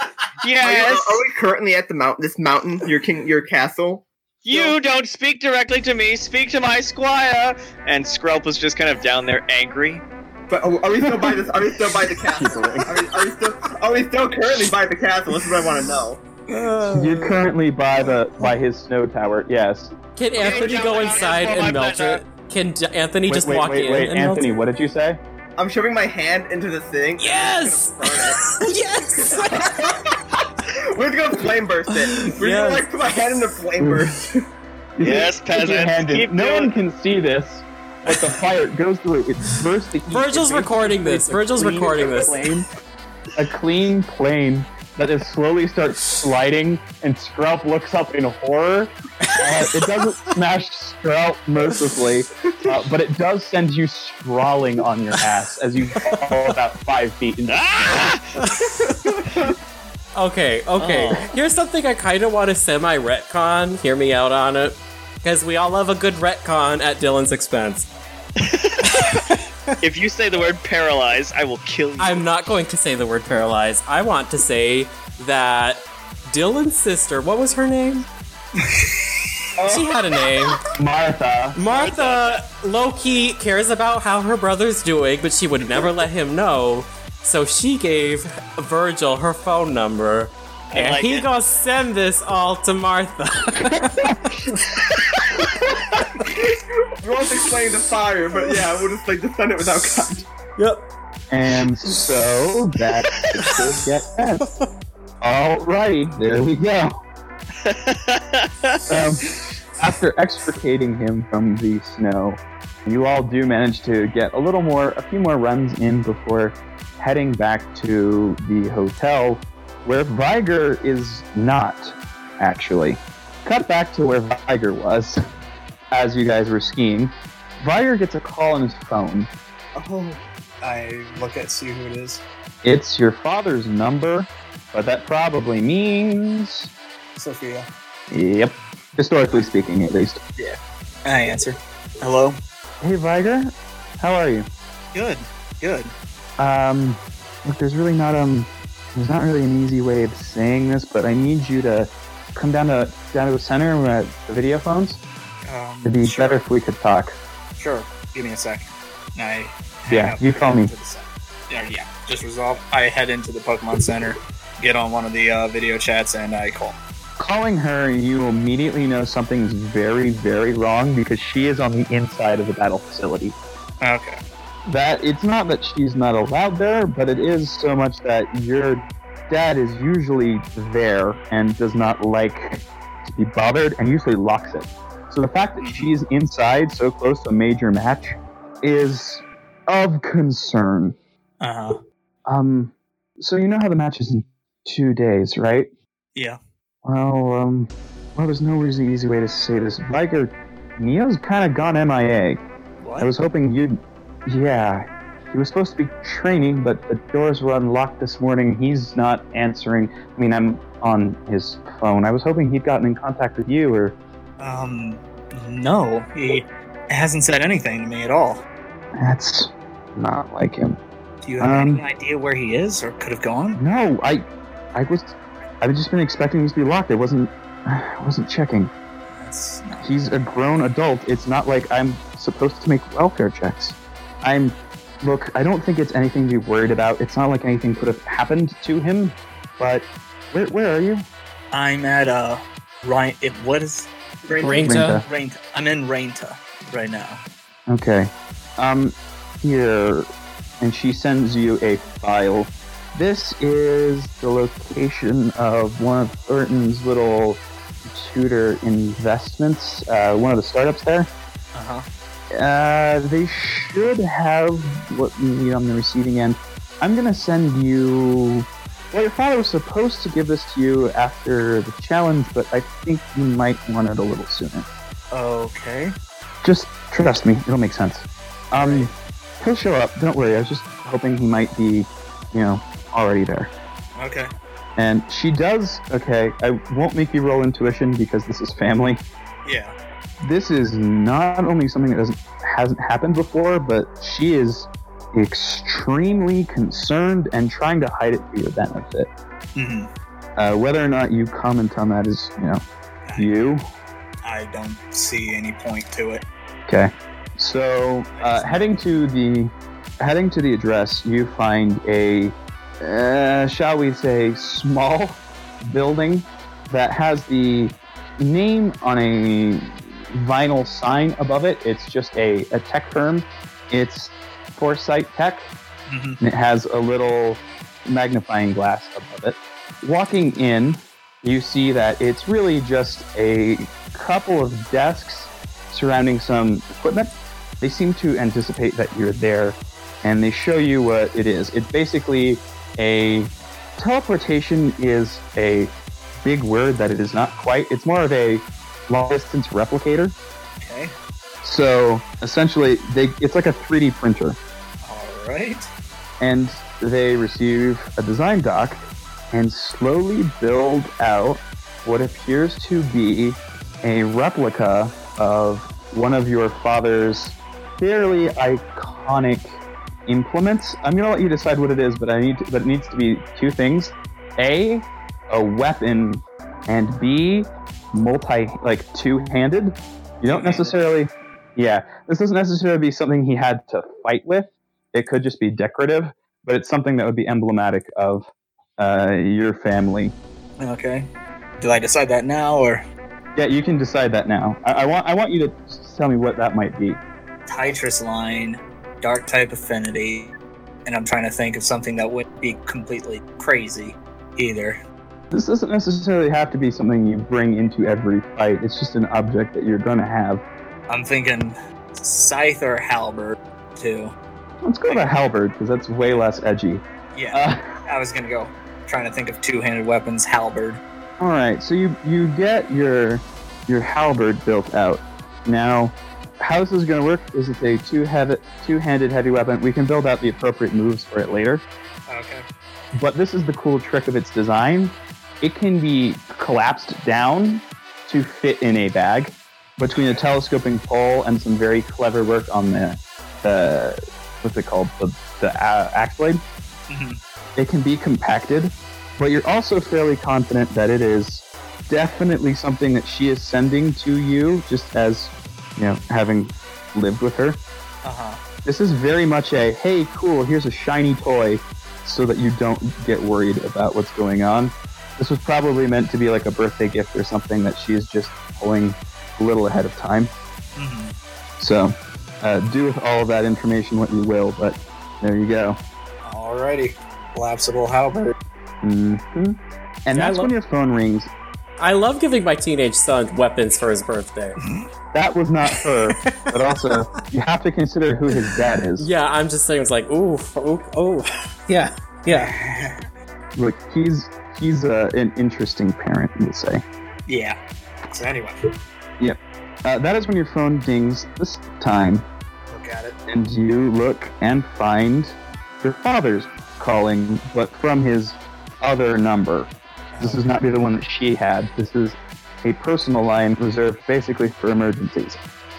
F: Are, you-
D: Yes.
F: are we currently at the mountain? This mountain, your king, your castle.
D: You don't speak directly to me. Speak to my squire. And Skrelp was just kind of down there, angry.
F: But oh, are, are we still by this? Are we still by
B: [LAUGHS]
F: the castle? Are we, are we still? Are we still currently by the castle? This is what I want to know.
B: You're currently by the by his snow tower. Yes.
E: Can Anthony
D: gentlemen,
E: go
D: I
E: inside
D: have
E: and
D: my
E: melt
D: pleasure.
E: it? Can D- Anthony
B: wait,
E: just
B: wait,
E: walk
B: wait,
E: in
B: wait,
E: and
B: Anthony.
E: melt
B: What did you say?
F: I'm shoving my hand into the thing.
E: it?
F: [LAUGHS]
E: Yes! yes!
F: We're just gonna flame burst it. We're
E: Yes.
F: just gonna like put my hand in the flame
B: [LAUGHS]
F: burst.
D: Yes,
B: Put your hand
D: peasants.
B: in.
D: Keep
B: no
D: doing-
B: one can see this, but the fire goes through. It bursts the heat.
E: Virgil's
B: It basically
E: recording this.
B: is a
E: Virgil's
B: clean
E: recording this.
B: Plane, a clean plane that is slowly starts sliding, and Sprout looks up in horror. Uh, it
E: [LAUGHS]
B: doesn't smash Sprout mercifully, uh, but it does send you sprawling on your ass as you fall about five feet. Into-
D: Ah!
E: [LAUGHS] Okay, okay.
D: Oh.
E: Here's something I kind of want to semi retcon. Hear me out on it. Because we all love a good retcon at Dylan's expense.
D: If you say the word paralyze, I will kill you.
E: I'm not going to say the word paralyzed. I want to say that Dylan's sister, what was her
D: [LAUGHS]
E: name? she had a name.
B: Martha,
E: Martha Loki cares about how her brother's doing, but she would never let him know. So she gave Virgil her phone number. And
D: like
E: he
D: it.
E: gonna send this all to Martha.
F: we won't explain the fire, but yeah, we'll just like defend it without context.
E: yep.
B: and so that should get us. Alrighty, there we go. um, after extricating him from the snow, you all do manage to get a little more, a few more runs in before heading back to the hotel, where Viger is not, actually. Cut back to where Viger was as you guys were skiing. Viger gets a call on his phone.
G: Oh,
C: I look at see who it is.
B: It's your father's number, but that probably means.
C: Sophia.
B: Yep. Historically speaking, at least.
C: I answer. Hello.
B: Hey, Viger, how are you?
C: Good. Good.
B: Um, look, there's really not um, there's not really an easy way of saying this, but I need you to come down to down to the center and we're at the video phones.
C: Um,
B: It'd be
C: sure,
B: better if we could talk.
C: Sure. Give me a sec. I.
B: Yeah, you call me.
C: Yeah, yeah. Just resolve. I head into the Pokemon Center, get on one of the uh, video chats, and I call.
B: Calling her, you immediately know something's very, very wrong because she is on the inside of the battle facility.
C: Okay.
B: That it's not that she's not allowed there, but it is so much that your dad is usually there and does not like to be bothered and usually locks it. So the fact that she's inside so close to a major match is of concern.
C: Uh huh.
B: Um, so you know how the match is in two days, right?
C: Yeah.
B: Well, um, well, there's no really easy way to say this. Biker Neo's kind of gone MIA.
C: What?
B: I was hoping you'd. Yeah. He was supposed to be training, but the doors were unlocked this morning. He's not answering. I mean, I'm on his phone. I was hoping he'd gotten in contact with you, or
C: Um, no, he hasn't said anything to me at all.
B: that's not like him.
C: Do you have
B: Um,
C: any idea where he is or could have gone?
B: No, I, I was, I've just been expecting this to be locked. I wasn't, [SIGHS] I wasn't checking.
C: That's
B: He's a grown adult. It's not like I'm supposed to make welfare checks. I'm. Look, I don't think it's anything to be worried about. It's not like anything could have happened to him. But where, where are you?
C: I'm at uh, Ryan. It, what is
E: Ringta.
C: Rainta? I'm in Rainta right now.
B: Okay. Um, here. And she sends you a file. This is the location of one of Burton's little tutor investments, uh, one of the startups there.
C: Uh huh.
B: Uh, they should have what you need on the receiving end. I'm gonna send you. Well, your father was supposed to give this to you after the challenge, but I think you might want it a little sooner.
C: Okay.
B: Just Trust me, it'll make sense. Um, he'll show up. Don't worry. I was just hoping he might be, you know, already there.
C: Okay.
B: And she does. Okay, I won't make you roll intuition because this is family.
C: Yeah.
B: This is not only something that doesn't hasn't happened before, but she is extremely concerned and trying to hide it for your benefit.
C: Mm-hmm.
B: Uh, whether or not you comment on that is, you know, you.
C: I don't see any point to it.
B: Okay. So uh, heading to the heading to the address, you find a uh, shall we say small building that has the name on a vinyl sign above it. It's just a, a tech firm. It's Foresight Tech,
C: Mhm.
B: and it has a little magnifying glass above it. Walking in, you see that it's really just a couple of desks surrounding some equipment. They seem to anticipate that you're there, and they show you what it is. It's basically a teleportation is a big word that it is not quite. It's more of a long distance replicator.
C: Okay.
B: So essentially, they it's like a 3D printer,
C: All right.
B: and they receive a design doc and slowly build out what appears to be a replica of one of your father's fairly iconic implements. I'm gonna let you decide what it is, but I need to, but it needs to be two things: a, a weapon, and b, multi like two-handed. You don't necessarily, yeah. This doesn't necessarily be something he had to fight with. It could just be decorative, but it's something that would be emblematic of uh, your family.
C: Okay. Do I decide that now or?
B: Yeah, you can decide that now. I, I want I want you to s- tell me what that might be.
C: Titress line, dark type affinity, and I'm trying to think of something that wouldn't be completely crazy either.
B: This doesn't necessarily have to be something you bring into every fight. It's just an object that you're gonna have.
C: I'm thinking scythe or halberd too.
B: Let's go to halberd because that's way less edgy.
C: Yeah,
B: Uh,
C: I was gonna go trying to think of two-handed weapons, halberd.
B: All right, so you you get your your halberd built out. Now, how this is going to work is it's a two heavy, two-handed heavy weapon. We can build out the appropriate moves for it later.
C: Okay.
B: But this is the cool trick of its design. It can be collapsed down to fit in a bag between a telescoping pole and some very clever work on the, the what's it called? The, the uh, axe blade.
C: Mhm.
B: It can be compacted, but you're also fairly confident that it is definitely something that she is sending to you, just as, you know, having lived with her.
C: Uh huh.
B: This is very much a hey, cool, here's a shiny toy so that you don't get worried about what's going on. This was probably meant to be like a birthday gift or something that she is just pulling a little ahead of time.
E: Mm-hmm.
C: hmm
B: So, uh, do with all of that information what you will, but there you go.
C: Alrighty. Collapsible halberd. [LAUGHS]
B: hmm And
E: Yeah, I
B: that's when
E: love-
B: your phone rings.
E: I love giving my teenage son weapons for his birthday.
B: That was not
E: [LAUGHS]
B: her, but also you have to consider who his dad is.
E: Yeah, I'm just saying, it's like, ooh, ooh, ooh. Yeah, yeah.
B: Look, he's he's uh, an interesting parent, we'll say.
C: Yeah. So anyway,
B: Uh, that is when your phone dings this time.
C: look at it.
B: and you look and find your father's calling, but from his other number. This is not the one that she had. This is a personal line reserved basically for emergencies.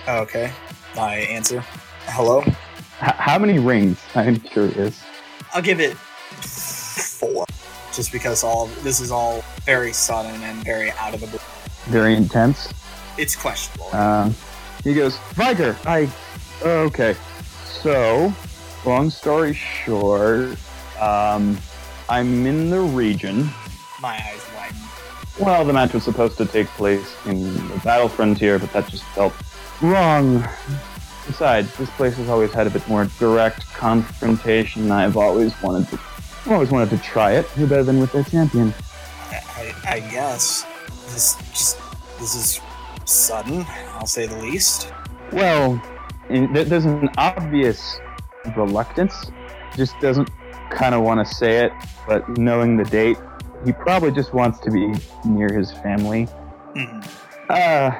C: Okay. I answer. Hello.
B: H- how many rings? [LAUGHS] I'm curious.
C: I'll give it four, just because all this is all very sudden and very out of the blue.
B: Very intense.
C: It's questionable.
B: Um, he goes, Viger, I. Okay. So, long story short, um, I'm in the region.
C: My eyes widen.
B: Well, the match was supposed to take place in the battle frontier, but that just felt wrong. Besides, this place has always had a bit more direct confrontation. I've always wanted to, I've always wanted to try it. Who better than with their champion?
C: I, I, I guess this just this is sudden. I'll say the least.
B: Well, in, there- there's an obvious reluctance. Just doesn't kind of want to say it, but knowing the date, he probably just wants to be near his family.
C: Mhm.
B: Uh,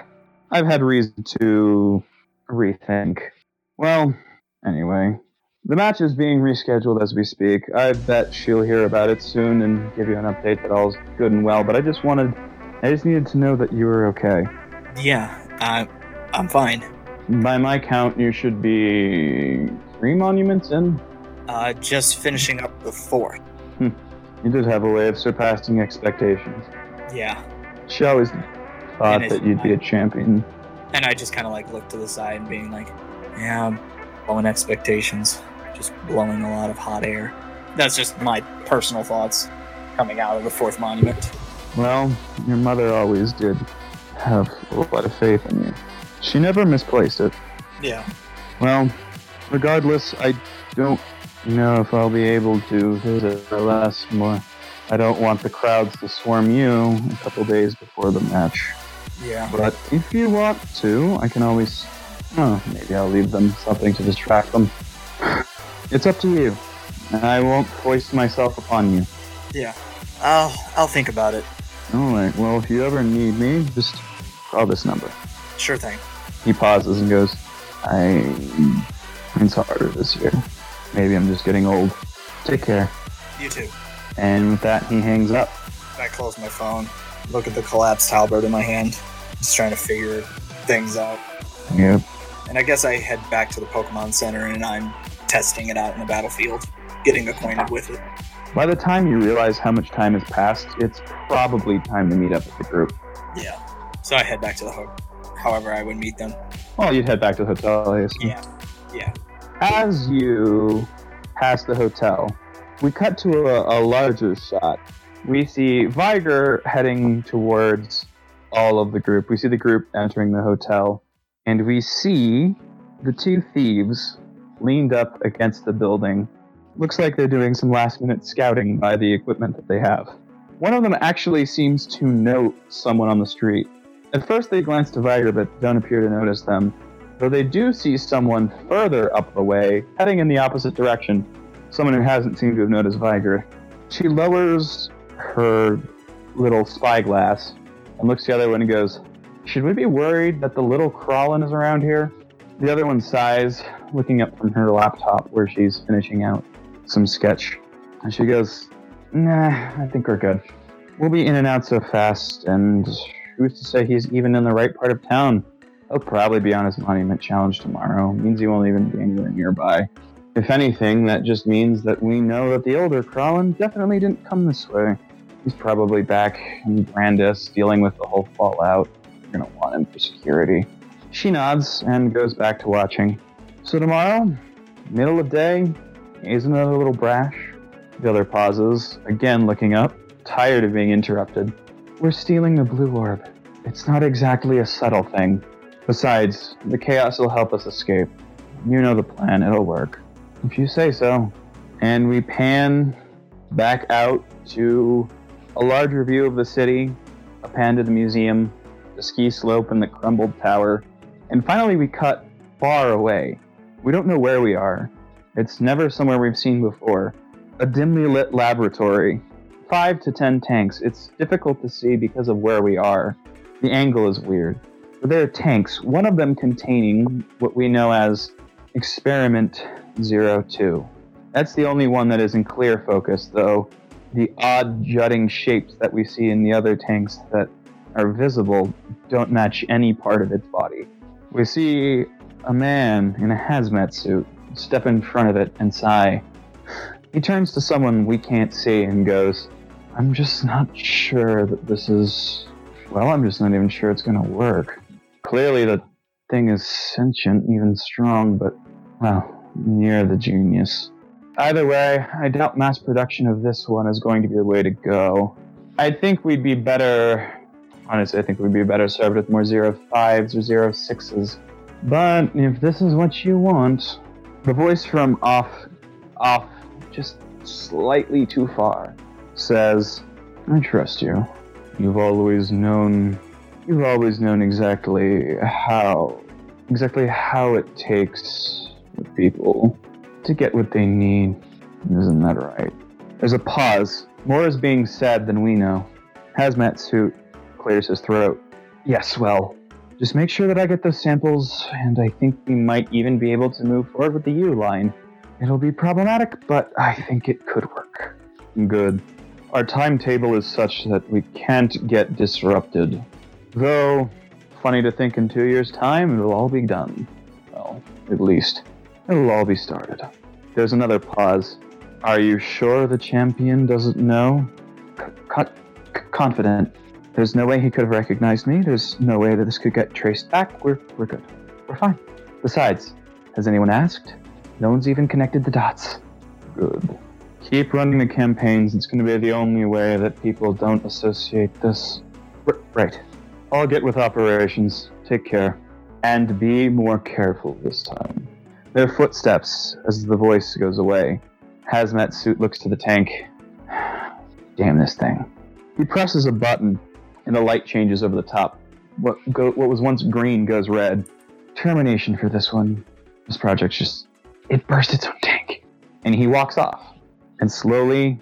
B: I've had reason to rethink. Well, anyway, the match is being rescheduled as we speak. I bet she'll hear about it soon and give you an update that all's good and well. But I just wanted, I just needed to know that you were okay.
C: Yeah, I, I'm fine.
B: By my count, you should be three monuments in.
C: Uh, just finishing up the fourth.
B: You did have a way of surpassing expectations.
C: Yeah,
B: She always thought
C: And it's-
B: that you'd be a champion.
C: and I just kind of like looked to the side and being like, "Yeah, I'm blowing expectations, just blowing a lot of hot air." That's just my personal thoughts coming out of the fourth monument.
B: Well, your mother always did have a lot of faith in you. She never misplaced it.
C: Yeah,
B: Well, regardless, I don't know if I'll be able to visit the last more. I don't want the crowds to swarm you a couple days before the match.
C: yeah.
B: But if you want to, I can always. Oh, maybe I'll leave them something to distract them. [SIGHS] It's up to you. I won't foist myself upon you.
C: I'll I'll think about it.
B: Alright, well, if you ever need me, just call this number.
C: Sure thing.
B: He pauses and goes, I. It's harder this year. Maybe I'm just getting old. Take care.
C: You too.
B: And with that, he hangs up.
C: I close my phone. Look at the collapsed halberd in my hand. Just trying to figure things out.
B: Yep.
C: And I guess I head back to the Pokemon Center and I'm testing it out in the battlefield, getting acquainted with it.
B: By the time you realize how much time has passed, it's probably time to meet up with the group.
C: Yeah. So I head back to the hub, however I would meet them.
B: Well, you'd head back to the hotel. I assume.
C: Yeah. Yeah.
B: As you pass the hotel, we cut to a, a larger shot. We see Viger heading towards all of the group. We see the group entering the hotel, and we see the two thieves leaned up against the building. Looks like they're doing some last minute scouting by the equipment that they have. One of them actually seems to note someone on the street. At first, they glance to Viger, but don't appear to notice them though they do see someone further up the way, heading in the opposite direction. Someone who hasn't seemed to have noticed Viger. She lowers her little spyglass and looks the other one and goes, Should we be worried that the little crawlin is around here? The other one sighs, looking up from her laptop where she's finishing out some sketch. And she goes, Nah, I think we're good. We'll be in and out so fast, and who's to say he's even in the right part of town? He'll probably be on his monument challenge tomorrow. Means he won't even be anywhere nearby. If anything, that just means that we know that the older Kralin definitely didn't come this way. He's probably back in Brandis dealing with the whole fallout. You're gonna want him for security. She nods and goes back to watching. So tomorrow, middle of day, he's another little brash. The other pauses, again looking up, tired of being interrupted. We're stealing the blue orb. It's not exactly a subtle thing. Besides, the chaos will help us escape. You know the plan, it'll work. If you say so. And we pan back out to a larger view of the city, a pan to the museum, the ski slope, and the crumbled tower. And finally, we cut far away. We don't know where we are. It's never somewhere we've seen before. A dimly lit laboratory. Five to ten tanks. It's difficult to see because of where we are. The angle is weird but there are tanks, one of them containing what we know as Experiment 02. That's the only one that is in clear focus, though the odd jutting shapes that we see in the other tanks that are visible don't match any part of its body. We see a man in a hazmat suit step in front of it and sigh. He turns to someone we can't see and goes, I'm just not sure that this is well, I'm just not even sure it's going to work. Clearly, the thing is sentient, even strong, but, well, near the genius. Either way, I doubt mass production of this one is going to be the way to go. I think we'd be better. Honestly, I think we'd be better served with more zero fives or zero sixes. But if this is what you want, the voice from off, off, just slightly too far, says, "I trust you." You've always known. You've always known exactly how. Exactly how it takes people to get what they need. Isn't that right? There's a pause. More is being said than we know. Hazmat suit clears his throat. Yes, well, Just make sure that I get those samples, and I think we might even be able to move forward with the U line. It'll be problematic, but I think it could work. Good. Our timetable is such that we can't get disrupted. Though, funny to think in two years' time, it'll all be done. Well, at least, it'll all be started. There's another pause. Are you sure the champion doesn't know? C- con- c- confident. There's no way he could have recognized me. There's no way that this could get traced back. We're, we're good. We're fine. Besides, has anyone asked? No one's even connected the dots. Good. Keep running the campaigns. It's going to be the only way that people don't associate this. R- right. I'll get with operations. Take care. And be more careful this time. Their footsteps, as the voice goes away. Hazmat suit looks to the tank. [SIGHS] Damn this thing. He presses a button, and the light changes over the top. What, go, what was once green goes red. Termination for this one. This project's just. It burst its own tank. And he walks off. And slowly,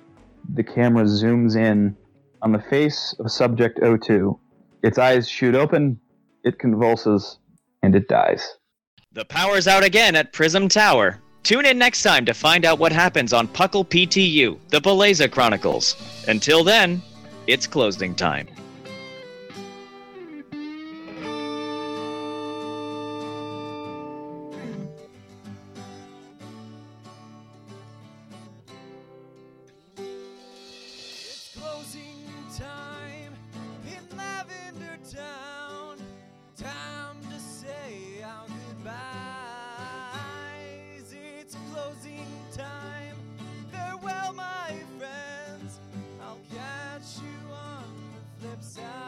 B: the camera zooms in on the face of Subject 02. Its eyes shoot open, it convulses, and it dies.
D: The power's out again at Prism Tower. Tune in next time to find out what happens on Puckle PTU, the Beleza Chronicles. Until then, it's closing time.
H: It's closing time in Lavender Town. Time to say our goodbyes. It's closing time. Farewell, my friends. I'll catch you on the flip side.